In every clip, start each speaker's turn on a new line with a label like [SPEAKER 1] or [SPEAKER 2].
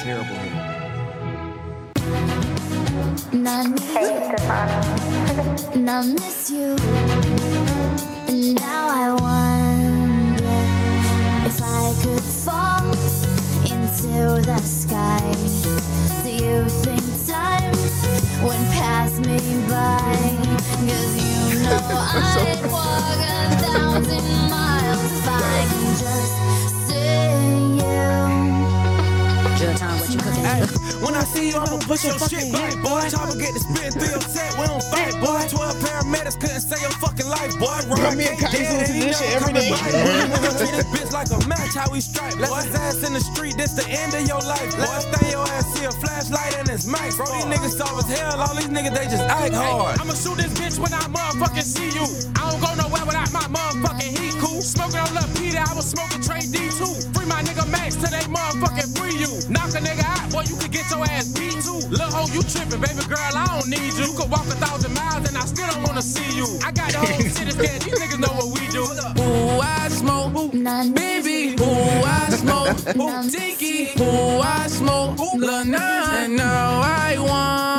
[SPEAKER 1] terrible here.
[SPEAKER 2] And I miss,
[SPEAKER 3] Hey, Stefano.
[SPEAKER 2] and I miss you. And now I wonder if I could fall into the sky. Do you think time would pass me by? Cause you know I'd walk a thousand miles if I can just see you.
[SPEAKER 4] Jill Tom, what you cooking?
[SPEAKER 5] Ay, when I see you, I'ma push your shit back, boy. Chopper get to spin through your set, we don't fight, boy. 12 paramedics couldn't save your fucking life, boy. Rock
[SPEAKER 1] me and
[SPEAKER 5] ain't
[SPEAKER 1] Kai's
[SPEAKER 5] dead,
[SPEAKER 1] into
[SPEAKER 5] he
[SPEAKER 1] this shit
[SPEAKER 5] never
[SPEAKER 1] every
[SPEAKER 5] coming
[SPEAKER 1] day.
[SPEAKER 5] back. We gon' treat this bitch like a match, how we strike, boy. His ass in the street, this the end of your life, boy. Last thing your ass see a flashlight and it's mic, bro. These niggas soft as hell, all these niggas, they just act hard.
[SPEAKER 6] I'ma shoot this bitch when I motherfucking see you. I don't go nowhere without my motherfucking heat cool. Smoking on Lil Peter, I was smoking Trey D2. Free my nigga Max till they motherfucking free you. Knock a nigga out, boy, you could get your ass beat too. Lil hoe, you tripping, baby girl, I don't need you. You could walk a thousand miles and I still don't wanna see you. I got the whole city scared, these niggas know what we do. Ooh, I smoke,
[SPEAKER 2] And I miss
[SPEAKER 6] baby. Ooh, I smoke, ooh, Tiki. Ooh, I smoke, ooh, Lil Nas. And now I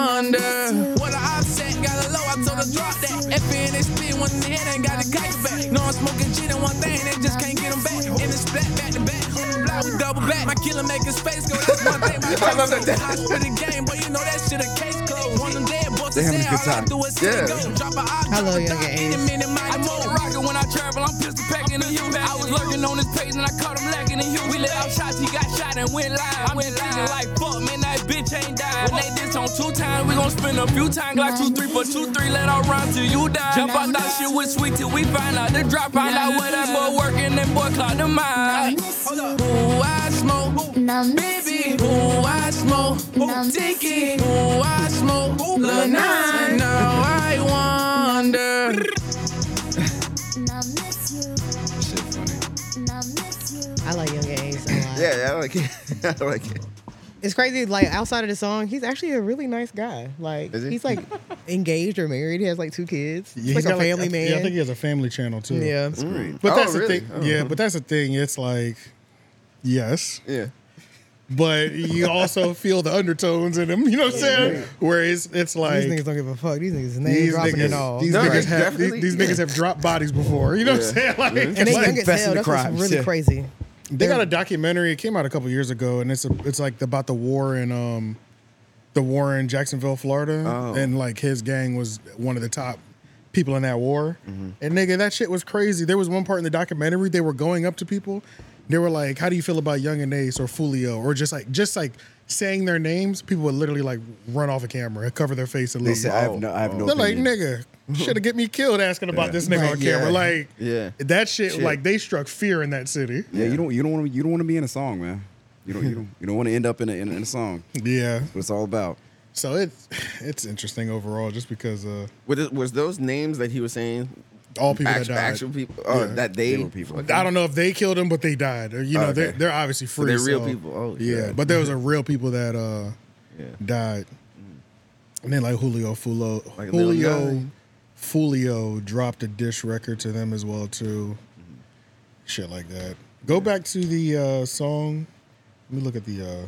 [SPEAKER 6] wonder what I upset. Got a low, I told her drop that. FB and they spit one in the head, ain't got the kite back. No, I'm smoking shit and one thing, they just can't get them back. In the splat, back to back, on the block, we double back. My killer make his face go, that's one thing. My
[SPEAKER 7] I love that
[SPEAKER 6] case closed. I spit a game, but you know that shit a case closed. One of them dead books,
[SPEAKER 7] They having a
[SPEAKER 6] said
[SPEAKER 7] good
[SPEAKER 6] all I
[SPEAKER 7] time.
[SPEAKER 6] do is see it
[SPEAKER 7] Yeah.
[SPEAKER 6] go. Drop a opp,
[SPEAKER 8] Hello,
[SPEAKER 6] drop a
[SPEAKER 8] young
[SPEAKER 6] dime,
[SPEAKER 8] A's.
[SPEAKER 6] any minute, my I told Rocket when I travel, I'm pistol packing in Houston. I was lurking on his page and I caught him lacking in Houston. We let out shots, he got shot and went live. I went thinking like, fuck, man, that bitch ain't died. When they diss on two times, we gon' spin a few times. Glock two, three, for two, three, let out run till you die. Jump out that shit with sweet till we find out the drop. Find out where that boy working, that boy clock the mind. Ooh, I smoke.
[SPEAKER 2] And I miss
[SPEAKER 6] Baby,
[SPEAKER 2] you.
[SPEAKER 6] ooh, I smoke. Ooh, Tiki, ooh, I smoke. Ooh, Lil Nas. And Now I wonder.
[SPEAKER 2] And I miss you.
[SPEAKER 1] Shit funny.
[SPEAKER 2] And I miss you.
[SPEAKER 8] I like Young A's a lot.
[SPEAKER 7] Yeah, I like it. I like it.
[SPEAKER 8] It's crazy. Like outside of the song, he's actually a really nice guy. Like
[SPEAKER 7] Is he?
[SPEAKER 8] he's like engaged or married. He has like two kids.
[SPEAKER 9] Yeah,
[SPEAKER 8] He's like
[SPEAKER 9] he's
[SPEAKER 8] a
[SPEAKER 9] got,
[SPEAKER 8] family
[SPEAKER 9] I-
[SPEAKER 8] man.
[SPEAKER 9] Yeah, I think he has a family channel too.
[SPEAKER 8] Yeah.
[SPEAKER 7] Mm.
[SPEAKER 9] but
[SPEAKER 7] Oh,
[SPEAKER 9] that's
[SPEAKER 7] really?
[SPEAKER 9] the thing.
[SPEAKER 7] Oh.
[SPEAKER 9] Yeah, but that's the thing. It's like, yes,
[SPEAKER 7] Yeah.
[SPEAKER 9] but you also feel the undertones in him. You know what I'm saying? Whereas it's like
[SPEAKER 8] These niggas don't give a fuck. These niggas name
[SPEAKER 9] these
[SPEAKER 8] dropping
[SPEAKER 9] niggas,
[SPEAKER 8] and all.
[SPEAKER 9] these
[SPEAKER 7] No,
[SPEAKER 9] niggas
[SPEAKER 7] right,
[SPEAKER 9] have these,
[SPEAKER 7] definitely,
[SPEAKER 9] these
[SPEAKER 7] yeah.
[SPEAKER 9] niggas have dropped bodies before. You know what I'm saying? Like,
[SPEAKER 8] and they young
[SPEAKER 9] like,
[SPEAKER 8] as
[SPEAKER 1] Confessing
[SPEAKER 8] hell.
[SPEAKER 1] to
[SPEAKER 8] That's what's
[SPEAKER 1] crimes,
[SPEAKER 8] really
[SPEAKER 1] yeah.
[SPEAKER 8] crazy.
[SPEAKER 9] they got a documentary. It came out a couple years ago, and it's a, it's like about the war in um, the war in Jacksonville, Florida,
[SPEAKER 7] Oh.
[SPEAKER 9] and like his gang was one of the top people in that war. And nigga, that shit was crazy. There was one part in the documentary they were going up to people. They were like, "How do you feel about Young and Ace or Fulio or just like just like saying their names?" People would literally like run off a camera and cover their face and
[SPEAKER 1] They
[SPEAKER 9] leave.
[SPEAKER 1] said I have no, I have no.
[SPEAKER 9] They're like,
[SPEAKER 1] opinion.
[SPEAKER 9] nigga, should have get me killed asking about
[SPEAKER 1] Yeah.
[SPEAKER 9] this nigga
[SPEAKER 8] Right,
[SPEAKER 9] on camera.
[SPEAKER 7] yeah.
[SPEAKER 9] Like,
[SPEAKER 7] Yeah.
[SPEAKER 9] that shit,
[SPEAKER 7] Shit.
[SPEAKER 9] like they struck fear in that city.
[SPEAKER 1] Yeah, you don't, you don't want to, you don't want to be in a song, man. You don't, you don't, you don't want to end up in a, in, a, in a song. That's
[SPEAKER 9] Yeah.
[SPEAKER 1] What it's all about.
[SPEAKER 9] So it's it's interesting overall, just because uh,
[SPEAKER 7] Was, it, was those names that he was saying
[SPEAKER 9] all people
[SPEAKER 7] actual,
[SPEAKER 9] that died.
[SPEAKER 7] actual people? Oh,
[SPEAKER 9] Yeah.
[SPEAKER 7] that they,
[SPEAKER 1] They were people.
[SPEAKER 9] I don't know if they killed him, but they died. Or, you know,
[SPEAKER 7] Oh,
[SPEAKER 9] they're
[SPEAKER 7] okay.
[SPEAKER 9] they're obviously free.
[SPEAKER 7] they're real
[SPEAKER 9] so-
[SPEAKER 7] people. Oh,
[SPEAKER 9] yeah.
[SPEAKER 7] shit.
[SPEAKER 9] But there was a real people that uh,
[SPEAKER 7] Yeah.
[SPEAKER 9] died, and then like Julio Fulo,
[SPEAKER 7] Like Lil
[SPEAKER 9] Julio
[SPEAKER 7] Nas.
[SPEAKER 9] Fulio dropped a dish record to them as well too. Shit like that. Go back to the uh, song. Let me look at the. Uh,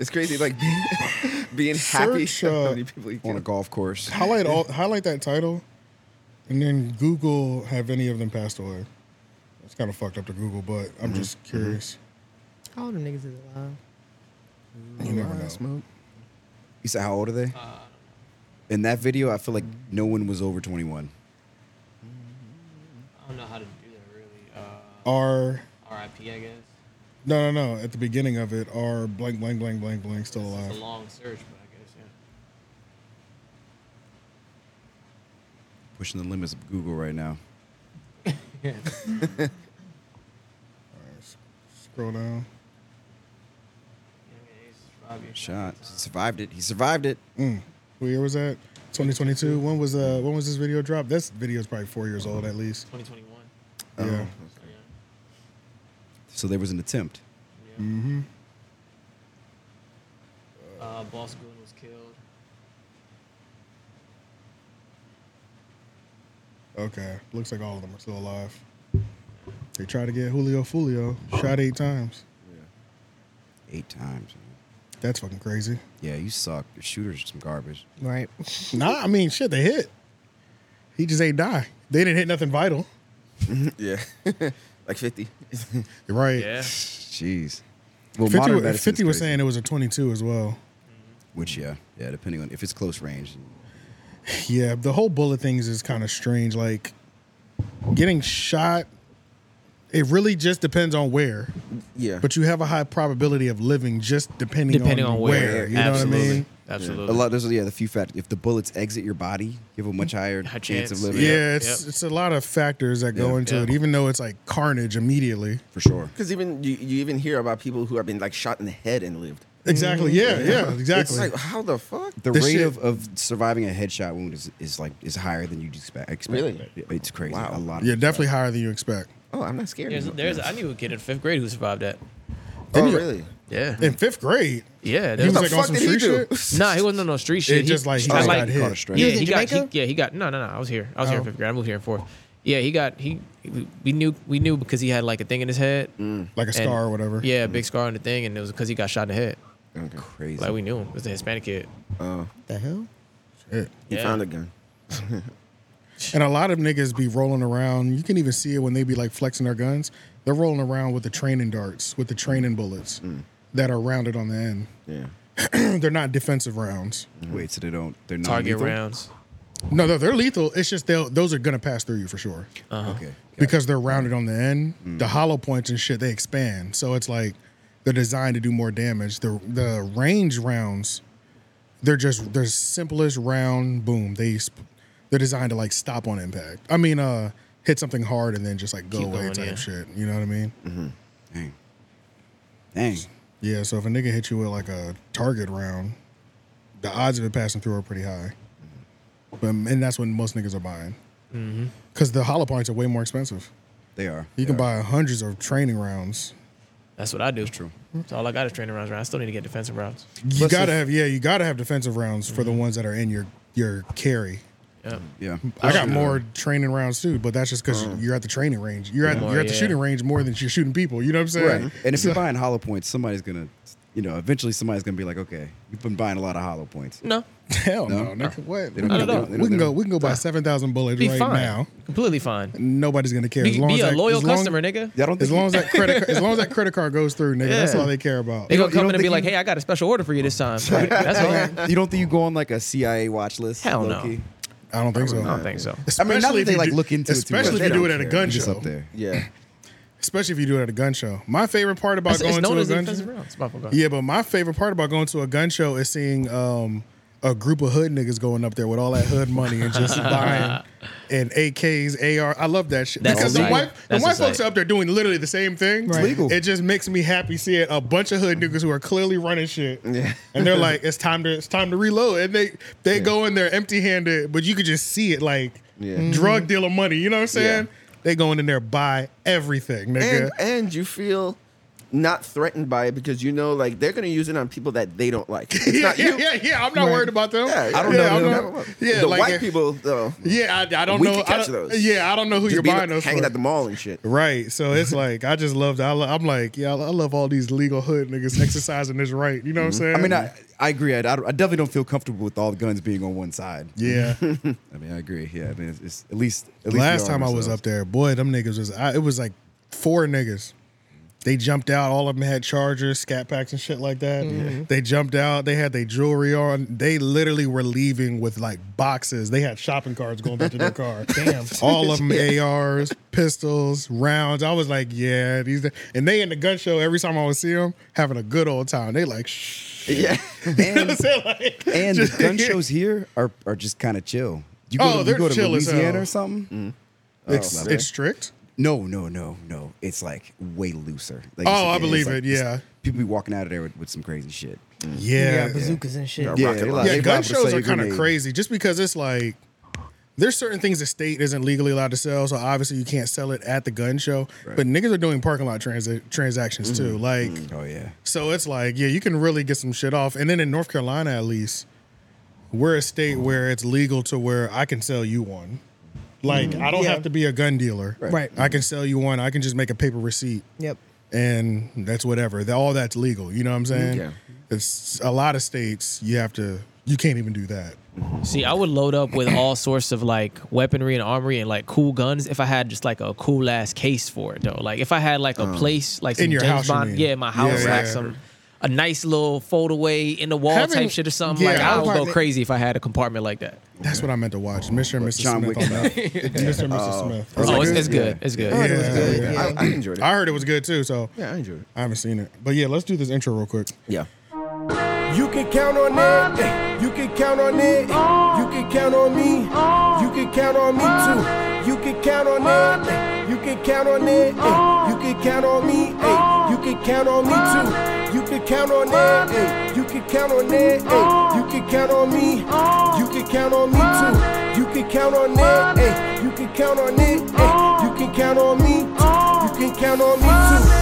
[SPEAKER 7] It's crazy, like being, being happy.
[SPEAKER 9] Search,
[SPEAKER 7] how
[SPEAKER 9] uh,
[SPEAKER 7] many people you
[SPEAKER 1] On a
[SPEAKER 7] killed.
[SPEAKER 1] golf course.
[SPEAKER 9] highlight all highlight that title, and then Google have any of them passed away. It's kind of fucked up to Google, but
[SPEAKER 7] Mm-hmm.
[SPEAKER 9] I'm just curious.
[SPEAKER 8] All them niggas is alive.
[SPEAKER 9] You never know.
[SPEAKER 1] You said how old are they? In that video, I feel like no one was over 21.
[SPEAKER 10] I don't know how to do that really. Uh,
[SPEAKER 9] Are
[SPEAKER 10] R.I.P. I guess.
[SPEAKER 9] no no no at the beginning of it are blank blank blank blank blank still
[SPEAKER 10] It's a
[SPEAKER 9] alive?
[SPEAKER 10] long search, but I guess yeah.
[SPEAKER 1] Pushing the limits of Google right now.
[SPEAKER 9] Scroll down.
[SPEAKER 10] Young Ace, Robbie,
[SPEAKER 1] Shot. He survived it. He survived it.
[SPEAKER 9] Mm. What year was that?
[SPEAKER 1] Mm.
[SPEAKER 9] 2022. When was uh when was this video dropped? This video is probably four years old at least.
[SPEAKER 10] 2021.
[SPEAKER 9] Yeah.
[SPEAKER 10] So, yeah.
[SPEAKER 1] So there was an attempt.
[SPEAKER 10] yeah.
[SPEAKER 9] Mm-hmm.
[SPEAKER 10] Uh, Boss Goon was killed.
[SPEAKER 9] Okay. Looks like all of them are still alive. They tried to get Julio Fulio shot eight times.
[SPEAKER 1] Eight times. man.
[SPEAKER 9] That's fucking crazy.
[SPEAKER 1] Yeah, you suck. Your shooter's some garbage.
[SPEAKER 8] Right.
[SPEAKER 9] Nah, I mean, shit, they hit. He just ain't die. They didn't hit nothing vital.
[SPEAKER 7] Mm-hmm. Yeah. like 50.
[SPEAKER 9] You're right.
[SPEAKER 10] Yeah.
[SPEAKER 1] Jeez. Well,
[SPEAKER 9] 50,
[SPEAKER 1] modern
[SPEAKER 9] wa-
[SPEAKER 1] medicine's
[SPEAKER 9] 50 was
[SPEAKER 1] crazy.
[SPEAKER 9] saying it was a 22 as well.
[SPEAKER 1] Which yeah, yeah. Depending on if it's close range,
[SPEAKER 9] Yeah, the whole bullet things is kind of strange. Like getting shot, it really just depends on where.
[SPEAKER 7] Yeah.
[SPEAKER 9] But you have a high probability of living just depending,
[SPEAKER 10] Depending on where.
[SPEAKER 9] You know
[SPEAKER 10] Absolutely.
[SPEAKER 9] what I mean?
[SPEAKER 10] Absolutely.
[SPEAKER 1] a lot. There's yeah, the few fact. If the bullets exit your body, you have a much higher
[SPEAKER 10] High
[SPEAKER 1] chance, of
[SPEAKER 10] chance.
[SPEAKER 1] living.
[SPEAKER 9] Yeah,
[SPEAKER 10] Yep,
[SPEAKER 9] it's
[SPEAKER 10] yep.
[SPEAKER 9] it's a lot of factors that go
[SPEAKER 1] Yeah,
[SPEAKER 9] into
[SPEAKER 10] yeah.
[SPEAKER 9] it, even though it's like carnage immediately.
[SPEAKER 1] for sure.
[SPEAKER 7] Because even you, you even hear about people who have been like shot in the head and lived. Mm-hmm.
[SPEAKER 9] Exactly. Yeah, yeah,
[SPEAKER 7] It's
[SPEAKER 9] exactly.
[SPEAKER 7] like, how the fuck?
[SPEAKER 1] The
[SPEAKER 9] This
[SPEAKER 1] rate
[SPEAKER 9] shit-
[SPEAKER 1] of, of surviving a headshot wound is, is like is higher than you'd expect. expect.
[SPEAKER 7] Really?
[SPEAKER 1] It's crazy.
[SPEAKER 7] Wow.
[SPEAKER 1] A lot.
[SPEAKER 9] yeah,
[SPEAKER 1] of
[SPEAKER 9] definitely higher than you expect.
[SPEAKER 7] Oh, I'm not scared.
[SPEAKER 10] There's, there's, I knew a kid in fifth grade who survived that.
[SPEAKER 7] oh,
[SPEAKER 9] you-
[SPEAKER 7] really?
[SPEAKER 10] Yeah.
[SPEAKER 9] In fifth grade,
[SPEAKER 10] Yeah.
[SPEAKER 9] he was
[SPEAKER 10] That
[SPEAKER 9] like
[SPEAKER 10] was,
[SPEAKER 9] on
[SPEAKER 7] fuck
[SPEAKER 9] some
[SPEAKER 7] did he
[SPEAKER 9] street
[SPEAKER 7] do?
[SPEAKER 9] shit.
[SPEAKER 10] nah, he wasn't on no street shit.
[SPEAKER 9] It just like he
[SPEAKER 10] I
[SPEAKER 9] just
[SPEAKER 10] like-
[SPEAKER 9] got
[SPEAKER 1] Caught a
[SPEAKER 9] hit.
[SPEAKER 1] stray.
[SPEAKER 10] Yeah,
[SPEAKER 8] was in
[SPEAKER 10] he got. He,
[SPEAKER 8] Jamaica?
[SPEAKER 10] yeah, he got. No, no, no. I was here. I was here in
[SPEAKER 9] Oh.
[SPEAKER 10] fifth grade. I moved here in fourth. Yeah, he got. He we knew we knew because he had like a thing in his head.
[SPEAKER 9] Like a
[SPEAKER 10] and-
[SPEAKER 9] scar or whatever.
[SPEAKER 10] Yeah, a big scar on the thing, and it was because he got shot in the head.
[SPEAKER 1] crazy.
[SPEAKER 10] Like we knew him. It was the Hispanic kid.
[SPEAKER 8] The hell?
[SPEAKER 9] Shit.
[SPEAKER 7] Oh. He
[SPEAKER 10] Yeah.
[SPEAKER 7] found a gun.
[SPEAKER 9] And a lot of niggas be rolling around. You can even see it when they be like flexing their guns. They're rolling around with the training darts, with the training bullets that are rounded on the end.
[SPEAKER 7] Yeah.
[SPEAKER 9] They're not defensive rounds.
[SPEAKER 1] Wait, so they don't. They're not
[SPEAKER 10] Target
[SPEAKER 1] lethal?
[SPEAKER 10] rounds.
[SPEAKER 9] No, no, they're lethal. It's just they'll, those are gonna pass through you for sure
[SPEAKER 10] Uh-huh.
[SPEAKER 1] Okay.
[SPEAKER 9] because they're rounded on the end. The hollow points and shit they expand, so it's like they're designed to do more damage. The the range rounds, they're just they're simplest round. Boom, they sp- they're designed to like stop on impact. I mean, uh, hit something hard and then just like go
[SPEAKER 10] Keep
[SPEAKER 9] away
[SPEAKER 10] going,
[SPEAKER 9] type
[SPEAKER 10] yeah.
[SPEAKER 9] shit. You know what I mean?
[SPEAKER 1] Dang. Dang.
[SPEAKER 9] Yeah. So if a nigga hit you with like a target round, the odds of it passing through are pretty high. But and that's when most niggas are buying.
[SPEAKER 10] Mm-hmm.
[SPEAKER 9] Because the hollow points are way more expensive.
[SPEAKER 1] They are. They
[SPEAKER 9] You can
[SPEAKER 1] are.
[SPEAKER 9] buy hundreds of training rounds.
[SPEAKER 10] That's what I do.
[SPEAKER 1] true.
[SPEAKER 10] So all I got is training rounds. Right? I still need to get defensive rounds.
[SPEAKER 9] You
[SPEAKER 1] Plus
[SPEAKER 9] gotta
[SPEAKER 1] if-
[SPEAKER 9] have yeah, you gotta have defensive rounds for the ones that are in your your carry.
[SPEAKER 10] Yeah.
[SPEAKER 1] Yeah. Mm.
[SPEAKER 9] I got more training rounds too, but that's just because you're at the training range. You're at
[SPEAKER 10] More,
[SPEAKER 9] you're at the
[SPEAKER 10] yeah.
[SPEAKER 9] shooting range more than you're shooting people. You know what I'm saying?
[SPEAKER 1] Right. And if you're buying hollow points, somebody's gonna, you know, eventually somebody's gonna be like, okay, you've been buying a lot of hollow points.
[SPEAKER 10] No,
[SPEAKER 9] Hell no,
[SPEAKER 1] No.
[SPEAKER 9] nigga, what?
[SPEAKER 1] They don't-
[SPEAKER 9] We can
[SPEAKER 1] they don't-
[SPEAKER 9] go-
[SPEAKER 1] they
[SPEAKER 9] we can
[SPEAKER 1] don't-
[SPEAKER 9] go we can go buy seven thousand bullets
[SPEAKER 10] be
[SPEAKER 9] right
[SPEAKER 10] fine.
[SPEAKER 9] now.
[SPEAKER 10] Completely fine.
[SPEAKER 9] Nobody's gonna care.
[SPEAKER 10] Be,
[SPEAKER 9] as long
[SPEAKER 10] be
[SPEAKER 9] as
[SPEAKER 10] a
[SPEAKER 9] that,
[SPEAKER 10] loyal
[SPEAKER 9] as long-
[SPEAKER 10] customer, nigga.
[SPEAKER 1] Yeah, I don't
[SPEAKER 9] As
[SPEAKER 1] think
[SPEAKER 9] long as that credit ca- as long as that credit card goes through, nigga, that's
[SPEAKER 10] Yeah.
[SPEAKER 9] all they care about.
[SPEAKER 10] They gonna come
[SPEAKER 1] don't
[SPEAKER 10] in and be
[SPEAKER 1] think
[SPEAKER 10] like,
[SPEAKER 1] you-
[SPEAKER 10] "Hey, I got a special order for you this time." That's all.
[SPEAKER 1] you don't think you go on like a CIA watch list?
[SPEAKER 10] Hell no.
[SPEAKER 1] low-key?
[SPEAKER 9] I don't think so.
[SPEAKER 10] I don't think so.
[SPEAKER 1] I mean, not that
[SPEAKER 9] if
[SPEAKER 1] they
[SPEAKER 9] you
[SPEAKER 1] like
[SPEAKER 9] do-
[SPEAKER 1] look into it
[SPEAKER 9] especially if you
[SPEAKER 1] too
[SPEAKER 9] do
[SPEAKER 1] much.
[SPEAKER 9] it at a
[SPEAKER 1] They don't
[SPEAKER 9] gun
[SPEAKER 1] care. It's
[SPEAKER 9] show.
[SPEAKER 1] just up there.
[SPEAKER 7] Yeah.
[SPEAKER 9] Especially if you do it at a gun show. My favorite part about
[SPEAKER 10] It's,
[SPEAKER 9] going
[SPEAKER 10] it's known
[SPEAKER 9] to a
[SPEAKER 10] as the
[SPEAKER 9] gun
[SPEAKER 10] defensive
[SPEAKER 9] show.
[SPEAKER 10] rounds. My fault, go ahead.
[SPEAKER 9] Yeah, but my favorite part about going to a gun show is seeing um, a group of hood niggas going up there with all that hood money and just buying and AKs, AR. I love that shit.
[SPEAKER 10] That's
[SPEAKER 9] because the
[SPEAKER 10] exciting.
[SPEAKER 9] white, the
[SPEAKER 10] That's
[SPEAKER 9] white folks
[SPEAKER 10] exciting.
[SPEAKER 9] are up there doing literally the same thing.
[SPEAKER 8] Right.
[SPEAKER 1] legal.
[SPEAKER 9] It just makes me happy seeing a bunch of hood niggas who are clearly running shit.
[SPEAKER 7] Yeah.
[SPEAKER 9] And they're like, it's time to it's time to reload. And they they go in there empty handed, but you could just see it like
[SPEAKER 7] Yeah.
[SPEAKER 9] drug dealer money. You know what I'm saying?
[SPEAKER 7] Yeah.
[SPEAKER 9] They going in there buy everything, nigga.
[SPEAKER 7] And, and you feel not threatened by it because you know, like, they're going to use it on people that they don't like. It's
[SPEAKER 9] yeah,
[SPEAKER 7] not
[SPEAKER 9] yeah,
[SPEAKER 7] you.
[SPEAKER 9] yeah, yeah. I'm not worried about them.
[SPEAKER 7] Yeah,
[SPEAKER 9] I don't
[SPEAKER 7] yeah,
[SPEAKER 9] know.
[SPEAKER 7] I'm
[SPEAKER 9] I'm
[SPEAKER 7] not-
[SPEAKER 9] not- yeah,
[SPEAKER 7] the
[SPEAKER 9] like,
[SPEAKER 7] white people though.
[SPEAKER 9] Yeah, I, I don't
[SPEAKER 7] we
[SPEAKER 9] know.
[SPEAKER 7] can catch
[SPEAKER 9] I don't-
[SPEAKER 7] those.
[SPEAKER 9] Yeah, I don't know who
[SPEAKER 7] Just
[SPEAKER 9] you're
[SPEAKER 7] be
[SPEAKER 9] buying those
[SPEAKER 7] hanging
[SPEAKER 9] for.
[SPEAKER 7] at the mall and shit.
[SPEAKER 9] right. So it's like I just love that. I lo- I'm like, yeah, I love all these legal hood niggas exercising this right. You know what I'm
[SPEAKER 7] Mm-hmm.
[SPEAKER 9] saying?
[SPEAKER 1] Mm-hmm. I mean, I, I agree. I, I definitely don't feel comfortable with all the guns being on one side.
[SPEAKER 9] yeah.
[SPEAKER 1] I mean, I agree. Yeah, I mean, it's, it's at least. At least we
[SPEAKER 9] Last
[SPEAKER 1] arm
[SPEAKER 9] time I was
[SPEAKER 1] ourselves.
[SPEAKER 9] up there, boy, them niggas was. I, it was like four niggas. They jumped out. All of them had chargers, scat packs, and shit like that. They jumped out. They had their jewelry on. They literally were leaving with like boxes. They had shopping carts going back to their car. Damn. All of them ARs, pistols, rounds. I was like, yeah, these. And they in the gun show every time I would see them having a good old time. They like, shh.
[SPEAKER 7] Yeah.
[SPEAKER 9] You know what I'm saying? Like,
[SPEAKER 1] And
[SPEAKER 9] just-
[SPEAKER 1] the gun shows here are, are just kind of chill. You go
[SPEAKER 9] Oh,
[SPEAKER 1] to, you
[SPEAKER 9] they're
[SPEAKER 1] go to
[SPEAKER 9] chill as
[SPEAKER 1] Louisiana
[SPEAKER 9] hell.
[SPEAKER 1] or something.
[SPEAKER 9] It's,
[SPEAKER 1] Oh,
[SPEAKER 9] it's strict.
[SPEAKER 1] No, no, no, no. It's like way looser. Like,
[SPEAKER 9] Oh,
[SPEAKER 1] it's-
[SPEAKER 9] I
[SPEAKER 1] it's
[SPEAKER 9] believe
[SPEAKER 1] like-
[SPEAKER 9] it,
[SPEAKER 1] it's-
[SPEAKER 9] yeah. Mm.
[SPEAKER 1] people be walking out of there with, with some crazy shit.
[SPEAKER 9] Yeah.
[SPEAKER 8] Yeah, bazookas and shit.
[SPEAKER 7] Yeah,
[SPEAKER 1] they
[SPEAKER 7] rocket
[SPEAKER 1] like-
[SPEAKER 7] launcher.
[SPEAKER 9] yeah,
[SPEAKER 1] they
[SPEAKER 9] gun
[SPEAKER 1] liable to
[SPEAKER 9] shows
[SPEAKER 1] say
[SPEAKER 9] are kind of
[SPEAKER 1] grenade.
[SPEAKER 9] crazy just because it's like there's certain things the state isn't legally allowed to sell, so obviously you can't sell it at the gun show. But niggas are doing parking lot transa- transactions too, like
[SPEAKER 1] Oh yeah.
[SPEAKER 9] so it's like yeah, you can really get some shit off. And then in North Carolina, at least, we're a state where it's legal to where I can sell you one. Like I don't
[SPEAKER 8] Mm. Yeah.
[SPEAKER 9] have to be a gun dealer.
[SPEAKER 8] Right.
[SPEAKER 9] I can sell you one. I can just make a paper receipt
[SPEAKER 8] Yep.
[SPEAKER 9] and that's whatever. That- All that's legal. You know what I'm saying?
[SPEAKER 7] Yeah.
[SPEAKER 9] It's a lot of states you have to you can't even do that.
[SPEAKER 10] See, I would load up with all sorts of like weaponry and armory and like cool guns if I had just like a cool ass case for it though. Like if I had like a place like
[SPEAKER 9] Uh, In
[SPEAKER 10] some
[SPEAKER 9] your
[SPEAKER 10] James
[SPEAKER 9] house, you
[SPEAKER 10] Bond,
[SPEAKER 9] mean?
[SPEAKER 10] yeah, in my house,
[SPEAKER 9] Yeah,
[SPEAKER 10] like
[SPEAKER 9] yeah.
[SPEAKER 10] some a nice little fold away in the wall
[SPEAKER 9] Having-
[SPEAKER 10] type shit or something.
[SPEAKER 9] yeah,
[SPEAKER 10] like I would go
[SPEAKER 9] apartment-
[SPEAKER 10] crazy if I had a compartment like that.
[SPEAKER 9] That's what I meant to watch. Mr. and Mrs.
[SPEAKER 1] Oh. John
[SPEAKER 9] Smith
[SPEAKER 1] Wick
[SPEAKER 9] on that. Mr. and Mrs. Smith.
[SPEAKER 1] Oh,
[SPEAKER 9] Is it
[SPEAKER 10] oh, it's,
[SPEAKER 9] good?
[SPEAKER 10] it's good. It's good.
[SPEAKER 7] I heard it was
[SPEAKER 9] Yeah,
[SPEAKER 7] good.
[SPEAKER 9] yeah.
[SPEAKER 7] I, I enjoyed it.
[SPEAKER 9] I heard it was good too, so
[SPEAKER 7] yeah, I enjoyed it.
[SPEAKER 9] I haven't seen it. But yeah, let's do this intro real quick.
[SPEAKER 7] Yeah.
[SPEAKER 5] You can count on it. eh, You can count on it. eh. You can count on me. You can count on me too. You can count on it. eh, You can count on it. eh. You can count on me. eh, You can count on me too. You can count on it. eh, You can count on it. eh. You can count on me. You can count on me too. You can count on it. eh, You can count on it. eh. You can count on me. You can count on me too.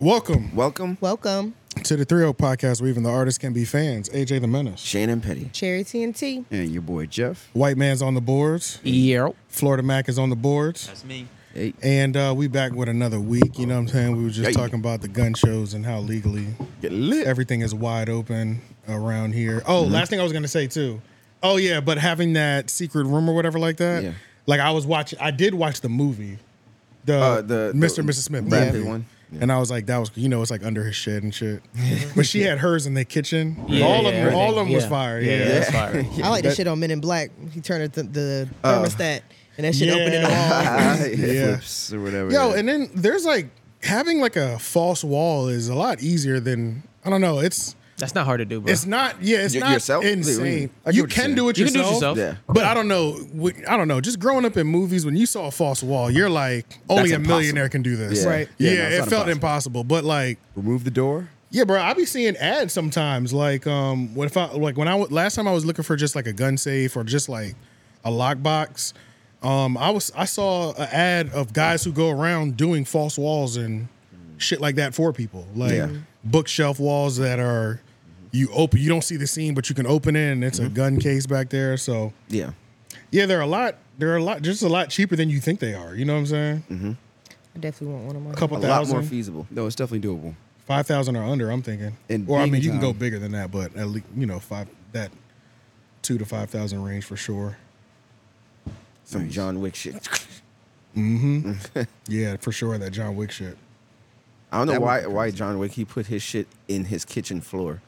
[SPEAKER 9] Welcome
[SPEAKER 7] Welcome,
[SPEAKER 8] Welcome,
[SPEAKER 9] to the 30 podcast where even the artists can be fans. AJ the Menace.
[SPEAKER 7] Shane and Penny.
[SPEAKER 8] Cherry TNT.
[SPEAKER 1] And your boy Jeff.
[SPEAKER 9] White man's on the boards.
[SPEAKER 10] Yeah.
[SPEAKER 9] Florida Mac is on the boards.
[SPEAKER 6] That's me.
[SPEAKER 7] Hey,
[SPEAKER 9] And uh, we back with another week. You know what I'm saying? We were just
[SPEAKER 7] Yeah.
[SPEAKER 9] talking about the gun shows and how legally
[SPEAKER 7] get lit. Mm-hmm.
[SPEAKER 9] everything is wide open around here. Oh,
[SPEAKER 10] Mm-hmm.
[SPEAKER 9] last thing I was gonna say too. Oh yeah, but having that secret room or whatever like that.
[SPEAKER 7] Yeah.
[SPEAKER 9] Like I was watching, I did watch the movie, the,
[SPEAKER 7] Uh, the-
[SPEAKER 9] Mr.
[SPEAKER 7] the
[SPEAKER 9] and Mrs. Smith
[SPEAKER 7] Rampy
[SPEAKER 9] movie.
[SPEAKER 7] one. Yeah.
[SPEAKER 9] And I was like, that was you know, it's like under his shed and shit. but she had hers in the kitchen.
[SPEAKER 10] Yeah,
[SPEAKER 9] all
[SPEAKER 10] yeah,
[SPEAKER 9] of them, all of
[SPEAKER 10] everything.
[SPEAKER 9] them was
[SPEAKER 10] Yeah.
[SPEAKER 9] fire.
[SPEAKER 10] Yeah,
[SPEAKER 9] Yeah.
[SPEAKER 10] that's fire.
[SPEAKER 8] I like the shit on Men in Black. He turned it to the thermostat, and that shit
[SPEAKER 9] Oh. Yeah.
[SPEAKER 8] opened it all.
[SPEAKER 9] Yeah.
[SPEAKER 1] Flips or
[SPEAKER 7] Oh,
[SPEAKER 1] whatever.
[SPEAKER 9] Yo, and then there's like having like a false wall is a lot easier than I don't know. It's
[SPEAKER 10] That's not hard to do, bro.
[SPEAKER 9] It's not. Yeah, it's
[SPEAKER 7] Y-
[SPEAKER 9] not
[SPEAKER 7] yourself?
[SPEAKER 9] insane.
[SPEAKER 7] I get
[SPEAKER 9] You
[SPEAKER 7] what you're
[SPEAKER 9] can
[SPEAKER 7] saying.
[SPEAKER 9] do it
[SPEAKER 10] You
[SPEAKER 9] yourself.
[SPEAKER 10] can do it yourself.
[SPEAKER 7] Yeah.
[SPEAKER 9] But I don't know. wh- I don't know. Just growing up in movies, when you saw a false wall, you're like, only
[SPEAKER 7] That's
[SPEAKER 9] a millionaire can do this.
[SPEAKER 7] Yeah.
[SPEAKER 8] Right.
[SPEAKER 9] Yeah,
[SPEAKER 1] Yeah, no, it's
[SPEAKER 9] it
[SPEAKER 1] not
[SPEAKER 9] felt
[SPEAKER 1] impossible.
[SPEAKER 9] impossible. But like,
[SPEAKER 1] remove the door.
[SPEAKER 9] yeah, bro, I be seeing ads sometimes. Like, um, what if I like when I w- last time I was looking for just like a gun safe or just like a lockbox. Um, I was I saw an ad of guys who go around doing false walls and shit like that for people, like
[SPEAKER 7] Yeah.
[SPEAKER 9] bookshelf walls that are you open you don't see the scene but you can open it and it's a gun case back there. So
[SPEAKER 7] Yeah.
[SPEAKER 9] yeah, they're a lot they're a lot just a lot cheaper than you think they are. You know what I'm saying?
[SPEAKER 8] I definitely want one of mine.
[SPEAKER 9] A
[SPEAKER 7] A
[SPEAKER 9] couple
[SPEAKER 7] lot more
[SPEAKER 9] thousand,
[SPEAKER 7] feasible.
[SPEAKER 1] No, it's definitely doable.
[SPEAKER 9] five thousand or under. I'm thinking,
[SPEAKER 1] And
[SPEAKER 9] or I
[SPEAKER 1] big
[SPEAKER 9] mean, you can go
[SPEAKER 1] time.
[SPEAKER 9] bigger than that, but at least you know five that two to five thousand range for sure.
[SPEAKER 7] Some John Wick shit.
[SPEAKER 9] Mm-hmm. Yeah, for sure that John Wick shit.
[SPEAKER 7] I don't know
[SPEAKER 1] That would
[SPEAKER 7] why
[SPEAKER 1] be
[SPEAKER 7] why John Wick he put his shit in his kitchen floor,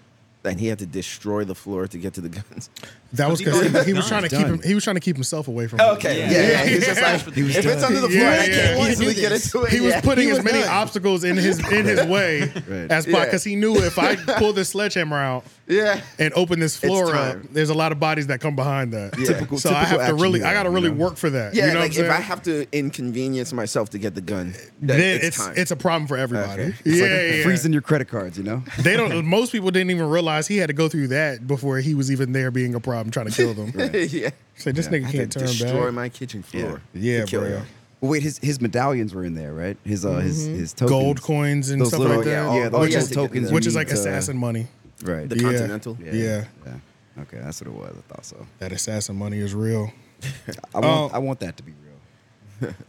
[SPEAKER 7] and he had to destroy the floor to get to the guns.
[SPEAKER 9] That was
[SPEAKER 6] he thought
[SPEAKER 9] because he,
[SPEAKER 6] he was
[SPEAKER 9] he was
[SPEAKER 6] done.
[SPEAKER 9] trying to keep him. He was trying to keep himself away from.
[SPEAKER 7] Oh, Okay, yeah, yeah. He's just like,
[SPEAKER 6] He was
[SPEAKER 7] if it's under the floor,
[SPEAKER 9] Yeah,
[SPEAKER 7] I
[SPEAKER 9] yeah.
[SPEAKER 7] can't
[SPEAKER 9] He
[SPEAKER 7] easily
[SPEAKER 8] did
[SPEAKER 7] get
[SPEAKER 8] this.
[SPEAKER 7] into it.
[SPEAKER 9] He was
[SPEAKER 7] Yeah.
[SPEAKER 9] putting
[SPEAKER 7] He
[SPEAKER 9] as
[SPEAKER 7] was
[SPEAKER 9] many
[SPEAKER 7] done.
[SPEAKER 9] obstacles in his in his way as
[SPEAKER 7] Yeah.
[SPEAKER 9] because he knew if I pull this sledgehammer out
[SPEAKER 7] Yeah,
[SPEAKER 9] and open this floor up,
[SPEAKER 7] time.
[SPEAKER 9] there's a lot of bodies that come behind that.
[SPEAKER 7] Yeah. Typical-
[SPEAKER 9] so I
[SPEAKER 1] typical
[SPEAKER 9] have to really,
[SPEAKER 1] action
[SPEAKER 9] I got to
[SPEAKER 1] hero,
[SPEAKER 9] really
[SPEAKER 1] you know?
[SPEAKER 9] work for that.
[SPEAKER 7] yeah.
[SPEAKER 9] you know
[SPEAKER 7] like
[SPEAKER 9] what I'm
[SPEAKER 7] if I
[SPEAKER 9] saying?
[SPEAKER 7] have to inconvenience myself to get the gun, then
[SPEAKER 9] then
[SPEAKER 7] it's
[SPEAKER 9] it's
[SPEAKER 7] time.
[SPEAKER 9] it's, a problem for everybody.
[SPEAKER 7] Okay.
[SPEAKER 9] Yeah,
[SPEAKER 1] It's like
[SPEAKER 9] yeah.
[SPEAKER 1] freezing your credit cards, you know?
[SPEAKER 9] They don't. most people didn't even realize he had to go through that before he was even there being a problem trying to kill them.
[SPEAKER 7] yeah.
[SPEAKER 9] So this
[SPEAKER 7] I
[SPEAKER 9] nigga
[SPEAKER 7] had
[SPEAKER 9] can't
[SPEAKER 7] to
[SPEAKER 9] turn
[SPEAKER 7] destroy
[SPEAKER 9] back.
[SPEAKER 7] my kitchen floor.
[SPEAKER 9] Yeah,
[SPEAKER 7] to kill
[SPEAKER 9] bro.
[SPEAKER 7] y'all.
[SPEAKER 1] Well, wait, his his medallions were in there, right? His uh his his tokens.
[SPEAKER 9] Gold coins and
[SPEAKER 1] Those
[SPEAKER 9] stuff
[SPEAKER 1] little,
[SPEAKER 9] like that.
[SPEAKER 7] all-
[SPEAKER 1] Yeah, those
[SPEAKER 7] oh,
[SPEAKER 1] little
[SPEAKER 7] yeah, to get
[SPEAKER 1] tokens.
[SPEAKER 7] the-
[SPEAKER 1] you
[SPEAKER 9] which is
[SPEAKER 1] need
[SPEAKER 9] like
[SPEAKER 1] to-
[SPEAKER 9] assassin money.
[SPEAKER 1] Right.
[SPEAKER 7] The
[SPEAKER 9] Yeah.
[SPEAKER 7] Continental.
[SPEAKER 9] Yeah. yeah.
[SPEAKER 1] yeah. Okay, that's what it was. I thought so.
[SPEAKER 9] that assassin money is real.
[SPEAKER 1] I want
[SPEAKER 9] Oh.
[SPEAKER 1] I want that to be real.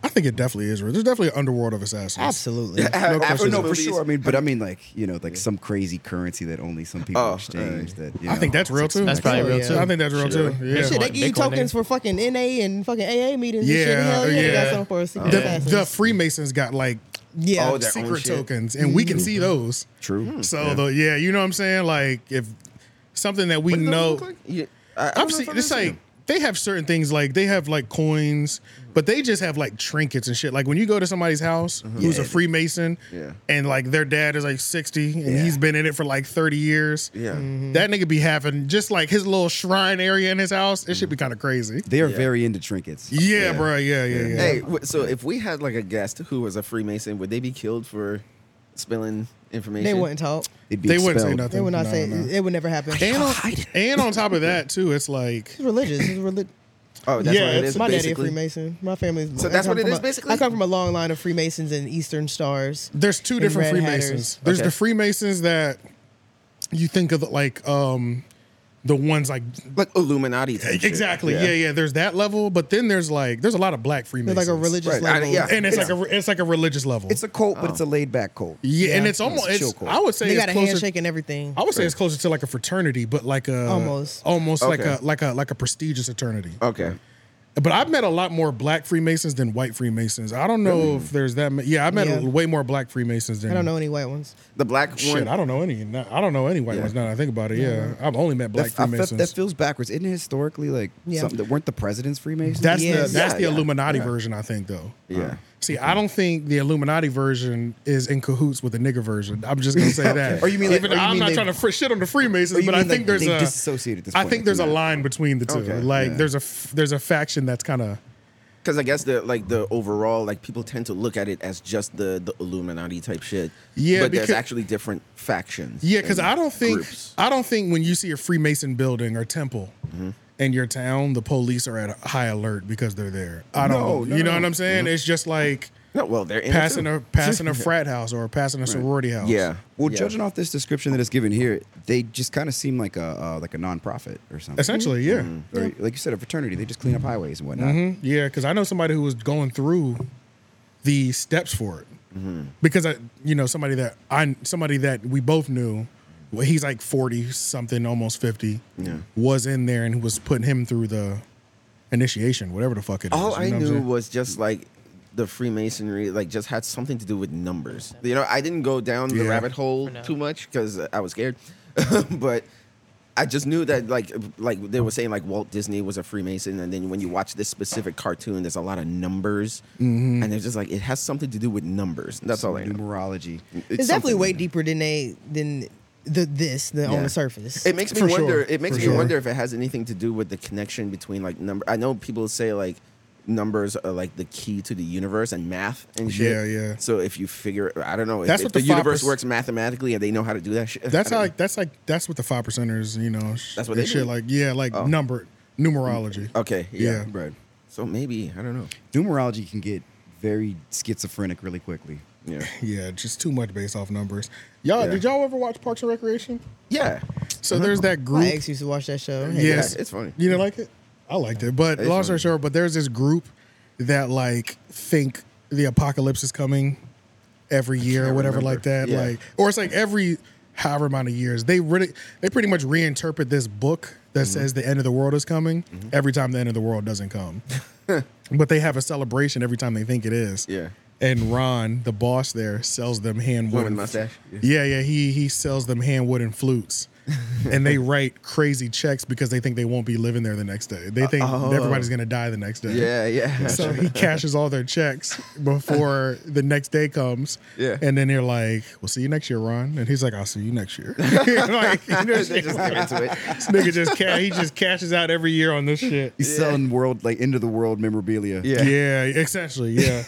[SPEAKER 9] I think it definitely is real. There's definitely an underworld of assassins.
[SPEAKER 8] Absolutely.
[SPEAKER 1] No,
[SPEAKER 7] After
[SPEAKER 1] no, for
[SPEAKER 7] movies-
[SPEAKER 1] sure. I mean, but I mean, like you know, like some crazy currency that only some people
[SPEAKER 7] Oh,
[SPEAKER 1] exchange. That you know,
[SPEAKER 9] I think that's real too.
[SPEAKER 10] That's probably
[SPEAKER 8] real, too.
[SPEAKER 9] I think that's real too. Yeah.
[SPEAKER 8] Shit, they give you
[SPEAKER 10] Bitcoin,
[SPEAKER 8] tokens
[SPEAKER 10] nigga.
[SPEAKER 8] for fucking NA and fucking AA meetings
[SPEAKER 9] Yeah,
[SPEAKER 8] and shit. Hell yeah, they
[SPEAKER 9] yeah.
[SPEAKER 8] got something for secret
[SPEAKER 9] The,
[SPEAKER 8] assassins.
[SPEAKER 9] the Freemasons got like
[SPEAKER 8] yeah,
[SPEAKER 7] Oh, their own
[SPEAKER 9] secret
[SPEAKER 7] shit.
[SPEAKER 9] tokens, and we can see those.
[SPEAKER 1] Mm-hmm. True.
[SPEAKER 9] So yeah. The, yeah, you know what I'm saying? Like if something that we
[SPEAKER 7] What do those
[SPEAKER 9] know.
[SPEAKER 7] look like? Yeah, I- I don't
[SPEAKER 9] I'm
[SPEAKER 7] know
[SPEAKER 9] see,
[SPEAKER 7] if I've
[SPEAKER 9] it's
[SPEAKER 7] ever seen
[SPEAKER 9] like
[SPEAKER 7] them.
[SPEAKER 9] they have certain things like they have like coins, but they just have like trinkets and shit. Like when you go to somebody's house who's a
[SPEAKER 1] Yeah.
[SPEAKER 9] Freemason,
[SPEAKER 7] Uh-huh. Yeah.
[SPEAKER 9] and like their dad is like sixty and
[SPEAKER 1] Yeah.
[SPEAKER 9] he's been in it for like thirty years. Mm-hmm.
[SPEAKER 7] Yeah.
[SPEAKER 9] that nigga be having just like his little shrine area in his house. It should be kind of crazy.
[SPEAKER 1] They are
[SPEAKER 7] Mm-hmm. Yeah.
[SPEAKER 1] very into trinkets.
[SPEAKER 9] Yeah, bro. Yeah, yeah, yeah.
[SPEAKER 7] Hey, w- so if we had like a guest who was a Freemason, would they be killed for spilling information?
[SPEAKER 8] they wouldn't talk.
[SPEAKER 1] They'd be
[SPEAKER 9] they wouldn't say
[SPEAKER 1] expelled.
[SPEAKER 9] nothing.
[SPEAKER 8] They would not
[SPEAKER 9] No,
[SPEAKER 8] say.
[SPEAKER 9] no.
[SPEAKER 8] It would never happen.
[SPEAKER 9] And on, and on top of that too, it's like
[SPEAKER 8] It's religious. It's relig-
[SPEAKER 7] Oh, that's
[SPEAKER 9] Yeah,
[SPEAKER 7] what it
[SPEAKER 9] it's-
[SPEAKER 7] is.
[SPEAKER 8] my daddy a
[SPEAKER 7] basically.
[SPEAKER 8] Freemason. My family's.
[SPEAKER 7] So
[SPEAKER 8] I
[SPEAKER 7] that's
[SPEAKER 8] come
[SPEAKER 7] what it
[SPEAKER 8] from
[SPEAKER 7] is,
[SPEAKER 8] a-
[SPEAKER 7] basically?
[SPEAKER 8] I come from a long line of Freemasons and Eastern Stars.
[SPEAKER 9] There's two
[SPEAKER 8] And
[SPEAKER 9] different
[SPEAKER 8] Red
[SPEAKER 9] Freemasons.
[SPEAKER 8] Hatters.
[SPEAKER 9] There's
[SPEAKER 7] Okay.
[SPEAKER 9] the Freemasons that you think of like um the ones like
[SPEAKER 7] like Illuminati. type shit.
[SPEAKER 9] exactly yeah. yeah There's that level, but then there's like there's a lot of black Freemasons.
[SPEAKER 8] like a religious
[SPEAKER 7] Right, I-
[SPEAKER 8] level. Oh.
[SPEAKER 7] yeah.
[SPEAKER 9] and it's like a it's like a religious level.
[SPEAKER 1] It's a cult, but it's a laid back cult.
[SPEAKER 9] yeah, and
[SPEAKER 8] yeah.
[SPEAKER 9] it's almost
[SPEAKER 1] It's a
[SPEAKER 9] it's,
[SPEAKER 1] chokehold.
[SPEAKER 9] I would say
[SPEAKER 8] They
[SPEAKER 9] it's
[SPEAKER 8] got a
[SPEAKER 9] closer-
[SPEAKER 8] handshake and everything.
[SPEAKER 9] I would say it's closer to like a fraternity, but like a
[SPEAKER 8] Almost.
[SPEAKER 9] almost like
[SPEAKER 7] Okay.
[SPEAKER 9] a like a like a prestigious fraternity.
[SPEAKER 7] Okay.
[SPEAKER 9] But I've met a lot more black Freemasons than white Freemasons. I don't know if there's that. Many. Yeah, I've met
[SPEAKER 8] Yeah.
[SPEAKER 9] way more black Freemasons than
[SPEAKER 8] I don't know any white ones.
[SPEAKER 7] The black
[SPEAKER 9] Shit,
[SPEAKER 7] one.
[SPEAKER 9] I don't know any. I don't know any white ones. Now that I think about it, yeah, I've only met black
[SPEAKER 1] That, I felt-
[SPEAKER 9] Freemasons.
[SPEAKER 1] that feels backwards. Isn't it historically like
[SPEAKER 8] Yeah.
[SPEAKER 1] something that weren't the presidents Freemasons?
[SPEAKER 9] That's
[SPEAKER 8] Yes.
[SPEAKER 9] the that's
[SPEAKER 7] Yeah,
[SPEAKER 9] the
[SPEAKER 7] yeah.
[SPEAKER 9] Illuminati version, I think, though.
[SPEAKER 7] Yeah.
[SPEAKER 9] See, I don't think the Illuminati version is in cahoots with the nigger version. I'm just gonna say that.
[SPEAKER 1] Or you mean like-
[SPEAKER 9] Even-
[SPEAKER 1] or you
[SPEAKER 9] I'm
[SPEAKER 1] mean
[SPEAKER 9] not
[SPEAKER 1] they-
[SPEAKER 9] trying to fr- shit on the
[SPEAKER 1] Or
[SPEAKER 9] Freemasons,
[SPEAKER 1] you
[SPEAKER 9] but I
[SPEAKER 1] mean,
[SPEAKER 9] think
[SPEAKER 1] like,
[SPEAKER 9] there's
[SPEAKER 1] they
[SPEAKER 9] a
[SPEAKER 1] disassociate at this
[SPEAKER 9] I
[SPEAKER 1] point,
[SPEAKER 9] think there's a
[SPEAKER 1] yeah.
[SPEAKER 9] line between the two.
[SPEAKER 7] Okay,
[SPEAKER 9] Like
[SPEAKER 1] yeah.
[SPEAKER 9] there's a f- there's a faction that's kind of
[SPEAKER 7] Because I guess the like the overall like people tend to look at it as just the the Illuminati type shit.
[SPEAKER 9] Yeah,
[SPEAKER 7] but there's
[SPEAKER 9] because-
[SPEAKER 7] actually different factions.
[SPEAKER 9] Yeah, because
[SPEAKER 7] and
[SPEAKER 9] I don't think
[SPEAKER 7] groups.
[SPEAKER 9] I don't think when you see a Freemason building or temple
[SPEAKER 1] Mm-hmm.
[SPEAKER 9] in your town, the police are at a high alert because they're there. I don't.
[SPEAKER 7] No, no,
[SPEAKER 9] you know
[SPEAKER 7] no.
[SPEAKER 9] what I'm saying? It's just like
[SPEAKER 7] No, well they're in it
[SPEAKER 9] passing
[SPEAKER 7] too.
[SPEAKER 9] a passing a frat house or passing a sorority house.
[SPEAKER 7] Yeah.
[SPEAKER 1] Well,
[SPEAKER 7] yeah.
[SPEAKER 1] judging off this description that is given here, they just kind of seem like a uh, like a nonprofit or something. Mm-hmm.
[SPEAKER 9] essentially, yeah,
[SPEAKER 1] Or, like you said, a fraternity. They just clean up highways and whatnot.
[SPEAKER 9] Mhm. yeah. Because I know somebody who was going through the steps for it
[SPEAKER 7] Mm-hmm.
[SPEAKER 9] because I, you know, somebody that I somebody that we both knew. well, He's like forty something, almost fifty.
[SPEAKER 7] Yeah.
[SPEAKER 9] was in there and was putting him through the initiation, whatever the fuck it is.
[SPEAKER 7] All Oh,
[SPEAKER 9] you
[SPEAKER 7] I
[SPEAKER 9] know what I'm
[SPEAKER 7] knew
[SPEAKER 9] saying?
[SPEAKER 7] was just like the Freemasonry, like just had something to do with numbers. You know, I didn't go down the
[SPEAKER 9] Yeah.
[SPEAKER 7] rabbit hole too much because I was scared, but I just knew that like like they were saying like Walt Disney was a Freemason, and then when you watch this specific cartoon, there's a lot of numbers,
[SPEAKER 9] Mm-hmm.
[SPEAKER 7] and they're just like it has something to do with numbers. That's all I know.
[SPEAKER 1] Numerology.
[SPEAKER 8] It's definitely way deeper than they than the this the
[SPEAKER 7] Yeah.
[SPEAKER 8] on the surface.
[SPEAKER 7] It makes me
[SPEAKER 9] For sure,
[SPEAKER 7] wonder. It makes
[SPEAKER 9] for
[SPEAKER 7] me
[SPEAKER 9] sure.
[SPEAKER 7] wonder if it has anything to do with the connection between like number. I know people say like numbers are like the key to the universe and math and shit.
[SPEAKER 9] Yeah, yeah.
[SPEAKER 7] So if you figure, I don't know, if,
[SPEAKER 9] That's
[SPEAKER 7] if
[SPEAKER 9] what
[SPEAKER 7] the,
[SPEAKER 9] the five
[SPEAKER 7] universe
[SPEAKER 9] perc-
[SPEAKER 7] works mathematically and they know how to do that shit.
[SPEAKER 9] That's
[SPEAKER 7] I
[SPEAKER 9] how
[SPEAKER 7] don't
[SPEAKER 9] like, that's like that's what the five percenters, you know, sh-
[SPEAKER 7] That's what
[SPEAKER 9] and
[SPEAKER 7] they
[SPEAKER 9] shit
[SPEAKER 7] do?
[SPEAKER 9] like yeah, like
[SPEAKER 7] Oh.
[SPEAKER 9] number numerology.
[SPEAKER 7] know. Okay. Yeah.
[SPEAKER 9] Yeah.
[SPEAKER 1] Right.
[SPEAKER 7] So oh, maybe I don't know.
[SPEAKER 1] Numerology can get very schizophrenic really quickly.
[SPEAKER 7] Yeah.
[SPEAKER 9] Yeah, just too much based off numbers. Y'all,
[SPEAKER 7] Yeah.
[SPEAKER 9] Uh, did y'all ever watch Parks and Recreation?
[SPEAKER 7] Yeah. Mm-hmm.
[SPEAKER 9] So there's that
[SPEAKER 8] My
[SPEAKER 9] group.
[SPEAKER 8] ex used to watch that show. Hey,
[SPEAKER 9] Yes,
[SPEAKER 7] Yeah, it's funny.
[SPEAKER 9] You didn't like it? I liked it, but
[SPEAKER 7] It's
[SPEAKER 9] long story
[SPEAKER 7] funny.
[SPEAKER 9] short, but there's this group that like think the apocalypse is coming every year or whatever
[SPEAKER 7] remember.
[SPEAKER 9] like that,
[SPEAKER 7] Yeah.
[SPEAKER 9] like or it's like every however amount of years they really they pretty much reinterpret this book that
[SPEAKER 7] Mm-hmm.
[SPEAKER 9] says the end of the world is coming every time the end of the world doesn't come, but they have a celebration every time they think it is.
[SPEAKER 7] Yeah.
[SPEAKER 9] And Ron, the boss there, sells them hand
[SPEAKER 7] One with
[SPEAKER 9] wooden
[SPEAKER 7] mustache.
[SPEAKER 9] yeah, yeah. He he sells them hand wooden flutes, and they write crazy checks because they think they won't be living there the next day. They think everybody's gonna die the next day.
[SPEAKER 7] Oh. Yeah. Yeah.
[SPEAKER 9] So he cashes all their checks before the next day comes.
[SPEAKER 7] Yeah.
[SPEAKER 9] And then they're like, "We'll see you next year, Ron." And he's like, "I'll see you next year." like, you know,
[SPEAKER 7] They just get into it.
[SPEAKER 9] this nigga just ca- he just cashes out every year on this shit.
[SPEAKER 1] He's selling world like end of the world memorabilia.
[SPEAKER 7] Yeah.
[SPEAKER 9] Yeah, essentially, yeah.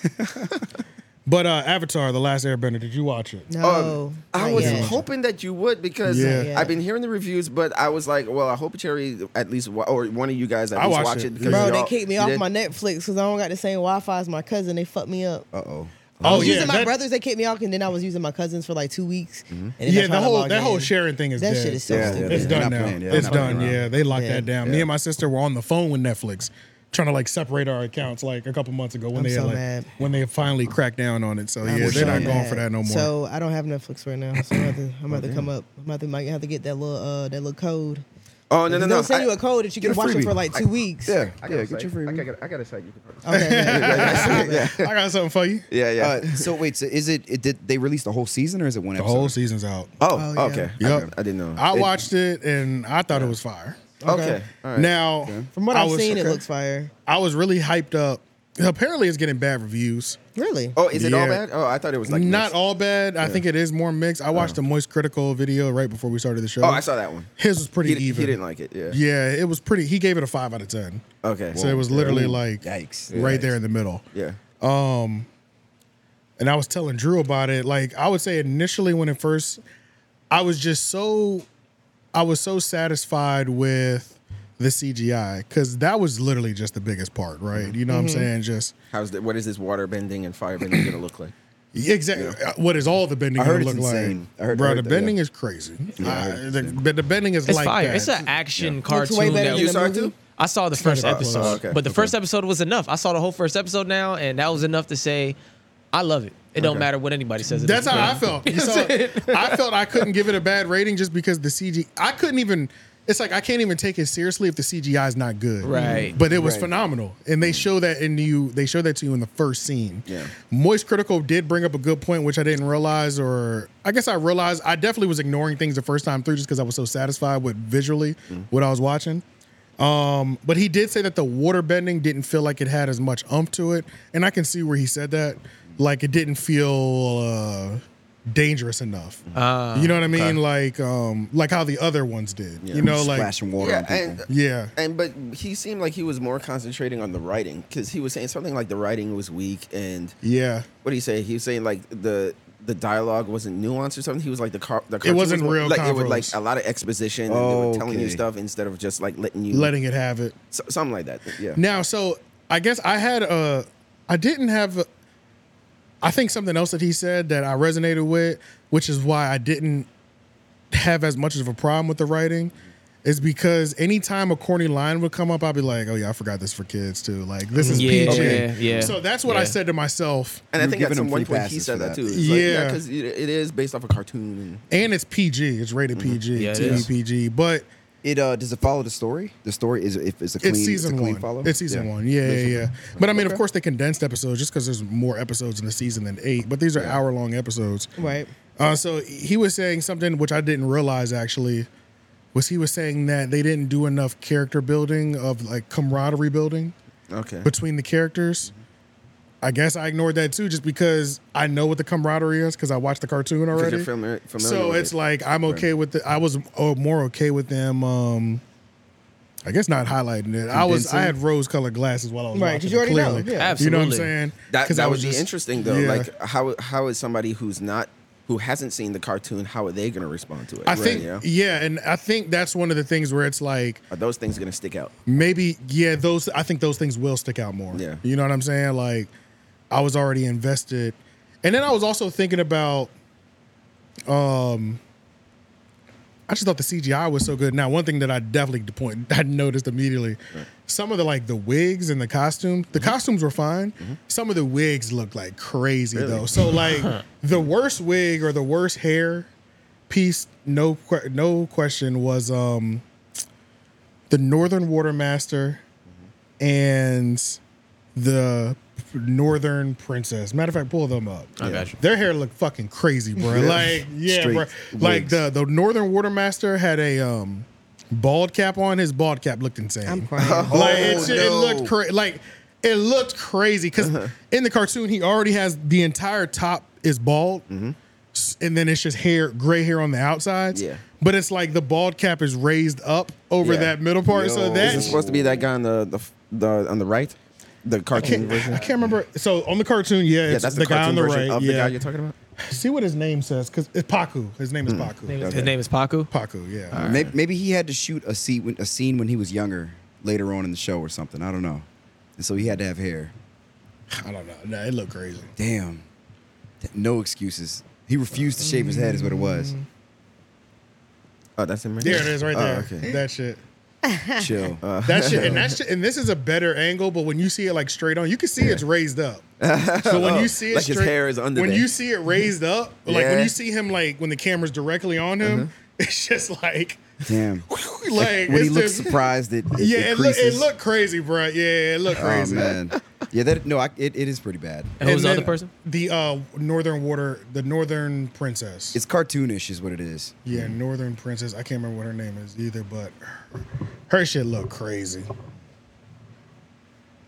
[SPEAKER 9] but uh, Avatar: The Last Airbender. Did you watch it?
[SPEAKER 8] No,
[SPEAKER 7] Um, I
[SPEAKER 8] not
[SPEAKER 7] was
[SPEAKER 8] yet.
[SPEAKER 7] hoping that you would because
[SPEAKER 9] Yeah.
[SPEAKER 8] Yeah.
[SPEAKER 7] I've been hearing the reviews, but I was like, well, I hope Cherry at least wa- or one of you guys at
[SPEAKER 9] I
[SPEAKER 7] least
[SPEAKER 9] watched
[SPEAKER 7] watch
[SPEAKER 9] it.
[SPEAKER 7] it because
[SPEAKER 9] Bro,
[SPEAKER 8] Bro, they
[SPEAKER 7] y'all-
[SPEAKER 8] kicked me
[SPEAKER 7] you
[SPEAKER 8] off
[SPEAKER 7] did?
[SPEAKER 8] my Netflix because I don't got the same Wi-Fi as my cousin. They fucked me up.
[SPEAKER 1] Uh oh.
[SPEAKER 9] Oh,
[SPEAKER 8] I was
[SPEAKER 9] yeah.
[SPEAKER 8] using my
[SPEAKER 9] that-
[SPEAKER 8] brothers. They kicked me off, and then I was using my cousins for like two weeks. And then I
[SPEAKER 9] Yeah, the
[SPEAKER 8] tried to
[SPEAKER 9] whole
[SPEAKER 8] log
[SPEAKER 9] that whole
[SPEAKER 8] in.
[SPEAKER 9] sharing thing is
[SPEAKER 8] That
[SPEAKER 9] dead.
[SPEAKER 8] shit is so
[SPEAKER 1] Yeah,
[SPEAKER 8] stupid.
[SPEAKER 1] yeah,
[SPEAKER 9] It's
[SPEAKER 1] They're
[SPEAKER 9] done
[SPEAKER 1] not
[SPEAKER 9] now.
[SPEAKER 1] playing, yeah,
[SPEAKER 9] it's
[SPEAKER 1] they're not
[SPEAKER 9] done.
[SPEAKER 1] playing around.
[SPEAKER 9] Yeah, they locked
[SPEAKER 8] Yeah.
[SPEAKER 9] that down. Me and my sister were on the phone with Netflix, trying to like separate our accounts like a couple months ago when
[SPEAKER 8] I'm
[SPEAKER 9] they had,
[SPEAKER 8] so
[SPEAKER 9] like
[SPEAKER 8] mad.
[SPEAKER 9] when they finally cracked down on it. So
[SPEAKER 8] I'm
[SPEAKER 9] Oh, yeah,
[SPEAKER 8] so
[SPEAKER 9] they're not
[SPEAKER 8] mad.
[SPEAKER 9] going for that no more.
[SPEAKER 8] So I don't have Netflix right now. So I'm about to, I'm about to come up. I'm about to might have to get that little uh, that little code.
[SPEAKER 7] Oh no no no!
[SPEAKER 8] They'll send
[SPEAKER 7] I-
[SPEAKER 8] you a code that you
[SPEAKER 1] Get
[SPEAKER 8] can
[SPEAKER 1] a
[SPEAKER 8] watch it
[SPEAKER 1] freebie.
[SPEAKER 8] for like two weeks.
[SPEAKER 1] Yeah.
[SPEAKER 7] I got
[SPEAKER 1] yeah.
[SPEAKER 7] a
[SPEAKER 1] Get
[SPEAKER 7] site.
[SPEAKER 1] your free.
[SPEAKER 7] I got, I got a site you can purchase.
[SPEAKER 8] Okay. man.
[SPEAKER 9] I got something for you.
[SPEAKER 7] Yeah, yeah.
[SPEAKER 1] Uh, so wait, so is it, it did they release the whole season or is it one
[SPEAKER 9] The
[SPEAKER 1] episode?
[SPEAKER 9] whole season's out.
[SPEAKER 7] oh,
[SPEAKER 8] yeah.
[SPEAKER 7] okay.
[SPEAKER 9] Yup.
[SPEAKER 7] I, I didn't know.
[SPEAKER 9] I
[SPEAKER 7] It-
[SPEAKER 9] watched it and I thought it was fire.
[SPEAKER 7] Okay. All right.
[SPEAKER 9] Now,
[SPEAKER 8] From what
[SPEAKER 9] I
[SPEAKER 8] I've
[SPEAKER 9] was-
[SPEAKER 8] seen, it
[SPEAKER 9] okay.
[SPEAKER 8] looks fire.
[SPEAKER 9] I was really hyped up. Apparently, it's getting bad reviews.
[SPEAKER 8] Really?
[SPEAKER 7] oh, is it all
[SPEAKER 9] Yeah.
[SPEAKER 7] bad? Oh, I thought it was like
[SPEAKER 9] Not
[SPEAKER 7] mixed.
[SPEAKER 9] all bad. I think it is more mixed. I watched the Moist Critical video right before we started the show.
[SPEAKER 7] Oh, I saw that one.
[SPEAKER 9] His was pretty
[SPEAKER 7] He, he
[SPEAKER 9] even.
[SPEAKER 7] didn't like it. Yeah.
[SPEAKER 9] Yeah, it was pretty. He gave it a five out of ten.
[SPEAKER 7] Okay.
[SPEAKER 9] So it was literally like
[SPEAKER 1] Yikes.
[SPEAKER 9] right
[SPEAKER 1] Yikes.
[SPEAKER 9] there in the middle. Um,
[SPEAKER 7] yeah.
[SPEAKER 9] And I was telling Drew about it. Like I would say initially when it first, I was just so, I was so satisfied with the CGI because that was literally
[SPEAKER 7] Mm-hmm.
[SPEAKER 9] just the biggest part, right? You know what I'm saying? Just
[SPEAKER 7] How's the, what is this water bending and fire bending gonna look like?
[SPEAKER 9] Exactly. What is all the bending
[SPEAKER 1] I heard
[SPEAKER 9] gonna
[SPEAKER 1] it's
[SPEAKER 9] look
[SPEAKER 1] insane.
[SPEAKER 9] like?
[SPEAKER 1] I heard-
[SPEAKER 9] Bro,
[SPEAKER 1] I heard
[SPEAKER 9] the
[SPEAKER 1] that,
[SPEAKER 9] bending
[SPEAKER 1] yeah.
[SPEAKER 9] is crazy.
[SPEAKER 1] Yeah, I
[SPEAKER 9] Uh,
[SPEAKER 1] heard
[SPEAKER 9] the, but the bending is
[SPEAKER 10] It's
[SPEAKER 9] like
[SPEAKER 10] fire.
[SPEAKER 9] that.
[SPEAKER 10] It's an action
[SPEAKER 8] Looks way
[SPEAKER 10] cartoon.
[SPEAKER 8] better
[SPEAKER 10] That
[SPEAKER 8] than
[SPEAKER 7] You
[SPEAKER 8] the
[SPEAKER 7] saw it
[SPEAKER 8] movie.
[SPEAKER 7] too?
[SPEAKER 10] I saw the first
[SPEAKER 9] Oh,
[SPEAKER 10] episode,
[SPEAKER 7] okay,
[SPEAKER 10] but the
[SPEAKER 7] okay.
[SPEAKER 10] first episode was enough. I saw the whole first episode now, and that was enough to say, I love it. It don't matter what anybody says. It
[SPEAKER 9] That's
[SPEAKER 10] doesn't
[SPEAKER 9] how I
[SPEAKER 10] matter.
[SPEAKER 9] felt. You
[SPEAKER 10] You know
[SPEAKER 9] saw,
[SPEAKER 10] what I'm saying?
[SPEAKER 9] I felt I couldn't give it a bad rating just because the CG. I couldn't even. It's like I can't even take it seriously if the CGI is not good.
[SPEAKER 10] Right.
[SPEAKER 9] But it was
[SPEAKER 1] Right.
[SPEAKER 9] phenomenal, and they show that in you. They show that to you in the first scene.
[SPEAKER 7] Yeah.
[SPEAKER 9] Moist Critical did bring up a good point, which I didn't realize, or I guess I realized I definitely was ignoring things the first time through just because I was so satisfied with visually
[SPEAKER 1] Mm-hmm.
[SPEAKER 9] what I was watching. Um, but he did say that the water bending didn't feel like it had as much umph to it, and I can see where he said that. Like it didn't feel uh, dangerous enough.
[SPEAKER 10] Ah,
[SPEAKER 1] Uh,
[SPEAKER 9] you know what I mean? Like, um, like how the other ones did. You know, like
[SPEAKER 1] splashing water
[SPEAKER 9] Uh,
[SPEAKER 7] Yeah,
[SPEAKER 1] on people.
[SPEAKER 7] and-
[SPEAKER 9] yeah,
[SPEAKER 7] And but he seemed like he was more concentrating on the writing because he was saying something like the writing was weak and
[SPEAKER 9] yeah.
[SPEAKER 7] what do you say? He was saying like the the dialogue wasn't nuanced or something. He was like the car. The
[SPEAKER 9] It wasn't
[SPEAKER 7] cartoon was
[SPEAKER 9] real
[SPEAKER 7] Like it was like
[SPEAKER 9] convos.
[SPEAKER 7] a lot of exposition. and they were telling you
[SPEAKER 1] Okay.
[SPEAKER 7] stuff instead of just like letting you
[SPEAKER 9] Letting it have it.
[SPEAKER 7] so, something like that. Yeah.
[SPEAKER 9] Now, so I guess I had a, I didn't have, a, I think something else that he said that I resonated with, which is why I didn't have as much of a problem with the writing, is because anytime a corny line would come up, I'd be like, oh yeah, I forgot this for kids too. Like this is
[SPEAKER 10] Mm-hmm. Yeah,
[SPEAKER 9] PG.
[SPEAKER 10] okay, yeah,
[SPEAKER 9] So that's what I
[SPEAKER 10] yeah.
[SPEAKER 9] said to myself,
[SPEAKER 7] and I
[SPEAKER 1] You're
[SPEAKER 7] think at
[SPEAKER 1] giving
[SPEAKER 7] some
[SPEAKER 1] him
[SPEAKER 7] one
[SPEAKER 1] free
[SPEAKER 7] point he
[SPEAKER 1] passes
[SPEAKER 7] said
[SPEAKER 1] for
[SPEAKER 7] that
[SPEAKER 1] that.
[SPEAKER 7] too. It's like, yeah,
[SPEAKER 9] Yeah.
[SPEAKER 7] because it, it is based off a cartoon.
[SPEAKER 9] and it's PG. It's rated
[SPEAKER 1] Mm-hmm.
[SPEAKER 9] PG,
[SPEAKER 10] Yeah, it is.
[SPEAKER 9] TV PG, E but.
[SPEAKER 1] It uh, does it follow the story? The story is if it's a clean,
[SPEAKER 9] It's season
[SPEAKER 1] a clean
[SPEAKER 9] one.
[SPEAKER 1] follow.
[SPEAKER 9] It's season one. Yeah, yeah, yeah. But I mean, of course, they condensed episodes just because there's more episodes in the season than eight. But these are hour long episodes.
[SPEAKER 8] Right.
[SPEAKER 9] Uh, so he was saying something which I didn't realize actually was he was saying that they didn't do enough character building of like camaraderie building
[SPEAKER 7] And, okay.
[SPEAKER 9] between the characters. I guess I ignored that too, just because I know what the camaraderie is because I watched the cartoon
[SPEAKER 7] Because
[SPEAKER 9] already.
[SPEAKER 7] you're familiar, familiar
[SPEAKER 9] so
[SPEAKER 7] with
[SPEAKER 9] it's
[SPEAKER 7] it.
[SPEAKER 9] like I'm okay with the. I was oh, more okay with them. Um, I guess not highlighting it. I was. I had rose colored glasses while I was
[SPEAKER 8] Right,
[SPEAKER 9] watching.
[SPEAKER 8] 'cause you
[SPEAKER 9] it,
[SPEAKER 8] already know,
[SPEAKER 9] clearly.
[SPEAKER 8] yeah.
[SPEAKER 9] You know what I'm
[SPEAKER 10] Absolutely.
[SPEAKER 9] saying?
[SPEAKER 7] that
[SPEAKER 9] 'Cause
[SPEAKER 7] that
[SPEAKER 9] I
[SPEAKER 7] would
[SPEAKER 9] was
[SPEAKER 7] be
[SPEAKER 9] just-
[SPEAKER 7] interesting though.
[SPEAKER 9] yeah.
[SPEAKER 7] Like how how is somebody who's not who hasn't seen the cartoon? How are they going to respond to it?
[SPEAKER 9] I think
[SPEAKER 7] you know?
[SPEAKER 9] yeah, and I think that's one of the things where it's like
[SPEAKER 7] are those things going to stick out?
[SPEAKER 9] maybe yeah those i think those things will stick out more
[SPEAKER 7] Yeah.
[SPEAKER 9] you know what i'm saying like i was already invested and then i was also thinking about um i just thought the cgi was so good now one thing that i definitely the point i noticed immediately some of the like the wigs and the costumes
[SPEAKER 7] Mm-hmm.
[SPEAKER 9] the costumes were fine some of the wigs looked like crazy though so like the worst wig or the worst hair piece no que- no question was um the Northern Watermaster and the Northern Princess. Matter of fact, pull them up.
[SPEAKER 10] I got you.
[SPEAKER 9] Their hair looked fucking crazy, bro. Like, yeah,
[SPEAKER 1] Straight
[SPEAKER 9] bro. Like
[SPEAKER 1] wigs.
[SPEAKER 9] the the Northern Watermaster had a um bald cap on. His bald cap looked insane.
[SPEAKER 8] I'm crying.
[SPEAKER 9] Like it, it
[SPEAKER 7] no.
[SPEAKER 9] looked cra- like it looked crazy because
[SPEAKER 7] Uh-huh.
[SPEAKER 9] in the cartoon he already has the entire top is bald,
[SPEAKER 7] Mm-hmm.
[SPEAKER 9] s- and then it's just hair, gray hair on the outsides.
[SPEAKER 7] Yeah.
[SPEAKER 9] But it's like the bald cap is raised up over
[SPEAKER 7] Yeah.
[SPEAKER 9] that middle part, so
[SPEAKER 1] Yo.
[SPEAKER 9] that
[SPEAKER 7] Is it supposed to be that guy on the the, the on the right, the cartoon
[SPEAKER 9] can't-
[SPEAKER 7] version?
[SPEAKER 9] I can't remember. So on the cartoon, yeah,
[SPEAKER 7] Yeah,
[SPEAKER 9] it's
[SPEAKER 7] that's
[SPEAKER 9] the, guy
[SPEAKER 7] cartoon
[SPEAKER 9] on the
[SPEAKER 7] version
[SPEAKER 9] right.
[SPEAKER 7] of
[SPEAKER 9] yeah.
[SPEAKER 7] the guy you're talking about. Hmm.
[SPEAKER 9] See what his name says because it's Paku. His name is Paku.
[SPEAKER 10] His name is Paku.
[SPEAKER 9] Paku. Yeah.
[SPEAKER 1] Maybe, maybe he had to shoot a scene when, a scene when he was younger, later on in the show or something. I don't know. And so he had to have hair.
[SPEAKER 9] I don't know. Nah, it looked crazy.
[SPEAKER 1] Damn. Th- No excuses. He refused to shave his head, is what it was.
[SPEAKER 7] Mm-hmm. Oh, that's him. Right
[SPEAKER 9] There it is, right
[SPEAKER 7] Oh,
[SPEAKER 9] there.
[SPEAKER 7] okay.
[SPEAKER 9] That shit.
[SPEAKER 1] Chill.
[SPEAKER 7] Uh,
[SPEAKER 9] That shit, and that shit, and this is a better angle. But when you see it like straight on, you can see it's raised up. So when you see it,
[SPEAKER 7] like his
[SPEAKER 9] straight,
[SPEAKER 7] hair is under
[SPEAKER 9] When
[SPEAKER 7] there.
[SPEAKER 9] you see it raised up, like when
[SPEAKER 7] Yeah. Uh-huh.
[SPEAKER 9] you see him, like when the camera's directly on him, it's just like,
[SPEAKER 1] Damn.
[SPEAKER 9] like
[SPEAKER 1] when
[SPEAKER 9] it's
[SPEAKER 1] he looked
[SPEAKER 9] just,
[SPEAKER 1] surprised, it, it,
[SPEAKER 9] yeah, it, look,
[SPEAKER 1] creases.
[SPEAKER 9] it looked crazy, bro. Yeah, it looked
[SPEAKER 1] Oh,
[SPEAKER 9] crazy.
[SPEAKER 1] man. Yeah, that no, I, it, it is pretty bad.
[SPEAKER 10] And who was the
[SPEAKER 9] And then
[SPEAKER 10] other person?
[SPEAKER 9] The uh, Northern Water, the Northern Princess.
[SPEAKER 1] It's cartoonish, is what it is. Oh,
[SPEAKER 9] yeah,
[SPEAKER 7] Mm-hmm.
[SPEAKER 9] Northern Princess. I can't remember what her name is either, but her, her shit looked crazy.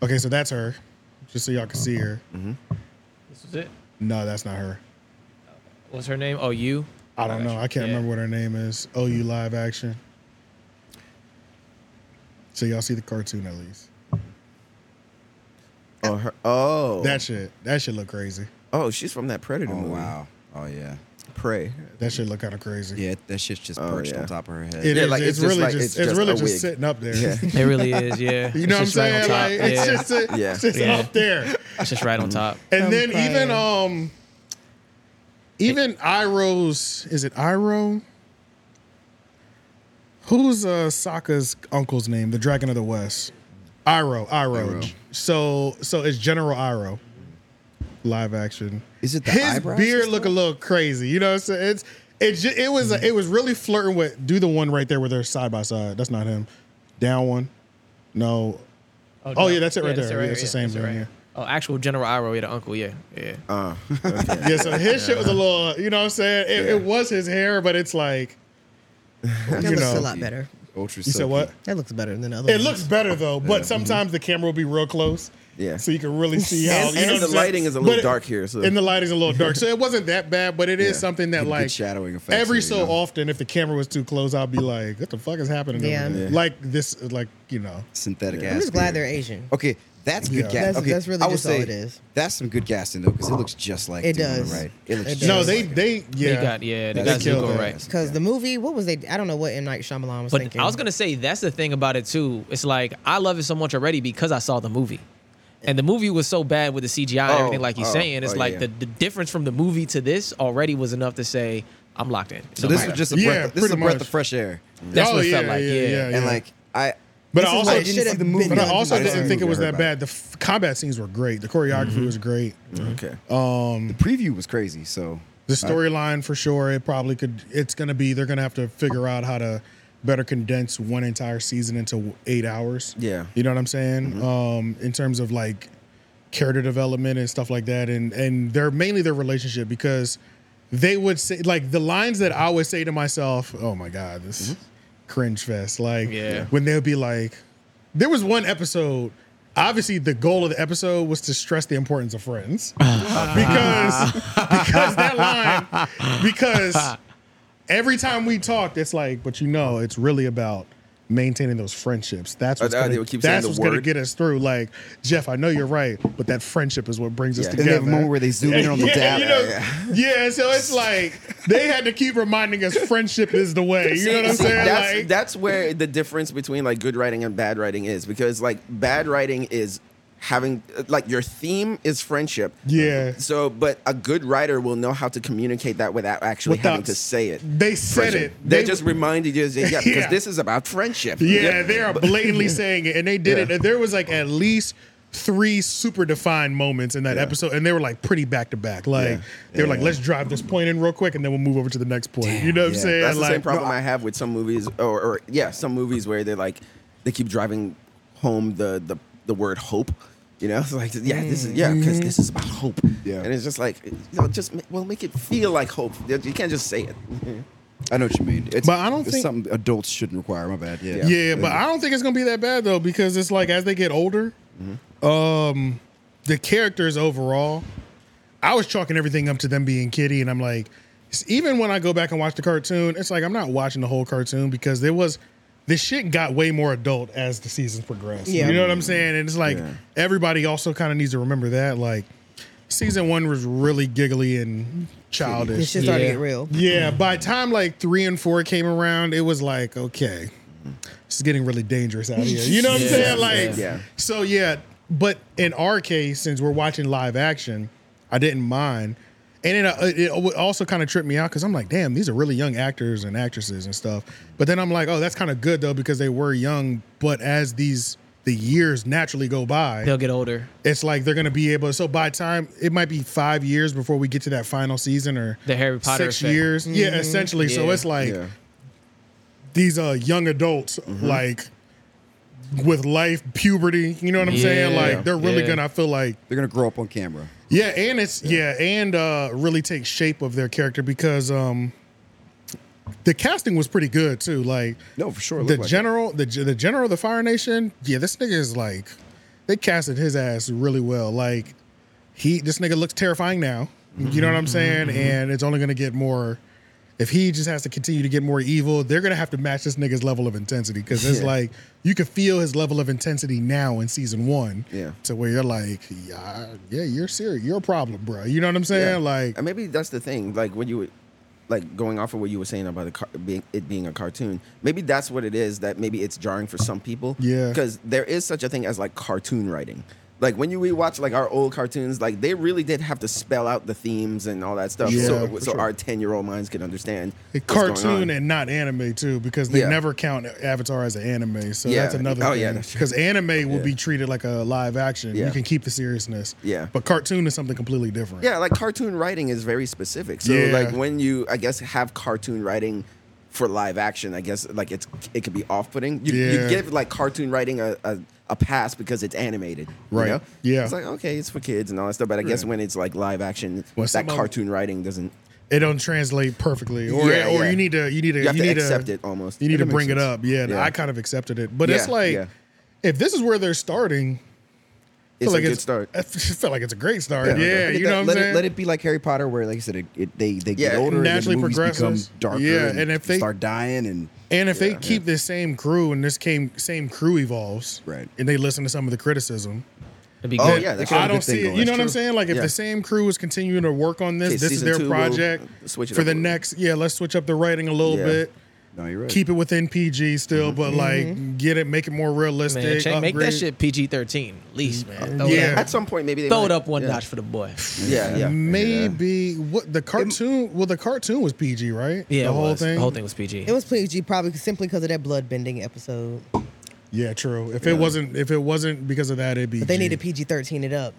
[SPEAKER 9] Okay, so that's her. Just so y'all can see her.
[SPEAKER 7] Mm-hmm.
[SPEAKER 10] This was it.
[SPEAKER 9] No, that's not her.
[SPEAKER 10] What's her name? Oh, you.
[SPEAKER 9] I don't know. I can't
[SPEAKER 10] Yeah.
[SPEAKER 9] remember what her name is. OU
[SPEAKER 7] Mm-hmm.
[SPEAKER 9] live action. So y'all see the cartoon at least.
[SPEAKER 7] Oh, her, oh,
[SPEAKER 9] That shit. That shit look crazy.
[SPEAKER 7] oh, she's from that Predator
[SPEAKER 1] Oh,
[SPEAKER 7] movie.
[SPEAKER 1] wow. Oh, yeah.
[SPEAKER 7] Prey.
[SPEAKER 9] That shit look kind of crazy.
[SPEAKER 1] Yeah, that shit's just
[SPEAKER 7] Oh,
[SPEAKER 1] perched
[SPEAKER 7] yeah.
[SPEAKER 1] on top of her head.
[SPEAKER 9] It
[SPEAKER 7] Yeah,
[SPEAKER 9] is-
[SPEAKER 7] like,
[SPEAKER 9] it's,
[SPEAKER 7] it's just
[SPEAKER 9] really
[SPEAKER 7] like-
[SPEAKER 9] just.
[SPEAKER 7] it's
[SPEAKER 9] It's,
[SPEAKER 7] just
[SPEAKER 9] really
[SPEAKER 7] a
[SPEAKER 9] just
[SPEAKER 7] wig.
[SPEAKER 9] sitting up there.
[SPEAKER 7] Yeah.
[SPEAKER 10] It really is. Yeah.
[SPEAKER 9] You know what I'm
[SPEAKER 10] It's just
[SPEAKER 9] saying?
[SPEAKER 10] right on
[SPEAKER 9] like
[SPEAKER 10] top.
[SPEAKER 9] it's
[SPEAKER 10] yeah.
[SPEAKER 9] just a,
[SPEAKER 7] Yeah.
[SPEAKER 9] it's just
[SPEAKER 10] Yeah.
[SPEAKER 9] up there.
[SPEAKER 10] It's just right on top.
[SPEAKER 8] Mm-hmm.
[SPEAKER 9] And
[SPEAKER 8] I'm
[SPEAKER 9] then even
[SPEAKER 8] crying.
[SPEAKER 9] um Even Iroh's is it Iroh? Who's uh Sokka's uncle's name? The Dragon of the West. Iroh, Iroh.
[SPEAKER 1] Iroh.
[SPEAKER 9] So so it's General Iroh. Live action.
[SPEAKER 1] Is it the
[SPEAKER 9] his
[SPEAKER 1] eyebrows
[SPEAKER 9] beard
[SPEAKER 1] and
[SPEAKER 9] look a little crazy? You know, what I'm saying? it's it's it, it was it was really flirting with do the one right there where they're side by side. That's not him. Down one. No. Oh, yeah, that's it right there. Yeah, it's the same
[SPEAKER 10] that's it
[SPEAKER 9] thing,
[SPEAKER 10] right
[SPEAKER 9] yeah.
[SPEAKER 10] here. Oh, actual General Iroh, yeah, the uncle, yeah, yeah.
[SPEAKER 8] Uh.
[SPEAKER 9] Yeah, so his shit was a little, you know what I'm saying? It, it was his hair, but it's like
[SPEAKER 8] That
[SPEAKER 9] You
[SPEAKER 8] looks a
[SPEAKER 9] know.
[SPEAKER 8] lot better.
[SPEAKER 1] Ultra
[SPEAKER 9] you said what?
[SPEAKER 8] That looks better than the other.
[SPEAKER 9] It
[SPEAKER 8] one.
[SPEAKER 9] looks better though, but
[SPEAKER 1] mm-hmm.
[SPEAKER 9] sometimes the camera will be real close.
[SPEAKER 7] Yeah.
[SPEAKER 9] So you can really see how
[SPEAKER 7] And-
[SPEAKER 9] you know
[SPEAKER 7] and
[SPEAKER 9] what
[SPEAKER 7] the
[SPEAKER 9] I'm saying?
[SPEAKER 7] lighting is a little
[SPEAKER 9] But it-
[SPEAKER 7] dark here, so-
[SPEAKER 9] And the lighting's a little dark. So it wasn't that bad, but it
[SPEAKER 7] Yeah.
[SPEAKER 9] is something that
[SPEAKER 1] Good
[SPEAKER 9] like
[SPEAKER 1] shadowing effects
[SPEAKER 9] every
[SPEAKER 1] there,
[SPEAKER 9] so
[SPEAKER 1] you know.
[SPEAKER 9] often if the camera was too close, I'll be like, what the fuck is happening? over
[SPEAKER 8] Yeah.
[SPEAKER 9] there?"
[SPEAKER 7] Yeah.
[SPEAKER 9] Like this like, you know.
[SPEAKER 1] synthetic ass.
[SPEAKER 8] I'm just glad
[SPEAKER 1] beard.
[SPEAKER 8] they're Asian.
[SPEAKER 1] Okay, that's good
[SPEAKER 9] Yeah.
[SPEAKER 1] gas.
[SPEAKER 9] That's-
[SPEAKER 1] okay,
[SPEAKER 8] that's really
[SPEAKER 1] I would
[SPEAKER 8] just all
[SPEAKER 1] say
[SPEAKER 8] it is.
[SPEAKER 1] That's some good gas in though, because it looks just like
[SPEAKER 8] It
[SPEAKER 1] Demon,
[SPEAKER 8] does.
[SPEAKER 1] right? It looks.
[SPEAKER 8] It
[SPEAKER 1] just
[SPEAKER 8] does.
[SPEAKER 9] No, they
[SPEAKER 1] like it.
[SPEAKER 9] they
[SPEAKER 10] They
[SPEAKER 9] yeah.
[SPEAKER 10] got yeah, they
[SPEAKER 1] That
[SPEAKER 10] got
[SPEAKER 1] is good
[SPEAKER 10] Zuko
[SPEAKER 1] gas.
[SPEAKER 10] right.
[SPEAKER 8] Because the movie, what was they? I don't know what M Night Shyamalan was
[SPEAKER 10] But
[SPEAKER 8] thinking.
[SPEAKER 10] I was gonna say that's the thing about it too. It's like I love it so much already because I saw the movie, and the movie was so bad with the CGI and
[SPEAKER 7] Oh,
[SPEAKER 10] everything. Like he's
[SPEAKER 7] oh,
[SPEAKER 10] saying, it's
[SPEAKER 7] oh,
[SPEAKER 10] like
[SPEAKER 7] yeah.
[SPEAKER 10] the, the difference from the movie to this already was enough to say I'm locked in.
[SPEAKER 1] So this was just a
[SPEAKER 9] Yeah,
[SPEAKER 1] breath. this is a
[SPEAKER 9] pretty
[SPEAKER 1] breath
[SPEAKER 9] much.
[SPEAKER 1] of fresh air.
[SPEAKER 10] that's
[SPEAKER 9] Oh,
[SPEAKER 10] what it felt
[SPEAKER 9] yeah,
[SPEAKER 10] like.
[SPEAKER 9] yeah,
[SPEAKER 10] Yeah,
[SPEAKER 9] yeah.
[SPEAKER 1] And like I,
[SPEAKER 9] But
[SPEAKER 1] This
[SPEAKER 9] I
[SPEAKER 1] is
[SPEAKER 9] also
[SPEAKER 1] what
[SPEAKER 9] I
[SPEAKER 1] it
[SPEAKER 9] didn't
[SPEAKER 1] should
[SPEAKER 9] see
[SPEAKER 1] have
[SPEAKER 9] the
[SPEAKER 1] been
[SPEAKER 9] movie. But I
[SPEAKER 1] done.
[SPEAKER 9] also
[SPEAKER 1] I didn't see
[SPEAKER 9] didn't
[SPEAKER 1] the
[SPEAKER 9] think it
[SPEAKER 1] movie,
[SPEAKER 9] was
[SPEAKER 1] I heard
[SPEAKER 9] that
[SPEAKER 1] about
[SPEAKER 9] bad. The f- combat scenes were great. The choreography
[SPEAKER 1] Mm-hmm.
[SPEAKER 9] was great.
[SPEAKER 7] Okay.
[SPEAKER 1] the preview was crazy. So
[SPEAKER 9] Um,
[SPEAKER 1] uh,
[SPEAKER 9] The storyline for sure. It probably could. It's gonna be. They're gonna have to figure out how to better condense one entire season into eight hours.
[SPEAKER 7] Yeah.
[SPEAKER 9] you know what I'm saying.
[SPEAKER 1] Mm-hmm.
[SPEAKER 9] Um, in terms of like character development and stuff like that, and and they're mainly their relationship because they would say like the lines that I always say to myself. Oh my god, this
[SPEAKER 1] Mm-hmm.
[SPEAKER 9] is cringe fest. Like
[SPEAKER 10] Yeah.
[SPEAKER 9] when they'll be like, there was one episode. Obviously, the goal of the episode was to stress the importance of friends
[SPEAKER 1] Ah.
[SPEAKER 9] because because that line because every time we talked, it's like, but you know, it's really about maintaining those friendships. That's what's
[SPEAKER 7] Uh,
[SPEAKER 9] gonna,
[SPEAKER 7] they would keep saying
[SPEAKER 9] that's
[SPEAKER 7] the
[SPEAKER 9] what's gonna
[SPEAKER 7] word.
[SPEAKER 9] get us through. Like Jeff, I know you're right, but that friendship is what brings us
[SPEAKER 7] Yeah. And
[SPEAKER 1] and they
[SPEAKER 9] together.
[SPEAKER 1] have a moment where they zoom in on the
[SPEAKER 9] yeah,
[SPEAKER 1] dad.
[SPEAKER 9] you know, yeah, so it's like they had to keep reminding us friendship is the way. You know what I'm
[SPEAKER 7] See,
[SPEAKER 9] saying?
[SPEAKER 7] That's,
[SPEAKER 9] like,
[SPEAKER 7] that's where the difference between like good writing and bad writing is because like bad writing is having like your theme is friendship.
[SPEAKER 9] Yeah.
[SPEAKER 7] So, but a good writer will know how to communicate that without actually
[SPEAKER 9] Without-
[SPEAKER 7] having to say it.
[SPEAKER 9] they said
[SPEAKER 7] Friendship.
[SPEAKER 9] it.
[SPEAKER 7] They, just reminded you, yeah, because
[SPEAKER 9] Yeah.
[SPEAKER 7] this is about friendship.
[SPEAKER 9] Yeah,
[SPEAKER 7] Yep.
[SPEAKER 9] they are blatantly saying it, and they did it.
[SPEAKER 7] Yeah.
[SPEAKER 9] And there was like at least three super defined moments in that episode, and they were like pretty back to back. Like
[SPEAKER 7] Yeah.
[SPEAKER 9] they were like, "Let's drive this point in real quick, and then we'll move over to the next point." you know what I'm
[SPEAKER 1] Yeah.
[SPEAKER 9] saying?
[SPEAKER 7] That's the
[SPEAKER 9] like,
[SPEAKER 7] same problem I have with some movies, or, or yeah, some movies where they like they keep driving home the the, the word hope. You know, it's like yeah, this is yeah, because this is about hope.
[SPEAKER 1] Yeah.
[SPEAKER 7] and it's just like you know, just ma- well, make it feel like hope. You can't just say it.
[SPEAKER 1] I know what you mean. It's,
[SPEAKER 9] But I don't
[SPEAKER 1] it's
[SPEAKER 9] think-
[SPEAKER 1] something adults shouldn't require. My bad. Yeah.
[SPEAKER 9] yeah, but I don't think it's gonna be that bad though, because it's like as they get older,
[SPEAKER 1] Mm-hmm.
[SPEAKER 9] um, the characters overall, I was chalking everything up to them being kitty, and I'm like, s- even when I go back and watch the cartoon, it's like I'm not watching the whole cartoon because there was this shit got way more adult as the seasons progressed.
[SPEAKER 8] Yeah.
[SPEAKER 9] You know what I'm saying? And it's like
[SPEAKER 7] Yeah.
[SPEAKER 9] everybody also kind of needs to remember that. Like season one was really giggly and childish.
[SPEAKER 8] It's just starting
[SPEAKER 10] Yeah.
[SPEAKER 8] to get real.
[SPEAKER 9] Yeah, by the time like three and four came around, it was like, okay, this is getting really dangerous out here. You know what I'm
[SPEAKER 10] Yeah,
[SPEAKER 9] saying? Like,
[SPEAKER 7] yeah. Yeah.
[SPEAKER 9] so yeah, but in our case, since we're watching live action, I didn't mind. And it, uh, it al- also kind of tripped me out because I'm like, damn, these are really young actors and actresses and stuff. But then I'm like, oh, that's kind of good though because they were young. But as these the years naturally go by,
[SPEAKER 10] They'll get older.
[SPEAKER 9] it's like they're gonna be able. So by time it might be five years before we get to that final season, or
[SPEAKER 10] The Harry Potter
[SPEAKER 9] six
[SPEAKER 10] effect.
[SPEAKER 9] years. Yeah,
[SPEAKER 5] Mm-hmm.
[SPEAKER 9] essentially. So
[SPEAKER 10] Yeah.
[SPEAKER 9] it's like
[SPEAKER 7] Yeah.
[SPEAKER 9] these uh young adults,
[SPEAKER 10] Mm-hmm.
[SPEAKER 9] like with life, puberty. You know what I'm saying?
[SPEAKER 10] Yeah.
[SPEAKER 9] Like they're really
[SPEAKER 10] Yeah.
[SPEAKER 9] gonna. I feel like
[SPEAKER 1] They're gonna grow up on camera.
[SPEAKER 9] yeah, and it's yeah, and uh really take shape of their character because um the casting was pretty good too. Like
[SPEAKER 1] No, for sure. it
[SPEAKER 9] the
[SPEAKER 1] looked like it.
[SPEAKER 9] general, the the general of the Fire Nation, yeah, this nigga is like, they casted his ass really well. Like, he, this nigga looks terrifying now. You know what
[SPEAKER 1] Mm-hmm,
[SPEAKER 9] I'm saying? And it's only gonna get more. If he just has to continue to get more evil, they're gonna have to match this nigga's level of intensity because it's like you can feel his level of intensity now in season one.
[SPEAKER 7] Yeah.
[SPEAKER 9] to where you're like, yeah, yeah, you're serious, you're a problem, bro. You know what I'm saying? Like,
[SPEAKER 7] and maybe that's the thing. Like when you, were- like going off of what you were saying about the car- being, it being a cartoon, maybe that's what it is. That maybe it's jarring for some people.
[SPEAKER 9] Yeah.
[SPEAKER 7] because there is such a thing as like cartoon writing. like when you rewatch like our old cartoons, like they really did have to spell out the themes and all that stuff,
[SPEAKER 9] Yeah,
[SPEAKER 7] so,
[SPEAKER 9] for
[SPEAKER 7] so
[SPEAKER 9] sure.
[SPEAKER 7] our ten year old minds could understand.
[SPEAKER 9] A
[SPEAKER 7] what's going
[SPEAKER 9] cartoon
[SPEAKER 7] on.
[SPEAKER 9] and not anime too, because they
[SPEAKER 7] Yeah.
[SPEAKER 9] never count Avatar as an anime. So
[SPEAKER 7] Yeah.
[SPEAKER 9] that's another
[SPEAKER 7] Oh,
[SPEAKER 9] thing.
[SPEAKER 7] yeah, that's true.
[SPEAKER 9] Because anime will be treated like a live action.
[SPEAKER 7] Yeah.
[SPEAKER 9] You can keep the seriousness.
[SPEAKER 7] Yeah.
[SPEAKER 9] But cartoon is something completely different.
[SPEAKER 7] Yeah, like cartoon writing is very specific. So
[SPEAKER 9] Yeah.
[SPEAKER 7] like when you, I guess, have cartoon writing for live action, I guess like it's it could be off putting. You,
[SPEAKER 9] Yeah.
[SPEAKER 7] you give like cartoon writing a, a, a pass because it's animated, you
[SPEAKER 9] Right.
[SPEAKER 7] know?
[SPEAKER 9] Yeah.
[SPEAKER 7] it's like okay, it's for kids and all that stuff. But I guess
[SPEAKER 9] Yeah.
[SPEAKER 7] when it's like live action,
[SPEAKER 9] Well, some
[SPEAKER 7] that
[SPEAKER 9] of-
[SPEAKER 7] cartoon writing doesn't.
[SPEAKER 9] It don't translate perfectly. Or
[SPEAKER 7] Yeah,
[SPEAKER 9] or
[SPEAKER 7] yeah.
[SPEAKER 9] you need to you need to
[SPEAKER 7] You have to
[SPEAKER 9] need
[SPEAKER 7] accept it almost.
[SPEAKER 9] You need
[SPEAKER 7] That
[SPEAKER 9] to
[SPEAKER 7] makes
[SPEAKER 9] bring it
[SPEAKER 7] sense.
[SPEAKER 9] up. Yeah, and
[SPEAKER 7] Yeah.
[SPEAKER 9] I kind of accepted it. But it's
[SPEAKER 7] Yeah,
[SPEAKER 9] like
[SPEAKER 7] yeah.
[SPEAKER 9] if this is where they're starting, I
[SPEAKER 7] It's
[SPEAKER 9] feel like
[SPEAKER 7] a good start.
[SPEAKER 9] I feel like it's a great start. Yeah,
[SPEAKER 7] Yeah.
[SPEAKER 1] Look at
[SPEAKER 9] you
[SPEAKER 1] that.
[SPEAKER 9] know what I'm
[SPEAKER 1] let
[SPEAKER 9] saying?
[SPEAKER 1] It, let it be like Harry Potter, where like I said, it, it, they they
[SPEAKER 7] Yeah,
[SPEAKER 1] get
[SPEAKER 7] it
[SPEAKER 1] older and then the
[SPEAKER 9] naturally
[SPEAKER 1] movies
[SPEAKER 9] progresses.
[SPEAKER 1] become darker.
[SPEAKER 9] Yeah,
[SPEAKER 1] and,
[SPEAKER 9] and if they-
[SPEAKER 1] start dying, and
[SPEAKER 9] And if they keep this same crew and this came, same crew evolves,
[SPEAKER 1] Right.
[SPEAKER 9] and they listen to some of the criticism,
[SPEAKER 10] It'd be
[SPEAKER 7] Oh,
[SPEAKER 10] good.
[SPEAKER 7] yeah, that could
[SPEAKER 9] I
[SPEAKER 7] have
[SPEAKER 9] don't see it. You know what I'm saying? Like if
[SPEAKER 7] Yeah.
[SPEAKER 9] the same crew is continuing to work on this,
[SPEAKER 7] Okay,
[SPEAKER 9] this is
[SPEAKER 7] season
[SPEAKER 9] their
[SPEAKER 7] two, we'll
[SPEAKER 9] project
[SPEAKER 7] switch it
[SPEAKER 9] for
[SPEAKER 7] up a
[SPEAKER 9] the
[SPEAKER 7] little.
[SPEAKER 9] next. Yeah, let's switch up the writing a little
[SPEAKER 7] Yeah. Mm-hmm.
[SPEAKER 9] bit.
[SPEAKER 1] No, you're right.
[SPEAKER 9] Keep it within PG still, but like get it, make it more realistic.
[SPEAKER 10] Mm-hmm. Man, check, make that
[SPEAKER 9] upgrade.
[SPEAKER 10] shit PG thirteen, at least, man. Throw
[SPEAKER 9] Yeah.
[SPEAKER 10] yeah,
[SPEAKER 7] At some point, maybe they
[SPEAKER 10] throw
[SPEAKER 7] might-
[SPEAKER 10] it up one
[SPEAKER 7] yeah.
[SPEAKER 10] notch for the boy.
[SPEAKER 7] Yeah, yeah.
[SPEAKER 9] Maybe what the cartoon? well, the cartoon was PG, right?
[SPEAKER 10] Yeah,
[SPEAKER 9] the
[SPEAKER 10] it
[SPEAKER 9] whole
[SPEAKER 10] was.
[SPEAKER 9] thing.
[SPEAKER 10] The whole thing was PG.
[SPEAKER 8] It was PG probably simply because of that blood bending episode.
[SPEAKER 9] Yeah, true. If it wasn't, if it wasn't because of that, it'd be.
[SPEAKER 8] But they
[SPEAKER 9] G.
[SPEAKER 8] need to PG thirteen it up.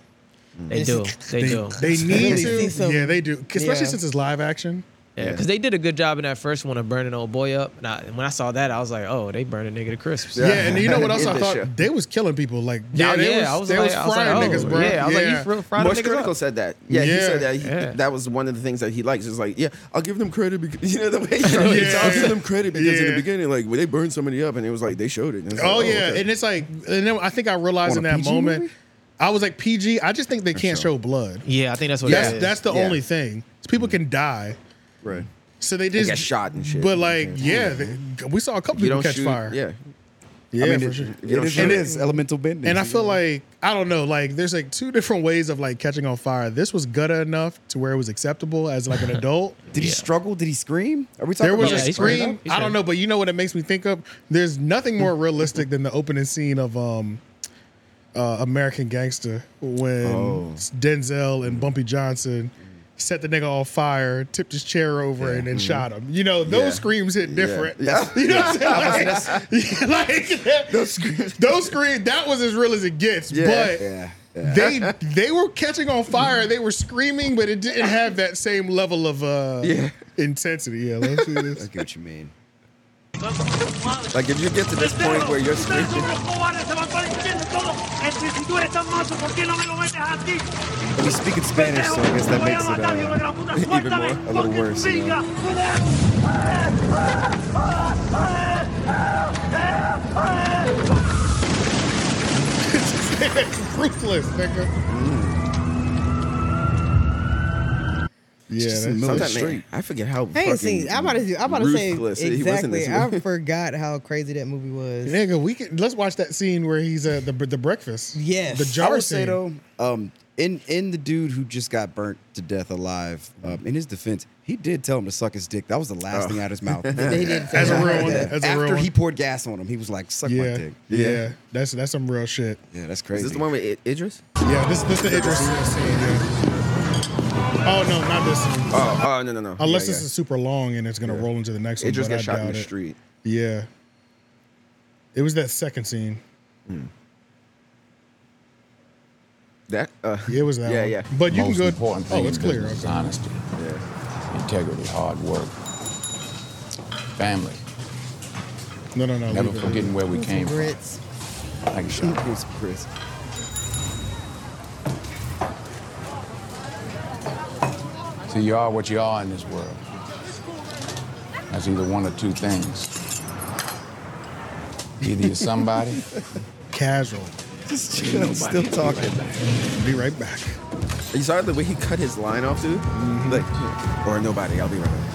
[SPEAKER 10] they do. They,
[SPEAKER 9] They,
[SPEAKER 10] do.
[SPEAKER 9] they need
[SPEAKER 8] Really
[SPEAKER 9] to.
[SPEAKER 8] see some-
[SPEAKER 9] yeah, they do. Especially
[SPEAKER 8] Yeah.
[SPEAKER 9] since it's live action.
[SPEAKER 10] Yeah, because they did a good job in that first one of burning old boy up. And I, when I saw that, I was like, oh, they burned a nigga to crisps.
[SPEAKER 9] Yeah, and you know what else
[SPEAKER 7] In
[SPEAKER 9] I
[SPEAKER 7] the
[SPEAKER 9] thought?
[SPEAKER 7] show.
[SPEAKER 9] They was killing people. Like,
[SPEAKER 10] Yeah,
[SPEAKER 9] they
[SPEAKER 10] yeah,
[SPEAKER 9] was,
[SPEAKER 10] I was
[SPEAKER 9] they
[SPEAKER 10] like-
[SPEAKER 9] was
[SPEAKER 10] I was
[SPEAKER 9] frying
[SPEAKER 10] like, oh,
[SPEAKER 9] niggas, bro.
[SPEAKER 10] yeah, I was like, you fr- fried
[SPEAKER 7] Moist
[SPEAKER 10] niggas
[SPEAKER 7] Critical
[SPEAKER 10] up.
[SPEAKER 7] said that. Yeah, he
[SPEAKER 9] Yeah.
[SPEAKER 7] said that. He,
[SPEAKER 10] Yeah.
[SPEAKER 7] That was one of the things that he likes. It's like, yeah, I'll give them credit because you know the way. He started,
[SPEAKER 9] Yeah.
[SPEAKER 7] I'll give them credit because in
[SPEAKER 9] Yeah.
[SPEAKER 7] the beginning, like when they burned somebody up, and it was like they showed it. And it's like,
[SPEAKER 9] Oh yeah,
[SPEAKER 7] okay.
[SPEAKER 9] and it's like, and then I think I realized
[SPEAKER 1] On
[SPEAKER 9] in
[SPEAKER 1] a
[SPEAKER 9] that
[SPEAKER 1] PG
[SPEAKER 9] moment,
[SPEAKER 1] movie?
[SPEAKER 9] I was like PG. I just think they can't
[SPEAKER 1] sure.
[SPEAKER 9] show blood.
[SPEAKER 10] Yeah, I think that's what
[SPEAKER 9] That's
[SPEAKER 10] it is.
[SPEAKER 9] that's the
[SPEAKER 7] Yeah.
[SPEAKER 9] only thing. Is people can die,
[SPEAKER 1] right.
[SPEAKER 9] so they
[SPEAKER 7] They
[SPEAKER 9] just
[SPEAKER 7] got shot and shit.
[SPEAKER 9] But like, yeah, they- we saw a couple
[SPEAKER 7] you
[SPEAKER 9] people
[SPEAKER 7] don't
[SPEAKER 9] catch
[SPEAKER 7] shoot.
[SPEAKER 9] fire.
[SPEAKER 7] Yeah,
[SPEAKER 9] yeah,
[SPEAKER 1] I mean,
[SPEAKER 9] for
[SPEAKER 1] it,
[SPEAKER 9] sure.
[SPEAKER 1] it
[SPEAKER 7] You don't
[SPEAKER 1] is-
[SPEAKER 7] shoot
[SPEAKER 1] it
[SPEAKER 7] it.
[SPEAKER 1] is elemental bending.
[SPEAKER 9] And I feel like I don't know, like there's like two different ways of like catching on fire. This was gutta enough to where it was acceptable as like an adult.
[SPEAKER 1] did he
[SPEAKER 10] Yeah.
[SPEAKER 1] struggle? Did he scream? Are we talking
[SPEAKER 9] There was
[SPEAKER 1] about
[SPEAKER 10] Yeah,
[SPEAKER 9] a
[SPEAKER 10] he's right,
[SPEAKER 9] scream.
[SPEAKER 10] though. He's
[SPEAKER 9] I don't
[SPEAKER 10] right.
[SPEAKER 9] know, but you know what it makes me think of? There's nothing more realistic than the opening scene of um uh American Gangster when
[SPEAKER 1] Oh.
[SPEAKER 9] Denzel and Bumpy Johnson set the nigga on fire, tipped his chair over and then
[SPEAKER 1] Mm-hmm.
[SPEAKER 9] shot him. You know, those
[SPEAKER 7] Yeah.
[SPEAKER 9] screams hit different.
[SPEAKER 7] Yeah.
[SPEAKER 9] You know what I'm saying? Like, like, those screams those screams that was as real as it gets.
[SPEAKER 7] Yeah.
[SPEAKER 9] But
[SPEAKER 1] Yeah. yeah.
[SPEAKER 9] they they were catching on fire. They were screaming, but it didn't have that same level of uh,
[SPEAKER 7] Yeah.
[SPEAKER 9] intensity. Yeah, let's see
[SPEAKER 1] I
[SPEAKER 9] this.
[SPEAKER 1] get what you mean.
[SPEAKER 7] like if you get to this point where you're screaming,
[SPEAKER 1] But we speak in Spanish, so I guess that makes it uh,
[SPEAKER 7] even more a little worse. You know?
[SPEAKER 9] Ruthless, nigga. Yeah,
[SPEAKER 1] just
[SPEAKER 9] that-
[SPEAKER 1] a mil-
[SPEAKER 7] Sometimes
[SPEAKER 1] Straight.
[SPEAKER 7] man, I forget
[SPEAKER 8] I
[SPEAKER 7] how.
[SPEAKER 8] ain't
[SPEAKER 7] fucking
[SPEAKER 8] seen. I'm about to. I'm about to say
[SPEAKER 7] ruthless he was in
[SPEAKER 8] exactly.
[SPEAKER 7] this
[SPEAKER 8] I
[SPEAKER 7] movie.
[SPEAKER 8] forgot how crazy that movie was.
[SPEAKER 9] nigga. We can let's watch that scene where he's at the the breakfast.
[SPEAKER 8] Yes.
[SPEAKER 9] the
[SPEAKER 1] I
[SPEAKER 9] jar
[SPEAKER 1] would
[SPEAKER 9] scene.
[SPEAKER 1] say though, um, in in the dude who just got burnt to death alive, um, in his defense, he did tell him to suck his dick. That was the last
[SPEAKER 7] Oh.
[SPEAKER 1] thing out of his mouth.
[SPEAKER 8] They didn't say
[SPEAKER 9] That's a
[SPEAKER 8] nothing
[SPEAKER 9] real
[SPEAKER 8] about
[SPEAKER 9] one.
[SPEAKER 8] that.
[SPEAKER 9] That's a real
[SPEAKER 1] After
[SPEAKER 9] one.
[SPEAKER 1] he poured gas on him, he was like, "Suck my
[SPEAKER 9] yeah,
[SPEAKER 1] dick."
[SPEAKER 9] yeah, That's that's some real shit.
[SPEAKER 1] Yeah,
[SPEAKER 7] Is
[SPEAKER 1] that's crazy.
[SPEAKER 7] this the one with I- Idris?
[SPEAKER 9] Yeah, this this the Idris scene. Yeah. Oh no, not this. One.
[SPEAKER 7] Oh, oh no no no.
[SPEAKER 9] Unless
[SPEAKER 7] yeah,
[SPEAKER 9] this is super long and it's gonna roll into the next
[SPEAKER 7] yeah.
[SPEAKER 9] one.
[SPEAKER 7] Idris
[SPEAKER 9] but
[SPEAKER 7] got
[SPEAKER 9] I
[SPEAKER 7] shot in
[SPEAKER 9] doubt
[SPEAKER 7] the
[SPEAKER 9] it.
[SPEAKER 7] street.
[SPEAKER 9] Yeah. It was that second scene.
[SPEAKER 7] That uh,
[SPEAKER 9] Yeah, it was that
[SPEAKER 7] Yeah,
[SPEAKER 9] one.
[SPEAKER 7] yeah.
[SPEAKER 9] But you
[SPEAKER 11] Most
[SPEAKER 9] can go.
[SPEAKER 11] important thing
[SPEAKER 9] Oh, it's
[SPEAKER 11] in
[SPEAKER 9] clear.
[SPEAKER 11] business is
[SPEAKER 9] Okay.
[SPEAKER 11] honesty,
[SPEAKER 7] yeah.
[SPEAKER 11] integrity, hard work, family.
[SPEAKER 9] No, no, no.
[SPEAKER 11] Never
[SPEAKER 9] leave it.
[SPEAKER 11] forgetting where we came from.
[SPEAKER 8] Grits.
[SPEAKER 11] Thank you, Sean.
[SPEAKER 1] Here's Chris.
[SPEAKER 11] See, you are what you are in this world. That's either one or two things. Either you're somebody,
[SPEAKER 9] Casual.
[SPEAKER 1] Just chilling, still talking.
[SPEAKER 9] Be right back. Mm-hmm.
[SPEAKER 7] You saw the way he cut his line off, dude. Like, or nobody. I'll be right back.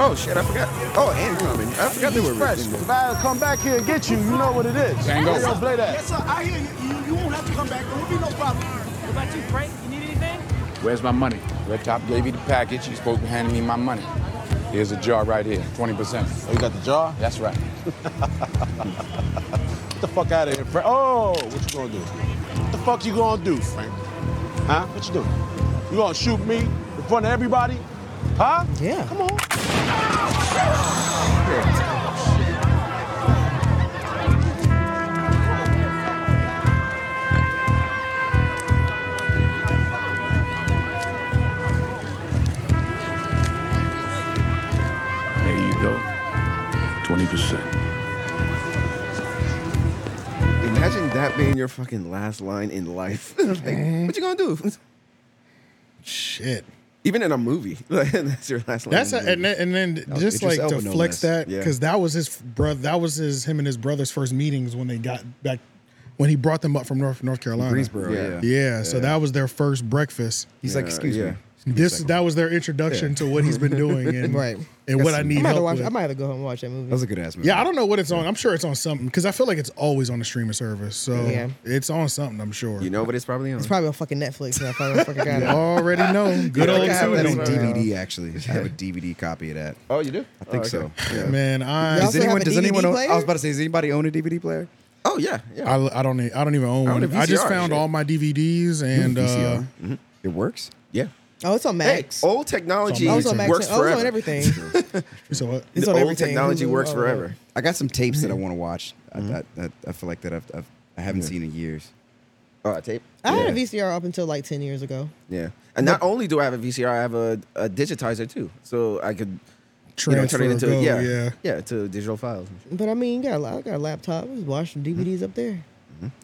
[SPEAKER 7] Oh shit! I forgot. Oh, and Robin. I forgot they were fresh.
[SPEAKER 5] I'll come back here and get you. You know what it is.
[SPEAKER 11] Bang over.
[SPEAKER 5] Don't play that.
[SPEAKER 11] Where's my money? Red Top gave you the package. You're supposed to be handing me my money. Here's a jar right here, 20%. Oh, you got the jar? That's right.
[SPEAKER 12] Get the fuck out of here, Frank. Oh, what you gonna do? What the fuck you gonna do, Frank? Huh? What you doing? You gonna shoot me in front of everybody? Huh? Yeah. Come on.
[SPEAKER 13] There you go. 20%.
[SPEAKER 7] Imagine that being your fucking last line in life. Like, what you gonna do?
[SPEAKER 9] Shit.
[SPEAKER 7] Even in a movie, like, that's your last line.
[SPEAKER 9] That's a,
[SPEAKER 7] in a
[SPEAKER 9] and
[SPEAKER 7] movie.
[SPEAKER 9] then, and then
[SPEAKER 7] That was
[SPEAKER 9] just
[SPEAKER 7] Idris
[SPEAKER 9] like to
[SPEAKER 7] Elba, no
[SPEAKER 9] flex
[SPEAKER 7] less.
[SPEAKER 9] that because that was his brother. That was his him and his brother's first meetings when they got back when he brought them up from North North Carolina,
[SPEAKER 1] Greensboro, yeah.
[SPEAKER 9] yeah. So
[SPEAKER 1] Yeah.
[SPEAKER 9] that was their first breakfast.
[SPEAKER 1] He's like, "Excuse me."
[SPEAKER 9] This that was their introduction
[SPEAKER 1] Yeah.
[SPEAKER 9] to what he's been doing and
[SPEAKER 1] Right.
[SPEAKER 9] and what I
[SPEAKER 8] I
[SPEAKER 9] need
[SPEAKER 8] might, have to
[SPEAKER 9] help
[SPEAKER 8] watch,
[SPEAKER 9] with.
[SPEAKER 8] I might have to go home and watch that movie.
[SPEAKER 1] That was a good ass movie.
[SPEAKER 9] Yeah, I don't know what it's on. I'm sure it's on something because I feel like it's always on the streaming service. So
[SPEAKER 8] Yeah.
[SPEAKER 9] it's on something. I'm sure. You
[SPEAKER 7] know what it's probably on.
[SPEAKER 8] It's probably on fucking Netflix. If I fucking got it.
[SPEAKER 9] You already know. Good
[SPEAKER 1] I
[SPEAKER 9] old
[SPEAKER 1] think I have that on
[SPEAKER 9] Sony.
[SPEAKER 1] DVD. Actually, I have a DVD copy of that.
[SPEAKER 7] Oh, you do?
[SPEAKER 1] I think
[SPEAKER 7] Oh,
[SPEAKER 1] so.
[SPEAKER 7] okay.
[SPEAKER 1] Yeah.
[SPEAKER 9] Man, I- You
[SPEAKER 1] does
[SPEAKER 9] also have
[SPEAKER 1] anyone?
[SPEAKER 9] a
[SPEAKER 1] Does anyone?
[SPEAKER 9] DVD
[SPEAKER 1] Own, I
[SPEAKER 9] player?
[SPEAKER 1] was about to say, does anybody own a DVD player?
[SPEAKER 7] Oh yeah, yeah.
[SPEAKER 9] I, I don't need, I don't even own
[SPEAKER 1] I own
[SPEAKER 9] one.
[SPEAKER 1] a
[SPEAKER 9] I just
[SPEAKER 1] VCR,
[SPEAKER 9] found
[SPEAKER 1] shit.
[SPEAKER 9] all my DVDs and uh,
[SPEAKER 7] Mm-hmm.
[SPEAKER 1] It works.
[SPEAKER 7] Yeah.
[SPEAKER 8] Oh, it's on Max.
[SPEAKER 7] old technology
[SPEAKER 8] Oh, it's on Max.
[SPEAKER 7] works
[SPEAKER 8] Oh, it's
[SPEAKER 7] forever.
[SPEAKER 8] on everything.
[SPEAKER 9] so what?
[SPEAKER 8] It's on everything. Hulu, all that.
[SPEAKER 1] I got some tapes
[SPEAKER 7] Mm-hmm.
[SPEAKER 1] that I want to watch. I, I, I, I feel like that I've, I've I haven't seen in years.
[SPEAKER 7] Oh, a tape.
[SPEAKER 8] I had a
[SPEAKER 7] Yeah.
[SPEAKER 8] VCR up until like ten years ago.
[SPEAKER 7] Yeah. And not only do I have a VCR, I have a, a digitizer too, so I could you know, turn
[SPEAKER 9] Transfer,
[SPEAKER 7] it into
[SPEAKER 9] go,
[SPEAKER 7] yeah,
[SPEAKER 9] yeah.
[SPEAKER 7] yeah to digital files.
[SPEAKER 8] But I mean, you got a, la- I got a laptop. I was watching DVDs up there.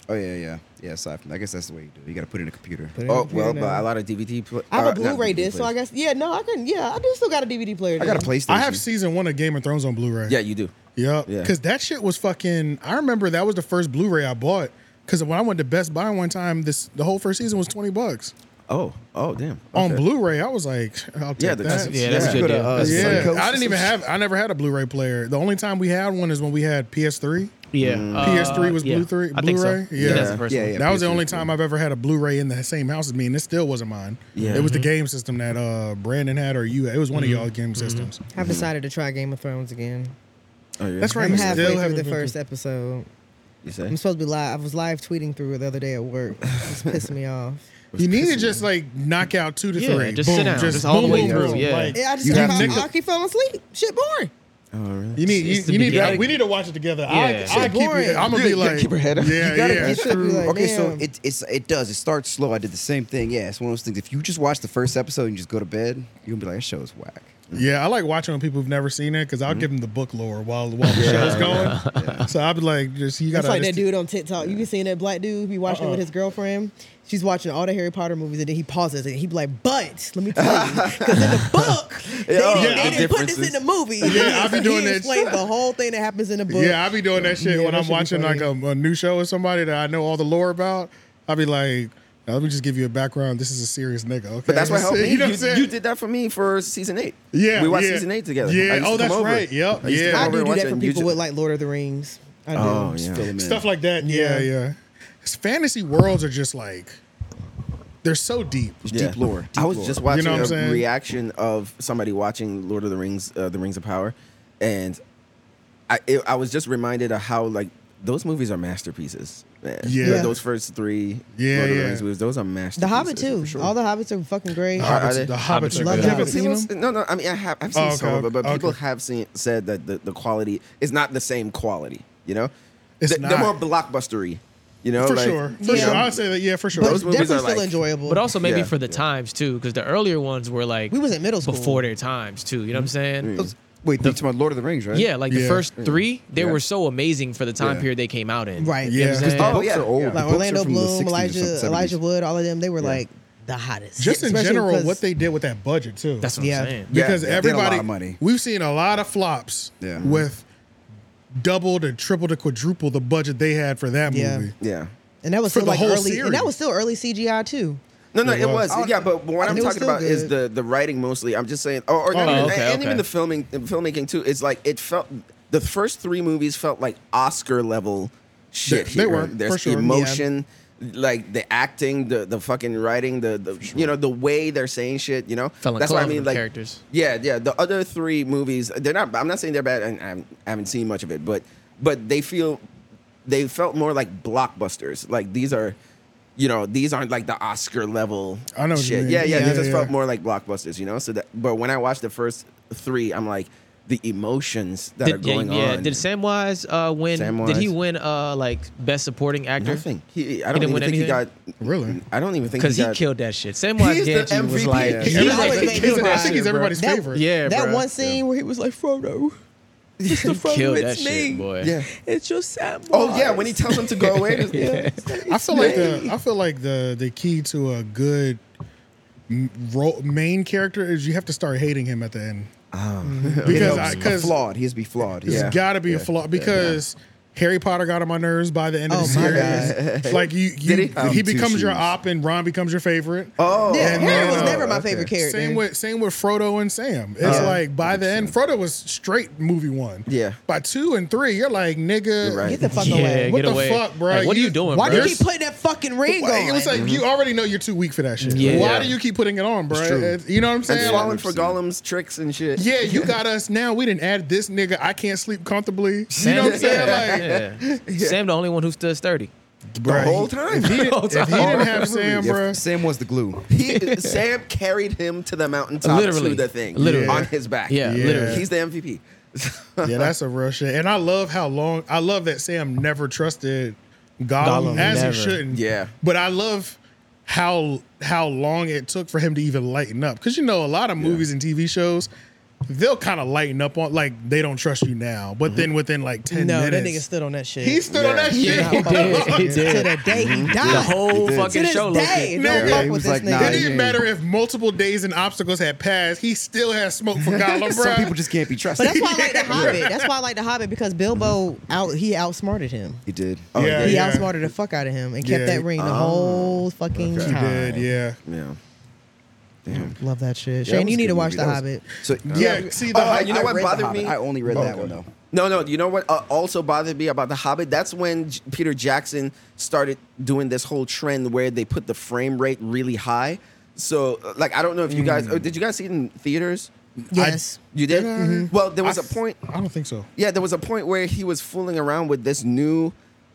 [SPEAKER 1] Oh yeah, yeah, yeah. Aside from, I guess that's the way you do. it. You got to put it in a computer.
[SPEAKER 8] Put it in a
[SPEAKER 7] Oh
[SPEAKER 8] computer
[SPEAKER 7] well,
[SPEAKER 8] now.
[SPEAKER 7] but a lot of DVD. Pl-
[SPEAKER 8] I have
[SPEAKER 7] uh,
[SPEAKER 8] a
[SPEAKER 7] not
[SPEAKER 8] Blu-ray
[SPEAKER 7] DVD
[SPEAKER 8] disc, so I
[SPEAKER 7] players.
[SPEAKER 8] guess yeah. No, I can. Yeah, I do still got a DVD player.
[SPEAKER 7] I got a
[SPEAKER 8] now.
[SPEAKER 7] PlayStation.
[SPEAKER 9] I have season one of Game of Thrones on Blu-ray.
[SPEAKER 7] Yeah, you do.
[SPEAKER 9] Yep.
[SPEAKER 7] Yeah.
[SPEAKER 9] Because that shit was fucking. I remember that was the first Blu-ray I bought. Because when I went to Best Buy one time, this the whole first season was twenty bucks
[SPEAKER 7] Oh, oh, damn.
[SPEAKER 9] on
[SPEAKER 7] Okay.
[SPEAKER 9] Blu-ray. I was like, I'll take
[SPEAKER 7] Yeah, the-
[SPEAKER 9] that.
[SPEAKER 7] yeah, that's a Yeah. good deal. That's a
[SPEAKER 9] Yeah.
[SPEAKER 7] good deal.
[SPEAKER 9] I didn't even have. I never had a Blu-ray player. The only time we had one is when we had PS3.
[SPEAKER 10] Yeah,
[SPEAKER 7] Mm.
[SPEAKER 10] uh,
[SPEAKER 9] PS3 was
[SPEAKER 10] yeah.
[SPEAKER 9] Blu-ray.
[SPEAKER 10] I think so.
[SPEAKER 9] Blu-ray.
[SPEAKER 10] Yeah, that's the first Yeah, one. yeah,
[SPEAKER 9] that was the
[SPEAKER 10] PS3
[SPEAKER 9] only time I've ever had a Blu-ray in the same house as me, and it still wasn't mine.
[SPEAKER 7] Yeah.
[SPEAKER 9] it was the
[SPEAKER 7] Mhm.
[SPEAKER 10] Mm-hmm.
[SPEAKER 9] game system that uh, Brandon had or you. had. It was one
[SPEAKER 8] Mhm.
[SPEAKER 9] of y'all game
[SPEAKER 7] Mm-hmm.
[SPEAKER 9] systems.
[SPEAKER 8] I've decided to try Game of Thrones again.
[SPEAKER 7] Oh, yeah.
[SPEAKER 9] That's right.
[SPEAKER 8] I'm
[SPEAKER 9] you
[SPEAKER 8] halfway
[SPEAKER 9] still
[SPEAKER 8] through
[SPEAKER 9] haven't
[SPEAKER 8] the
[SPEAKER 9] been
[SPEAKER 8] first
[SPEAKER 9] through-
[SPEAKER 8] episode.
[SPEAKER 7] You say?
[SPEAKER 8] I'm supposed to be live. I was live tweeting through it the other day at work. It's pissing me off.
[SPEAKER 9] You need to just like knock out two to
[SPEAKER 8] Yeah,
[SPEAKER 9] three.
[SPEAKER 10] just
[SPEAKER 9] boom,
[SPEAKER 10] sit down.
[SPEAKER 9] Just,
[SPEAKER 10] Just all the
[SPEAKER 9] boom,
[SPEAKER 10] way
[SPEAKER 9] boom,
[SPEAKER 10] through,
[SPEAKER 9] boom.
[SPEAKER 10] yeah.
[SPEAKER 9] Like,
[SPEAKER 8] Yeah, I just
[SPEAKER 9] you
[SPEAKER 8] got
[SPEAKER 9] have
[SPEAKER 8] my
[SPEAKER 9] to-
[SPEAKER 8] hockey fell asleep. Shit boring.
[SPEAKER 9] You
[SPEAKER 8] It's
[SPEAKER 9] need you,
[SPEAKER 8] the
[SPEAKER 9] you need
[SPEAKER 8] beginning.
[SPEAKER 9] we need to watch it together. I, I keep
[SPEAKER 8] boring.
[SPEAKER 9] I'm gonna
[SPEAKER 1] You-
[SPEAKER 9] be
[SPEAKER 1] you
[SPEAKER 9] like
[SPEAKER 1] keep her head up.
[SPEAKER 9] Yeah,
[SPEAKER 1] You gotta
[SPEAKER 9] yeah.
[SPEAKER 1] get through.
[SPEAKER 8] like,
[SPEAKER 1] okay, so
[SPEAKER 8] damn.
[SPEAKER 1] it, it's it does. It starts slow. I did the same thing. Yeah, it's one of those things. If you just watch the first episode and you just go to bed, you're gonna be like, that show is whack.
[SPEAKER 9] Yeah, I like watching when people who've never seen it because I'll give them the book lore while while the show's going. So I'll be like, just Uh-uh. you
[SPEAKER 8] That's
[SPEAKER 9] gotta
[SPEAKER 8] like that
[SPEAKER 9] understand-
[SPEAKER 8] dude on TikTok. You be seeing that black dude be watching it with his girlfriend. She's watching all the Harry Potter movies and then he pauses and he be like, "But let me tell you, because in the book they,
[SPEAKER 9] Yeah,
[SPEAKER 8] didn't,
[SPEAKER 9] yeah,
[SPEAKER 8] they didn't put this in
[SPEAKER 9] Oh,
[SPEAKER 8] oh,
[SPEAKER 9] differences.
[SPEAKER 8] the movie.
[SPEAKER 9] Yeah, I be doing
[SPEAKER 8] he
[SPEAKER 9] that
[SPEAKER 8] explained
[SPEAKER 9] shit.
[SPEAKER 8] the whole thing that happens in the book.
[SPEAKER 9] Yeah, I'll be doing that
[SPEAKER 8] Yeah,
[SPEAKER 9] shit when
[SPEAKER 8] that
[SPEAKER 9] I'm
[SPEAKER 8] should be
[SPEAKER 9] watching
[SPEAKER 8] funny.
[SPEAKER 9] like a, a new show with somebody that I know all the lore about. I'll be like, now, let me just give you a background. This is a serious nigga. Okay,
[SPEAKER 7] But that's what helped me.
[SPEAKER 9] You know what I'm
[SPEAKER 7] you,
[SPEAKER 9] saying?
[SPEAKER 7] you did that for me for season eight.
[SPEAKER 9] Yeah,
[SPEAKER 7] we watched
[SPEAKER 9] yeah.
[SPEAKER 7] season eight together.
[SPEAKER 9] Yeah,
[SPEAKER 7] I used to
[SPEAKER 9] oh,
[SPEAKER 7] come
[SPEAKER 9] that's
[SPEAKER 7] over.
[SPEAKER 9] right. Yep,
[SPEAKER 7] I used to
[SPEAKER 9] yeah.
[SPEAKER 7] come
[SPEAKER 8] I
[SPEAKER 7] over
[SPEAKER 8] do
[SPEAKER 7] and
[SPEAKER 8] do
[SPEAKER 7] watch
[SPEAKER 8] that
[SPEAKER 7] it
[SPEAKER 8] for
[SPEAKER 7] and
[SPEAKER 8] people
[SPEAKER 7] you
[SPEAKER 8] with like Lord of the Rings. I do.
[SPEAKER 7] Oh, yeah.
[SPEAKER 8] Just fill 'em in.
[SPEAKER 9] stuff like that. Yeah, yeah.
[SPEAKER 8] Yeah.
[SPEAKER 9] It's Fantasy worlds are just like they're so deep.
[SPEAKER 7] ju- Yeah. I was just watching
[SPEAKER 9] You know what I'm
[SPEAKER 7] a
[SPEAKER 9] saying?
[SPEAKER 7] reaction of somebody watching Lord of the Rings, uh, The Rings of Power, and I it, I was just reminded of how like those movies are masterpieces. Man.
[SPEAKER 9] Yeah.
[SPEAKER 7] Th- those first three
[SPEAKER 9] Yeah,
[SPEAKER 7] Lord of
[SPEAKER 9] yeah.
[SPEAKER 7] the Rings movies, those are masterpieces.
[SPEAKER 8] The Hobbit
[SPEAKER 7] for
[SPEAKER 8] too.
[SPEAKER 7] sure.
[SPEAKER 8] All the Hobbits are fucking great.
[SPEAKER 7] Are- are they-
[SPEAKER 9] the Hobbits are
[SPEAKER 8] Love the
[SPEAKER 9] good. You haven't
[SPEAKER 8] Hobbits.
[SPEAKER 9] seen them?
[SPEAKER 7] No, no. I mean, I have. I've seen
[SPEAKER 9] Oh, okay,
[SPEAKER 7] some of it, but
[SPEAKER 9] okay.
[SPEAKER 7] people have seen said that the, the quality is not the same quality. You know,
[SPEAKER 9] It's
[SPEAKER 7] They-
[SPEAKER 9] not.
[SPEAKER 7] They're more blockbustery. You know,
[SPEAKER 9] for
[SPEAKER 7] like-
[SPEAKER 9] sure, for
[SPEAKER 7] Yeah.
[SPEAKER 9] sure. I'd say that. Yeah, for sure.
[SPEAKER 7] But Those movies definitely are still like-
[SPEAKER 8] enjoyable.
[SPEAKER 10] But also maybe
[SPEAKER 7] Yeah.
[SPEAKER 10] for the times too, because the earlier ones were like
[SPEAKER 8] we was in middle school
[SPEAKER 10] before their times too. You know what I'm saying?
[SPEAKER 1] Wait, the, my Lord of the Rings, right?
[SPEAKER 10] Yeah, like the first three, they
[SPEAKER 1] Yeah.
[SPEAKER 10] were so amazing for the time
[SPEAKER 1] Yeah.
[SPEAKER 10] period they came out in.
[SPEAKER 8] Right.
[SPEAKER 10] You know
[SPEAKER 1] Yeah.
[SPEAKER 10] what I'm
[SPEAKER 1] 'Cause
[SPEAKER 10] saying?
[SPEAKER 1] the Oh, books yeah. are old. The
[SPEAKER 8] like
[SPEAKER 1] books are
[SPEAKER 8] Elijah
[SPEAKER 1] from the 60s
[SPEAKER 8] Bloom,
[SPEAKER 1] or
[SPEAKER 8] Elijah,
[SPEAKER 1] something,
[SPEAKER 8] Elijah
[SPEAKER 1] 70s.
[SPEAKER 8] Wood, all of them, they were like the hottest.
[SPEAKER 9] just in
[SPEAKER 8] Especially
[SPEAKER 9] general,
[SPEAKER 8] 'cause-
[SPEAKER 9] what they did with that budget too.
[SPEAKER 10] That's what I'm
[SPEAKER 8] Yeah.
[SPEAKER 10] saying.
[SPEAKER 9] because
[SPEAKER 1] Yeah, yeah. They had a lot
[SPEAKER 9] everybody
[SPEAKER 1] of money.
[SPEAKER 9] we've seen a lot of flops
[SPEAKER 1] Yeah.
[SPEAKER 9] with double to triple to quadruple the budget they had for that
[SPEAKER 8] Yeah.
[SPEAKER 9] movie.
[SPEAKER 7] Yeah.
[SPEAKER 8] and that was
[SPEAKER 9] for
[SPEAKER 8] still
[SPEAKER 9] the
[SPEAKER 8] like
[SPEAKER 9] whole
[SPEAKER 8] early,
[SPEAKER 9] series.
[SPEAKER 8] and that was still early CGI too.
[SPEAKER 7] No, no,
[SPEAKER 9] It
[SPEAKER 7] it
[SPEAKER 9] was.
[SPEAKER 7] was. Yeah, but but what
[SPEAKER 8] And
[SPEAKER 7] I'm
[SPEAKER 8] it was
[SPEAKER 7] talking
[SPEAKER 8] still
[SPEAKER 7] about is
[SPEAKER 8] good.
[SPEAKER 7] the the writing mostly. I'm just saying, or, or not
[SPEAKER 10] Oh,
[SPEAKER 7] even,
[SPEAKER 10] okay,
[SPEAKER 7] and
[SPEAKER 10] okay.
[SPEAKER 7] even the filming the filmmaking too. It's like it felt the first three movies felt like Oscar level shit.
[SPEAKER 9] They- they
[SPEAKER 7] here.
[SPEAKER 9] were,
[SPEAKER 7] There's
[SPEAKER 9] for sure.
[SPEAKER 7] emotion. like the acting, the the fucking writing, the, the you know the way they're saying shit. You know,
[SPEAKER 10] Fell in
[SPEAKER 7] that's what I
[SPEAKER 10] love with
[SPEAKER 7] mean.
[SPEAKER 10] the
[SPEAKER 7] Like
[SPEAKER 10] characters.
[SPEAKER 7] Yeah, yeah. The other three movies, they're not. I'm not saying they're bad, and I'm- I haven't seen much of it, but but they feel they felt more like blockbusters. Like these are. You know, these aren't like the Oscar level
[SPEAKER 9] I know what you
[SPEAKER 7] shit.
[SPEAKER 9] mean.
[SPEAKER 7] Yeah, yeah,
[SPEAKER 9] Yeah,
[SPEAKER 7] These just
[SPEAKER 9] yeah,
[SPEAKER 7] felt
[SPEAKER 9] yeah.
[SPEAKER 7] more like blockbusters, you know. So that, but when I watched the first three, I'm like, the emotions that are
[SPEAKER 10] Did, yeah,
[SPEAKER 7] going
[SPEAKER 10] yeah.
[SPEAKER 7] on.
[SPEAKER 10] Did Samwise uh, win? Did he
[SPEAKER 7] Samwise.
[SPEAKER 10] win uh, like best supporting actor?
[SPEAKER 7] Nothing. He, I
[SPEAKER 10] He
[SPEAKER 7] don't
[SPEAKER 10] didn't
[SPEAKER 7] even
[SPEAKER 10] win
[SPEAKER 7] think he got.
[SPEAKER 10] anything?
[SPEAKER 9] Really?
[SPEAKER 7] I don't even think
[SPEAKER 10] Because he,
[SPEAKER 7] got-
[SPEAKER 10] killed that shit. Samwise
[SPEAKER 7] He's the
[SPEAKER 10] Gamgee was
[SPEAKER 7] MVP.
[SPEAKER 10] like,
[SPEAKER 7] Yeah.
[SPEAKER 10] he
[SPEAKER 7] He's
[SPEAKER 10] was
[SPEAKER 7] like-
[SPEAKER 10] like-
[SPEAKER 7] he's in that
[SPEAKER 10] I
[SPEAKER 7] shit,
[SPEAKER 10] think he's
[SPEAKER 7] bro.
[SPEAKER 10] everybody's
[SPEAKER 8] That-
[SPEAKER 10] favorite. Yeah,
[SPEAKER 8] that
[SPEAKER 10] bro.
[SPEAKER 8] one scene where he was like, Frodo,
[SPEAKER 10] He killed that
[SPEAKER 8] it's me.
[SPEAKER 10] shit, boy.
[SPEAKER 7] Yeah.
[SPEAKER 8] it's your Samwise.
[SPEAKER 7] Oh yeah, when he tells him to go away. it's- yeah.
[SPEAKER 9] I feel like the I feel like the the key to a good m- ro- main character is you have to start hating him at the end.
[SPEAKER 8] Mm-hmm.
[SPEAKER 9] Because I- 'cause-
[SPEAKER 1] flawed. He has to be flawed.
[SPEAKER 9] It's
[SPEAKER 1] Ah. Yeah.
[SPEAKER 9] got to be a
[SPEAKER 1] Yeah.
[SPEAKER 9] flaw because Harry Potter got on my nerves by the end of the
[SPEAKER 1] Oh my
[SPEAKER 9] series.
[SPEAKER 1] God.
[SPEAKER 9] like you, you
[SPEAKER 1] Did he?
[SPEAKER 9] he,
[SPEAKER 1] Um, two
[SPEAKER 9] becomes your
[SPEAKER 1] shoes.
[SPEAKER 9] op and Ron becomes your favorite.
[SPEAKER 7] Oh,
[SPEAKER 8] Yeah,
[SPEAKER 9] And
[SPEAKER 8] Harry
[SPEAKER 9] then,
[SPEAKER 8] was
[SPEAKER 9] uh,
[SPEAKER 8] never my favorite character.
[SPEAKER 9] Same with same with Frodo and Sam. It's
[SPEAKER 7] Yeah.
[SPEAKER 9] like by the end, Frodo was straight movie one.
[SPEAKER 7] Yeah.
[SPEAKER 9] By two and three, you're like nigga,
[SPEAKER 7] You're right.
[SPEAKER 8] Get the fuck
[SPEAKER 10] Yeah,
[SPEAKER 8] away.
[SPEAKER 9] what
[SPEAKER 10] get
[SPEAKER 9] the
[SPEAKER 10] away.
[SPEAKER 9] fuck, bro?
[SPEAKER 10] Like, what are you doing,
[SPEAKER 8] Why
[SPEAKER 10] bro? Mm-hmm.
[SPEAKER 8] do you keep putting that fucking ring
[SPEAKER 9] Why-
[SPEAKER 8] on?
[SPEAKER 9] It was like you already know you're too weak for that shit.
[SPEAKER 10] Yeah.
[SPEAKER 9] Why do you keep putting it on, bro?
[SPEAKER 7] It's true.
[SPEAKER 9] It's- You know what I'm
[SPEAKER 7] And
[SPEAKER 9] saying?
[SPEAKER 7] falling for Gollum's tricks and shit.
[SPEAKER 9] yeah, you got us now. We didn't add this nigga. I can't sleep comfortably. You know what I'm saying? Like,
[SPEAKER 10] yeah. Sam, the only one who stood sturdy.
[SPEAKER 9] Bruh,
[SPEAKER 7] whole
[SPEAKER 9] he-
[SPEAKER 7] time.
[SPEAKER 9] If
[SPEAKER 10] The
[SPEAKER 9] he didn't,
[SPEAKER 10] whole
[SPEAKER 9] if he
[SPEAKER 10] time.
[SPEAKER 9] didn't have Sam,
[SPEAKER 1] Yeah,
[SPEAKER 9] bro,
[SPEAKER 1] Sam was the glue.
[SPEAKER 7] He, Sam carried him to the mountaintop
[SPEAKER 10] Literally.
[SPEAKER 7] to the thing
[SPEAKER 10] Literally.
[SPEAKER 7] on his back.
[SPEAKER 10] Yeah,
[SPEAKER 9] Yeah. literally.
[SPEAKER 7] He's the MVP.
[SPEAKER 9] yeah, that's a real shit. And I love how long. I love that Sam never trusted Gollum,
[SPEAKER 10] Gollum,
[SPEAKER 9] as
[SPEAKER 10] never.
[SPEAKER 9] he shouldn't.
[SPEAKER 7] Yeah.
[SPEAKER 9] but I love how how long it took for him to even lighten up. Because you know, a lot of movies and TV shows. They'll kind of lighten up on like they don't trust you now, but then within like ten
[SPEAKER 8] no, that
[SPEAKER 9] minutes,
[SPEAKER 8] nigga stood on that shit.
[SPEAKER 9] he stood on
[SPEAKER 7] Yeah.
[SPEAKER 9] that shit.
[SPEAKER 10] he did. He
[SPEAKER 8] to
[SPEAKER 10] did. Mm-hmm.
[SPEAKER 8] the day he died.
[SPEAKER 10] The whole
[SPEAKER 1] did.
[SPEAKER 8] to
[SPEAKER 10] fucking
[SPEAKER 8] this
[SPEAKER 10] show.
[SPEAKER 8] day,
[SPEAKER 10] looked-
[SPEAKER 9] No,
[SPEAKER 8] don't
[SPEAKER 9] yeah,
[SPEAKER 8] fuck with
[SPEAKER 9] he
[SPEAKER 1] was
[SPEAKER 8] this
[SPEAKER 1] like, nah,
[SPEAKER 8] nigga.
[SPEAKER 9] It
[SPEAKER 1] you-
[SPEAKER 9] didn't matter if multiple days and obstacles had passed. He still has smoke for Gollum, bro.
[SPEAKER 1] Some people just can't be
[SPEAKER 8] But
[SPEAKER 1] trusted.
[SPEAKER 8] that's why I like the Hobbit. That's why I like the Hobbit because Bilbo out he outsmarted him.
[SPEAKER 1] he did. Oh,
[SPEAKER 9] Yeah,
[SPEAKER 8] He
[SPEAKER 9] yeah.
[SPEAKER 8] outsmarted the fuck out of him and kept
[SPEAKER 9] Yeah.
[SPEAKER 8] that ring the whole fucking
[SPEAKER 9] He
[SPEAKER 8] time.
[SPEAKER 9] did, yeah.
[SPEAKER 7] Yeah.
[SPEAKER 8] Love that shit.
[SPEAKER 1] Yeah,
[SPEAKER 8] Shane,
[SPEAKER 1] that
[SPEAKER 8] you
[SPEAKER 1] was
[SPEAKER 8] need
[SPEAKER 1] a good
[SPEAKER 8] to watch
[SPEAKER 1] movie.
[SPEAKER 8] The
[SPEAKER 1] That was-
[SPEAKER 8] Hobbit.
[SPEAKER 1] So
[SPEAKER 9] Yeah, see, the,
[SPEAKER 7] Oh,
[SPEAKER 9] hy-
[SPEAKER 7] you know
[SPEAKER 1] I
[SPEAKER 7] what
[SPEAKER 1] read The
[SPEAKER 7] bothered
[SPEAKER 1] Hobbit.
[SPEAKER 7] me?
[SPEAKER 1] I only read
[SPEAKER 9] Oh,
[SPEAKER 1] that
[SPEAKER 9] okay.
[SPEAKER 1] one though.
[SPEAKER 7] No, no. You know what uh, also bothered me about The Hobbit? That's when J- Peter Jackson started doing this whole trend where they put the frame rate really high. So, uh, like, I don't know if you guys oh, did. You guys see it in theaters?
[SPEAKER 8] Yes.
[SPEAKER 7] You did.
[SPEAKER 1] Mm-hmm.
[SPEAKER 7] Well, there was
[SPEAKER 9] I
[SPEAKER 7] a point.
[SPEAKER 9] I don't think so.
[SPEAKER 7] Yeah, there was a point where he was fooling around with this new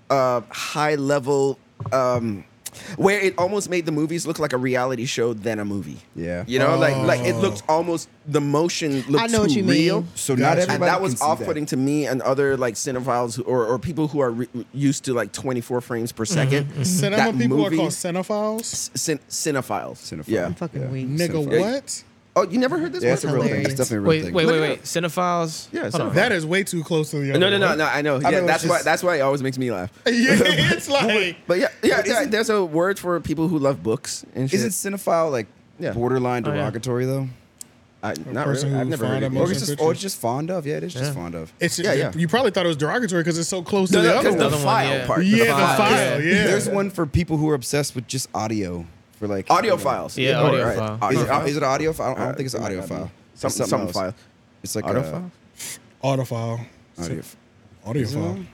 [SPEAKER 7] uh, high level, um, where it almost made the movies look like a reality show than a movie.
[SPEAKER 1] Yeah.
[SPEAKER 7] you know, like like it
[SPEAKER 9] Oh.
[SPEAKER 7] looks almost the motion looks
[SPEAKER 8] I know what
[SPEAKER 7] too
[SPEAKER 8] you mean.
[SPEAKER 7] real.
[SPEAKER 1] So
[SPEAKER 9] Gotcha.
[SPEAKER 1] not
[SPEAKER 9] And
[SPEAKER 1] everybody.
[SPEAKER 7] And that
[SPEAKER 1] can
[SPEAKER 7] was
[SPEAKER 1] see
[SPEAKER 7] off-putting to me and other like cinephiles who, or, or people who are re- used to like 24 frames per 2nd
[SPEAKER 9] Cinema
[SPEAKER 7] That
[SPEAKER 9] people
[SPEAKER 7] movie-
[SPEAKER 9] are called cinophiles.
[SPEAKER 7] Cin- cinephiles.
[SPEAKER 1] Cinephiles.
[SPEAKER 7] Yeah.
[SPEAKER 8] I'm fucking weak.
[SPEAKER 9] Nigga,
[SPEAKER 1] Cinephile.
[SPEAKER 9] what?
[SPEAKER 7] Oh, you never heard this?
[SPEAKER 1] Yeah,
[SPEAKER 7] one?
[SPEAKER 1] that's a real thing. That's definitely a real
[SPEAKER 10] Wait,
[SPEAKER 1] thing.
[SPEAKER 10] wait,
[SPEAKER 7] Look
[SPEAKER 10] wait,
[SPEAKER 7] it
[SPEAKER 10] wait. Cinephiles.
[SPEAKER 7] Yeah,
[SPEAKER 10] Hold on.
[SPEAKER 9] That is way too close to the other.
[SPEAKER 7] No, no, no,
[SPEAKER 9] one.
[SPEAKER 7] no. I know. Yeah,
[SPEAKER 1] I know,
[SPEAKER 7] that's
[SPEAKER 1] it's
[SPEAKER 7] why.
[SPEAKER 1] just-
[SPEAKER 7] That's why it always makes me laugh.
[SPEAKER 9] Yeah, it's like
[SPEAKER 7] But yeah, yeah. yeah there's a word for people who love books and shit.
[SPEAKER 1] Isn't cinephile like
[SPEAKER 7] Yeah.
[SPEAKER 1] borderline
[SPEAKER 10] Oh, yeah.
[SPEAKER 1] derogatory though?
[SPEAKER 7] I, not
[SPEAKER 9] person
[SPEAKER 7] really. I've
[SPEAKER 9] who
[SPEAKER 7] never
[SPEAKER 9] found
[SPEAKER 7] heard
[SPEAKER 9] a
[SPEAKER 7] of
[SPEAKER 1] Or
[SPEAKER 9] Motion
[SPEAKER 1] it's
[SPEAKER 7] it.
[SPEAKER 1] just
[SPEAKER 9] picture.
[SPEAKER 1] or it's just fond of? Yeah, it is just
[SPEAKER 10] Yeah.
[SPEAKER 1] fond of.
[SPEAKER 9] it's
[SPEAKER 7] Yeah, yeah.
[SPEAKER 9] you probably thought it was derogatory because it's so close
[SPEAKER 7] No,
[SPEAKER 9] to the
[SPEAKER 7] no,
[SPEAKER 9] other
[SPEAKER 7] 'cause
[SPEAKER 9] one.
[SPEAKER 7] the
[SPEAKER 10] Another one,
[SPEAKER 7] file
[SPEAKER 10] yeah.
[SPEAKER 7] part.
[SPEAKER 9] yeah, the
[SPEAKER 7] file.
[SPEAKER 9] file. Yeah,
[SPEAKER 1] There's one for people who are obsessed with just audio for like
[SPEAKER 7] Audio files.
[SPEAKER 10] Yeah,
[SPEAKER 7] all
[SPEAKER 10] audio
[SPEAKER 7] right.
[SPEAKER 10] file.
[SPEAKER 7] Audio
[SPEAKER 1] Is it,
[SPEAKER 7] file.
[SPEAKER 1] is it audio file? I don't, I don't
[SPEAKER 7] Uh,
[SPEAKER 1] think it's an
[SPEAKER 7] it might
[SPEAKER 1] audio
[SPEAKER 7] not
[SPEAKER 1] file.
[SPEAKER 7] be.
[SPEAKER 1] It's
[SPEAKER 7] Some-
[SPEAKER 1] something
[SPEAKER 7] some
[SPEAKER 1] else.
[SPEAKER 7] file.
[SPEAKER 1] It's like
[SPEAKER 7] Audio
[SPEAKER 1] a-
[SPEAKER 7] file.
[SPEAKER 9] Autophile.
[SPEAKER 1] Audio.
[SPEAKER 9] Audio
[SPEAKER 1] Is it
[SPEAKER 9] file.
[SPEAKER 1] on?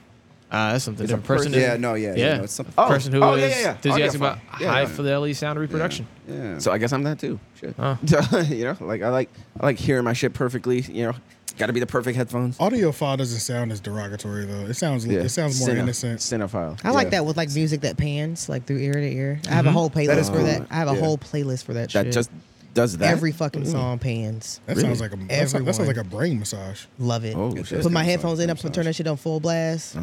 [SPEAKER 10] Ah, that's something different. Person,
[SPEAKER 7] person-
[SPEAKER 10] who-
[SPEAKER 1] Yeah, no, yeah, yeah, no, it's some-
[SPEAKER 10] A person who is
[SPEAKER 7] Oh, yeah, yeah, yeah.
[SPEAKER 10] enthusiastic
[SPEAKER 7] Audiophile.
[SPEAKER 10] about
[SPEAKER 7] Yeah,
[SPEAKER 10] high
[SPEAKER 7] yeah.
[SPEAKER 10] fidelity sound reproduction.
[SPEAKER 1] Yeah.
[SPEAKER 7] So I guess I'm that too. Shit.
[SPEAKER 10] Huh.
[SPEAKER 7] you know, like I like I like hearing my shit perfectly. You know, got to be the perfect headphones.
[SPEAKER 9] Audio file doesn't sound as derogatory though. It sounds it sounds more
[SPEAKER 7] Cine-
[SPEAKER 9] innocent.
[SPEAKER 7] Cinephile.
[SPEAKER 8] I like
[SPEAKER 1] Yeah.
[SPEAKER 8] that with like music that pans like through ear to ear. I
[SPEAKER 7] Mm-hmm.
[SPEAKER 8] have a whole playlist
[SPEAKER 1] is
[SPEAKER 8] for
[SPEAKER 1] cool.
[SPEAKER 8] that. I have a
[SPEAKER 1] Yeah.
[SPEAKER 8] whole playlist for that,
[SPEAKER 7] that
[SPEAKER 8] shit.
[SPEAKER 7] just does that. Mm.
[SPEAKER 8] Every fucking song pans.
[SPEAKER 9] That sounds like a that sounds, that sounds like a brain massage.
[SPEAKER 8] Love it.
[SPEAKER 7] Oh, shit.
[SPEAKER 8] Put my
[SPEAKER 1] Sounds
[SPEAKER 8] headphones in.
[SPEAKER 1] like
[SPEAKER 8] I'm gonna turn that shit on full blast.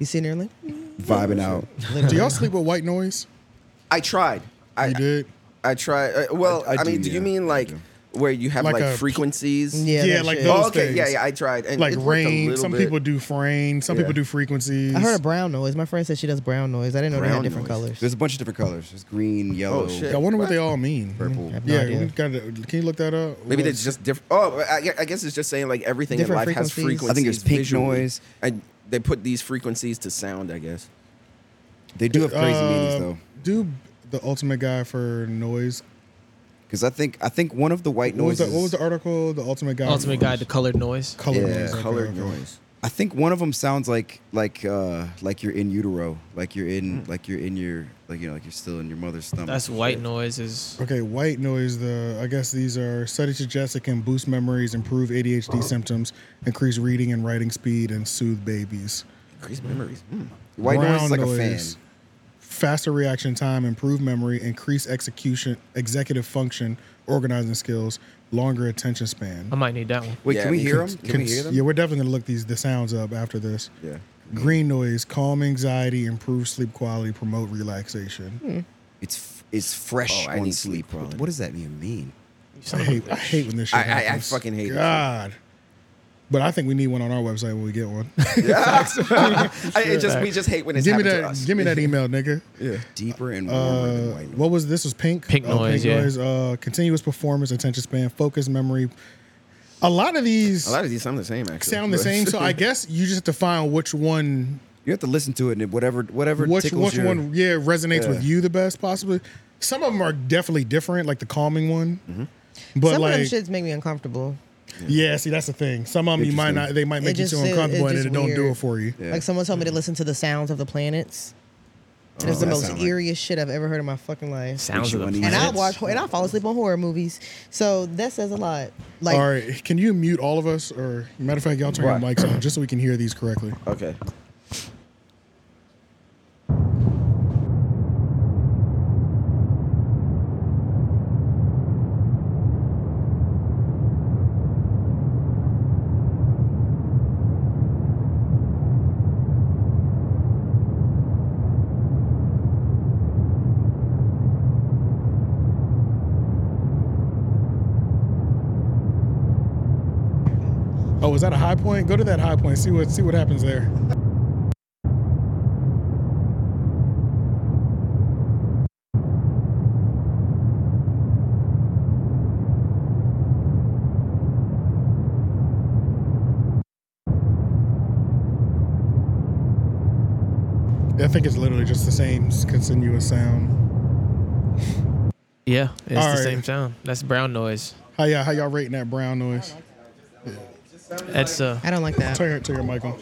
[SPEAKER 8] You sitting there like
[SPEAKER 1] Vibing out.
[SPEAKER 9] Do y'all sleep with white noise?
[SPEAKER 7] I tried. I
[SPEAKER 9] you did.
[SPEAKER 7] I tried. Uh, well,
[SPEAKER 1] I-
[SPEAKER 7] I,
[SPEAKER 1] I do,
[SPEAKER 7] mean, do you
[SPEAKER 1] yeah.
[SPEAKER 7] mean like
[SPEAKER 1] I do.
[SPEAKER 7] where you have
[SPEAKER 9] Like
[SPEAKER 7] like,
[SPEAKER 9] a-
[SPEAKER 7] frequencies?
[SPEAKER 8] Yeah,
[SPEAKER 9] Yeah,
[SPEAKER 8] that
[SPEAKER 9] like
[SPEAKER 8] shit.
[SPEAKER 9] those
[SPEAKER 7] Oh, okay.
[SPEAKER 9] things.
[SPEAKER 7] Yeah, yeah. I tried. And
[SPEAKER 9] like
[SPEAKER 7] it worked a
[SPEAKER 9] rain.
[SPEAKER 7] little
[SPEAKER 9] Some
[SPEAKER 7] bit.
[SPEAKER 9] people do frame. Some
[SPEAKER 7] Yeah.
[SPEAKER 9] people do frequencies.
[SPEAKER 8] I heard a brown noise. My friend said she does brown noise. I didn't know they had
[SPEAKER 7] Brown
[SPEAKER 8] different
[SPEAKER 7] noise.
[SPEAKER 8] colors.
[SPEAKER 1] There's a bunch of different colors. There's green, yellow,
[SPEAKER 7] Oh, shit.
[SPEAKER 9] I wonder what they all mean.
[SPEAKER 1] purple.
[SPEAKER 8] I have no
[SPEAKER 9] Yeah,
[SPEAKER 8] idea.
[SPEAKER 9] we gotta, can you look that up?
[SPEAKER 7] Maybe
[SPEAKER 9] What
[SPEAKER 7] they're
[SPEAKER 9] is-
[SPEAKER 7] just different. Oh, I, gue- I guess it's just saying like everything
[SPEAKER 8] Different
[SPEAKER 7] in life has
[SPEAKER 8] frequencies.
[SPEAKER 7] frequencies.
[SPEAKER 1] I think there's pink
[SPEAKER 7] visually.
[SPEAKER 1] noise.
[SPEAKER 7] And they put these frequencies to sound. I guess.
[SPEAKER 1] They do have crazy
[SPEAKER 9] Uh,
[SPEAKER 1] meanings though.
[SPEAKER 9] Do the ultimate guy for noise.
[SPEAKER 1] Because I think I think one of the white
[SPEAKER 9] What was,
[SPEAKER 1] noises.
[SPEAKER 9] the, what was the article? The ultimate guy.
[SPEAKER 10] Ultimate
[SPEAKER 9] for
[SPEAKER 10] Guide to Colored Noise.
[SPEAKER 9] Color
[SPEAKER 1] Yeah.
[SPEAKER 9] noise. okay,
[SPEAKER 7] Colored
[SPEAKER 9] okay.
[SPEAKER 7] noise.
[SPEAKER 1] I think one of them sounds like like uh like you're in utero, like you're in like you're in your like you know like you're still in your mother's stomach.
[SPEAKER 10] Hmm. That's white noise. Is
[SPEAKER 9] Okay, white noise. The I guess these are studies suggest it can boost memories, improve ADHD symptoms, increase reading and writing speed, and soothe babies.
[SPEAKER 7] Increased memories.
[SPEAKER 1] hmm. White noise is
[SPEAKER 9] Brown
[SPEAKER 1] like
[SPEAKER 9] noise, Faster reaction time, improved memory, increased execution, executive function, organizing skills, longer attention span.
[SPEAKER 10] I might need that one.
[SPEAKER 1] Wait, can we hear 'em? Can we
[SPEAKER 9] Cons-
[SPEAKER 1] hear them?
[SPEAKER 9] Yeah, we're definitely gonna look these the sounds up after this.
[SPEAKER 1] Yeah.
[SPEAKER 9] Green noise, calm anxiety, improve sleep quality, promote relaxation.
[SPEAKER 1] a fan. It's f- it's fresh
[SPEAKER 7] Oh, I
[SPEAKER 1] on
[SPEAKER 7] need
[SPEAKER 1] sleep. what does that even mean?
[SPEAKER 9] I hate, I hate when this shit
[SPEAKER 7] I- I- I
[SPEAKER 9] happens.
[SPEAKER 7] fucking hate it, too.
[SPEAKER 9] God. But I think we need one on our website when we get one.
[SPEAKER 7] I- it just we just hate when it's
[SPEAKER 9] give me
[SPEAKER 7] happened
[SPEAKER 9] that.
[SPEAKER 7] to us.
[SPEAKER 9] Give me that email, nigga.
[SPEAKER 7] Yeah.
[SPEAKER 1] Deeper and warmer
[SPEAKER 9] Uh,
[SPEAKER 1] than white.
[SPEAKER 9] what was this? Was pink?
[SPEAKER 10] Pink
[SPEAKER 9] Oh,
[SPEAKER 10] noise, yeah.
[SPEAKER 9] Uh, continuous performance, attention span, focus, memory. A lot of these
[SPEAKER 7] A lot of these sound the same actually.
[SPEAKER 9] sound the same, so I guess you just have to find which one,
[SPEAKER 1] You have to listen to it and whatever whatever
[SPEAKER 9] which
[SPEAKER 1] tickles
[SPEAKER 9] which
[SPEAKER 1] your,
[SPEAKER 9] one, yeah, resonates
[SPEAKER 1] Yeah.
[SPEAKER 9] with you the best, possibly. Some of them are definitely different, like the calming one.
[SPEAKER 7] Mm-hmm.
[SPEAKER 9] But
[SPEAKER 8] Some
[SPEAKER 9] like,
[SPEAKER 8] of them shits make me uncomfortable.
[SPEAKER 9] yeah, see, that's the thing. Some of them you might
[SPEAKER 1] Interesting.
[SPEAKER 9] not, they might
[SPEAKER 8] It
[SPEAKER 9] make you
[SPEAKER 8] just-
[SPEAKER 9] too
[SPEAKER 8] it- it's
[SPEAKER 9] uncomfortable, and
[SPEAKER 8] just
[SPEAKER 9] it don't do
[SPEAKER 8] weird.
[SPEAKER 9] it for you.
[SPEAKER 1] Yeah.
[SPEAKER 8] Like someone told me to listen to the sounds of the planets. And it's
[SPEAKER 1] Oh,
[SPEAKER 8] the
[SPEAKER 1] that
[SPEAKER 8] most
[SPEAKER 1] sound like-
[SPEAKER 8] eeriest shit I've ever heard in my fucking life.
[SPEAKER 10] Sounds
[SPEAKER 1] you
[SPEAKER 10] of the
[SPEAKER 1] uneasy.
[SPEAKER 8] and I
[SPEAKER 10] planets.
[SPEAKER 8] watch hor- and I fall asleep on horror movies. So that says a lot. Like
[SPEAKER 9] all right, can you mute all of us, or matter of fact, y'all turn your
[SPEAKER 7] Why?
[SPEAKER 9] mics on just so we can hear these correctly.
[SPEAKER 7] Okay.
[SPEAKER 9] Oh, is that a high point? Go to that high point. See what see what happens there. I think it's literally just the same s- continuous sound.
[SPEAKER 10] Yeah, it's the
[SPEAKER 9] All right.
[SPEAKER 10] same sound. That's brown noise.
[SPEAKER 9] How y'all how y'all rating that brown noise?
[SPEAKER 10] That's uh,
[SPEAKER 8] I don't like that.
[SPEAKER 9] Turn your turn your mic on.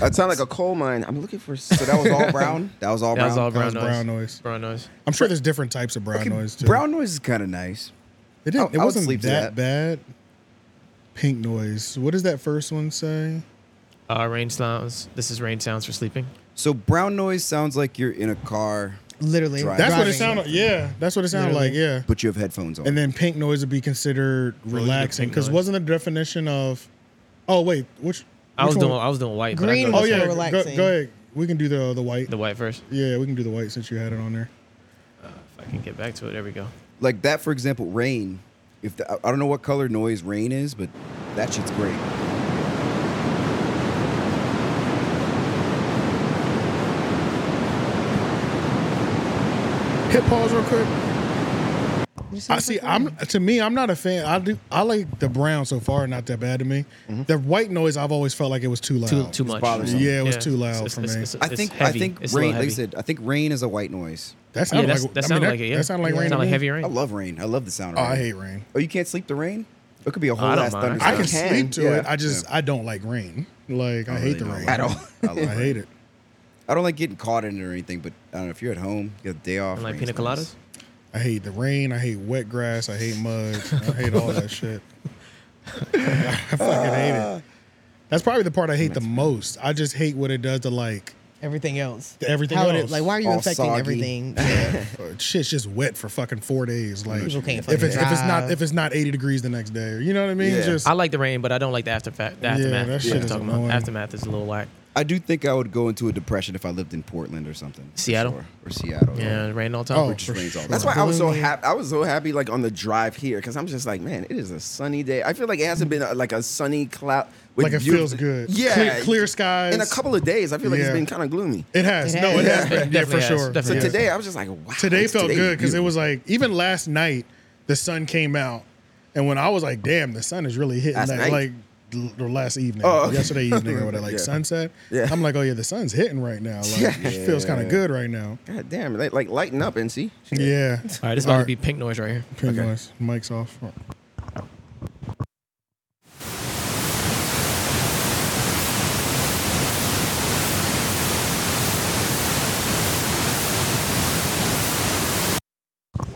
[SPEAKER 7] That sound like a coal mine. I'm looking for. So
[SPEAKER 1] That was all brown. That was all
[SPEAKER 10] that
[SPEAKER 1] brown.
[SPEAKER 10] was all brown
[SPEAKER 9] That was
[SPEAKER 10] noise.
[SPEAKER 9] brown noise.
[SPEAKER 10] Brown noise.
[SPEAKER 9] I'm sure there's different types of brown
[SPEAKER 1] Okay,
[SPEAKER 9] noise too.
[SPEAKER 1] brown noise is kind of nice.
[SPEAKER 9] It
[SPEAKER 1] I-
[SPEAKER 9] didn't. it
[SPEAKER 1] I would
[SPEAKER 9] wasn't
[SPEAKER 1] sleep to
[SPEAKER 9] that, bad. Pink noise. What does that first one say?
[SPEAKER 10] Uh, rain sounds. This is rain sounds for sleeping.
[SPEAKER 1] So brown noise sounds like you're in a car,
[SPEAKER 8] Literally.
[SPEAKER 1] That's
[SPEAKER 9] That's what it
[SPEAKER 8] driving.
[SPEAKER 9] sounded. like. Yeah, that's what it sounded like. Yeah.
[SPEAKER 1] but you have headphones on.
[SPEAKER 9] And then pink noise would be considered relaxing
[SPEAKER 10] pink
[SPEAKER 9] because
[SPEAKER 10] noise?
[SPEAKER 9] wasn't the definition of? Oh wait, which?
[SPEAKER 10] I was
[SPEAKER 9] which one-
[SPEAKER 10] doing. I was doing white. but I
[SPEAKER 8] Green
[SPEAKER 10] know
[SPEAKER 9] Oh
[SPEAKER 8] was
[SPEAKER 10] the-
[SPEAKER 9] yeah,
[SPEAKER 8] more
[SPEAKER 9] go,
[SPEAKER 8] relaxing.
[SPEAKER 9] go ahead. We can do the the white.
[SPEAKER 10] the white first.
[SPEAKER 9] yeah, we can do the white since you had it on there.
[SPEAKER 10] If I can get back to it, there we go.
[SPEAKER 1] like that, for example, rain. If the, I- I don't know what color noise rain is, but that shit's great.
[SPEAKER 9] Hit pause real quick.
[SPEAKER 8] You sound
[SPEAKER 9] I see.
[SPEAKER 8] fucking
[SPEAKER 9] I'm to me, I'm not a fan. I do. I like the brown so far, not that bad to me. The white noise, I've always felt like it was too loud.
[SPEAKER 10] Too too much.
[SPEAKER 1] Mm-hmm. bothersome.
[SPEAKER 9] Yeah, it was too loud for me.
[SPEAKER 1] I think
[SPEAKER 10] heavy.
[SPEAKER 1] I think
[SPEAKER 10] It's a little
[SPEAKER 1] rain. Like I
[SPEAKER 10] heavy.
[SPEAKER 1] said, I think rain is a white noise.
[SPEAKER 9] That
[SPEAKER 10] yeah,
[SPEAKER 9] sounded
[SPEAKER 10] that's,
[SPEAKER 9] like
[SPEAKER 10] that
[SPEAKER 9] I mean,
[SPEAKER 10] sounded like it. Yeah,
[SPEAKER 9] That sounded like
[SPEAKER 8] Yeah.
[SPEAKER 9] rain. to
[SPEAKER 10] Sounded like
[SPEAKER 9] me.
[SPEAKER 10] heavy rain.
[SPEAKER 1] I love rain. I love the sound
[SPEAKER 9] Oh,
[SPEAKER 1] of
[SPEAKER 9] I
[SPEAKER 1] rain.
[SPEAKER 9] hate rain.
[SPEAKER 1] Oh, you can't sleep to rain? It could be a whole
[SPEAKER 10] Oh, I don't
[SPEAKER 1] ass
[SPEAKER 10] mind.
[SPEAKER 1] thunderstorm.
[SPEAKER 9] I can
[SPEAKER 7] can,
[SPEAKER 9] sleep to it.
[SPEAKER 7] yeah.
[SPEAKER 9] I just I don't like rain. Like I,
[SPEAKER 1] I
[SPEAKER 9] hate
[SPEAKER 1] really
[SPEAKER 9] the
[SPEAKER 1] don't
[SPEAKER 9] rain
[SPEAKER 1] like
[SPEAKER 7] At all.
[SPEAKER 1] I love
[SPEAKER 9] I hate it.
[SPEAKER 1] I don't like getting caught in it or anything, but I don't know if you're at home, you got a day off.
[SPEAKER 10] And like
[SPEAKER 1] rain's
[SPEAKER 10] pina coladas.
[SPEAKER 1] nice.
[SPEAKER 9] I hate the rain. I hate wet grass. I hate mud. I hate all that shit. I fucking hate it. That's probably the part I hate the most. I just hate what it does to like
[SPEAKER 8] everything else.
[SPEAKER 9] to everything
[SPEAKER 8] How it
[SPEAKER 9] else.
[SPEAKER 8] is- like why are you
[SPEAKER 1] All
[SPEAKER 8] affecting
[SPEAKER 1] soggy.
[SPEAKER 8] everything? Yeah.
[SPEAKER 9] Uh, shit's just wet for fucking four days. Like
[SPEAKER 8] People can't
[SPEAKER 9] if
[SPEAKER 8] fucking
[SPEAKER 9] it's if it's not
[SPEAKER 8] drive.
[SPEAKER 9] if it's not eighty degrees the next day, or you know what I mean?
[SPEAKER 7] Yeah.
[SPEAKER 9] Just
[SPEAKER 10] I like the rain, but I don't like the after fact. The
[SPEAKER 9] Yeah,
[SPEAKER 10] aftermath.
[SPEAKER 9] that
[SPEAKER 10] That's
[SPEAKER 9] shit
[SPEAKER 10] what I'm
[SPEAKER 9] is
[SPEAKER 10] talking about.
[SPEAKER 9] annoying.
[SPEAKER 10] Aftermath is a little whack.
[SPEAKER 1] I do think I would go into a depression if I lived in Portland or something. for
[SPEAKER 10] Seattle?
[SPEAKER 1] sure. Or Seattle.
[SPEAKER 10] Yeah, rain all the
[SPEAKER 9] oh,
[SPEAKER 10] time.
[SPEAKER 1] just
[SPEAKER 9] for
[SPEAKER 1] rains all
[SPEAKER 9] sure.
[SPEAKER 1] the
[SPEAKER 7] That's why I was so happy. I was so happy, like on the drive here, because I'm just like, man, it is a sunny day. I feel like it hasn't been uh like a sunny cloud. with
[SPEAKER 9] Like it
[SPEAKER 7] beaut-
[SPEAKER 9] feels good.
[SPEAKER 7] Yeah,
[SPEAKER 9] clear, clear skies.
[SPEAKER 7] In a couple of days, I feel like
[SPEAKER 9] Yeah.
[SPEAKER 7] it's been kind of gloomy.
[SPEAKER 9] It has.
[SPEAKER 8] It
[SPEAKER 9] no,
[SPEAKER 8] has.
[SPEAKER 9] it has been. Yeah, for
[SPEAKER 10] Definitely has.
[SPEAKER 9] sure.
[SPEAKER 10] Definitely
[SPEAKER 7] So
[SPEAKER 10] Yeah.
[SPEAKER 9] Yeah.
[SPEAKER 10] has.
[SPEAKER 7] today, I was just like, wow.
[SPEAKER 9] today
[SPEAKER 7] it's
[SPEAKER 9] felt good because it
[SPEAKER 7] beautiful.
[SPEAKER 9] was like even last night the sun came out and when i was like damn the sun is really hitting
[SPEAKER 7] Last
[SPEAKER 9] that
[SPEAKER 7] night?
[SPEAKER 9] like l- or last evening
[SPEAKER 7] Oh, okay.
[SPEAKER 9] yesterday evening or whatever like
[SPEAKER 7] Yeah.
[SPEAKER 9] sunset
[SPEAKER 7] Yeah.
[SPEAKER 9] i'm like oh yeah the sun's hitting right now like
[SPEAKER 7] Yeah.
[SPEAKER 9] it feels kind of good right now
[SPEAKER 7] God damn, like, like lighten up and see.
[SPEAKER 9] yeah
[SPEAKER 10] All right, this is about to be pink noise right here.
[SPEAKER 9] pink noise mic's off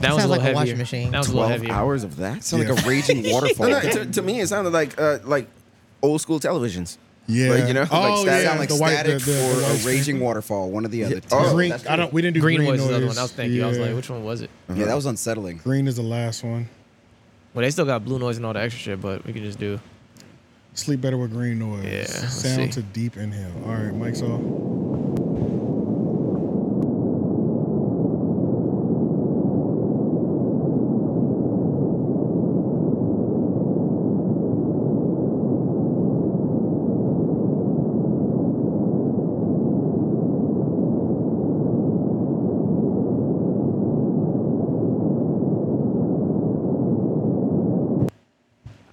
[SPEAKER 10] That was a little
[SPEAKER 8] sounds like a
[SPEAKER 10] heavier.
[SPEAKER 8] washing machine.
[SPEAKER 10] That was a little
[SPEAKER 7] Twelve
[SPEAKER 10] heavier.
[SPEAKER 7] hours of that.
[SPEAKER 1] Sound like a raging waterfall.
[SPEAKER 7] No, no, to, to me, it sounded like uh, like old school televisions.
[SPEAKER 9] Yeah.
[SPEAKER 7] Like, you know,
[SPEAKER 9] Oh,
[SPEAKER 7] like static.
[SPEAKER 9] yeah.
[SPEAKER 1] sound like
[SPEAKER 9] the white-
[SPEAKER 1] static
[SPEAKER 9] the- the- the
[SPEAKER 1] or
[SPEAKER 9] white
[SPEAKER 1] a raging waterfall, one or the other.
[SPEAKER 7] Oh,
[SPEAKER 9] green,
[SPEAKER 7] that's
[SPEAKER 9] I don't. We didn't do
[SPEAKER 10] green,
[SPEAKER 9] green,
[SPEAKER 10] was
[SPEAKER 9] noise.
[SPEAKER 10] the other one. I was thinking. I was
[SPEAKER 9] Yeah.
[SPEAKER 10] like, which one was it?
[SPEAKER 1] Yeah, that was unsettling.
[SPEAKER 9] green is the last one.
[SPEAKER 10] Well, they still got blue noise and all the extra shit, but we can just do.
[SPEAKER 9] Sleep better with green noise.
[SPEAKER 10] Yeah, let's
[SPEAKER 9] Sound
[SPEAKER 10] see.
[SPEAKER 9] to deep inhale. All right, mic's off.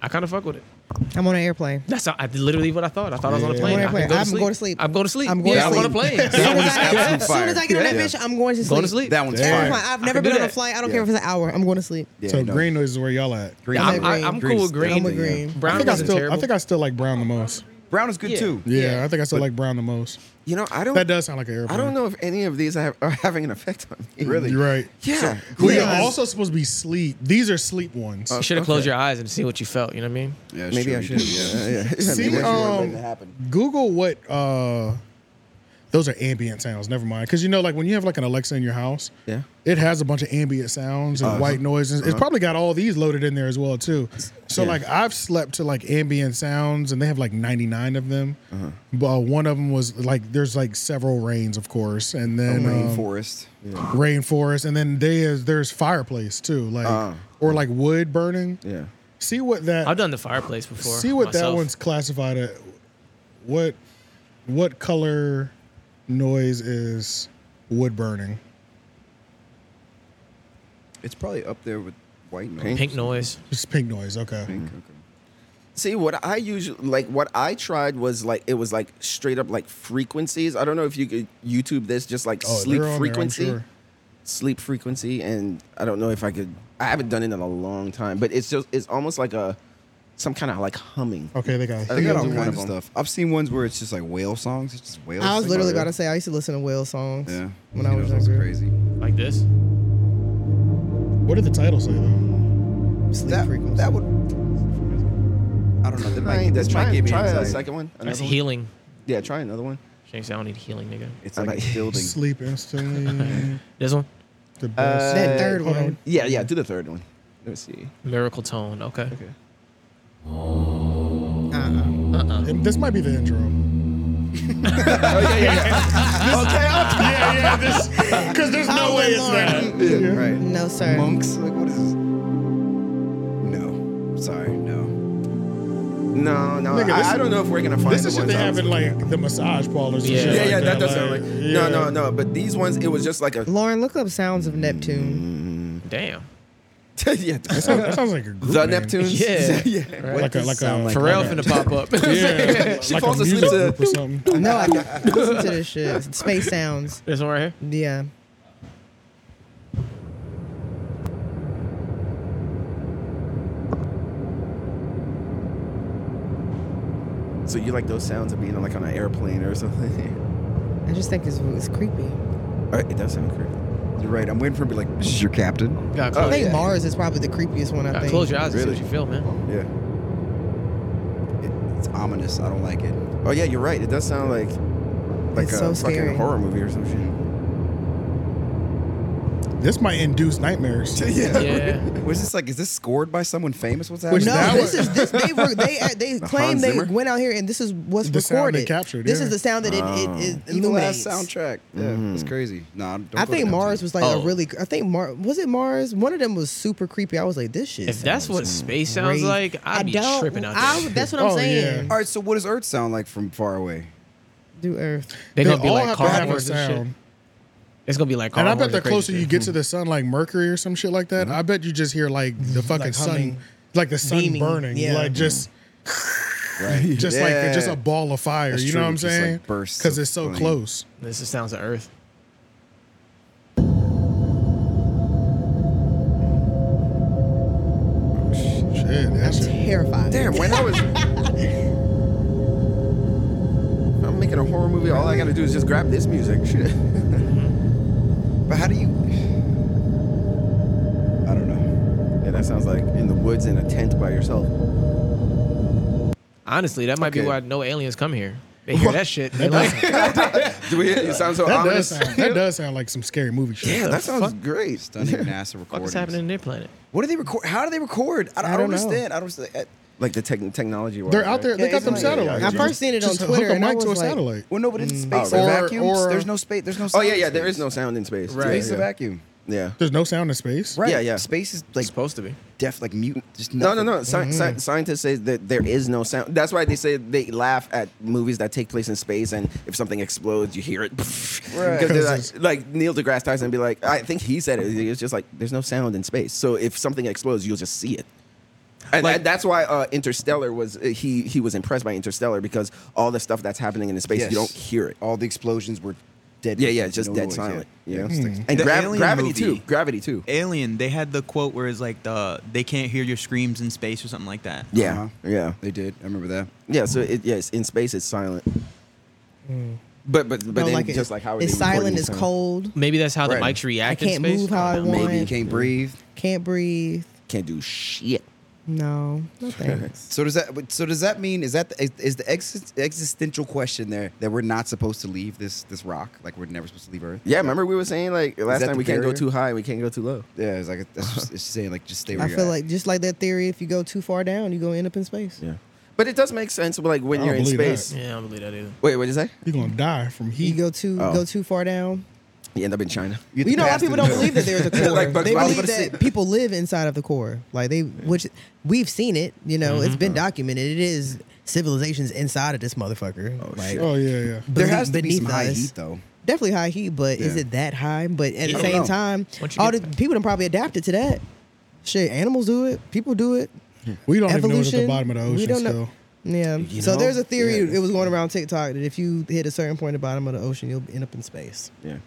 [SPEAKER 10] I kind of fuck with it.
[SPEAKER 8] I'm on an airplane.
[SPEAKER 10] That's a- I, literally what I thought. I thought I was on a
[SPEAKER 9] Yeah.
[SPEAKER 10] plane.
[SPEAKER 8] I'm
[SPEAKER 10] I
[SPEAKER 8] on an
[SPEAKER 10] can
[SPEAKER 8] airplane.
[SPEAKER 10] go to
[SPEAKER 8] I'm
[SPEAKER 10] sleep.
[SPEAKER 8] going to sleep.
[SPEAKER 10] I'm going to sleep.
[SPEAKER 8] I'm going
[SPEAKER 10] yeah,
[SPEAKER 8] to
[SPEAKER 10] I'm on a
[SPEAKER 8] sleep.
[SPEAKER 10] plane.
[SPEAKER 1] That was
[SPEAKER 8] As
[SPEAKER 1] absolute
[SPEAKER 8] soon as I
[SPEAKER 1] fire.
[SPEAKER 8] get on that
[SPEAKER 7] Yeah.
[SPEAKER 8] bitch, I'm going to
[SPEAKER 10] Going
[SPEAKER 8] sleep.
[SPEAKER 10] to sleep.
[SPEAKER 1] That one's
[SPEAKER 9] Damn.
[SPEAKER 1] fire.
[SPEAKER 8] Airplane. I've
[SPEAKER 10] I
[SPEAKER 8] never
[SPEAKER 10] can do
[SPEAKER 8] been on a
[SPEAKER 10] that.
[SPEAKER 8] flight. I don't
[SPEAKER 1] Yeah.
[SPEAKER 8] care if it's an hour. I'm going to sleep.
[SPEAKER 1] Yeah,
[SPEAKER 9] so
[SPEAKER 1] no.
[SPEAKER 9] green noise is where y'all at.
[SPEAKER 1] Green.
[SPEAKER 10] I'm, I,
[SPEAKER 8] green.
[SPEAKER 10] I'm
[SPEAKER 1] Green
[SPEAKER 10] cool with
[SPEAKER 1] is-
[SPEAKER 10] green.
[SPEAKER 8] I'm with green.
[SPEAKER 10] Brown
[SPEAKER 9] I think I
[SPEAKER 10] isn't
[SPEAKER 9] still.
[SPEAKER 10] terrible.
[SPEAKER 9] I think I still like brown the most.
[SPEAKER 1] Brown is good too.
[SPEAKER 9] Yeah,
[SPEAKER 10] Yeah.
[SPEAKER 9] I think I still like brown the most.
[SPEAKER 7] You know, I don't.
[SPEAKER 9] That does sound like an airplane.
[SPEAKER 7] I don't know if any of these have, are having an effect on me.
[SPEAKER 9] You're right.
[SPEAKER 7] Yeah.
[SPEAKER 9] We
[SPEAKER 8] Yeah.
[SPEAKER 9] are also supposed to be sleep. These are sleep ones.
[SPEAKER 10] you should have closed your eyes and seen what you felt. You know what I mean?
[SPEAKER 1] Uh, Yeah, it's
[SPEAKER 7] Maybe
[SPEAKER 1] true,
[SPEAKER 7] I
[SPEAKER 1] you
[SPEAKER 7] should.
[SPEAKER 1] do,
[SPEAKER 7] Yeah,
[SPEAKER 1] Yeah.
[SPEAKER 7] yeah.
[SPEAKER 9] See,
[SPEAKER 7] Maybe I should.
[SPEAKER 9] um, Google what uh those are ambient sounds. Never mind, because you know, like when you have like an Alexa in your house,
[SPEAKER 7] Yeah.
[SPEAKER 9] it has a bunch of ambient sounds and white noise. and It's probably got all these loaded in there as well too. So
[SPEAKER 7] Yeah.
[SPEAKER 9] like I've slept to like ambient sounds, and they have like ninety nine of them. But uh, one of them was like there's like several rains, of course, and then um,
[SPEAKER 1] Oh, Rainforest.
[SPEAKER 9] rainforest, and then they is there's fireplace too, like
[SPEAKER 7] Ah.
[SPEAKER 9] or like wood burning.
[SPEAKER 7] Yeah.
[SPEAKER 9] See what that
[SPEAKER 10] I've done the fireplace before.
[SPEAKER 9] See what that
[SPEAKER 10] myself.
[SPEAKER 9] one's classified at. What what color noise is wood burning?
[SPEAKER 1] It's probably up there with white noise.
[SPEAKER 10] Pink noise.
[SPEAKER 9] It's pink noise. Okay.
[SPEAKER 1] Pink, okay.
[SPEAKER 7] See what I usually like. What I tried was like it was like straight up like frequencies. I don't know if you could YouTube this, just like
[SPEAKER 9] Oh,
[SPEAKER 7] sleep
[SPEAKER 9] they're on there, I'm
[SPEAKER 7] frequency,
[SPEAKER 9] sure.
[SPEAKER 7] sleep frequency, and I don't know if I could. I haven't done it in a long time, but it's just it's almost like a some kind of like humming.
[SPEAKER 9] Okay, they got.
[SPEAKER 1] They got all
[SPEAKER 7] Those are one of
[SPEAKER 1] kinds of
[SPEAKER 7] 'em.
[SPEAKER 1] stuff. I've seen ones where it's just like whale songs. It's just whales.
[SPEAKER 8] I was literally about to say I used to listen to whale songs
[SPEAKER 1] Yeah.
[SPEAKER 8] when
[SPEAKER 1] You
[SPEAKER 8] I
[SPEAKER 1] know,
[SPEAKER 8] was
[SPEAKER 1] those are
[SPEAKER 8] younger.
[SPEAKER 1] crazy.
[SPEAKER 10] Like this.
[SPEAKER 9] What did the title say though?
[SPEAKER 8] Sleep
[SPEAKER 1] That,
[SPEAKER 8] frequency.
[SPEAKER 1] that would. I don't know. That might, that
[SPEAKER 7] try
[SPEAKER 1] might give me
[SPEAKER 7] try a
[SPEAKER 1] anxiety.
[SPEAKER 7] second one.
[SPEAKER 10] That's
[SPEAKER 7] another one.
[SPEAKER 10] healing.
[SPEAKER 7] Yeah, try another one.
[SPEAKER 10] Shanks, I don't need healing, nigga.
[SPEAKER 1] It's
[SPEAKER 7] I
[SPEAKER 1] like
[SPEAKER 7] might-
[SPEAKER 1] a building.
[SPEAKER 9] Sleep instantly.
[SPEAKER 10] This one,
[SPEAKER 9] the best.
[SPEAKER 8] That third
[SPEAKER 9] hold
[SPEAKER 8] one.
[SPEAKER 9] on.
[SPEAKER 7] Yeah, yeah. Do the third one. Let me see.
[SPEAKER 10] miracle tone. Okay.
[SPEAKER 7] Okay.
[SPEAKER 9] Uh-uh. It- This might be the intro. Oh, yeah, yeah, this because there's no
[SPEAKER 8] Oh,
[SPEAKER 9] way it's
[SPEAKER 8] Lord.
[SPEAKER 9] that.
[SPEAKER 1] Yeah, right.
[SPEAKER 8] No sir.
[SPEAKER 1] Monks. Like what is this? No. Sorry. No.
[SPEAKER 7] No, no.
[SPEAKER 9] Nigga,
[SPEAKER 7] I,
[SPEAKER 9] this-
[SPEAKER 7] I don't know if we're gonna find
[SPEAKER 9] This
[SPEAKER 7] the
[SPEAKER 9] is shit
[SPEAKER 7] ones
[SPEAKER 9] they
[SPEAKER 7] I
[SPEAKER 9] have
[SPEAKER 7] was-
[SPEAKER 9] in like the massage parlors. and
[SPEAKER 10] Yeah.
[SPEAKER 9] shit
[SPEAKER 7] Yeah, yeah.
[SPEAKER 9] like
[SPEAKER 7] That does sound like.
[SPEAKER 9] like-
[SPEAKER 7] No, no,
[SPEAKER 9] yeah.
[SPEAKER 7] no. But these ones, it was just like a.
[SPEAKER 8] Lauren, look up sounds of Neptune.
[SPEAKER 10] Damn.
[SPEAKER 7] yeah.
[SPEAKER 9] That sounds, that sounds like a group
[SPEAKER 7] The
[SPEAKER 9] name.
[SPEAKER 7] Neptunes.
[SPEAKER 10] Yeah.
[SPEAKER 7] yeah.
[SPEAKER 10] Right.
[SPEAKER 9] Like a like a
[SPEAKER 1] sound like?
[SPEAKER 10] Pharrell
[SPEAKER 1] that.
[SPEAKER 10] finna pop up.
[SPEAKER 9] Yeah.
[SPEAKER 7] She
[SPEAKER 9] like
[SPEAKER 7] falls
[SPEAKER 9] a
[SPEAKER 7] asleep to-
[SPEAKER 9] music group or something.
[SPEAKER 8] No, I can't listen to this shit. Space sounds.
[SPEAKER 10] This one right here.
[SPEAKER 8] Yeah.
[SPEAKER 7] So you like those sounds of being like on an airplane or something?
[SPEAKER 8] I just think it's, it's creepy.
[SPEAKER 7] Uh, it does sound creepy.
[SPEAKER 1] You're right. I'm waiting for him to be like, this is your captain.
[SPEAKER 9] Oh,
[SPEAKER 1] Oh,
[SPEAKER 10] Gotta
[SPEAKER 8] I
[SPEAKER 10] close,
[SPEAKER 8] think
[SPEAKER 10] yeah.
[SPEAKER 8] Mars is probably the creepiest one. I
[SPEAKER 10] Gotta
[SPEAKER 8] think.
[SPEAKER 10] close your eyes and
[SPEAKER 7] Really?
[SPEAKER 10] see what you feel, man.
[SPEAKER 7] Yeah.
[SPEAKER 1] It, it's ominous. I don't like it.
[SPEAKER 7] Oh yeah, you're right. It does sound like like
[SPEAKER 8] It's so
[SPEAKER 7] a fucking
[SPEAKER 8] scary.
[SPEAKER 7] horror movie or some shit.
[SPEAKER 9] This might induce nightmares.
[SPEAKER 1] yeah.
[SPEAKER 10] Yeah.
[SPEAKER 1] Was this like? Is this scored by someone famous? What's
[SPEAKER 9] Which
[SPEAKER 1] happening?
[SPEAKER 8] No,
[SPEAKER 9] That
[SPEAKER 8] this
[SPEAKER 9] was-
[SPEAKER 8] is this, they were they they claim
[SPEAKER 1] Hans
[SPEAKER 8] they
[SPEAKER 1] Zimmer?
[SPEAKER 8] went out here and this is what's
[SPEAKER 9] The sound
[SPEAKER 8] recorded.
[SPEAKER 9] they captured,
[SPEAKER 8] this
[SPEAKER 9] yeah. Ah.
[SPEAKER 8] is the sound that it,
[SPEAKER 1] Ah.
[SPEAKER 8] it, it
[SPEAKER 1] In the
[SPEAKER 8] illuminates.
[SPEAKER 1] last soundtrack. Yeah, it's crazy. Nah, don't
[SPEAKER 8] I
[SPEAKER 1] go to
[SPEAKER 8] think
[SPEAKER 1] Neptune.
[SPEAKER 8] Mars was like
[SPEAKER 10] Oh.
[SPEAKER 8] a really. I think Mars was it Mars. One of them was super creepy. I was like, this shit.
[SPEAKER 10] If that's
[SPEAKER 8] sounds
[SPEAKER 10] what space sounds
[SPEAKER 8] crazy.
[SPEAKER 10] like, I'd be tripping out
[SPEAKER 8] I-
[SPEAKER 10] there.
[SPEAKER 8] that's what I'm
[SPEAKER 9] Oh,
[SPEAKER 8] saying.
[SPEAKER 9] yeah.
[SPEAKER 1] All right. So what does Earth sound like from far away?
[SPEAKER 8] Do Earth.
[SPEAKER 10] They gonna be
[SPEAKER 9] all
[SPEAKER 10] like
[SPEAKER 9] have to have a
[SPEAKER 10] cardboards and shit.
[SPEAKER 9] sound.
[SPEAKER 10] It's gonna be like
[SPEAKER 9] And I
[SPEAKER 10] cardboards
[SPEAKER 9] bet the
[SPEAKER 10] crazy
[SPEAKER 9] closer you
[SPEAKER 10] shit.
[SPEAKER 9] get to the sun, like Mercury or some shit like
[SPEAKER 7] Mm-hmm.
[SPEAKER 9] that, I bet you just hear like the fucking sun,
[SPEAKER 8] humming.
[SPEAKER 9] like the sun
[SPEAKER 8] Beaming,
[SPEAKER 9] burning,
[SPEAKER 8] yeah.
[SPEAKER 9] like just,
[SPEAKER 1] Right.
[SPEAKER 9] just like
[SPEAKER 7] Yeah.
[SPEAKER 9] just a ball of fire.
[SPEAKER 1] That's
[SPEAKER 9] you
[SPEAKER 1] true,
[SPEAKER 9] know what I'm
[SPEAKER 1] just, like,
[SPEAKER 9] saying?
[SPEAKER 1] bursts
[SPEAKER 9] Because
[SPEAKER 1] of
[SPEAKER 9] it's so
[SPEAKER 1] flame.
[SPEAKER 9] close.
[SPEAKER 10] This is sounds of Earth.
[SPEAKER 9] Shit, that shit.
[SPEAKER 8] Terrified.
[SPEAKER 7] Damn, when I was I'm making a horror movie, all I gotta do is just grab
[SPEAKER 9] Mm-hmm.
[SPEAKER 7] this music. Shit.
[SPEAKER 1] But how do you?
[SPEAKER 7] That sounds like in the woods in a tent by yourself.
[SPEAKER 10] Honestly, that might be
[SPEAKER 7] Okay.
[SPEAKER 10] why no aliens come here. They hear that shit. They like,
[SPEAKER 7] Do we, it sounds so
[SPEAKER 9] that
[SPEAKER 7] ominous.
[SPEAKER 9] Does sound, that does sound like some scary movie shit.
[SPEAKER 7] yeah, that sounds great.
[SPEAKER 1] Stunning NASA recordings.
[SPEAKER 10] what's happening in their planet?
[SPEAKER 1] What do they record? How do they record? I, I,
[SPEAKER 9] I
[SPEAKER 1] don't
[SPEAKER 9] don't know.
[SPEAKER 1] understand. I don't understand. Uh, I-
[SPEAKER 7] Like the tech technology.
[SPEAKER 9] They're out there. they got them satellites.
[SPEAKER 8] I first seen it on
[SPEAKER 9] Just hook
[SPEAKER 8] Twitter
[SPEAKER 9] a
[SPEAKER 8] and I
[SPEAKER 9] mic to a
[SPEAKER 8] was like- Mm.
[SPEAKER 9] satellite.
[SPEAKER 1] Well, no, but it's space.
[SPEAKER 7] Oh,
[SPEAKER 1] a
[SPEAKER 7] right.
[SPEAKER 1] vacuum.
[SPEAKER 9] Or-
[SPEAKER 1] there's no space. There's no.
[SPEAKER 7] Oh
[SPEAKER 1] sound
[SPEAKER 7] yeah,
[SPEAKER 1] in
[SPEAKER 7] yeah. There
[SPEAKER 1] space.
[SPEAKER 7] is no sound in space.
[SPEAKER 10] Right.
[SPEAKER 1] Space
[SPEAKER 7] Yeah,
[SPEAKER 1] a
[SPEAKER 7] yeah.
[SPEAKER 1] vacuum.
[SPEAKER 7] yeah.
[SPEAKER 9] There's no sound in space.
[SPEAKER 1] Right.
[SPEAKER 7] Yeah, yeah.
[SPEAKER 1] Space is like
[SPEAKER 10] supposed to be.
[SPEAKER 1] deaf, like mutant. Just
[SPEAKER 7] No, no,
[SPEAKER 1] nothing.
[SPEAKER 7] no.
[SPEAKER 1] Mm-hmm.
[SPEAKER 7] Sci- sci-
[SPEAKER 8] Mm.
[SPEAKER 7] scientists say that there is no sound. That's why they say they laugh at movies that take place in space, and if something explodes, you hear it.
[SPEAKER 1] Right.
[SPEAKER 7] Because like, like Neil deGrasse Tyson be like, I think he said it. It's just like there's no sound in space, so if something explodes, you'll just see it. And
[SPEAKER 10] Like-
[SPEAKER 7] that- that's why uh, Interstellar was uh, he he was impressed by Interstellar because all the stuff that's happening in space,
[SPEAKER 1] Yes.
[SPEAKER 7] you don't hear it.
[SPEAKER 1] All the explosions were dead.
[SPEAKER 7] Yeah, yeah,
[SPEAKER 1] noise,
[SPEAKER 7] it's just
[SPEAKER 1] no
[SPEAKER 7] dead
[SPEAKER 1] noise,
[SPEAKER 7] silent.
[SPEAKER 1] Yeah. Hmm.
[SPEAKER 7] Yeah.
[SPEAKER 1] yeah.
[SPEAKER 7] And
[SPEAKER 14] The
[SPEAKER 7] grav-
[SPEAKER 14] Alien
[SPEAKER 7] gravity
[SPEAKER 14] movie.
[SPEAKER 7] too. Gravity too.
[SPEAKER 14] Alien, they had the quote where it's like the they can't hear your screams in space or something like that.
[SPEAKER 7] Yeah,
[SPEAKER 1] Uh-huh.
[SPEAKER 7] yeah,
[SPEAKER 1] They did. I remember that.
[SPEAKER 7] yeah. So it, yes, in space it's silent.
[SPEAKER 10] Hmm.
[SPEAKER 7] But but but
[SPEAKER 8] Don't
[SPEAKER 7] then
[SPEAKER 8] like it.
[SPEAKER 7] just like how are
[SPEAKER 8] it's
[SPEAKER 7] they recording
[SPEAKER 8] silent,
[SPEAKER 7] the
[SPEAKER 8] it's
[SPEAKER 7] sound?
[SPEAKER 8] cold,
[SPEAKER 10] Maybe that's how the
[SPEAKER 7] Right.
[SPEAKER 10] mics react in
[SPEAKER 8] can't
[SPEAKER 10] space.
[SPEAKER 8] move how I
[SPEAKER 10] don't know.
[SPEAKER 8] want.
[SPEAKER 1] Maybe you
[SPEAKER 8] Right.
[SPEAKER 1] can't breathe.
[SPEAKER 8] can't breathe.
[SPEAKER 7] Can't do shit.
[SPEAKER 8] No, no thanks.
[SPEAKER 1] So does that? but- So does that mean is that the, is, is the exist, existential question there that we're not supposed to leave this this rock? Like we're never supposed to leave Earth?
[SPEAKER 7] Yeah, remember we were saying like last
[SPEAKER 1] that
[SPEAKER 7] time
[SPEAKER 1] the
[SPEAKER 7] we can't go
[SPEAKER 1] barrier?
[SPEAKER 7] too high, we can't go too low.
[SPEAKER 1] Yeah, it's like that's just, it's saying like just stay where
[SPEAKER 8] I
[SPEAKER 1] you're
[SPEAKER 8] feel
[SPEAKER 1] at.
[SPEAKER 8] like just like that theory. If you go too far down, you go end up in space.
[SPEAKER 7] Yeah, but it does make sense. Like when
[SPEAKER 9] I
[SPEAKER 7] you're
[SPEAKER 9] don't
[SPEAKER 7] in
[SPEAKER 9] believe
[SPEAKER 7] space.
[SPEAKER 10] Yeah, I don't believe that either.
[SPEAKER 7] Wait, what did you say?
[SPEAKER 9] You're gonna die from
[SPEAKER 8] You
[SPEAKER 9] heat.
[SPEAKER 8] go too
[SPEAKER 7] Oh.
[SPEAKER 8] go too far down.
[SPEAKER 7] You end up in China.
[SPEAKER 1] You have
[SPEAKER 8] You
[SPEAKER 1] to
[SPEAKER 8] know, a lot
[SPEAKER 1] pass
[SPEAKER 8] of people
[SPEAKER 1] through
[SPEAKER 8] don't
[SPEAKER 1] the
[SPEAKER 8] believe that there's a core.
[SPEAKER 7] Like Bugs
[SPEAKER 8] they
[SPEAKER 7] Bunny.
[SPEAKER 8] believe that people live inside of the core. Like they, which we've seen it. You know, it's been documented. It is civilizations inside of this motherfucker. Oh, like,
[SPEAKER 9] Oh yeah, yeah.
[SPEAKER 1] There
[SPEAKER 8] beneath-
[SPEAKER 1] has to be some
[SPEAKER 8] beneath
[SPEAKER 1] high
[SPEAKER 8] us.
[SPEAKER 1] heat though.
[SPEAKER 8] Definitely high heat, but is
[SPEAKER 1] Yeah.
[SPEAKER 8] it that high? But at the
[SPEAKER 10] don't
[SPEAKER 8] same
[SPEAKER 1] know.
[SPEAKER 8] time,
[SPEAKER 10] Once you
[SPEAKER 8] all the
[SPEAKER 10] get-
[SPEAKER 8] people done probably adapted to that. Shit, animals do it. People do it.
[SPEAKER 9] We don't even know what's
[SPEAKER 8] Evolution.
[SPEAKER 9] at the bottom of the
[SPEAKER 8] we
[SPEAKER 9] ocean
[SPEAKER 8] don't know.
[SPEAKER 9] still.
[SPEAKER 8] Yeah.
[SPEAKER 7] You
[SPEAKER 8] so
[SPEAKER 7] know?
[SPEAKER 8] there's a theory.
[SPEAKER 7] Yeah.
[SPEAKER 8] It was going around TikTok that if you hit a certain point at the bottom of the ocean, you'll end up in space.
[SPEAKER 7] Yeah.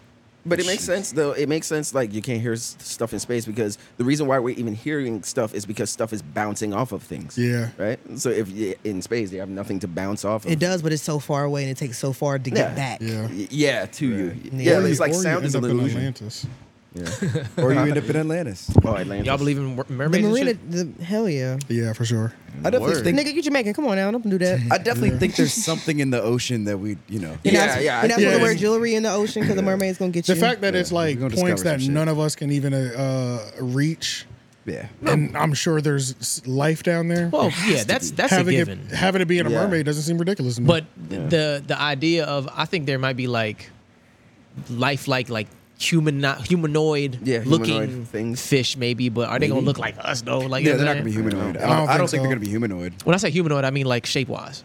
[SPEAKER 7] But it makes sense though. It makes sense like you can't hear s- stuff in space because the reason why we're even hearing stuff is because stuff is bouncing off of things.
[SPEAKER 9] Yeah.
[SPEAKER 7] Right. So if you in space they have nothing to bounce off of.
[SPEAKER 8] It does, but it's so far away and it takes so far to get
[SPEAKER 7] Yeah.
[SPEAKER 8] back.
[SPEAKER 9] Yeah.
[SPEAKER 7] Y- Yeah, to you.
[SPEAKER 8] Yeah.
[SPEAKER 7] Yeah,
[SPEAKER 8] Or
[SPEAKER 7] it's like
[SPEAKER 9] Or you
[SPEAKER 7] sound is
[SPEAKER 9] end
[SPEAKER 7] an
[SPEAKER 9] up in
[SPEAKER 7] illusion.
[SPEAKER 9] Atlantis.
[SPEAKER 7] Yeah.
[SPEAKER 1] Or you end up in Atlantis.
[SPEAKER 7] Oh, Atlantis.
[SPEAKER 10] Y'all believe in mer-
[SPEAKER 8] The
[SPEAKER 10] mermaids? and
[SPEAKER 8] marina,
[SPEAKER 10] shit?
[SPEAKER 8] the, hell yeah.
[SPEAKER 9] Yeah, for sure.
[SPEAKER 1] I definitely
[SPEAKER 10] Word.
[SPEAKER 1] think
[SPEAKER 8] Nigga, you Jamaican. Come on now, don't do that.
[SPEAKER 1] I definitely think there's something in the ocean that we you know.
[SPEAKER 8] You're
[SPEAKER 7] Yeah,
[SPEAKER 8] not,
[SPEAKER 7] yeah, I
[SPEAKER 8] You're not
[SPEAKER 7] think-
[SPEAKER 8] supposed to wear
[SPEAKER 9] Yeah.
[SPEAKER 8] jewelry in the ocean because the mermaid's gonna get
[SPEAKER 9] The
[SPEAKER 8] you.
[SPEAKER 9] fact that it's like
[SPEAKER 1] We're gonna
[SPEAKER 9] points
[SPEAKER 1] discover
[SPEAKER 9] that
[SPEAKER 1] some shit.
[SPEAKER 9] none of us can even uh, uh, reach,
[SPEAKER 1] Yeah.
[SPEAKER 9] and I'm sure there's s- life down there.
[SPEAKER 10] Well, yeah, that's that's a
[SPEAKER 9] having
[SPEAKER 10] given.
[SPEAKER 9] It, having it be in a
[SPEAKER 7] Yeah.
[SPEAKER 9] mermaid doesn't seem ridiculous. To me.
[SPEAKER 10] But the the idea of I think there might be like lifelike like human humanoid
[SPEAKER 7] Yeah,
[SPEAKER 10] looking
[SPEAKER 7] humanoid things.
[SPEAKER 10] fish maybe, but are they gonna look like us though? Like you
[SPEAKER 1] Yeah,
[SPEAKER 10] know
[SPEAKER 1] they're
[SPEAKER 10] what
[SPEAKER 1] not
[SPEAKER 10] I'm
[SPEAKER 1] gonna be
[SPEAKER 10] saying?
[SPEAKER 1] humanoid. I don't,
[SPEAKER 9] I don't
[SPEAKER 1] I don't
[SPEAKER 9] think
[SPEAKER 1] think
[SPEAKER 9] so.
[SPEAKER 1] they're gonna be humanoid.
[SPEAKER 10] When I say humanoid, I mean like shape wise.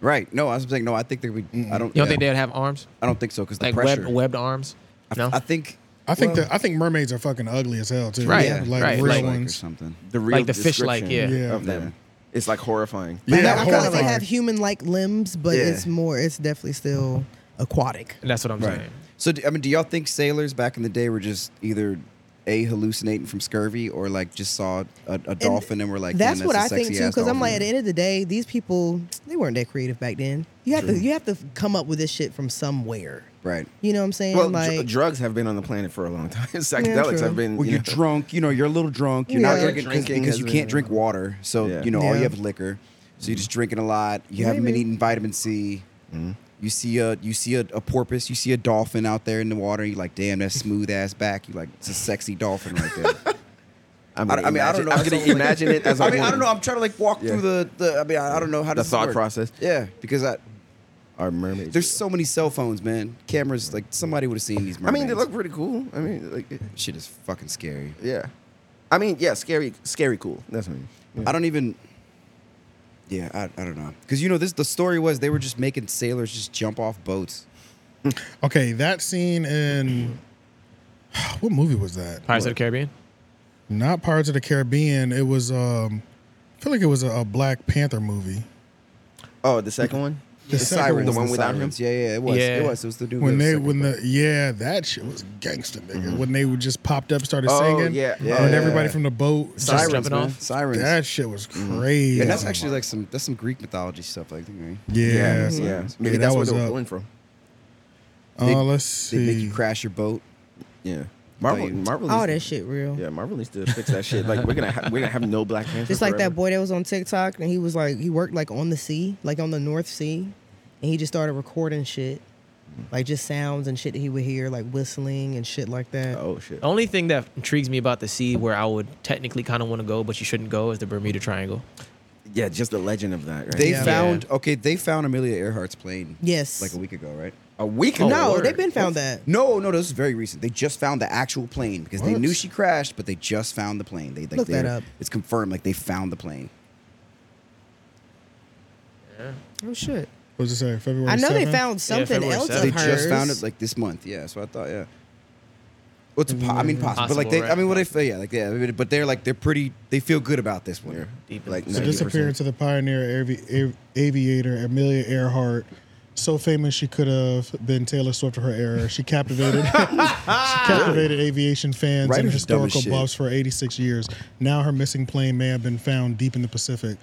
[SPEAKER 1] Right? No, I was saying no. I think they would. I don't.
[SPEAKER 10] You don't
[SPEAKER 1] yeah.
[SPEAKER 10] think they'd have arms
[SPEAKER 1] I don't think so because
[SPEAKER 10] like
[SPEAKER 1] the pressure.
[SPEAKER 10] web, webbed arms? No,
[SPEAKER 1] I think.
[SPEAKER 9] I think
[SPEAKER 1] well,
[SPEAKER 9] the, I think mermaids are fucking ugly as hell too.
[SPEAKER 10] Right,
[SPEAKER 9] Yeah, like
[SPEAKER 10] right,
[SPEAKER 9] real
[SPEAKER 10] like-
[SPEAKER 1] or
[SPEAKER 9] ones.
[SPEAKER 1] something.
[SPEAKER 7] the real
[SPEAKER 10] Like the fish-like,
[SPEAKER 7] description
[SPEAKER 9] yeah. Yeah.
[SPEAKER 7] of them. It's like horrifying.
[SPEAKER 9] Yeah,
[SPEAKER 8] I feel like they
[SPEAKER 9] horrifying.
[SPEAKER 8] have human-like limbs, but
[SPEAKER 7] Yeah.
[SPEAKER 8] it's more. It's definitely still aquatic.
[SPEAKER 10] that's what I'm
[SPEAKER 1] Right.
[SPEAKER 10] saying.
[SPEAKER 1] So do- I mean, do y'all think sailors back in the day were just either a hallucinating from scurvy or like just saw a, a dolphin and were like,
[SPEAKER 8] that's,
[SPEAKER 1] "Damn,
[SPEAKER 8] what
[SPEAKER 1] a
[SPEAKER 8] I think
[SPEAKER 1] sexy
[SPEAKER 8] too.
[SPEAKER 1] ass
[SPEAKER 8] Because I'm like, at
[SPEAKER 1] dolphin."
[SPEAKER 8] the end of the day, these people they weren't that creative back then. You have to you have to come up with this shit from somewhere.
[SPEAKER 1] right.
[SPEAKER 8] You know what I'm saying?
[SPEAKER 7] Well, dr-
[SPEAKER 8] like
[SPEAKER 7] drugs have been on the planet for a long time.
[SPEAKER 8] true.
[SPEAKER 7] Psychedelics have been.
[SPEAKER 1] Well,
[SPEAKER 7] you
[SPEAKER 1] you're
[SPEAKER 7] know-
[SPEAKER 1] drunk. You know, you're a little drunk. You're
[SPEAKER 8] Yeah.
[SPEAKER 1] not
[SPEAKER 8] You're
[SPEAKER 1] drinking 'cause-
[SPEAKER 7] drinking
[SPEAKER 1] because you
[SPEAKER 7] as
[SPEAKER 1] can't
[SPEAKER 7] a-
[SPEAKER 1] drink water. So
[SPEAKER 7] Yeah. Mm-hmm.
[SPEAKER 1] you know, all you
[SPEAKER 8] Yeah.
[SPEAKER 1] have is liquor. So you're just drinking a lot. You haven't been
[SPEAKER 8] Maybe.
[SPEAKER 1] eating vitamin C. You see a you see a, a porpoise. You see a dolphin out there in the water. You're like, damn, that smooth ass back. You like, it's a sexy dolphin right there.
[SPEAKER 7] I'm
[SPEAKER 1] I,
[SPEAKER 7] gonna
[SPEAKER 1] I mean, I
[SPEAKER 7] imagine-
[SPEAKER 1] don't know.
[SPEAKER 7] I'm
[SPEAKER 1] That's
[SPEAKER 7] going
[SPEAKER 1] all,
[SPEAKER 7] to
[SPEAKER 1] like-
[SPEAKER 7] imagine it as a
[SPEAKER 1] I mean, I don't
[SPEAKER 7] woman.
[SPEAKER 1] know. I'm trying to like walk
[SPEAKER 7] Yeah.
[SPEAKER 1] through the, the. I mean, I I don't know how
[SPEAKER 7] The
[SPEAKER 1] this
[SPEAKER 7] thought
[SPEAKER 1] work.
[SPEAKER 7] process.
[SPEAKER 1] Yeah, because I
[SPEAKER 7] Our mermaids.
[SPEAKER 1] there's so many cell phones, man. Cameras, like somebody would have seen these.
[SPEAKER 7] I
[SPEAKER 1] Mermaids.
[SPEAKER 7] mean, they look pretty cool. I mean, like, it-
[SPEAKER 1] Shit is fucking scary.
[SPEAKER 7] yeah. I mean, yeah, scary, scary cool. That's what I mean.
[SPEAKER 1] I don't even. Yeah, I, I don't know. Because you know, this the story was they were just making sailors just jump off boats.
[SPEAKER 9] Okay, that scene in what movie was that?
[SPEAKER 10] Pirates of the Caribbean.
[SPEAKER 9] Not Pirates of the Caribbean. It was um, I feel like it was a, a Black Panther movie.
[SPEAKER 7] Oh, the second one.
[SPEAKER 9] The second one.
[SPEAKER 7] the one
[SPEAKER 1] The
[SPEAKER 7] without
[SPEAKER 1] sirens.
[SPEAKER 7] him.
[SPEAKER 1] Yeah, yeah, it was.
[SPEAKER 10] Yeah.
[SPEAKER 1] It was. It was the dude.
[SPEAKER 9] when
[SPEAKER 1] that was
[SPEAKER 9] they
[SPEAKER 1] second Mm-hmm.
[SPEAKER 9] when
[SPEAKER 1] boat.
[SPEAKER 9] the yeah that shit was gangster nigga when they would just popped up started
[SPEAKER 7] Oh,
[SPEAKER 9] singing
[SPEAKER 7] yeah.
[SPEAKER 9] and
[SPEAKER 7] Yeah.
[SPEAKER 9] everybody from the boat just-
[SPEAKER 10] Sirens, jumping
[SPEAKER 1] man.
[SPEAKER 10] off.
[SPEAKER 1] sirens. Mm-hmm.
[SPEAKER 9] that shit was
[SPEAKER 7] Mm-hmm.
[SPEAKER 9] crazy
[SPEAKER 1] yeah, that's actually like some that's some Greek mythology stuff, I think. Right?
[SPEAKER 9] yeah,
[SPEAKER 7] Yeah,
[SPEAKER 9] so-
[SPEAKER 7] yeah.
[SPEAKER 9] yeah,
[SPEAKER 7] Maybe
[SPEAKER 9] that
[SPEAKER 7] that's where
[SPEAKER 9] was
[SPEAKER 7] they were
[SPEAKER 9] up.
[SPEAKER 7] going from.
[SPEAKER 9] Uh,
[SPEAKER 1] They-
[SPEAKER 9] let's
[SPEAKER 1] They
[SPEAKER 9] see
[SPEAKER 1] make you crash your boat.
[SPEAKER 7] Oh, Yeah. Marvel, Marvel
[SPEAKER 8] All
[SPEAKER 7] needs-
[SPEAKER 8] that shit real.
[SPEAKER 7] Yeah, Marvel needs to fix that shit. Like we're gonna ha- we're gonna have no Black Panther.
[SPEAKER 8] Just like that
[SPEAKER 7] forever.
[SPEAKER 8] boy that was on TikTok and he was like, he worked like on the sea, like on the North Sea, and he just started recording shit, like just sounds and shit that he would hear, like whistling and shit like that.
[SPEAKER 7] Oh shit!
[SPEAKER 10] The only thing that intrigues me about the sea where I would technically kind of want to go, but you shouldn't go, is the Bermuda Triangle.
[SPEAKER 7] Yeah, just the legend of that. Right?
[SPEAKER 1] They found okay. They found Amelia Earhart's plane.
[SPEAKER 8] Yes.
[SPEAKER 1] like a week ago, right? Oh, A week
[SPEAKER 8] ago? No, they've been found that.
[SPEAKER 1] No, no, this is very recent. They just found the actual plane because they knew she crashed, but they just found the plane. They like
[SPEAKER 8] Look that
[SPEAKER 1] they're-
[SPEAKER 8] up.
[SPEAKER 1] It's confirmed. Like they found the plane.
[SPEAKER 8] Oh shit.
[SPEAKER 9] What's it say? February.
[SPEAKER 8] I know they
[SPEAKER 9] 7th?
[SPEAKER 8] found something else of
[SPEAKER 1] They
[SPEAKER 8] hers.
[SPEAKER 1] just found it like this month. Yeah, that's what I thought. Yeah. What's po- I mean
[SPEAKER 8] Mm.
[SPEAKER 1] possible, but like
[SPEAKER 10] Possible,
[SPEAKER 1] they I
[SPEAKER 10] right?
[SPEAKER 1] mean what they feel yeah like yeah but they're like they're pretty they feel good about this one.
[SPEAKER 10] Like
[SPEAKER 9] The
[SPEAKER 1] 90%.
[SPEAKER 9] disappearance of the pioneer avi- av- aviator Amelia Earhart, so famous she could have been Taylor Swift of her era. She captivated, she captivated aviation fans and
[SPEAKER 1] Writers are dumb as
[SPEAKER 9] historical
[SPEAKER 1] shit.
[SPEAKER 9] buffs for 86 years. Now her missing plane may have been found deep in the Pacific.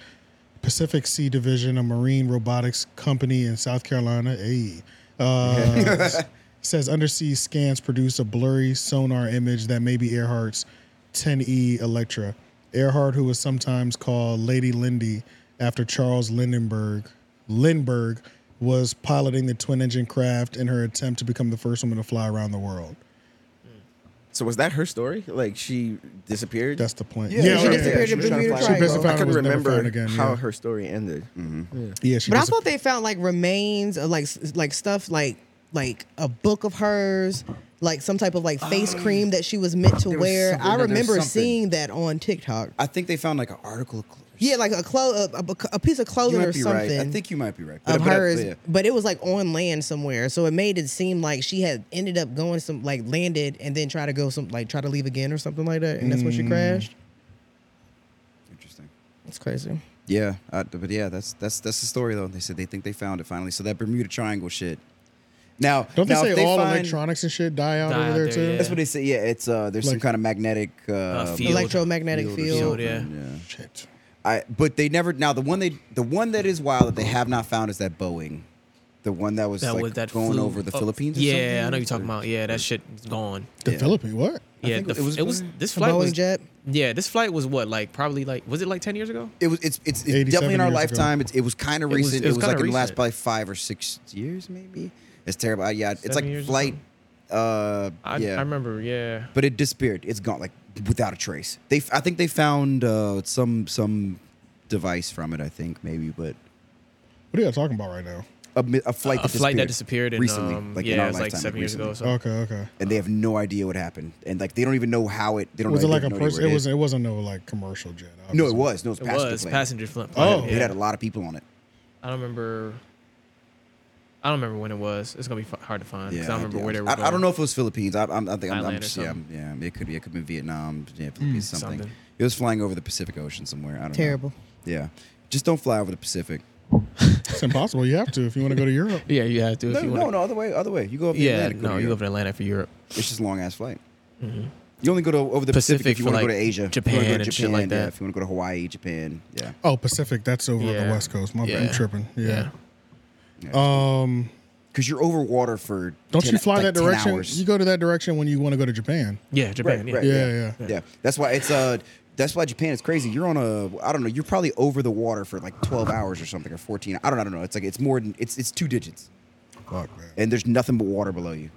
[SPEAKER 9] Pacific Sea Division, a marine robotics company in South Carolina, hey, uh, says undersea scans produce a blurry sonar image that may be Earhart's 10E Electra. Earhart, who was sometimes called Lady Lindy after Charles Lindenberg, Lindbergh, was piloting the twin engine craft in her attempt to become the first woman to fly around the world.
[SPEAKER 7] So was that her story? Like she disappeared?
[SPEAKER 9] That's the plan.
[SPEAKER 8] Yeah, Yeah, she disappeared in
[SPEAKER 7] was trying to
[SPEAKER 8] Bermuda Triangle.
[SPEAKER 7] fly herself.
[SPEAKER 9] She
[SPEAKER 7] I can
[SPEAKER 9] was never
[SPEAKER 7] remember
[SPEAKER 9] found again,
[SPEAKER 7] how
[SPEAKER 9] yeah.
[SPEAKER 7] her story ended. Mm-hmm.
[SPEAKER 9] Yeah, she
[SPEAKER 8] but I
[SPEAKER 9] disappeared.
[SPEAKER 8] thought they found like remains of like s- like stuff like like a book of hers, like some type of like face cream that she was meant to
[SPEAKER 1] Oh. There was
[SPEAKER 8] wear.
[SPEAKER 1] something-
[SPEAKER 8] I
[SPEAKER 1] no, there's
[SPEAKER 8] remember
[SPEAKER 1] something.
[SPEAKER 8] seeing that on TikTok.
[SPEAKER 1] I think they found like an article. of cl-
[SPEAKER 8] Yeah, like a clo- a, a, a piece of
[SPEAKER 1] You
[SPEAKER 8] clothing
[SPEAKER 1] might
[SPEAKER 8] or
[SPEAKER 1] be
[SPEAKER 8] something.
[SPEAKER 1] right. I think you might be right.
[SPEAKER 8] of
[SPEAKER 1] I-
[SPEAKER 8] hers,
[SPEAKER 1] yeah.
[SPEAKER 8] but it was like on land somewhere, so it made it seem like she had ended up going some like landed and then try to go some like try to leave again or something like that, and that's when she
[SPEAKER 1] Mm.
[SPEAKER 8] crashed.
[SPEAKER 1] Interesting.
[SPEAKER 8] It's crazy.
[SPEAKER 1] Yeah, uh, but yeah, that's that's that's the story though. They said they think they found it finally. So that Bermuda Triangle shit. Now,
[SPEAKER 9] Don't they
[SPEAKER 1] now,
[SPEAKER 9] say
[SPEAKER 1] if they
[SPEAKER 9] all
[SPEAKER 1] find-
[SPEAKER 9] electronics and shit die out
[SPEAKER 10] Die
[SPEAKER 9] over
[SPEAKER 10] out
[SPEAKER 9] there,
[SPEAKER 10] there,
[SPEAKER 9] too?
[SPEAKER 10] yeah.
[SPEAKER 1] That's what they say. Yeah, it's uh, there's some
[SPEAKER 9] Like-
[SPEAKER 1] kind of magnetic uh,
[SPEAKER 10] field.
[SPEAKER 8] Electromagnetic
[SPEAKER 1] or
[SPEAKER 8] field.
[SPEAKER 10] Field, yeah.
[SPEAKER 1] something, yeah.
[SPEAKER 9] Shit.
[SPEAKER 1] I but they never now the one they the one that is wild that they have not found is that Boeing, the one that was
[SPEAKER 10] That
[SPEAKER 1] like
[SPEAKER 10] was that
[SPEAKER 1] going
[SPEAKER 10] flew
[SPEAKER 1] over the
[SPEAKER 10] up-
[SPEAKER 1] Philippines. or
[SPEAKER 10] Yeah, I know
[SPEAKER 1] something?
[SPEAKER 10] you're talking about. Yeah, that shit's gone.
[SPEAKER 9] The Philippines, what?
[SPEAKER 1] I
[SPEAKER 10] yeah,
[SPEAKER 1] think
[SPEAKER 10] the,
[SPEAKER 1] it
[SPEAKER 10] it
[SPEAKER 1] was-
[SPEAKER 10] was. It was this
[SPEAKER 8] A
[SPEAKER 10] flight
[SPEAKER 8] Boeing
[SPEAKER 10] was.
[SPEAKER 8] jet.
[SPEAKER 10] Yeah, this flight was what like probably like was it like ten years ago?
[SPEAKER 1] It was it's it's, it's
[SPEAKER 9] 87
[SPEAKER 1] definitely in our
[SPEAKER 9] years ago.
[SPEAKER 1] lifetime. It's, it was kind of
[SPEAKER 10] It was-
[SPEAKER 1] recent.
[SPEAKER 10] it
[SPEAKER 1] It was,
[SPEAKER 10] was
[SPEAKER 1] like
[SPEAKER 10] kinda
[SPEAKER 1] in the last
[SPEAKER 10] recent.
[SPEAKER 1] probably five or six years maybe. It's terrible. Uh, Yeah, it's
[SPEAKER 10] Seven
[SPEAKER 1] like
[SPEAKER 10] years or
[SPEAKER 1] flight. Uh,
[SPEAKER 10] I,
[SPEAKER 1] yeah,
[SPEAKER 10] I remember. Yeah,
[SPEAKER 1] but it disappeared. It's gone, like without a trace. They, I think they found uh, some some device from it. I think maybe, but
[SPEAKER 9] What are y'all talking about right now?
[SPEAKER 1] a, mi- a flight
[SPEAKER 10] a
[SPEAKER 1] that
[SPEAKER 10] flight that
[SPEAKER 1] disappeared
[SPEAKER 10] disappeared in,
[SPEAKER 1] recently,
[SPEAKER 10] um,
[SPEAKER 1] like
[SPEAKER 10] yeah,
[SPEAKER 1] in our
[SPEAKER 10] it was like
[SPEAKER 1] lifetime,
[SPEAKER 10] seven years ago.
[SPEAKER 1] recently.
[SPEAKER 10] Or something.
[SPEAKER 9] Okay, okay.
[SPEAKER 1] and they have no idea what happened, and like they don't even know how it. They don't
[SPEAKER 9] Was it
[SPEAKER 1] know,
[SPEAKER 9] like
[SPEAKER 1] they
[SPEAKER 9] a
[SPEAKER 1] don't know
[SPEAKER 9] person?
[SPEAKER 1] where
[SPEAKER 9] It was. It wasn't no like commercial jet.
[SPEAKER 1] is. No, it
[SPEAKER 9] obviously.
[SPEAKER 1] was. No, it was
[SPEAKER 10] It
[SPEAKER 1] passenger
[SPEAKER 10] was
[SPEAKER 1] plane.
[SPEAKER 10] passenger flight.
[SPEAKER 9] Oh.
[SPEAKER 10] yeah.
[SPEAKER 1] It had a lot of people on it.
[SPEAKER 10] I don't remember. I don't remember when it was. It's gonna be f- hard to find. Uh, 'cause I don't remember
[SPEAKER 1] do.
[SPEAKER 10] where they were.
[SPEAKER 1] I,
[SPEAKER 10] going.
[SPEAKER 1] I don't know if it was Philippines. I, I'm, I think I'm, I'm
[SPEAKER 10] Thailand or
[SPEAKER 1] just, yeah,
[SPEAKER 10] something.
[SPEAKER 1] yeah, it could be. It could be Vietnam,
[SPEAKER 9] Hmm.
[SPEAKER 1] yeah, Philippines, something.
[SPEAKER 10] something.
[SPEAKER 1] It was flying over the Pacific Ocean somewhere. I don't
[SPEAKER 8] Terrible.
[SPEAKER 1] know. Yeah, just don't fly over the Pacific.
[SPEAKER 9] It's impossible. You have to if you want to go to Europe.
[SPEAKER 10] Yeah, you have to.
[SPEAKER 1] No,
[SPEAKER 10] if you
[SPEAKER 1] no,
[SPEAKER 10] want
[SPEAKER 1] no, other way, other way. You go over the
[SPEAKER 10] Yeah,
[SPEAKER 1] Atlantic. go
[SPEAKER 10] no,
[SPEAKER 1] to
[SPEAKER 10] you go
[SPEAKER 1] Europe.
[SPEAKER 10] to Atlanta for Europe.
[SPEAKER 1] It's just a long ass flight. You only go to over the Pacific,
[SPEAKER 10] Pacific
[SPEAKER 1] if you
[SPEAKER 10] for,
[SPEAKER 1] want to go
[SPEAKER 10] like,
[SPEAKER 1] to Asia, If you wanna go
[SPEAKER 10] Japan
[SPEAKER 1] to
[SPEAKER 10] and shit like
[SPEAKER 1] yeah,
[SPEAKER 10] that.
[SPEAKER 1] if you want to go to Hawaii, Japan, yeah.
[SPEAKER 9] Oh, Pacific. That's over on
[SPEAKER 10] Yeah.
[SPEAKER 9] the West Coast. My bad.
[SPEAKER 10] Yeah.
[SPEAKER 9] I'm tripping. Yeah.
[SPEAKER 10] Yeah.
[SPEAKER 9] Um,
[SPEAKER 1] Because you're over water for
[SPEAKER 9] don't
[SPEAKER 1] 10
[SPEAKER 9] you fly
[SPEAKER 1] like
[SPEAKER 9] that
[SPEAKER 1] 10
[SPEAKER 9] direction?
[SPEAKER 1] hours.
[SPEAKER 9] You go to that direction when you want to go to Japan.
[SPEAKER 10] Yeah, Japan.
[SPEAKER 1] Right,
[SPEAKER 10] yeah.
[SPEAKER 1] right,
[SPEAKER 9] Yeah,
[SPEAKER 1] yeah,
[SPEAKER 9] yeah.
[SPEAKER 1] yeah. That's why it's uh that's why Japan is crazy. You're on a I don't know, you're probably over the water for like 12 hours or something or 14. I don't I don't know. It's like it's more than it's it's two digits.
[SPEAKER 9] Fuck man.
[SPEAKER 1] And there's nothing but water below you.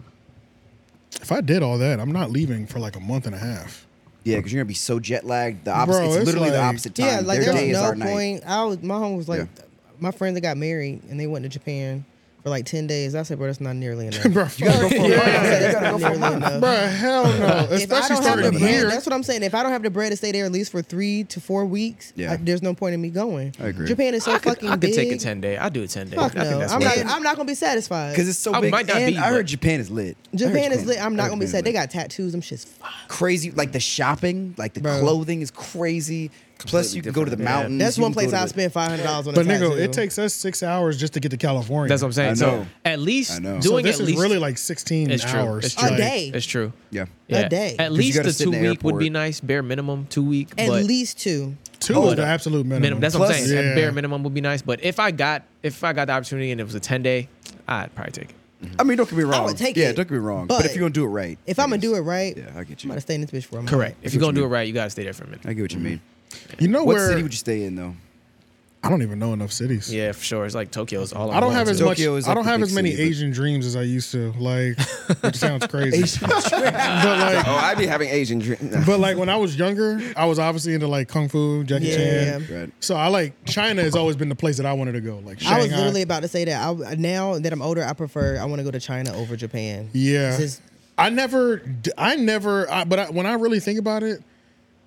[SPEAKER 9] If I did all that, I'm not leaving for like a month and a half.
[SPEAKER 1] Yeah, because you're gonna be so jet lagged. The opposite
[SPEAKER 9] Bro,
[SPEAKER 1] it's,
[SPEAKER 9] it's
[SPEAKER 1] literally the
[SPEAKER 9] like-
[SPEAKER 1] opposite time.
[SPEAKER 8] Yeah, like there
[SPEAKER 1] Their day
[SPEAKER 8] was
[SPEAKER 1] is
[SPEAKER 8] no
[SPEAKER 1] our
[SPEAKER 8] point.
[SPEAKER 1] night.
[SPEAKER 8] I was my home was like
[SPEAKER 1] Yeah.
[SPEAKER 8] my friends that got married and they went to Japan for like ten days. I said, bro, that's not nearly enough.
[SPEAKER 9] Bro, you gotta go for
[SPEAKER 8] Yeah,
[SPEAKER 9] a
[SPEAKER 8] I said, that's not nearly enough.
[SPEAKER 9] Bro, hell no.
[SPEAKER 8] If I
[SPEAKER 9] Especially
[SPEAKER 8] don't have the
[SPEAKER 9] starting
[SPEAKER 8] bread,
[SPEAKER 9] here.
[SPEAKER 8] that's what I'm saying. If I don't have the bread to stay there at least for three to four weeks,
[SPEAKER 1] Yeah.
[SPEAKER 8] I- there's no point in me going.
[SPEAKER 1] I agree.
[SPEAKER 8] Japan is so
[SPEAKER 10] I could,
[SPEAKER 8] fucking
[SPEAKER 10] I could
[SPEAKER 8] big.
[SPEAKER 10] take a ten day. I do a ten day.
[SPEAKER 8] Fuck
[SPEAKER 10] I think
[SPEAKER 8] no,
[SPEAKER 10] that's
[SPEAKER 8] I'm
[SPEAKER 10] worth
[SPEAKER 8] not.
[SPEAKER 10] it.
[SPEAKER 8] I'm not gonna be satisfied.
[SPEAKER 1] Because it's so
[SPEAKER 10] I
[SPEAKER 1] big.
[SPEAKER 10] might not
[SPEAKER 1] and
[SPEAKER 10] be,
[SPEAKER 1] I heard
[SPEAKER 10] but-
[SPEAKER 1] Japan is lit. I heard
[SPEAKER 8] Japan is
[SPEAKER 1] Japan's
[SPEAKER 8] lit. I'm
[SPEAKER 1] I
[SPEAKER 8] not
[SPEAKER 1] heard
[SPEAKER 8] gonna be
[SPEAKER 1] Japan's
[SPEAKER 8] sad. They
[SPEAKER 1] lit.
[SPEAKER 8] got tattoos. Them shits. Fuck.
[SPEAKER 1] crazy like the shopping, like the
[SPEAKER 8] Bro.
[SPEAKER 1] clothing is crazy. Plus you can go to the
[SPEAKER 10] different. Yeah.
[SPEAKER 1] mountains.
[SPEAKER 8] That's
[SPEAKER 1] you
[SPEAKER 8] one
[SPEAKER 1] can go
[SPEAKER 8] place
[SPEAKER 1] to
[SPEAKER 8] I
[SPEAKER 1] the-
[SPEAKER 8] spend five hundred dollars on.
[SPEAKER 9] But
[SPEAKER 8] a
[SPEAKER 9] nigga,
[SPEAKER 8] tattoo.
[SPEAKER 9] it takes us six hours just to get to California.
[SPEAKER 10] That's what I'm saying.
[SPEAKER 1] I know.
[SPEAKER 10] So at
[SPEAKER 1] I
[SPEAKER 10] least
[SPEAKER 1] know. So
[SPEAKER 9] So
[SPEAKER 10] doing
[SPEAKER 9] this
[SPEAKER 10] at
[SPEAKER 9] is
[SPEAKER 10] least
[SPEAKER 9] really like 16
[SPEAKER 10] it's true.
[SPEAKER 9] hours.
[SPEAKER 10] It's
[SPEAKER 8] A
[SPEAKER 10] true.
[SPEAKER 8] day.
[SPEAKER 10] It's true.
[SPEAKER 1] Yeah.
[SPEAKER 10] Yeah.
[SPEAKER 8] day. 'Cause
[SPEAKER 10] At
[SPEAKER 1] you
[SPEAKER 10] least
[SPEAKER 1] gotta
[SPEAKER 10] the
[SPEAKER 1] sit in
[SPEAKER 10] two
[SPEAKER 1] the
[SPEAKER 10] week would be
[SPEAKER 1] airport.
[SPEAKER 10] nice. Bare minimum, two week.
[SPEAKER 8] at
[SPEAKER 10] but
[SPEAKER 8] least two.
[SPEAKER 9] Two
[SPEAKER 10] Oh,
[SPEAKER 9] is the
[SPEAKER 10] yeah.
[SPEAKER 9] absolute minimum.
[SPEAKER 10] minimum. That's what I'm
[SPEAKER 1] Plus-
[SPEAKER 10] saying. At
[SPEAKER 9] Yeah.
[SPEAKER 10] bare minimum would be nice. But if I got if I got the opportunity and it was a ten day, I'd probably take it.
[SPEAKER 1] I mean, don't get me wrong.
[SPEAKER 8] I would take
[SPEAKER 1] yeah,
[SPEAKER 8] it,
[SPEAKER 1] don't get me wrong. But, if
[SPEAKER 8] but
[SPEAKER 1] you're gonna do it right,
[SPEAKER 8] If I'm gonna do it right,
[SPEAKER 1] yeah, I get
[SPEAKER 8] I'm
[SPEAKER 1] you.
[SPEAKER 8] gonna stay in this bitch for a minute.
[SPEAKER 10] Correct. If you're
[SPEAKER 1] what
[SPEAKER 10] gonna
[SPEAKER 1] you
[SPEAKER 10] do it right, you gotta stay there for a minute.
[SPEAKER 1] I get what
[SPEAKER 8] Mm-hmm.
[SPEAKER 1] you mean.
[SPEAKER 9] You know
[SPEAKER 1] what
[SPEAKER 9] where-
[SPEAKER 1] city would you stay in though?
[SPEAKER 9] I don't even know enough cities.
[SPEAKER 10] Yeah, for sure. It's like Tokyo's all.
[SPEAKER 9] I don't have as much.
[SPEAKER 1] Tokyo is
[SPEAKER 9] I
[SPEAKER 1] like
[SPEAKER 9] don't
[SPEAKER 1] the
[SPEAKER 9] have
[SPEAKER 1] big
[SPEAKER 9] as many
[SPEAKER 1] city, but-
[SPEAKER 9] Asian dreams as I used to. Like, which sounds crazy.
[SPEAKER 7] oh, I'd be having Asian drink. Nah.
[SPEAKER 9] but like when I was younger, I was obviously into like kung fu, Jackie
[SPEAKER 8] Yeah.
[SPEAKER 9] Chan.
[SPEAKER 1] Right.
[SPEAKER 9] So I like China has always been the place that I wanted to go. Like Shanghai.
[SPEAKER 8] I was literally about to say that. I, now that I'm older, I prefer. I want to go to China over Japan.
[SPEAKER 9] Yeah.
[SPEAKER 8] This is-
[SPEAKER 9] I never, d- I never, I, but I, when I really think about it,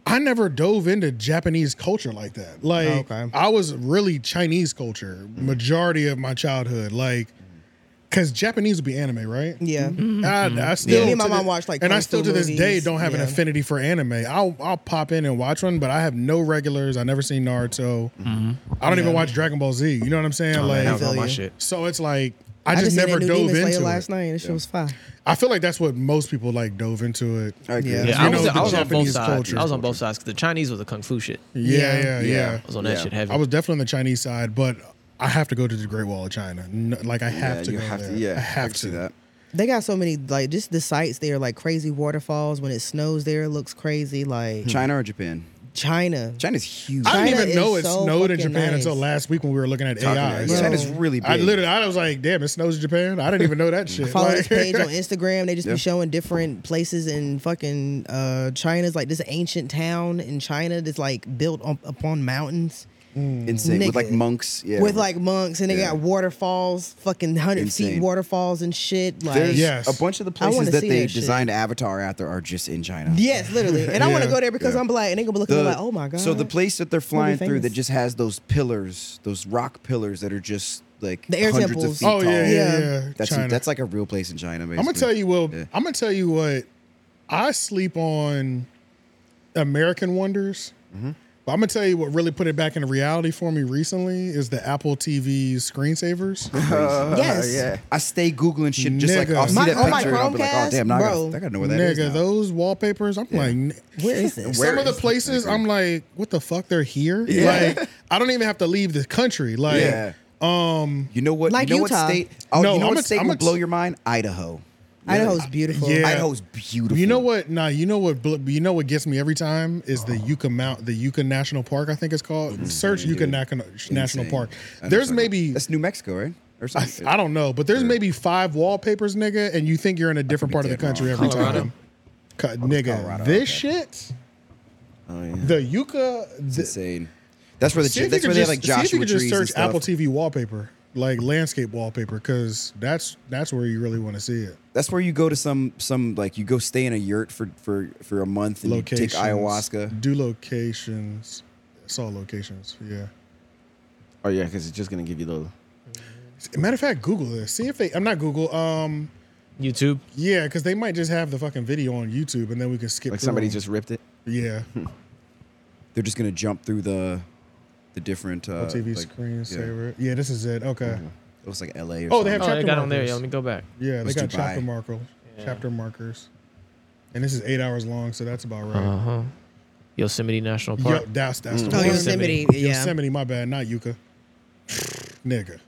[SPEAKER 9] I never dove into Japanese culture like that. Like,
[SPEAKER 8] Okay.
[SPEAKER 9] I was really Chinese culture, majority of my childhood. Like, because Japanese would be anime, right?
[SPEAKER 8] Yeah. Mm-hmm.
[SPEAKER 9] I,
[SPEAKER 10] Mm-hmm.
[SPEAKER 9] I still,
[SPEAKER 8] Me and my
[SPEAKER 9] to
[SPEAKER 8] mom
[SPEAKER 9] thi-
[SPEAKER 8] watched, like,
[SPEAKER 9] and I
[SPEAKER 8] kung
[SPEAKER 9] still
[SPEAKER 8] fu
[SPEAKER 9] to this day
[SPEAKER 8] movies.
[SPEAKER 9] don't have
[SPEAKER 8] Yeah.
[SPEAKER 9] an affinity for anime. I'll I'll pop in and watch one, but I have no regulars. I never seen Naruto. I don't even
[SPEAKER 8] Yeah.
[SPEAKER 9] watch Dragon Ball Z. You know what I'm saying?
[SPEAKER 10] Mm-hmm. Oh,
[SPEAKER 9] like,
[SPEAKER 10] man, I don't watch it.
[SPEAKER 9] so it's like I,
[SPEAKER 8] just
[SPEAKER 9] just,
[SPEAKER 8] seen
[SPEAKER 9] never
[SPEAKER 8] that new
[SPEAKER 9] dove
[SPEAKER 8] Demon Slayer
[SPEAKER 9] into it.
[SPEAKER 8] last night. and This shit was fire.
[SPEAKER 9] I feel like that's what most people like dove into it.
[SPEAKER 1] I agree.
[SPEAKER 10] Yeah,
[SPEAKER 9] You
[SPEAKER 10] I
[SPEAKER 9] know,
[SPEAKER 10] was,
[SPEAKER 9] the
[SPEAKER 10] I was on both
[SPEAKER 9] Japanese
[SPEAKER 10] sides.
[SPEAKER 9] culture.
[SPEAKER 10] I was on both sides because the Chinese was the kung fu shit.
[SPEAKER 9] Yeah, yeah, yeah.
[SPEAKER 10] I was on that
[SPEAKER 1] Yeah.
[SPEAKER 10] shit heavy.
[SPEAKER 9] I was definitely on the Chinese side, but I have to go to the Great Wall of China. No, like I have
[SPEAKER 1] yeah,
[SPEAKER 9] to
[SPEAKER 1] you
[SPEAKER 9] go
[SPEAKER 1] have
[SPEAKER 9] there.
[SPEAKER 1] to. Yeah,
[SPEAKER 9] I have to.
[SPEAKER 1] see that.
[SPEAKER 8] They got so many like just the sights there, like crazy waterfalls. When it snows there, it looks crazy.
[SPEAKER 10] Hmm.
[SPEAKER 8] Like
[SPEAKER 1] China or Japan?
[SPEAKER 8] China.
[SPEAKER 1] China's huge.
[SPEAKER 9] I didn't
[SPEAKER 8] China
[SPEAKER 9] even know
[SPEAKER 8] is
[SPEAKER 9] it
[SPEAKER 8] so
[SPEAKER 9] snowed in
[SPEAKER 8] fucking
[SPEAKER 9] Japan until
[SPEAKER 8] nice.
[SPEAKER 9] last week when we were looking at
[SPEAKER 1] Talking
[SPEAKER 9] AI.
[SPEAKER 1] about-
[SPEAKER 9] So-
[SPEAKER 1] China's really big.
[SPEAKER 9] I literally, I was like, damn, it snows in Japan. I didn't even know that shit.
[SPEAKER 8] Follow
[SPEAKER 9] Like-
[SPEAKER 8] this page on Instagram. They just
[SPEAKER 1] Yeah.
[SPEAKER 8] be showing different places in fucking uh, China's like this ancient town in China that's like built on, upon mountains
[SPEAKER 9] Mm.
[SPEAKER 1] insane with like
[SPEAKER 8] Nigga.
[SPEAKER 1] monks. Yeah,
[SPEAKER 8] with like monks, and they
[SPEAKER 1] Yeah.
[SPEAKER 8] got waterfalls, fucking hundred feet
[SPEAKER 1] Insane.
[SPEAKER 8] waterfalls and shit. Like
[SPEAKER 1] There's
[SPEAKER 9] Yes.
[SPEAKER 1] a bunch of the
[SPEAKER 8] I wanna
[SPEAKER 1] places that
[SPEAKER 8] see
[SPEAKER 1] they
[SPEAKER 8] that shit.
[SPEAKER 1] designed Avatar after are just in China.
[SPEAKER 8] yes, literally. And I want to
[SPEAKER 9] Yeah.
[SPEAKER 8] go there because
[SPEAKER 1] Yeah.
[SPEAKER 8] I'm black, and they gonna be looking at me like, oh my god.
[SPEAKER 1] So the place that they're flying through that
[SPEAKER 8] famous.
[SPEAKER 1] just has those pillars, those rock pillars that are just like
[SPEAKER 8] The air
[SPEAKER 1] hundreds
[SPEAKER 8] temples.
[SPEAKER 1] of feet
[SPEAKER 9] oh
[SPEAKER 1] tall.
[SPEAKER 9] yeah, yeah,
[SPEAKER 8] Yeah.
[SPEAKER 9] yeah.
[SPEAKER 1] That's
[SPEAKER 9] China.
[SPEAKER 1] that's like a real place in China. Basically.
[SPEAKER 9] I'm gonna tell you. Well,
[SPEAKER 1] Yeah.
[SPEAKER 9] I'm gonna tell you what. I sleep on American wonders,
[SPEAKER 1] Mm-hmm.
[SPEAKER 9] but I'm gonna tell you what really put it back into reality for me recently is the Apple TV screensavers.
[SPEAKER 8] yes,
[SPEAKER 1] I stay googling shit just like
[SPEAKER 9] Nigga.
[SPEAKER 1] I'll see
[SPEAKER 9] My-
[SPEAKER 1] that
[SPEAKER 8] on my
[SPEAKER 1] picture and I'll be like, oh
[SPEAKER 8] Chromecast,
[SPEAKER 1] damn, now I
[SPEAKER 8] bro.
[SPEAKER 1] gotta, I gotta know where that is.
[SPEAKER 9] Nigga,
[SPEAKER 1] now.
[SPEAKER 9] those wallpapers. I'm like, n-
[SPEAKER 8] where is this?
[SPEAKER 9] some of the
[SPEAKER 1] is-
[SPEAKER 9] places I'm like, what the fuck? They're here.
[SPEAKER 1] Yeah.
[SPEAKER 9] Like, I don't even have to leave the country. Like,
[SPEAKER 1] Yeah.
[SPEAKER 9] um,
[SPEAKER 1] You know what?
[SPEAKER 8] Like
[SPEAKER 1] you know
[SPEAKER 8] Utah.
[SPEAKER 1] what state? Oh,
[SPEAKER 9] No,
[SPEAKER 1] you know
[SPEAKER 9] I'm
[SPEAKER 1] what
[SPEAKER 9] a-
[SPEAKER 1] state
[SPEAKER 9] I'm
[SPEAKER 1] will
[SPEAKER 9] a-
[SPEAKER 1] blow your mind? Idaho.
[SPEAKER 8] Idaho's beautiful.
[SPEAKER 9] Yeah.
[SPEAKER 1] Idaho's beautiful.
[SPEAKER 9] You know what? Nah, you know what? bl- You know what gets me every time is the Yucca Mount, the Yucca National Park. I think it's called. Search Yucca Nac- National
[SPEAKER 1] Insane.
[SPEAKER 9] Park.
[SPEAKER 1] I know
[SPEAKER 9] There's
[SPEAKER 1] something.
[SPEAKER 9] maybe
[SPEAKER 1] that's New Mexico, right? Or
[SPEAKER 9] I,
[SPEAKER 1] something.
[SPEAKER 9] I don't know, but there's maybe five wallpapers, nigga, and you think you're in a different part of the
[SPEAKER 1] dead wrong.
[SPEAKER 9] country every
[SPEAKER 10] Colorado?
[SPEAKER 9] time. Co- nigga,
[SPEAKER 1] Colorado,
[SPEAKER 9] this
[SPEAKER 1] okay.
[SPEAKER 9] shit,
[SPEAKER 1] Oh, yeah.
[SPEAKER 9] the Yucca.
[SPEAKER 1] It's
[SPEAKER 9] The,
[SPEAKER 1] insane. That's where the
[SPEAKER 9] see if you
[SPEAKER 1] that's
[SPEAKER 9] could
[SPEAKER 1] where they have
[SPEAKER 9] just,
[SPEAKER 1] like
[SPEAKER 9] see if
[SPEAKER 1] Joshua
[SPEAKER 9] you could just
[SPEAKER 1] trees and
[SPEAKER 9] search
[SPEAKER 1] stuff.
[SPEAKER 9] Apple TV wallpaper, like landscape wallpaper, because that's that's where you really want to see it.
[SPEAKER 1] That's where you go to some some like you go stay in a yurt for for for a month and you take
[SPEAKER 9] Locations,
[SPEAKER 1] ayahuasca.
[SPEAKER 9] Do locations. It's all locations. Yeah.
[SPEAKER 7] Oh yeah, because it's just gonna give you the.
[SPEAKER 9] Matter of fact, Google this. See if they. I'm not Google. Um,
[SPEAKER 10] YouTube.
[SPEAKER 9] yeah, because they might just have the fucking video on YouTube, and then we can skip.
[SPEAKER 7] Like
[SPEAKER 9] through
[SPEAKER 7] somebody
[SPEAKER 9] them.
[SPEAKER 7] just ripped it.
[SPEAKER 9] Yeah.
[SPEAKER 1] They're just gonna jump through the the different uh,
[SPEAKER 9] Apple TV
[SPEAKER 1] like,
[SPEAKER 9] screensaver. Yeah. this is it. Okay.
[SPEAKER 1] Yeah. It was like L.A. Or
[SPEAKER 9] Oh,
[SPEAKER 1] oh, something.
[SPEAKER 9] they have-
[SPEAKER 10] Oh, they
[SPEAKER 9] Chapter
[SPEAKER 10] got on there.
[SPEAKER 9] markers.
[SPEAKER 10] Yeah, let me go back.
[SPEAKER 9] Yeah, they
[SPEAKER 1] Let's
[SPEAKER 9] got
[SPEAKER 1] do
[SPEAKER 9] chapter
[SPEAKER 1] Dubai.
[SPEAKER 9] markers. Chapter markers. And this is eight hours long, so that's about
[SPEAKER 10] Uh
[SPEAKER 9] right.
[SPEAKER 10] huh. Yosemite National
[SPEAKER 9] Yo,
[SPEAKER 10] Park.
[SPEAKER 9] that's that's
[SPEAKER 10] Mm.
[SPEAKER 9] the
[SPEAKER 8] Oh,
[SPEAKER 9] one.
[SPEAKER 8] Yosemite. Yeah.
[SPEAKER 9] Yosemite, my bad, not Yucca. Nigga,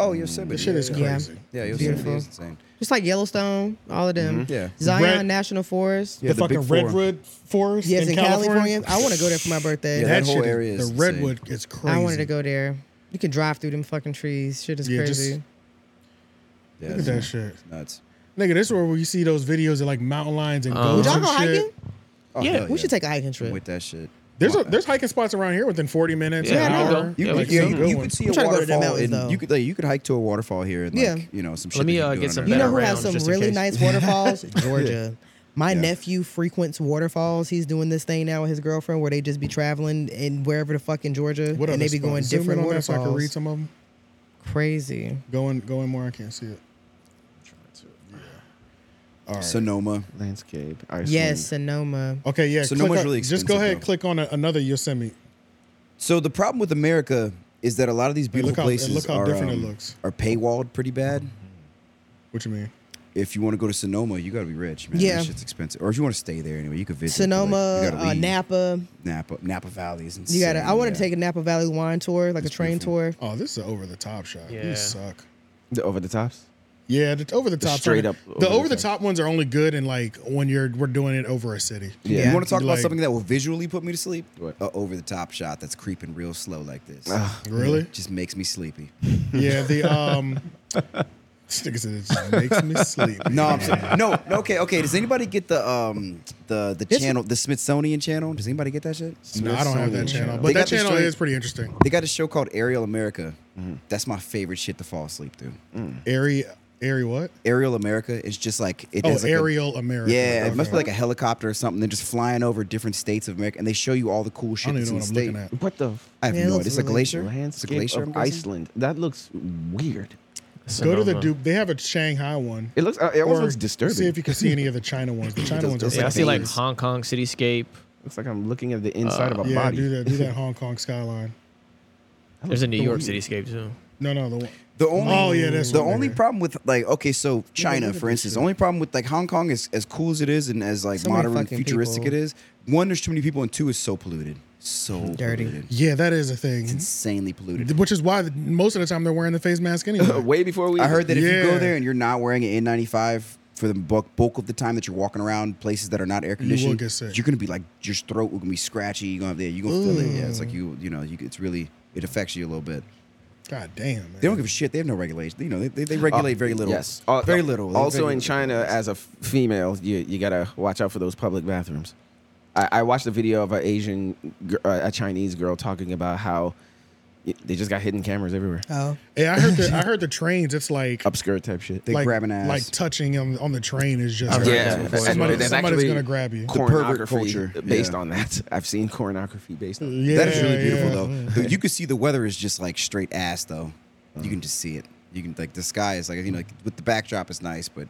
[SPEAKER 1] oh Yosemite.
[SPEAKER 9] this shit is
[SPEAKER 1] yeah,
[SPEAKER 8] yeah.
[SPEAKER 9] crazy.
[SPEAKER 1] Yeah, yeah Yosemite
[SPEAKER 8] Beautiful.
[SPEAKER 1] is insane.
[SPEAKER 8] Just like Yellowstone, all of them.
[SPEAKER 1] Mm-hmm. Yeah.
[SPEAKER 8] Zion
[SPEAKER 9] Red-
[SPEAKER 8] National Forest.
[SPEAKER 1] Yeah,
[SPEAKER 9] the,
[SPEAKER 1] the
[SPEAKER 9] fucking
[SPEAKER 1] big four.
[SPEAKER 9] redwood forest
[SPEAKER 8] Yes,
[SPEAKER 9] in,
[SPEAKER 8] in California. I want to go there for my birthday.
[SPEAKER 1] Yeah,
[SPEAKER 9] that,
[SPEAKER 1] that whole
[SPEAKER 9] shit is-
[SPEAKER 1] area is
[SPEAKER 9] the
[SPEAKER 1] insane.
[SPEAKER 9] redwood is crazy.
[SPEAKER 8] I wanted to go there. You can drive through them fucking trees. Shit is
[SPEAKER 9] Yeah, just-
[SPEAKER 8] crazy.
[SPEAKER 1] Yeah,
[SPEAKER 9] Look at
[SPEAKER 1] it's
[SPEAKER 9] that
[SPEAKER 1] nuts.
[SPEAKER 9] shit.
[SPEAKER 1] It's nuts.
[SPEAKER 9] Nigga, this is where you see those videos of like mountain lions and
[SPEAKER 10] Uh-huh.
[SPEAKER 9] goats
[SPEAKER 8] Y'all
[SPEAKER 9] and
[SPEAKER 8] go hiking?
[SPEAKER 9] shit.
[SPEAKER 1] Oh,
[SPEAKER 10] Yeah,
[SPEAKER 1] hell
[SPEAKER 8] We should take a hiking
[SPEAKER 1] I'm
[SPEAKER 8] trip.
[SPEAKER 1] with that shit.
[SPEAKER 9] There's a,
[SPEAKER 1] Come on,
[SPEAKER 9] there's hiking spots around here within 40 minutes.
[SPEAKER 10] Yeah,
[SPEAKER 9] an
[SPEAKER 10] I know.
[SPEAKER 9] hour.
[SPEAKER 1] You,
[SPEAKER 10] Yeah,
[SPEAKER 1] could,
[SPEAKER 10] like
[SPEAKER 1] yeah,
[SPEAKER 10] some
[SPEAKER 1] you,
[SPEAKER 10] good
[SPEAKER 1] you
[SPEAKER 9] ones.
[SPEAKER 1] could see a
[SPEAKER 8] trying to go to the
[SPEAKER 1] waterfall,
[SPEAKER 8] mountains,
[SPEAKER 1] and
[SPEAKER 8] though.
[SPEAKER 1] you could like, you could hike to a waterfall here, and like
[SPEAKER 8] Yeah.
[SPEAKER 1] you know some shit.
[SPEAKER 10] Let me
[SPEAKER 1] that you
[SPEAKER 10] uh,
[SPEAKER 1] can do
[SPEAKER 10] get
[SPEAKER 1] on
[SPEAKER 10] some
[SPEAKER 1] our-
[SPEAKER 8] You
[SPEAKER 10] better
[SPEAKER 8] know who has
[SPEAKER 10] rounds
[SPEAKER 8] some
[SPEAKER 10] just
[SPEAKER 8] really
[SPEAKER 10] in case.
[SPEAKER 8] nice waterfalls? Georgia. My nephew frequents waterfalls. He's doing this thing now with his girlfriend where they just be traveling in wherever the fuck in Georgia,
[SPEAKER 9] What
[SPEAKER 8] and they
[SPEAKER 9] other
[SPEAKER 8] be
[SPEAKER 9] spots?
[SPEAKER 8] going
[SPEAKER 9] Zoom in
[SPEAKER 8] different
[SPEAKER 9] on that so I can read
[SPEAKER 8] waterfalls.
[SPEAKER 9] some of them.
[SPEAKER 8] Crazy.
[SPEAKER 9] Going going more. I can't see it.
[SPEAKER 1] Sonoma.
[SPEAKER 7] Landscape.
[SPEAKER 8] Yes, Sonoma.
[SPEAKER 9] Okay, yeah.
[SPEAKER 1] So
[SPEAKER 9] click
[SPEAKER 1] no one's
[SPEAKER 9] on-
[SPEAKER 1] really
[SPEAKER 9] Just go
[SPEAKER 1] expensive,
[SPEAKER 9] ahead,
[SPEAKER 1] though.
[SPEAKER 9] click on a, another Yosemite.
[SPEAKER 1] So the problem with America is that a lot of these
[SPEAKER 9] look
[SPEAKER 1] beautiful
[SPEAKER 9] how-
[SPEAKER 1] places
[SPEAKER 9] look how
[SPEAKER 1] are,
[SPEAKER 9] different it
[SPEAKER 1] um,
[SPEAKER 9] looks. Mm-hmm.
[SPEAKER 1] are paywalled pretty bad.
[SPEAKER 9] What you mean?
[SPEAKER 1] If you want to go to Sonoma, you got to be rich, man.
[SPEAKER 8] Yeah.
[SPEAKER 1] That shit's expensive. Or if you want to stay there anyway, you could visit. but, like, you
[SPEAKER 8] Sonoma,
[SPEAKER 1] gotta
[SPEAKER 8] uh,
[SPEAKER 1] leave.
[SPEAKER 8] Napa.
[SPEAKER 1] Napa, Napa Valley is insane.
[SPEAKER 8] You gotta. I want to
[SPEAKER 1] yeah.
[SPEAKER 8] take a Napa Valley wine tour, like a train
[SPEAKER 1] beautiful.
[SPEAKER 8] tour.
[SPEAKER 9] Oh, this is over the top shot.
[SPEAKER 10] Yeah.
[SPEAKER 9] You suck.
[SPEAKER 7] The over the tops.
[SPEAKER 9] Yeah, the over the
[SPEAKER 7] The
[SPEAKER 9] top.
[SPEAKER 7] straight up
[SPEAKER 9] the
[SPEAKER 7] over-the-top.
[SPEAKER 9] over the top ones are only good in like when you're we're doing it over a city.
[SPEAKER 1] You want to talk about
[SPEAKER 9] Like,
[SPEAKER 1] something that will visually put me to sleep? A over the top shot that's creeping real slow like this.
[SPEAKER 9] Ugh. Really?
[SPEAKER 1] Just makes me sleepy.
[SPEAKER 9] Yeah, the um. this nigga said it just makes me sleep.
[SPEAKER 1] No, I'm sorry. no, no, okay, okay. Does anybody get the um the the channel the Smithsonian channel? Does anybody get that shit?
[SPEAKER 9] No, I don't have that
[SPEAKER 1] Smithsonian
[SPEAKER 9] channel, but
[SPEAKER 1] They
[SPEAKER 9] that
[SPEAKER 1] got this
[SPEAKER 9] channel
[SPEAKER 1] joint-
[SPEAKER 9] is pretty interesting.
[SPEAKER 1] They got a show called Aerial America.
[SPEAKER 9] Mm-hmm.
[SPEAKER 1] That's my favorite shit to fall asleep to.
[SPEAKER 9] Airy, airy what?
[SPEAKER 1] Aerial America is just like it
[SPEAKER 9] Oh,
[SPEAKER 1] has like a-
[SPEAKER 9] Aerial America.
[SPEAKER 1] Yeah, it
[SPEAKER 9] Okay.
[SPEAKER 1] must be like a helicopter or something. They're just flying over different states of America, and they show you all the cool shit.
[SPEAKER 9] don't
[SPEAKER 1] that's in
[SPEAKER 9] even know
[SPEAKER 1] the
[SPEAKER 9] what I'm
[SPEAKER 1] state.
[SPEAKER 9] looking
[SPEAKER 7] What the? F-
[SPEAKER 1] I have
[SPEAKER 9] Yeah, it
[SPEAKER 1] no
[SPEAKER 9] looks
[SPEAKER 1] idea. It's a
[SPEAKER 9] really-
[SPEAKER 1] glacier. It's a
[SPEAKER 7] Landscape
[SPEAKER 1] glacier.
[SPEAKER 7] of
[SPEAKER 1] I'm guessing?
[SPEAKER 7] Iceland. That looks weird.
[SPEAKER 9] Go to the Duke. They have a Shanghai one.
[SPEAKER 7] It looks- uh, it always
[SPEAKER 9] Or
[SPEAKER 7] looks disturbing.
[SPEAKER 9] See if you can see any of the China ones. The China ones. are
[SPEAKER 7] does
[SPEAKER 10] Yeah, I
[SPEAKER 7] look
[SPEAKER 10] see like
[SPEAKER 7] dangerous.
[SPEAKER 10] Hong Kong cityscape.
[SPEAKER 7] Looks like I'm looking at the inside of a
[SPEAKER 9] yeah,
[SPEAKER 7] body.
[SPEAKER 9] do that. Do that Hong Kong skyline.
[SPEAKER 10] There's a New
[SPEAKER 9] The
[SPEAKER 10] York
[SPEAKER 9] one-
[SPEAKER 10] cityscape too.
[SPEAKER 9] No, no, the one.
[SPEAKER 1] The only
[SPEAKER 9] Oh yeah, that's
[SPEAKER 1] the only problem with like okay, so China,
[SPEAKER 9] look at
[SPEAKER 1] for
[SPEAKER 9] this
[SPEAKER 1] instance,
[SPEAKER 9] shit.
[SPEAKER 1] the only problem with like Hong Kong is as cool as it is and as like
[SPEAKER 9] So many
[SPEAKER 1] modern and
[SPEAKER 9] fucking
[SPEAKER 1] futuristic
[SPEAKER 9] people.
[SPEAKER 1] it is. One, there's too many people, and two, it's so polluted, so
[SPEAKER 8] Dirty.
[SPEAKER 1] polluted.
[SPEAKER 9] Yeah, that is a thing.
[SPEAKER 1] It's insanely polluted.
[SPEAKER 9] Which is why the, most of the time they're wearing the face mask anyway.
[SPEAKER 7] Way before we.
[SPEAKER 1] I heard that if you go
[SPEAKER 9] Yeah.
[SPEAKER 1] there and you're not wearing an N95 for the bulk, bulk of the time that you're walking around places that are not air
[SPEAKER 9] will
[SPEAKER 1] conditioned,
[SPEAKER 9] get sick.
[SPEAKER 1] are gonna be like your throat will be scratchy. You're gonna be you're gonna feel it. Yeah, it's like you you know you, it's really it affects you a little bit.
[SPEAKER 9] God damn.
[SPEAKER 1] They don't give a shit. They have no regulation. You know they, they, they regulate
[SPEAKER 7] Uh,
[SPEAKER 1] very little.
[SPEAKER 7] Yes, Uh,
[SPEAKER 1] very little. They
[SPEAKER 7] Also
[SPEAKER 1] very
[SPEAKER 7] in
[SPEAKER 1] little.
[SPEAKER 7] China, as a f- female, you you gotta watch out for those public bathrooms. I, I watched a video of an Asian, gir- uh, a Chinese girl talking about how y- they just got hidden cameras everywhere,
[SPEAKER 8] Oh.
[SPEAKER 9] Yeah, I heard the I heard the trains. It's like
[SPEAKER 7] obscure type shit.
[SPEAKER 1] They
[SPEAKER 9] like,
[SPEAKER 1] grab an ass. Oh,
[SPEAKER 9] like touching on, on the train is just
[SPEAKER 7] I've heard
[SPEAKER 9] yeah.
[SPEAKER 7] that before.
[SPEAKER 9] Somebody,
[SPEAKER 7] There's
[SPEAKER 9] somebody's
[SPEAKER 7] actually
[SPEAKER 9] gonna grab you.
[SPEAKER 1] pervert
[SPEAKER 7] Pornography
[SPEAKER 1] culture.
[SPEAKER 7] based
[SPEAKER 1] Yeah.
[SPEAKER 7] on that. I've seen pornography based on.
[SPEAKER 9] Yeah,
[SPEAKER 1] that is really beautiful
[SPEAKER 9] yeah.
[SPEAKER 1] though. Dude, you can see the weather is just like straight ass though.
[SPEAKER 7] Uh-huh.
[SPEAKER 1] You can just see it. You can like the sky is like you know like, with the backdrop is nice, but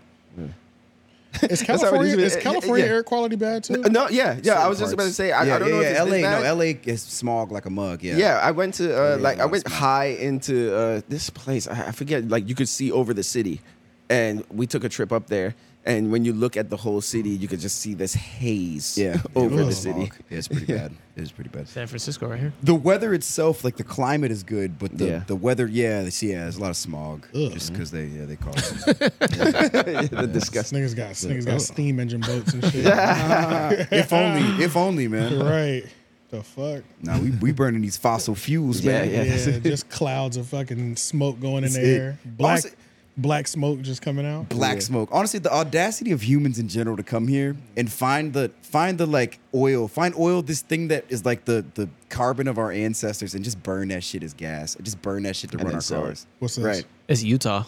[SPEAKER 7] That's
[SPEAKER 9] Is
[SPEAKER 7] how it
[SPEAKER 9] California
[SPEAKER 7] is.
[SPEAKER 9] is California
[SPEAKER 7] Yeah.
[SPEAKER 9] air quality bad too?
[SPEAKER 7] No, yeah, yeah. I was just about to
[SPEAKER 1] parts.
[SPEAKER 7] say. I,
[SPEAKER 1] yeah,
[SPEAKER 7] I don't
[SPEAKER 1] yeah,
[SPEAKER 7] know
[SPEAKER 1] yeah,
[SPEAKER 7] if it's this
[SPEAKER 1] LA.
[SPEAKER 7] bad.
[SPEAKER 1] No, LA is smog like a mug. Yeah,
[SPEAKER 7] Yeah. I went to uh,
[SPEAKER 1] Yeah,
[SPEAKER 7] like I
[SPEAKER 1] that's
[SPEAKER 7] went
[SPEAKER 1] nice.
[SPEAKER 7] high into uh, this place. I, I forget. Like you could see over the city, and we took a trip up there. And when you look at the whole city, you could just see this haze
[SPEAKER 1] yeah.
[SPEAKER 7] over
[SPEAKER 1] Yeah,
[SPEAKER 7] the
[SPEAKER 1] it's
[SPEAKER 7] city.
[SPEAKER 1] smog. Yeah, it's pretty bad. It is pretty bad.
[SPEAKER 10] San Francisco right here.
[SPEAKER 1] The weather itself, like the climate, is good, but the,
[SPEAKER 7] Yeah.
[SPEAKER 1] the weather, yeah, they see, yeah, there's a lot of smog
[SPEAKER 9] Ugh.
[SPEAKER 1] just because they, yeah, they call it. Oh.
[SPEAKER 7] the disgusting. Oh.
[SPEAKER 9] Niggas got niggas got steam engine boats and shit.
[SPEAKER 1] if only, if only, man.
[SPEAKER 9] right. The fuck.
[SPEAKER 1] Nah, we we burning these fossil fuels,
[SPEAKER 7] Yeah,
[SPEAKER 1] man.
[SPEAKER 7] yeah.
[SPEAKER 9] Yeah, just clouds of fucking smoke going in
[SPEAKER 1] That's
[SPEAKER 9] the
[SPEAKER 1] it.
[SPEAKER 9] air. Black
[SPEAKER 1] Honestly-
[SPEAKER 9] black smoke just coming out.
[SPEAKER 1] black smoke. Honestly, the audacity of humans in general to come here and find the find the like oil, find oil, this thing that is like the the carbon of our ancestors, and just burn that shit as gas. Just burn that shit to
[SPEAKER 7] And
[SPEAKER 1] run
[SPEAKER 7] then
[SPEAKER 1] our
[SPEAKER 7] sell it.
[SPEAKER 1] cars.
[SPEAKER 9] What's this?
[SPEAKER 1] Right.
[SPEAKER 10] It's Utah.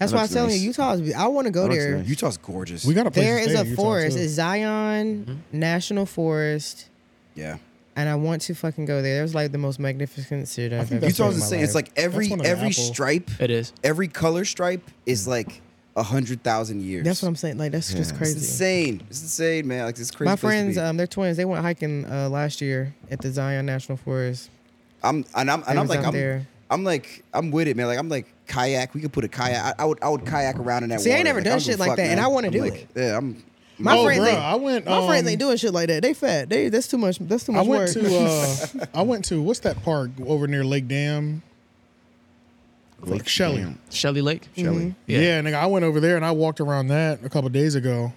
[SPEAKER 8] That's
[SPEAKER 7] That
[SPEAKER 8] why I'm
[SPEAKER 7] looks
[SPEAKER 8] telling
[SPEAKER 7] nice.
[SPEAKER 8] you, Utah's. be- I want to go
[SPEAKER 7] That looks
[SPEAKER 8] there.
[SPEAKER 7] nice.
[SPEAKER 1] Utah's gorgeous.
[SPEAKER 9] We got a place
[SPEAKER 8] There
[SPEAKER 9] to
[SPEAKER 8] is
[SPEAKER 9] stay
[SPEAKER 8] a
[SPEAKER 9] in Utah,
[SPEAKER 8] forest.
[SPEAKER 9] too.
[SPEAKER 8] It's Zion National Forest,
[SPEAKER 1] yeah.
[SPEAKER 8] and I want to fucking go there. There's like the most magnificent shit I've
[SPEAKER 9] think
[SPEAKER 8] ever
[SPEAKER 9] that's
[SPEAKER 8] seen
[SPEAKER 1] Utah's
[SPEAKER 8] in my
[SPEAKER 1] insane. It's
[SPEAKER 8] life.
[SPEAKER 1] like every
[SPEAKER 9] That's one of the
[SPEAKER 1] every
[SPEAKER 9] Apple-
[SPEAKER 1] stripe,
[SPEAKER 10] It is.
[SPEAKER 1] every color stripe is like a hundred thousand years.
[SPEAKER 8] that's what I'm saying. Like that's just
[SPEAKER 1] It's
[SPEAKER 8] crazy.
[SPEAKER 1] insane. It's insane, man. Like it's crazy.
[SPEAKER 8] My
[SPEAKER 1] place to
[SPEAKER 8] friends,
[SPEAKER 1] be.
[SPEAKER 8] um, they're twins. They went hiking uh, last year at the Zion National Forest.
[SPEAKER 1] I'm and I'm
[SPEAKER 8] They
[SPEAKER 1] and I'm
[SPEAKER 8] was
[SPEAKER 1] like
[SPEAKER 8] out
[SPEAKER 1] I'm,
[SPEAKER 8] there.
[SPEAKER 1] I'm like I'm with it, man. Like I'm like kayak. We could put a kayak. I, I would I would kayak around in that.
[SPEAKER 8] See, I ain't never
[SPEAKER 1] water.
[SPEAKER 8] done
[SPEAKER 1] don't give
[SPEAKER 8] shit
[SPEAKER 1] a
[SPEAKER 8] like that, and
[SPEAKER 1] man.
[SPEAKER 8] I wanna
[SPEAKER 1] I'm
[SPEAKER 8] do
[SPEAKER 1] like,
[SPEAKER 8] it.
[SPEAKER 1] Yeah, I'm.
[SPEAKER 8] My
[SPEAKER 9] Oh,
[SPEAKER 8] friends,
[SPEAKER 9] bruh,
[SPEAKER 8] ain't-
[SPEAKER 9] I went.
[SPEAKER 8] My friends
[SPEAKER 9] um,
[SPEAKER 8] ain't doing shit like that. They fat. They that's too much. That's too
[SPEAKER 9] I
[SPEAKER 8] much
[SPEAKER 9] went
[SPEAKER 8] work.
[SPEAKER 9] to uh, I went to what's that park over near Lake Dam? Lake Shelley.
[SPEAKER 10] Shelly Lake. Mm-hmm.
[SPEAKER 1] Shelly.
[SPEAKER 9] Yeah. nigga, I went over there and I walked around that a couple days ago.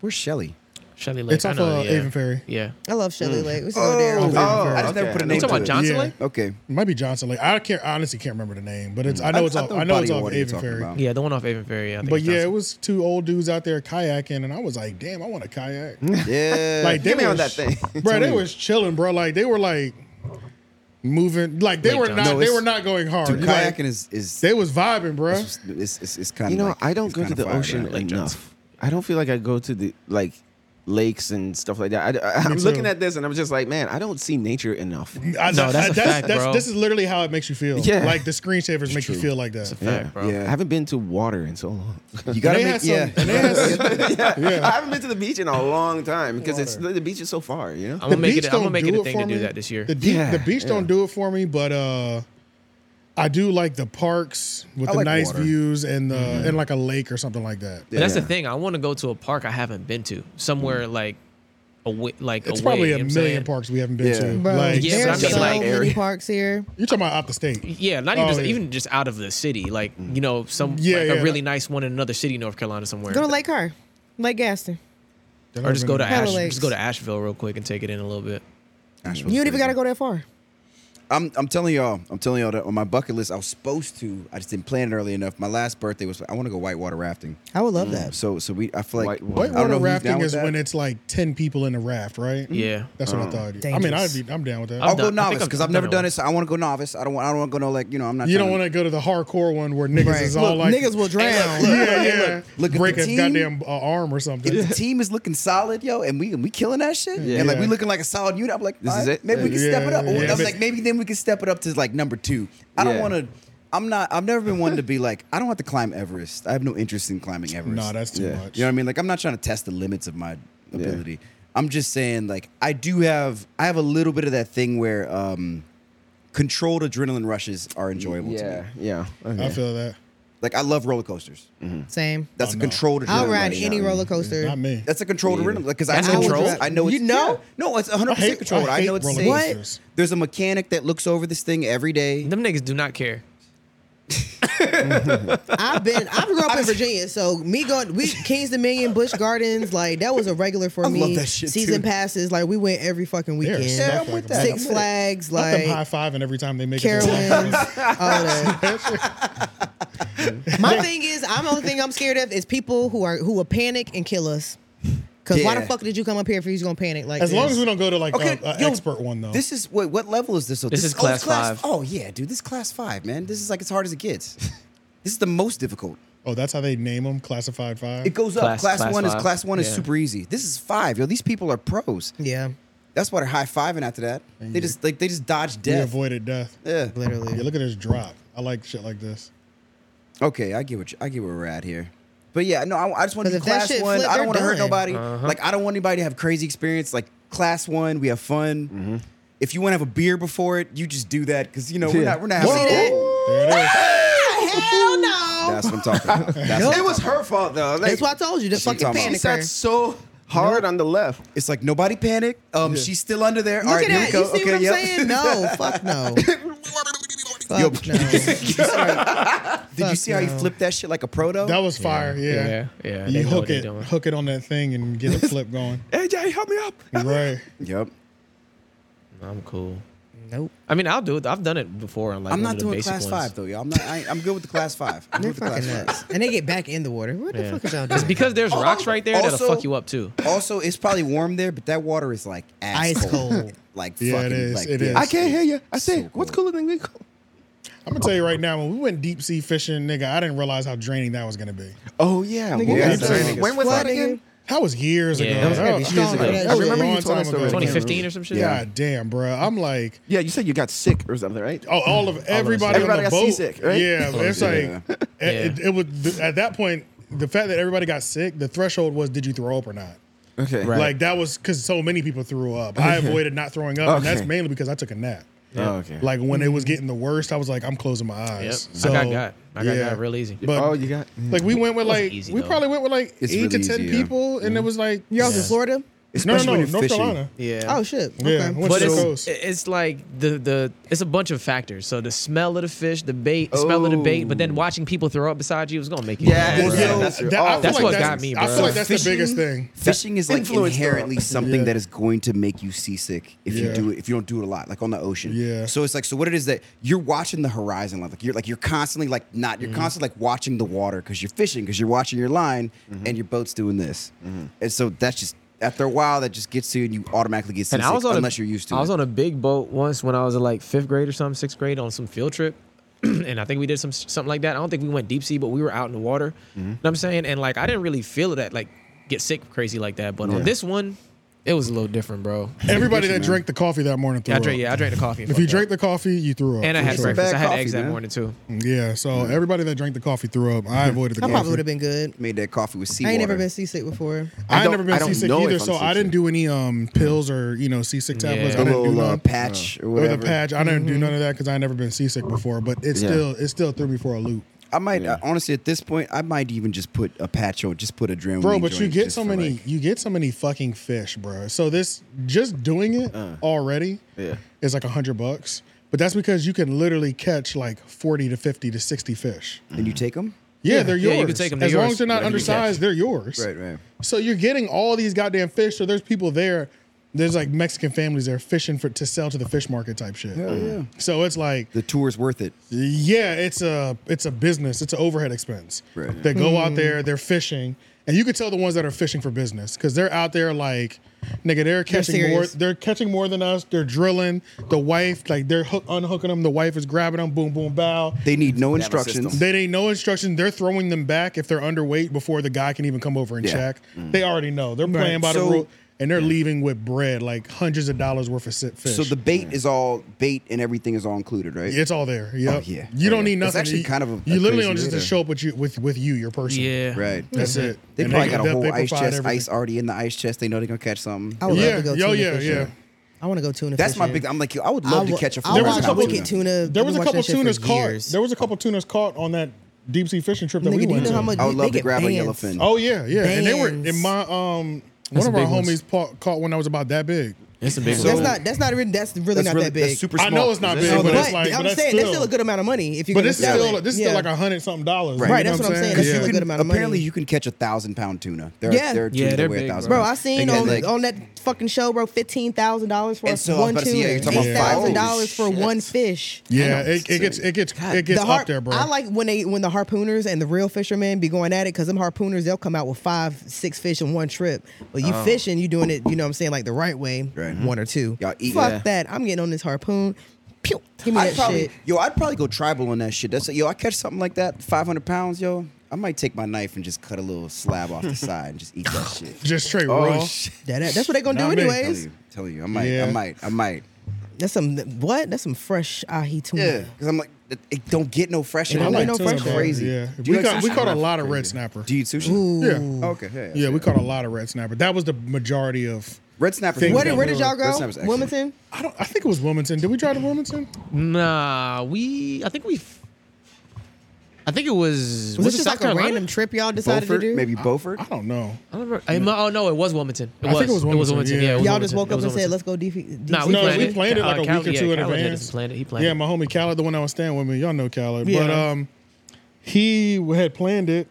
[SPEAKER 1] Where's Shelly?
[SPEAKER 10] Shelly Lake.
[SPEAKER 9] It's
[SPEAKER 10] I
[SPEAKER 9] off,
[SPEAKER 10] know,
[SPEAKER 9] uh,
[SPEAKER 10] yeah.
[SPEAKER 9] Avon Ferry.
[SPEAKER 10] Yeah.
[SPEAKER 8] I love Shelly Lake. We should go there.
[SPEAKER 9] Oh,
[SPEAKER 1] Mm. I just
[SPEAKER 7] okay.
[SPEAKER 1] never put a
[SPEAKER 7] You
[SPEAKER 1] name.
[SPEAKER 10] You talking
[SPEAKER 1] to
[SPEAKER 10] about
[SPEAKER 1] it.
[SPEAKER 10] Johnson
[SPEAKER 9] Yeah.
[SPEAKER 10] Lake?
[SPEAKER 1] Okay. Mm.
[SPEAKER 9] It might be Johnson Lake. I can't I honestly can't remember the name, but it's I know
[SPEAKER 1] I-
[SPEAKER 9] it's
[SPEAKER 1] I
[SPEAKER 9] off
[SPEAKER 1] thought
[SPEAKER 9] I know
[SPEAKER 1] body
[SPEAKER 9] it's
[SPEAKER 1] of
[SPEAKER 9] off
[SPEAKER 1] water you're
[SPEAKER 9] Avon
[SPEAKER 1] talking
[SPEAKER 9] Ferry.
[SPEAKER 1] about.
[SPEAKER 10] Yeah, the one off Avon Ferry. I think
[SPEAKER 9] But
[SPEAKER 10] it's
[SPEAKER 9] yeah,
[SPEAKER 10] Johnson.
[SPEAKER 9] it was two old dudes out there kayaking, and I was like, "Damn, I want a kayak."
[SPEAKER 1] Yeah.
[SPEAKER 9] Like,
[SPEAKER 7] Get me on
[SPEAKER 9] was-
[SPEAKER 7] that thing.
[SPEAKER 9] bro. They was chilling, bro. Like they were like moving, like they
[SPEAKER 10] Lake
[SPEAKER 9] were
[SPEAKER 10] Johnson.
[SPEAKER 9] not.
[SPEAKER 10] No,
[SPEAKER 9] they
[SPEAKER 1] it's-
[SPEAKER 9] were not going hard.
[SPEAKER 1] Dude,
[SPEAKER 9] Like,
[SPEAKER 1] kayaking is is.
[SPEAKER 9] they was vibing, bro.
[SPEAKER 1] It's, it's, it's, it's kind
[SPEAKER 7] You
[SPEAKER 1] of.
[SPEAKER 7] know,
[SPEAKER 1] like,
[SPEAKER 7] I don't
[SPEAKER 1] it's
[SPEAKER 7] go to
[SPEAKER 1] kinda
[SPEAKER 7] the
[SPEAKER 1] fire,
[SPEAKER 7] ocean
[SPEAKER 1] right?
[SPEAKER 7] enough. I don't feel like I go to the like lakes and stuff like that. I, am
[SPEAKER 9] Me
[SPEAKER 7] looking
[SPEAKER 9] too.
[SPEAKER 7] at this and I'm just like, man, I don't see nature enough.
[SPEAKER 9] I,
[SPEAKER 10] No,
[SPEAKER 9] I-
[SPEAKER 10] that's a fact, bro.
[SPEAKER 9] This is literally how it makes you feel.
[SPEAKER 7] Yeah.
[SPEAKER 9] like the screensavers make you
[SPEAKER 1] true.
[SPEAKER 9] feel like that.
[SPEAKER 10] It's a fact, bro.
[SPEAKER 7] I
[SPEAKER 1] Yeah.
[SPEAKER 7] haven't been to water in so long.
[SPEAKER 1] You gotta
[SPEAKER 9] They
[SPEAKER 1] make
[SPEAKER 9] had some-
[SPEAKER 1] yeah.
[SPEAKER 9] they had some-
[SPEAKER 7] yeah. I haven't been to the beach in a long time because it's the beach is so far. You know,
[SPEAKER 10] I'm gonna make
[SPEAKER 9] beach
[SPEAKER 10] it. I'm gonna
[SPEAKER 9] don't
[SPEAKER 10] make
[SPEAKER 9] do
[SPEAKER 10] it a
[SPEAKER 9] it
[SPEAKER 10] thing
[SPEAKER 9] for
[SPEAKER 10] to do
[SPEAKER 9] me.
[SPEAKER 10] that this year.
[SPEAKER 9] The, deep,
[SPEAKER 7] Yeah,
[SPEAKER 9] the beach
[SPEAKER 7] yeah.
[SPEAKER 9] don't do it for me, but uh, I do like the parks with
[SPEAKER 1] I
[SPEAKER 9] the
[SPEAKER 1] like
[SPEAKER 9] nice
[SPEAKER 1] water.
[SPEAKER 9] views and the and like a lake or something like that.
[SPEAKER 10] Mm-hmm. But that's the
[SPEAKER 7] Yeah.
[SPEAKER 10] thing. I want to go to a park I haven't been to, somewhere like awa- like
[SPEAKER 9] It's
[SPEAKER 10] away,
[SPEAKER 9] probably
[SPEAKER 10] you
[SPEAKER 9] a
[SPEAKER 10] know what I'm
[SPEAKER 9] million
[SPEAKER 10] saying?
[SPEAKER 9] parks we haven't been to.
[SPEAKER 10] Bro,
[SPEAKER 9] Like,
[SPEAKER 10] yeah, but I
[SPEAKER 9] there's
[SPEAKER 10] mean,
[SPEAKER 9] so
[SPEAKER 10] like,
[SPEAKER 9] many
[SPEAKER 8] parks here.
[SPEAKER 9] You're talking about out the state.
[SPEAKER 10] Yeah, not even
[SPEAKER 9] Oh,
[SPEAKER 10] just,
[SPEAKER 9] yeah.
[SPEAKER 10] even just out of the city, like you know, some
[SPEAKER 9] Yeah,
[SPEAKER 10] like
[SPEAKER 9] yeah.
[SPEAKER 10] a really nice one in another city, North Carolina, somewhere,
[SPEAKER 8] Go to Lake Har, Lake Gaston.
[SPEAKER 10] or just go to
[SPEAKER 8] Hella
[SPEAKER 10] Ash,
[SPEAKER 8] Lakes.
[SPEAKER 10] just go to Asheville real quick and take it in a little bit.
[SPEAKER 8] You don't even gotta go that far.
[SPEAKER 1] I'm I'm telling y'all, I'm telling y'all that on my bucket list, I was supposed to, I just didn't plan it early enough. My last birthday was I want to go whitewater rafting.
[SPEAKER 8] I would love that.
[SPEAKER 1] So so we I feel like I don't know who's
[SPEAKER 9] Whitewater
[SPEAKER 1] down
[SPEAKER 9] rafting
[SPEAKER 1] with
[SPEAKER 9] is
[SPEAKER 1] that.
[SPEAKER 9] when it's like ten people in a raft, right?
[SPEAKER 1] Yeah.
[SPEAKER 9] Mm-hmm. that's what I
[SPEAKER 1] Oh.
[SPEAKER 9] thought. I mean, I'd
[SPEAKER 1] Dangerous.
[SPEAKER 9] be, I'm down with that.
[SPEAKER 1] I'll go novice because I've never done it. So I want to go novice. I don't want. I don't want to go no like you know. I'm not.
[SPEAKER 9] You don't
[SPEAKER 1] tryna-
[SPEAKER 9] want to go to the hardcore one where niggas
[SPEAKER 1] Right.
[SPEAKER 9] is all
[SPEAKER 1] Look,
[SPEAKER 9] like
[SPEAKER 1] niggas will drown.
[SPEAKER 9] Yeah,
[SPEAKER 1] Hey, look,
[SPEAKER 9] yeah.
[SPEAKER 1] hey, look. Look at the
[SPEAKER 9] break a
[SPEAKER 1] team.
[SPEAKER 9] goddamn uh, arm or something.
[SPEAKER 1] If the team is looking solid, yo, and we and we killing that shit,
[SPEAKER 9] Yeah.
[SPEAKER 1] and like we
[SPEAKER 9] Yeah.
[SPEAKER 1] looking like a solid unit, I'm like,
[SPEAKER 9] This
[SPEAKER 1] all
[SPEAKER 9] is
[SPEAKER 1] right,
[SPEAKER 9] it?
[SPEAKER 1] Maybe we can step it up. Or
[SPEAKER 9] Yeah.
[SPEAKER 1] I'm like, maybe then we can step it up to like number two. I don't
[SPEAKER 9] Yeah.
[SPEAKER 1] want to. I'm not. I've never been one to be like. I don't have to climb Everest. I have no interest in climbing Everest.
[SPEAKER 9] Nah, that's too much.
[SPEAKER 1] You know what I mean? Like, I'm not trying to test the limits of my ability. I'm just saying, like, I do have. I have a little bit of that thing where um, controlled adrenaline rushes are enjoyable.
[SPEAKER 7] Yeah,
[SPEAKER 1] to me.
[SPEAKER 7] yeah.
[SPEAKER 9] I feel that.
[SPEAKER 1] Like, I love roller coasters.
[SPEAKER 8] Same.
[SPEAKER 1] That's a controlled adrenaline.
[SPEAKER 8] I'll ride
[SPEAKER 1] rush.
[SPEAKER 8] any roller coaster.
[SPEAKER 1] Not me. That's a controlled rhythm. Like, because I
[SPEAKER 8] That's
[SPEAKER 1] know
[SPEAKER 8] controlled?
[SPEAKER 1] It's, I know it's,
[SPEAKER 8] You know?
[SPEAKER 1] yeah. No, it's 100
[SPEAKER 8] I hate- I
[SPEAKER 1] percent controlled. I,
[SPEAKER 8] hate
[SPEAKER 1] know it's
[SPEAKER 8] roller
[SPEAKER 1] safe.
[SPEAKER 8] coasters.
[SPEAKER 1] There's a mechanic that looks over this thing every day.
[SPEAKER 10] Them niggas do not care.
[SPEAKER 8] I've been. I grew up in Virginia, so me going we Kings Dominion, Bush Gardens, like that was a regular for
[SPEAKER 9] I
[SPEAKER 8] me.
[SPEAKER 9] love that shit,
[SPEAKER 8] Season
[SPEAKER 9] too.
[SPEAKER 8] passes, like we went every fucking weekend.
[SPEAKER 9] There's stuff like that.
[SPEAKER 8] Six Flags,
[SPEAKER 9] Let them high
[SPEAKER 8] like
[SPEAKER 9] fiving every time they make
[SPEAKER 8] Carowinds,
[SPEAKER 9] it.
[SPEAKER 8] all my thing is, I'm the only thing I'm scared of is people who are who will panic and kill us. Cause why the
[SPEAKER 1] Yeah.
[SPEAKER 8] fuck did you come up here if you was gonna panic like
[SPEAKER 9] As
[SPEAKER 8] this?
[SPEAKER 9] long as we don't go to like uh,
[SPEAKER 1] Okay,
[SPEAKER 9] a, a
[SPEAKER 1] yo,
[SPEAKER 9] expert one though.
[SPEAKER 1] This is what? What level is this?
[SPEAKER 9] This is
[SPEAKER 1] oh,
[SPEAKER 9] class
[SPEAKER 1] it's
[SPEAKER 9] five.
[SPEAKER 1] Oh yeah, dude, this is class five, man. This is like as hard as it gets. this is the most difficult.
[SPEAKER 9] oh, that's how they name them. Classified five.
[SPEAKER 1] It goes up. Class, one is class one is
[SPEAKER 9] Yeah.
[SPEAKER 1] super easy. This is five. Yo, these people are pros.
[SPEAKER 8] Yeah.
[SPEAKER 1] That's why they're high fiving after that. They just like they just dodge
[SPEAKER 9] We
[SPEAKER 1] death.
[SPEAKER 9] avoided death.
[SPEAKER 1] Yeah,
[SPEAKER 8] literally.
[SPEAKER 9] Yeah, look at this drop. I like shit like this.
[SPEAKER 1] Okay, I get what you, I get where we're at here. But yeah, no, I, I just want to
[SPEAKER 9] 'Cause
[SPEAKER 1] do
[SPEAKER 9] if that
[SPEAKER 1] class
[SPEAKER 9] shit
[SPEAKER 1] one.
[SPEAKER 9] flip,
[SPEAKER 1] I don't
[SPEAKER 9] they're
[SPEAKER 1] want to hurt
[SPEAKER 9] done.
[SPEAKER 1] nobody.
[SPEAKER 9] Uh-huh.
[SPEAKER 1] Like I don't want anybody to have crazy experience. Like class one, we have fun.
[SPEAKER 9] Mm-hmm.
[SPEAKER 1] If you want to have a beer before it, you just do that because you know we're
[SPEAKER 7] Yeah.
[SPEAKER 1] not we're not having.
[SPEAKER 8] Hell no.
[SPEAKER 1] That's what I'm talking about. That's
[SPEAKER 7] it was her fault though. Like,
[SPEAKER 8] That's why I told you to
[SPEAKER 1] Oh, She
[SPEAKER 8] fucking
[SPEAKER 1] talking about-
[SPEAKER 8] panic.
[SPEAKER 1] She said
[SPEAKER 8] her.
[SPEAKER 7] so hard on the left.
[SPEAKER 1] It's like nobody panic. Um,
[SPEAKER 7] Yeah.
[SPEAKER 1] she's still under there.
[SPEAKER 8] Look
[SPEAKER 1] All right,
[SPEAKER 8] at
[SPEAKER 1] here
[SPEAKER 8] that.
[SPEAKER 1] we
[SPEAKER 8] You see
[SPEAKER 1] go. okay,
[SPEAKER 8] what I'm
[SPEAKER 1] yep.
[SPEAKER 8] saying? No, fuck no. Fuck
[SPEAKER 1] Yo,
[SPEAKER 8] no.
[SPEAKER 1] Did you see how he flipped that shit like a proto?
[SPEAKER 9] That was fire. Yeah. You hook it,
[SPEAKER 1] doing.
[SPEAKER 9] hook it on that thing and get a flip going.
[SPEAKER 7] AJ, help me up.
[SPEAKER 9] Right.
[SPEAKER 1] Yep.
[SPEAKER 10] I'm cool.
[SPEAKER 8] Nope.
[SPEAKER 10] I mean, I'll do it. I've done it before. On like
[SPEAKER 1] I'm
[SPEAKER 10] one of
[SPEAKER 1] not
[SPEAKER 10] the
[SPEAKER 1] doing
[SPEAKER 10] basic ones.
[SPEAKER 1] class five though, y'all. I'm not. I, I'm good with the class five. I'm
[SPEAKER 8] They're
[SPEAKER 1] good with the class
[SPEAKER 8] fucking
[SPEAKER 1] five.
[SPEAKER 8] nuts. And they get back in the water. What the
[SPEAKER 1] Yeah.
[SPEAKER 8] fuck is y'all doing?
[SPEAKER 10] It's because there's
[SPEAKER 1] Oh,
[SPEAKER 10] rocks right there that'll
[SPEAKER 1] also-
[SPEAKER 10] fuck you up too.
[SPEAKER 1] Also, it's probably warm there, but that water is like ass
[SPEAKER 10] Ice
[SPEAKER 1] cold.
[SPEAKER 10] cold.
[SPEAKER 1] like
[SPEAKER 9] Yeah, it
[SPEAKER 1] fucking
[SPEAKER 9] is,
[SPEAKER 1] like
[SPEAKER 9] it
[SPEAKER 1] yeah.
[SPEAKER 9] is.
[SPEAKER 1] I can't
[SPEAKER 9] hear
[SPEAKER 7] you. I say, what's cooler than me?
[SPEAKER 9] I'm gonna tell you right now, when we went deep sea fishing, nigga, I didn't realize how draining that was gonna be.
[SPEAKER 7] Oh yeah.
[SPEAKER 9] Nigga,
[SPEAKER 7] Well,
[SPEAKER 9] yeah,
[SPEAKER 7] that's
[SPEAKER 9] that
[SPEAKER 7] right.
[SPEAKER 9] was
[SPEAKER 7] when was
[SPEAKER 9] flooded.
[SPEAKER 7] that again?
[SPEAKER 9] That was years
[SPEAKER 7] Yeah,
[SPEAKER 9] ago.
[SPEAKER 7] that was gotta be
[SPEAKER 9] years
[SPEAKER 7] strong.
[SPEAKER 9] ago.
[SPEAKER 7] Yeah,
[SPEAKER 9] That was
[SPEAKER 7] I
[SPEAKER 9] a
[SPEAKER 7] remember you
[SPEAKER 9] long
[SPEAKER 7] telling
[SPEAKER 9] time
[SPEAKER 7] us
[SPEAKER 9] ago.
[SPEAKER 7] about it. 2015 or some shit?
[SPEAKER 9] Yeah, damn, bro. I'm like,
[SPEAKER 7] Yeah, you said you got sick or something, right?
[SPEAKER 9] oh, all of everybody, on
[SPEAKER 7] everybody got
[SPEAKER 9] the boat.
[SPEAKER 7] seasick, right? Oh,
[SPEAKER 9] Yeah, but it's like
[SPEAKER 7] Yeah.
[SPEAKER 9] it, it, it was th- at that point. The fact that everybody got sick, the threshold was did you throw up or not?
[SPEAKER 7] Okay.
[SPEAKER 9] Like that was because so many people threw up. I avoided not throwing up, and that's
[SPEAKER 7] Okay.
[SPEAKER 9] mainly because I took a nap.
[SPEAKER 7] Yeah. Oh, okay.
[SPEAKER 9] Like when it was getting the worst, I was like, I'm closing my eyes.
[SPEAKER 10] Yep. I got got. I got got real easy.
[SPEAKER 9] But-
[SPEAKER 7] oh, you got
[SPEAKER 9] Like we went with
[SPEAKER 10] It wasn't
[SPEAKER 9] like
[SPEAKER 10] easy,
[SPEAKER 9] we
[SPEAKER 10] though.
[SPEAKER 9] probably went with like
[SPEAKER 7] It's
[SPEAKER 9] eight
[SPEAKER 7] really
[SPEAKER 9] to ten
[SPEAKER 7] easy, yeah. Mm-hmm.
[SPEAKER 9] people, and it was like
[SPEAKER 8] Y'all was in
[SPEAKER 9] Yeah.
[SPEAKER 8] Florida?
[SPEAKER 9] no,
[SPEAKER 10] Especially
[SPEAKER 9] no,
[SPEAKER 10] when
[SPEAKER 9] no,
[SPEAKER 10] you're
[SPEAKER 9] North
[SPEAKER 10] fishing.
[SPEAKER 9] Carolina.
[SPEAKER 10] Yeah.
[SPEAKER 8] Oh shit.
[SPEAKER 9] Yeah,
[SPEAKER 8] Okay.
[SPEAKER 9] I went
[SPEAKER 10] But
[SPEAKER 9] to the
[SPEAKER 10] it's,
[SPEAKER 9] coast.
[SPEAKER 10] it's like the the it's a bunch of factors. So the smell of the fish, the bait, the smell of the bait, but then watching people throw up beside you is gonna make you.
[SPEAKER 9] Yeah,
[SPEAKER 10] mad,
[SPEAKER 9] it's
[SPEAKER 10] bro.
[SPEAKER 9] so- Yeah, that's- that- I feel
[SPEAKER 10] Oh, that's
[SPEAKER 9] like
[SPEAKER 10] what
[SPEAKER 9] that's-
[SPEAKER 10] got me. Bro.
[SPEAKER 9] I feel like that's the biggest thing.
[SPEAKER 1] Fishing is like
[SPEAKER 9] Influence girl.
[SPEAKER 1] inherently something
[SPEAKER 9] Yeah.
[SPEAKER 1] that is going to make you seasick if
[SPEAKER 9] Yeah.
[SPEAKER 1] you do it if you don't do it a lot, like on the ocean.
[SPEAKER 9] Yeah.
[SPEAKER 1] So it's like so what it is that you're watching the horizon, like you're like you're constantly like not you're
[SPEAKER 9] Mhm.
[SPEAKER 1] constantly like watching the water because you're fishing because you're watching your line
[SPEAKER 10] Mm-hmm.
[SPEAKER 1] and your boat's doing this, and so that's just after a while that just gets to you and you automatically get seasick
[SPEAKER 10] and I was on
[SPEAKER 1] unless
[SPEAKER 10] a,
[SPEAKER 1] you're used to
[SPEAKER 10] I was
[SPEAKER 1] it.
[SPEAKER 10] on a big boat once when I was in like fifth grade or something, sixth grade on some field trip, and I think we did some something like that. I don't think we went deep sea, but we were out in the water.
[SPEAKER 1] Mm-hmm.
[SPEAKER 10] You know what I'm saying? And like I didn't really feel that like get sick crazy like that. But
[SPEAKER 9] Yeah.
[SPEAKER 10] on this one, it was a little different, bro.
[SPEAKER 9] Everybody that drank the coffee that morning threw
[SPEAKER 10] Yeah, I drank-
[SPEAKER 9] up.
[SPEAKER 10] yeah, I drank the coffee and
[SPEAKER 9] If you
[SPEAKER 10] fucked
[SPEAKER 9] drank the coffee, you threw up.
[SPEAKER 10] and I
[SPEAKER 9] for
[SPEAKER 10] had
[SPEAKER 9] sure.
[SPEAKER 10] breakfast, I had eggs that morning too.
[SPEAKER 9] Yeah, so everybody that drank the coffee threw up. I avoided
[SPEAKER 8] I
[SPEAKER 9] the coffee.
[SPEAKER 8] probably would have been good.
[SPEAKER 1] made that coffee with
[SPEAKER 8] I ain't never been seasick before.
[SPEAKER 9] I, ain't never been seasick either, so I didn't do any um pills or you know seasick
[SPEAKER 1] Yeah. Mm-hmm.
[SPEAKER 9] tablets.
[SPEAKER 1] The
[SPEAKER 9] I didn't do
[SPEAKER 1] little, uh,
[SPEAKER 9] none.
[SPEAKER 1] patch or
[SPEAKER 9] the
[SPEAKER 1] whatever.
[SPEAKER 9] patch. I didn't do none of that because I ain't never been seasick before. But it
[SPEAKER 1] Yeah.
[SPEAKER 9] still it still threw me for a loop.
[SPEAKER 1] I might uh, honestly at this point I might even just put a patch on, just put a adrenaline.
[SPEAKER 9] bro. But you
[SPEAKER 1] joint
[SPEAKER 9] get
[SPEAKER 1] just
[SPEAKER 9] so
[SPEAKER 1] for,
[SPEAKER 9] many,
[SPEAKER 1] like-
[SPEAKER 9] you get so many fucking fish, bro. So this just doing it
[SPEAKER 1] Uh.
[SPEAKER 9] already
[SPEAKER 7] Yeah.
[SPEAKER 9] is like a hundred bucks. But that's because you can literally catch like forty to fifty to sixty fish.
[SPEAKER 1] and you take them.
[SPEAKER 9] Yeah, they're yours. as long as they're not undersized, they're yours.
[SPEAKER 1] Right, right.
[SPEAKER 9] So you're getting all these goddamn fish. So there's people there. There's like Mexican families there fishing for to sell to the fish market type shit.
[SPEAKER 1] Hell yeah.
[SPEAKER 9] So it's like
[SPEAKER 1] the tour's worth it.
[SPEAKER 9] Yeah, it's a it's a business. It's an overhead expense.
[SPEAKER 1] Right.
[SPEAKER 9] They go
[SPEAKER 15] Mm.
[SPEAKER 9] out there, they're fishing, and you can tell the ones that are fishing for business because they're out there like, nigga, they're catching more.
[SPEAKER 16] serious.
[SPEAKER 9] They're catching more than us. They're drilling. The wife, like, they're hook, unhooking them. The wife is grabbing them. Boom, boom, bow.
[SPEAKER 1] They need no instructions.
[SPEAKER 9] They need no instruction. They're throwing them back if they're underweight before the guy can even come over and
[SPEAKER 1] Yeah.
[SPEAKER 9] check.
[SPEAKER 1] Mm.
[SPEAKER 9] They already know. They're
[SPEAKER 1] Right.
[SPEAKER 9] playing by
[SPEAKER 1] So-
[SPEAKER 9] the rule, and they're leaving with bread, like hundreds of dollars worth of si- fish.
[SPEAKER 1] So the bait is all bait and everything is all included, right?
[SPEAKER 9] It's all there. Yep.
[SPEAKER 1] Oh, yeah.
[SPEAKER 9] You don't need nothing.
[SPEAKER 1] It's actually
[SPEAKER 9] you,
[SPEAKER 1] kind of a, a
[SPEAKER 9] you literally
[SPEAKER 1] crazy
[SPEAKER 9] only just
[SPEAKER 1] way
[SPEAKER 9] to show up with you with with you your person.
[SPEAKER 1] Right.
[SPEAKER 9] That's it.
[SPEAKER 1] They
[SPEAKER 9] And
[SPEAKER 1] probably
[SPEAKER 9] they-
[SPEAKER 1] got a
[SPEAKER 9] they-
[SPEAKER 1] whole
[SPEAKER 9] they
[SPEAKER 1] ice
[SPEAKER 9] provide
[SPEAKER 1] chest,
[SPEAKER 9] everything.
[SPEAKER 1] ice already in the ice chest. They know they're gonna catch something.
[SPEAKER 8] I would
[SPEAKER 9] Yeah.
[SPEAKER 8] love to go.
[SPEAKER 9] Yo,
[SPEAKER 8] tuna
[SPEAKER 9] yeah,
[SPEAKER 8] fishing.
[SPEAKER 9] yeah.
[SPEAKER 8] I want to go tuna.
[SPEAKER 1] That's my
[SPEAKER 8] fishing.
[SPEAKER 1] big- I'm like, yo, I would love to
[SPEAKER 8] wa-
[SPEAKER 1] catch a
[SPEAKER 8] I
[SPEAKER 1] full
[SPEAKER 8] want
[SPEAKER 1] round
[SPEAKER 8] to go
[SPEAKER 1] tuna.
[SPEAKER 8] get tuna.
[SPEAKER 9] There was
[SPEAKER 8] Been
[SPEAKER 9] a couple
[SPEAKER 8] watching that
[SPEAKER 9] tuners
[SPEAKER 8] shit for
[SPEAKER 9] caught.
[SPEAKER 8] years.
[SPEAKER 9] There was a couple tuners caught on that deep sea fishing trip that
[SPEAKER 8] Nigga,
[SPEAKER 9] we
[SPEAKER 8] do you
[SPEAKER 9] went
[SPEAKER 8] know
[SPEAKER 9] to.
[SPEAKER 8] how much- I would they love to get grab a bands. yellowfin.
[SPEAKER 9] Oh yeah, yeah. And they were
[SPEAKER 8] Bands.
[SPEAKER 9] in my um.
[SPEAKER 8] That's
[SPEAKER 9] One
[SPEAKER 8] a
[SPEAKER 9] of our
[SPEAKER 8] big one.
[SPEAKER 9] homies pa- caught one that was about that big.
[SPEAKER 10] That's a
[SPEAKER 8] That's not. That's not. really- That's really
[SPEAKER 9] That's
[SPEAKER 8] not
[SPEAKER 9] really-
[SPEAKER 8] that big.
[SPEAKER 9] that's super I know small. it's not big, but it's like-
[SPEAKER 8] I'm
[SPEAKER 9] but that's
[SPEAKER 8] saying that's
[SPEAKER 9] still-
[SPEAKER 8] still a good amount of money if you.
[SPEAKER 9] But it's still this is still like a hundred something dollars.
[SPEAKER 8] Right,
[SPEAKER 9] you know
[SPEAKER 8] that's what I'm saying. That's
[SPEAKER 1] You
[SPEAKER 8] still a
[SPEAKER 1] can-
[SPEAKER 8] good amount of money.
[SPEAKER 1] Apparently, you can catch a thousand pound tuna. There are,
[SPEAKER 8] yeah,
[SPEAKER 1] there are tuna that weigh a thousand.
[SPEAKER 8] bro. I
[SPEAKER 1] pounds.
[SPEAKER 8] seen
[SPEAKER 1] And
[SPEAKER 8] on,
[SPEAKER 1] like-
[SPEAKER 8] on that fucking show, bro, fifteen thousand dollars for
[SPEAKER 1] And so I was
[SPEAKER 8] one
[SPEAKER 1] about to
[SPEAKER 8] tuna,
[SPEAKER 1] say, yeah, you're talking
[SPEAKER 8] eight
[SPEAKER 1] about five.
[SPEAKER 8] thousand dollars
[SPEAKER 1] Holy
[SPEAKER 8] for
[SPEAKER 1] shit.
[SPEAKER 8] one fish.
[SPEAKER 9] Yeah, it, it gets it gets it gets
[SPEAKER 8] The har-
[SPEAKER 9] up there, bro.
[SPEAKER 8] I like when they when the harpooners and the real fishermen be going at it because them harpooners they'll come out with five six fish in one trip, but you
[SPEAKER 1] Oh.
[SPEAKER 8] fishing you doing it you know what I'm saying like the right way. One or two.
[SPEAKER 1] Y'all eat
[SPEAKER 8] Fuck that! I'm getting on this harpoon. Pew, give me
[SPEAKER 1] I'd
[SPEAKER 8] that
[SPEAKER 1] probably,
[SPEAKER 8] shit.
[SPEAKER 1] Yo, I'd probably go tribal on that shit. That's yo, I catch something like that, five hundred pounds, yo. I might take my knife and just cut a little slab off the side and just eat that shit.
[SPEAKER 9] Just straight
[SPEAKER 1] Oh,
[SPEAKER 9] raw.
[SPEAKER 1] shit.
[SPEAKER 8] That- that- that's what they gonna
[SPEAKER 1] Not
[SPEAKER 8] do
[SPEAKER 1] me.
[SPEAKER 8] anyways.
[SPEAKER 1] Telling you, telling you, I might, I
[SPEAKER 8] Yeah.
[SPEAKER 1] might, I might.
[SPEAKER 8] That's some what? That's some fresh ahi tuna.
[SPEAKER 1] Yeah, because I'm like, it, it don't get no fresh.
[SPEAKER 8] It don't get
[SPEAKER 1] like
[SPEAKER 8] no
[SPEAKER 1] tuna,
[SPEAKER 8] fresh.
[SPEAKER 1] bro. Crazy.
[SPEAKER 9] Yeah,
[SPEAKER 1] Do you
[SPEAKER 9] we,
[SPEAKER 1] like
[SPEAKER 9] caught, we
[SPEAKER 1] sushi?
[SPEAKER 9] caught a
[SPEAKER 1] Not
[SPEAKER 9] lot of
[SPEAKER 1] crazy.
[SPEAKER 9] red snapper.
[SPEAKER 1] Do you eat sushi?
[SPEAKER 8] Ooh.
[SPEAKER 9] Yeah.
[SPEAKER 1] Okay, yeah, yeah,
[SPEAKER 9] yeah, we caught a lot of red snapper. That was the majority of
[SPEAKER 1] Red snapper.
[SPEAKER 9] things
[SPEAKER 8] Where,
[SPEAKER 9] that
[SPEAKER 8] did- where did
[SPEAKER 9] were-
[SPEAKER 8] y'all
[SPEAKER 9] Red
[SPEAKER 8] go?
[SPEAKER 9] snapper's excellent.
[SPEAKER 8] Wilmington.
[SPEAKER 9] I don't. I think it was Wilmington. Did we drive to Wilmington?
[SPEAKER 10] Nah, we. I think we. I think it was.
[SPEAKER 8] Was,
[SPEAKER 10] it
[SPEAKER 8] this just
[SPEAKER 10] South
[SPEAKER 8] like a
[SPEAKER 10] Carolina?
[SPEAKER 8] random trip y'all decided to do?
[SPEAKER 1] Beaufort.
[SPEAKER 9] I, don't know.
[SPEAKER 10] I don't remember. I, oh no, it was Wilmington. It
[SPEAKER 9] I
[SPEAKER 10] was.
[SPEAKER 9] think it was
[SPEAKER 10] It was
[SPEAKER 9] Wilmington,
[SPEAKER 10] Wilmington. Yeah.
[SPEAKER 9] yeah.
[SPEAKER 10] it was
[SPEAKER 8] Y'all just
[SPEAKER 10] Wilmington.
[SPEAKER 8] woke
[SPEAKER 10] It
[SPEAKER 8] up
[SPEAKER 10] was
[SPEAKER 8] and said,
[SPEAKER 10] Wilmington.
[SPEAKER 8] "Let's go DP."
[SPEAKER 10] Nah, we
[SPEAKER 9] no,
[SPEAKER 10] planned
[SPEAKER 9] we
[SPEAKER 10] it.
[SPEAKER 9] planned it like
[SPEAKER 10] Uh,
[SPEAKER 9] a
[SPEAKER 10] Cal-
[SPEAKER 9] week or
[SPEAKER 10] yeah,
[SPEAKER 9] two in
[SPEAKER 10] Cal had us
[SPEAKER 9] advance.
[SPEAKER 10] planned it. He planned
[SPEAKER 9] yeah,
[SPEAKER 10] it.
[SPEAKER 9] my homie Khaled, the one that was staying with me. Y'all know Khaled, but
[SPEAKER 10] Yeah.
[SPEAKER 9] um, he had planned it.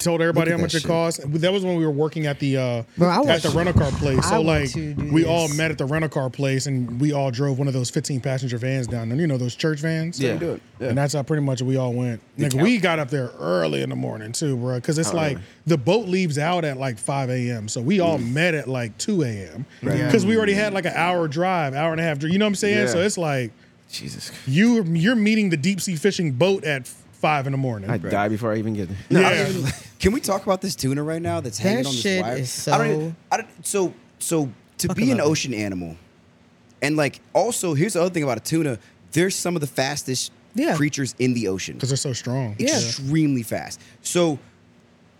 [SPEAKER 9] Told everybody
[SPEAKER 10] Look at
[SPEAKER 9] how much
[SPEAKER 10] that
[SPEAKER 9] it
[SPEAKER 10] shit.
[SPEAKER 9] cost. That was when we were working at the uh,
[SPEAKER 10] Bro, I
[SPEAKER 9] at
[SPEAKER 10] want
[SPEAKER 9] the
[SPEAKER 10] to-
[SPEAKER 9] rental car place.
[SPEAKER 10] I
[SPEAKER 9] So
[SPEAKER 10] want
[SPEAKER 9] like
[SPEAKER 10] to do
[SPEAKER 9] we
[SPEAKER 10] this.
[SPEAKER 9] all met at the rental car place and we all drove one of those fifteen passenger vans down there. You know those church vans.
[SPEAKER 1] Yeah. Do it. Yeah.
[SPEAKER 9] And that's how pretty much we all went.
[SPEAKER 1] Did
[SPEAKER 9] Nigga,
[SPEAKER 1] y'all-
[SPEAKER 9] we got up there early in the morning too, bro. Because it's
[SPEAKER 1] Oh,
[SPEAKER 9] like
[SPEAKER 1] really?
[SPEAKER 9] the boat leaves out at like five a.m. So we all met at like two a.m.
[SPEAKER 1] Mm. Right.
[SPEAKER 9] Because we already had like an hour drive, hour and a half. dri- You know what I'm saying?
[SPEAKER 1] Yeah.
[SPEAKER 9] So it's like
[SPEAKER 7] Jesus.
[SPEAKER 9] you you're meeting the deep sea fishing boat at five in the morning.
[SPEAKER 7] I'd die before I even get there.
[SPEAKER 9] Yeah.
[SPEAKER 1] Can we talk about this tuna right now that's hanging
[SPEAKER 9] That
[SPEAKER 1] on this
[SPEAKER 9] shit
[SPEAKER 1] wire?
[SPEAKER 9] is
[SPEAKER 1] I don't even, I don't, so so to be an ocean animal, and like also here's the other thing about a tuna. They're some of the fastest creatures in the ocean because
[SPEAKER 9] they're so strong,
[SPEAKER 8] Yeah.
[SPEAKER 1] extremely fast. So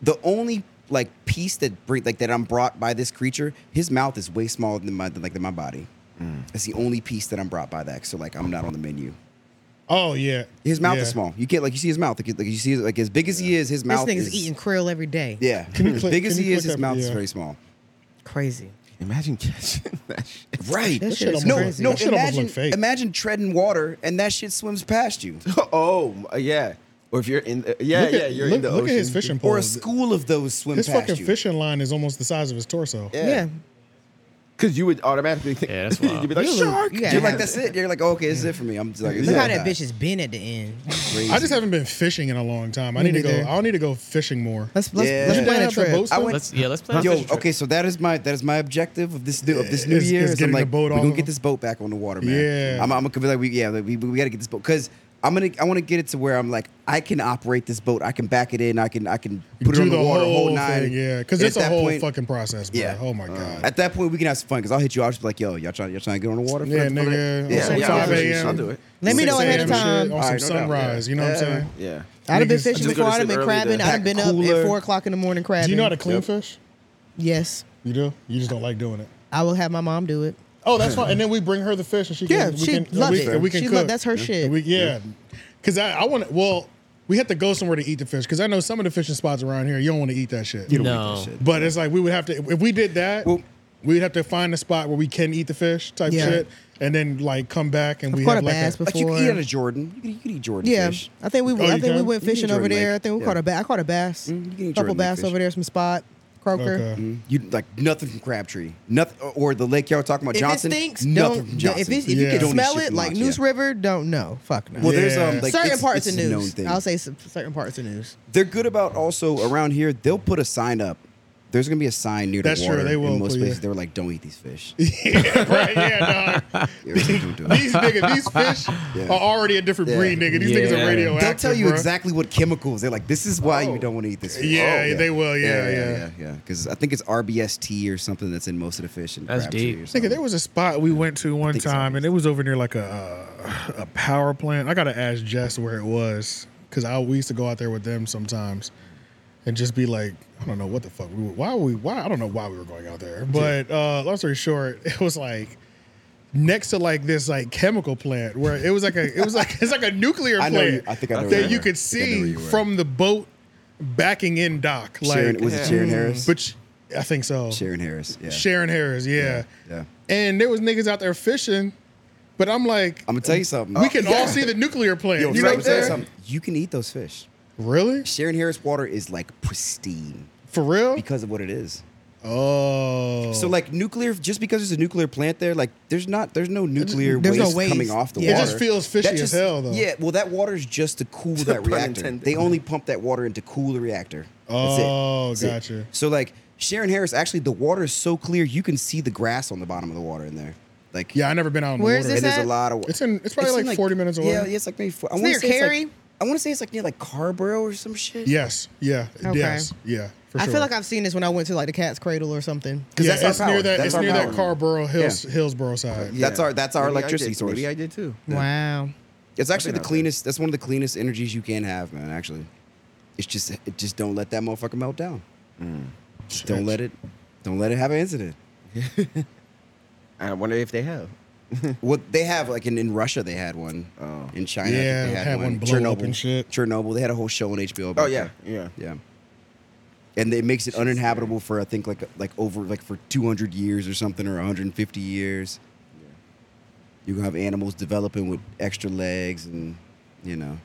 [SPEAKER 1] the only like piece that bring like that I'm brought by this creature, his mouth is way smaller than my than, like than my body.
[SPEAKER 7] Mm.
[SPEAKER 1] That's the only piece that I'm brought by that. So like I'm not on the menu.
[SPEAKER 9] Oh yeah,
[SPEAKER 1] His mouth
[SPEAKER 9] Yeah.
[SPEAKER 1] is small. You can't like you see his mouth like, you- like you see like as big as he is, his
[SPEAKER 8] This
[SPEAKER 1] mouth
[SPEAKER 8] nigga's
[SPEAKER 1] is
[SPEAKER 8] eating krill every day.
[SPEAKER 1] yeah.
[SPEAKER 8] Can you
[SPEAKER 1] as
[SPEAKER 8] click-
[SPEAKER 1] big as
[SPEAKER 8] can
[SPEAKER 1] he
[SPEAKER 8] you
[SPEAKER 1] is,
[SPEAKER 8] click
[SPEAKER 1] his
[SPEAKER 8] that-
[SPEAKER 1] mouth is
[SPEAKER 8] yeah.
[SPEAKER 1] very small.
[SPEAKER 8] Crazy.
[SPEAKER 7] Imagine catching that shit.
[SPEAKER 1] Right.
[SPEAKER 8] That shit almost
[SPEAKER 1] no,
[SPEAKER 8] crazy.
[SPEAKER 1] no.
[SPEAKER 8] That shit almost
[SPEAKER 1] imagine,
[SPEAKER 8] look fake.
[SPEAKER 1] imagine treading water and that shit swims past you. uh,
[SPEAKER 7] oh, m- yeah. Or if you're in, the, yeah,
[SPEAKER 9] Look at-
[SPEAKER 7] yeah, you're in
[SPEAKER 9] look-
[SPEAKER 7] the
[SPEAKER 9] look
[SPEAKER 7] ocean.
[SPEAKER 9] at his fishing
[SPEAKER 1] or a
[SPEAKER 9] poles.
[SPEAKER 1] school of those swim
[SPEAKER 9] His
[SPEAKER 1] past
[SPEAKER 9] fucking
[SPEAKER 1] you.
[SPEAKER 9] fishing line is almost the size of his torso.
[SPEAKER 7] Yeah. Because you would automatically think, yeah,
[SPEAKER 1] that's
[SPEAKER 7] you'd be like,
[SPEAKER 1] wild.
[SPEAKER 7] shark.
[SPEAKER 8] You gotta
[SPEAKER 1] You're like,
[SPEAKER 8] have-
[SPEAKER 1] that's it. You're like, oh, okay, this is it for me. I'm just like,
[SPEAKER 8] Look how that bitch has been at the end.
[SPEAKER 9] I just haven't been fishing in a long time. I
[SPEAKER 8] Me
[SPEAKER 9] need to go.
[SPEAKER 8] neither.
[SPEAKER 9] I need to go fishing more.
[SPEAKER 8] Let's
[SPEAKER 1] Yeah.
[SPEAKER 9] Did you plan a trip.
[SPEAKER 1] I went- Yo, okay, so that is my that is my objective of this new of this new
[SPEAKER 9] Is- is
[SPEAKER 1] year.
[SPEAKER 9] getting
[SPEAKER 1] I'm
[SPEAKER 9] the
[SPEAKER 1] like,
[SPEAKER 9] boat
[SPEAKER 1] we're
[SPEAKER 9] off
[SPEAKER 1] gonna
[SPEAKER 9] of-
[SPEAKER 1] get this boat back on the water, man.
[SPEAKER 9] Yeah.
[SPEAKER 1] I'm, I'm gonna be like, we, yeah, like, we, we gotta get this boat because I'm gonna I want to get it to where I'm like, I can operate this boat. I can back it in. I can I can put it
[SPEAKER 9] Do
[SPEAKER 1] on the,
[SPEAKER 9] the
[SPEAKER 1] water,
[SPEAKER 9] whole
[SPEAKER 1] whole nine.
[SPEAKER 9] thing, yeah, 'cause
[SPEAKER 1] And
[SPEAKER 9] it's
[SPEAKER 1] at
[SPEAKER 9] a
[SPEAKER 1] that Uh,
[SPEAKER 9] whole fucking process, bro. Oh, my God.
[SPEAKER 1] At that point, we can have some fun because I'll hit you. I'll just be like, yo, y'all trying y'all trying to get on the water? for
[SPEAKER 9] Yeah,
[SPEAKER 1] the- for the-
[SPEAKER 9] nigga.
[SPEAKER 1] Yeah,
[SPEAKER 9] on some
[SPEAKER 1] yeah,
[SPEAKER 9] 5
[SPEAKER 1] I'll do it.
[SPEAKER 9] a.m.
[SPEAKER 1] I'll do it.
[SPEAKER 8] Let me
[SPEAKER 9] 6
[SPEAKER 8] know ahead of
[SPEAKER 9] a.m. shit,
[SPEAKER 8] time.
[SPEAKER 9] On
[SPEAKER 8] All
[SPEAKER 9] some
[SPEAKER 8] right, no doubt,
[SPEAKER 9] sunrise,
[SPEAKER 8] yeah.
[SPEAKER 9] you know what I'm
[SPEAKER 8] Yeah.
[SPEAKER 9] saying?
[SPEAKER 7] Yeah.
[SPEAKER 8] I'd have been
[SPEAKER 9] Niggas-
[SPEAKER 8] fishing before. I'd have been crabbing. I'd have been up at four o'clock in the morning crabbing.
[SPEAKER 9] Do you know how to clean fish?
[SPEAKER 8] Yes,
[SPEAKER 9] You do. You just don't like doing it.
[SPEAKER 8] I will have my mom do it.
[SPEAKER 9] Oh, that's fine. And then we bring her the fish, and she can. uh,
[SPEAKER 8] Yeah,
[SPEAKER 9] we
[SPEAKER 8] she
[SPEAKER 9] can,
[SPEAKER 8] loves
[SPEAKER 9] we,
[SPEAKER 8] it.
[SPEAKER 9] and We can
[SPEAKER 8] She
[SPEAKER 9] cook.
[SPEAKER 8] love- that's her
[SPEAKER 9] And
[SPEAKER 8] shit.
[SPEAKER 9] We, yeah, because I, I want to. Well, we had to go somewhere to eat the fish because I know some of the fishing spots around here you don't want to eat that shit.
[SPEAKER 1] You don't want to eat that No. shit.
[SPEAKER 9] But it's like we would have to if we did that. We'd have to find a spot where we can eat the fish type
[SPEAKER 8] Yeah.
[SPEAKER 9] shit, and then like come back and
[SPEAKER 8] I've
[SPEAKER 9] we
[SPEAKER 8] caught
[SPEAKER 9] have
[SPEAKER 8] a
[SPEAKER 9] like
[SPEAKER 8] bass Like, you could
[SPEAKER 1] You eat out of Jordan. You could, you could eat Jordan
[SPEAKER 8] yeah,
[SPEAKER 1] fish.
[SPEAKER 8] I think we
[SPEAKER 1] Oh,
[SPEAKER 8] I
[SPEAKER 1] you
[SPEAKER 8] think we
[SPEAKER 1] can?
[SPEAKER 8] went
[SPEAKER 1] You can
[SPEAKER 8] fishing
[SPEAKER 1] eat
[SPEAKER 8] over
[SPEAKER 1] Jordan
[SPEAKER 8] there.
[SPEAKER 1] Lake.
[SPEAKER 8] I think we
[SPEAKER 1] Yeah. Mm,
[SPEAKER 8] caught a bass. I caught a bass. couple
[SPEAKER 1] Jordan Lake
[SPEAKER 8] bass
[SPEAKER 1] fish.
[SPEAKER 8] over there, some spot croaker.
[SPEAKER 9] Mm-hmm.
[SPEAKER 1] Mhm. You like nothing from Crabtree, nothing, or the lake y'all were talking about.
[SPEAKER 8] If
[SPEAKER 1] Johnson,
[SPEAKER 8] it stinks,
[SPEAKER 1] nothing
[SPEAKER 8] don't.
[SPEAKER 1] from
[SPEAKER 8] don't- If,
[SPEAKER 1] Johnson.
[SPEAKER 8] it's, if you
[SPEAKER 1] Don't
[SPEAKER 8] can
[SPEAKER 1] eat
[SPEAKER 8] smell
[SPEAKER 1] shit
[SPEAKER 8] it,
[SPEAKER 1] from
[SPEAKER 8] like
[SPEAKER 1] Loch,
[SPEAKER 8] News
[SPEAKER 1] yeah.
[SPEAKER 8] River, don't know. Fuck no.
[SPEAKER 1] Well, there's, um, Yeah. like,
[SPEAKER 8] certain
[SPEAKER 1] it's-
[SPEAKER 8] parts
[SPEAKER 1] it's
[SPEAKER 8] of
[SPEAKER 1] a known
[SPEAKER 8] news.
[SPEAKER 1] thing.
[SPEAKER 8] I'll say s- certain parts of news.
[SPEAKER 1] They're good about also around here. They'll put a sign up. There's gonna be a sign near the
[SPEAKER 9] That's true,
[SPEAKER 1] water
[SPEAKER 9] they will
[SPEAKER 1] in most
[SPEAKER 9] put, yeah.
[SPEAKER 1] places. They were like, "Don't eat these fish."
[SPEAKER 9] these niggas, these fish
[SPEAKER 1] Yeah.
[SPEAKER 9] are already a different breed, nigga. These niggas are radioactive.
[SPEAKER 1] They'll tell you
[SPEAKER 9] bruh. Oh.
[SPEAKER 1] exactly what chemicals. They're like, this is why you don't want to eat this fish. Oh,
[SPEAKER 9] Yeah, they will. Yeah, yeah.
[SPEAKER 1] yeah. Because I think it's RBST or something that's in most of the fish. In
[SPEAKER 9] That's
[SPEAKER 1] Crabtree
[SPEAKER 9] deep.
[SPEAKER 1] or
[SPEAKER 9] Nigga, there was a spot we went to one
[SPEAKER 1] think so.
[SPEAKER 9] time, and it was over near like a uh, a power plant. I gotta ask Jess where it was because I we used to go out there with them sometimes, and just be like, I don't know what the fuck we were, why we why I don't know why we were going out there, but uh, long story short, it was like. Next to like this like chemical plant where it was like a it was like it's like a nuclear
[SPEAKER 1] I
[SPEAKER 9] plant
[SPEAKER 1] know you- I think I know where
[SPEAKER 9] that
[SPEAKER 1] you
[SPEAKER 9] you
[SPEAKER 1] were. I
[SPEAKER 9] could
[SPEAKER 1] think I know where
[SPEAKER 9] see
[SPEAKER 1] you were.
[SPEAKER 9] from the boat backing in dock like hmm.
[SPEAKER 1] Sharon- was it Sharon Harris?
[SPEAKER 9] which I think so
[SPEAKER 1] Sharon Harris. Yeah.
[SPEAKER 9] Sharon Harris yeah
[SPEAKER 1] Yeah.
[SPEAKER 9] and there was niggas out there fishing, but I'm like,
[SPEAKER 1] I'm gonna tell you something.
[SPEAKER 9] we can all see the nuclear plant.
[SPEAKER 1] Yo,
[SPEAKER 9] you know what I'm
[SPEAKER 1] tell you
[SPEAKER 9] saying?
[SPEAKER 1] something. You can eat those fish.
[SPEAKER 9] Really?
[SPEAKER 1] Sharon Harris water is like pristine.
[SPEAKER 9] For real?
[SPEAKER 1] Because of what it is.
[SPEAKER 9] Oh.
[SPEAKER 1] So like nuclear, just because there's a nuclear plant there, like there's not, there's no nuclear
[SPEAKER 9] There's no
[SPEAKER 1] waste,
[SPEAKER 9] waste.
[SPEAKER 1] coming off the
[SPEAKER 9] Yeah. It
[SPEAKER 1] water.
[SPEAKER 9] just feels fishy
[SPEAKER 1] That
[SPEAKER 9] as
[SPEAKER 1] just-
[SPEAKER 9] hell, though.
[SPEAKER 1] Yeah, well, that water is just to cool that
[SPEAKER 7] Pun
[SPEAKER 1] reactor.
[SPEAKER 7] intended.
[SPEAKER 1] They only pump that water into cool the reactor. That's it.
[SPEAKER 9] Oh,
[SPEAKER 1] That's it.
[SPEAKER 9] gotcha.
[SPEAKER 1] So like Sharon Harris, actually, the water is so clear you can see the grass on the bottom of the water in there. Like
[SPEAKER 9] yeah, I never been out in
[SPEAKER 1] Where
[SPEAKER 9] the
[SPEAKER 1] is
[SPEAKER 9] water.
[SPEAKER 1] this And there's a at? lot of-
[SPEAKER 9] It's in. It's probably
[SPEAKER 1] It's in,
[SPEAKER 9] like,
[SPEAKER 1] like-
[SPEAKER 9] 40 minutes away.
[SPEAKER 1] Yeah, yeah, it's like maybe. Four, I
[SPEAKER 9] It's
[SPEAKER 1] wanna
[SPEAKER 9] near
[SPEAKER 1] say it's like-
[SPEAKER 9] Cary?
[SPEAKER 1] I want to say it's like near like Carborough or some shit.
[SPEAKER 9] Yes. Yeah.
[SPEAKER 8] Okay.
[SPEAKER 9] Yes. Yeah. For
[SPEAKER 8] I
[SPEAKER 9] sure.
[SPEAKER 8] feel like I've seen this when I went to like the Cat's Cradle or something.
[SPEAKER 1] 'Cause
[SPEAKER 9] yeah,
[SPEAKER 1] that's our
[SPEAKER 9] it's
[SPEAKER 1] power.
[SPEAKER 9] near that.
[SPEAKER 1] That's
[SPEAKER 9] it's
[SPEAKER 1] our
[SPEAKER 9] near that
[SPEAKER 1] power.
[SPEAKER 9] Carborough Hills,
[SPEAKER 1] Yeah.
[SPEAKER 9] Hillsborough side.
[SPEAKER 1] That's our that's our
[SPEAKER 7] Maybe I
[SPEAKER 1] electricity
[SPEAKER 7] did-
[SPEAKER 1] source.
[SPEAKER 7] Maybe I did too.
[SPEAKER 8] Wow.
[SPEAKER 1] It's actually
[SPEAKER 7] I've
[SPEAKER 1] the
[SPEAKER 7] been out
[SPEAKER 1] cleanest. That's one of the cleanest energies you can have, man. Actually, it's just it just don't let that motherfucker melt down. Just don't let it, don't let it have an incident.
[SPEAKER 7] I wonder if they have.
[SPEAKER 1] well, they have like in, in Russia they had one.
[SPEAKER 7] Oh.
[SPEAKER 1] In China, I think
[SPEAKER 9] Yeah,
[SPEAKER 1] they had,
[SPEAKER 9] had
[SPEAKER 1] one.
[SPEAKER 9] one blow
[SPEAKER 1] Chernobyl,
[SPEAKER 9] up and shit.
[SPEAKER 1] Chernobyl. They had a whole show on HBO. About
[SPEAKER 7] Oh, yeah,
[SPEAKER 1] that.
[SPEAKER 7] yeah.
[SPEAKER 1] yeah. And it makes it uninhabitable for I think like like over like for 200 years or something or 150 years. You're gonna have animals developing with extra legs and you know.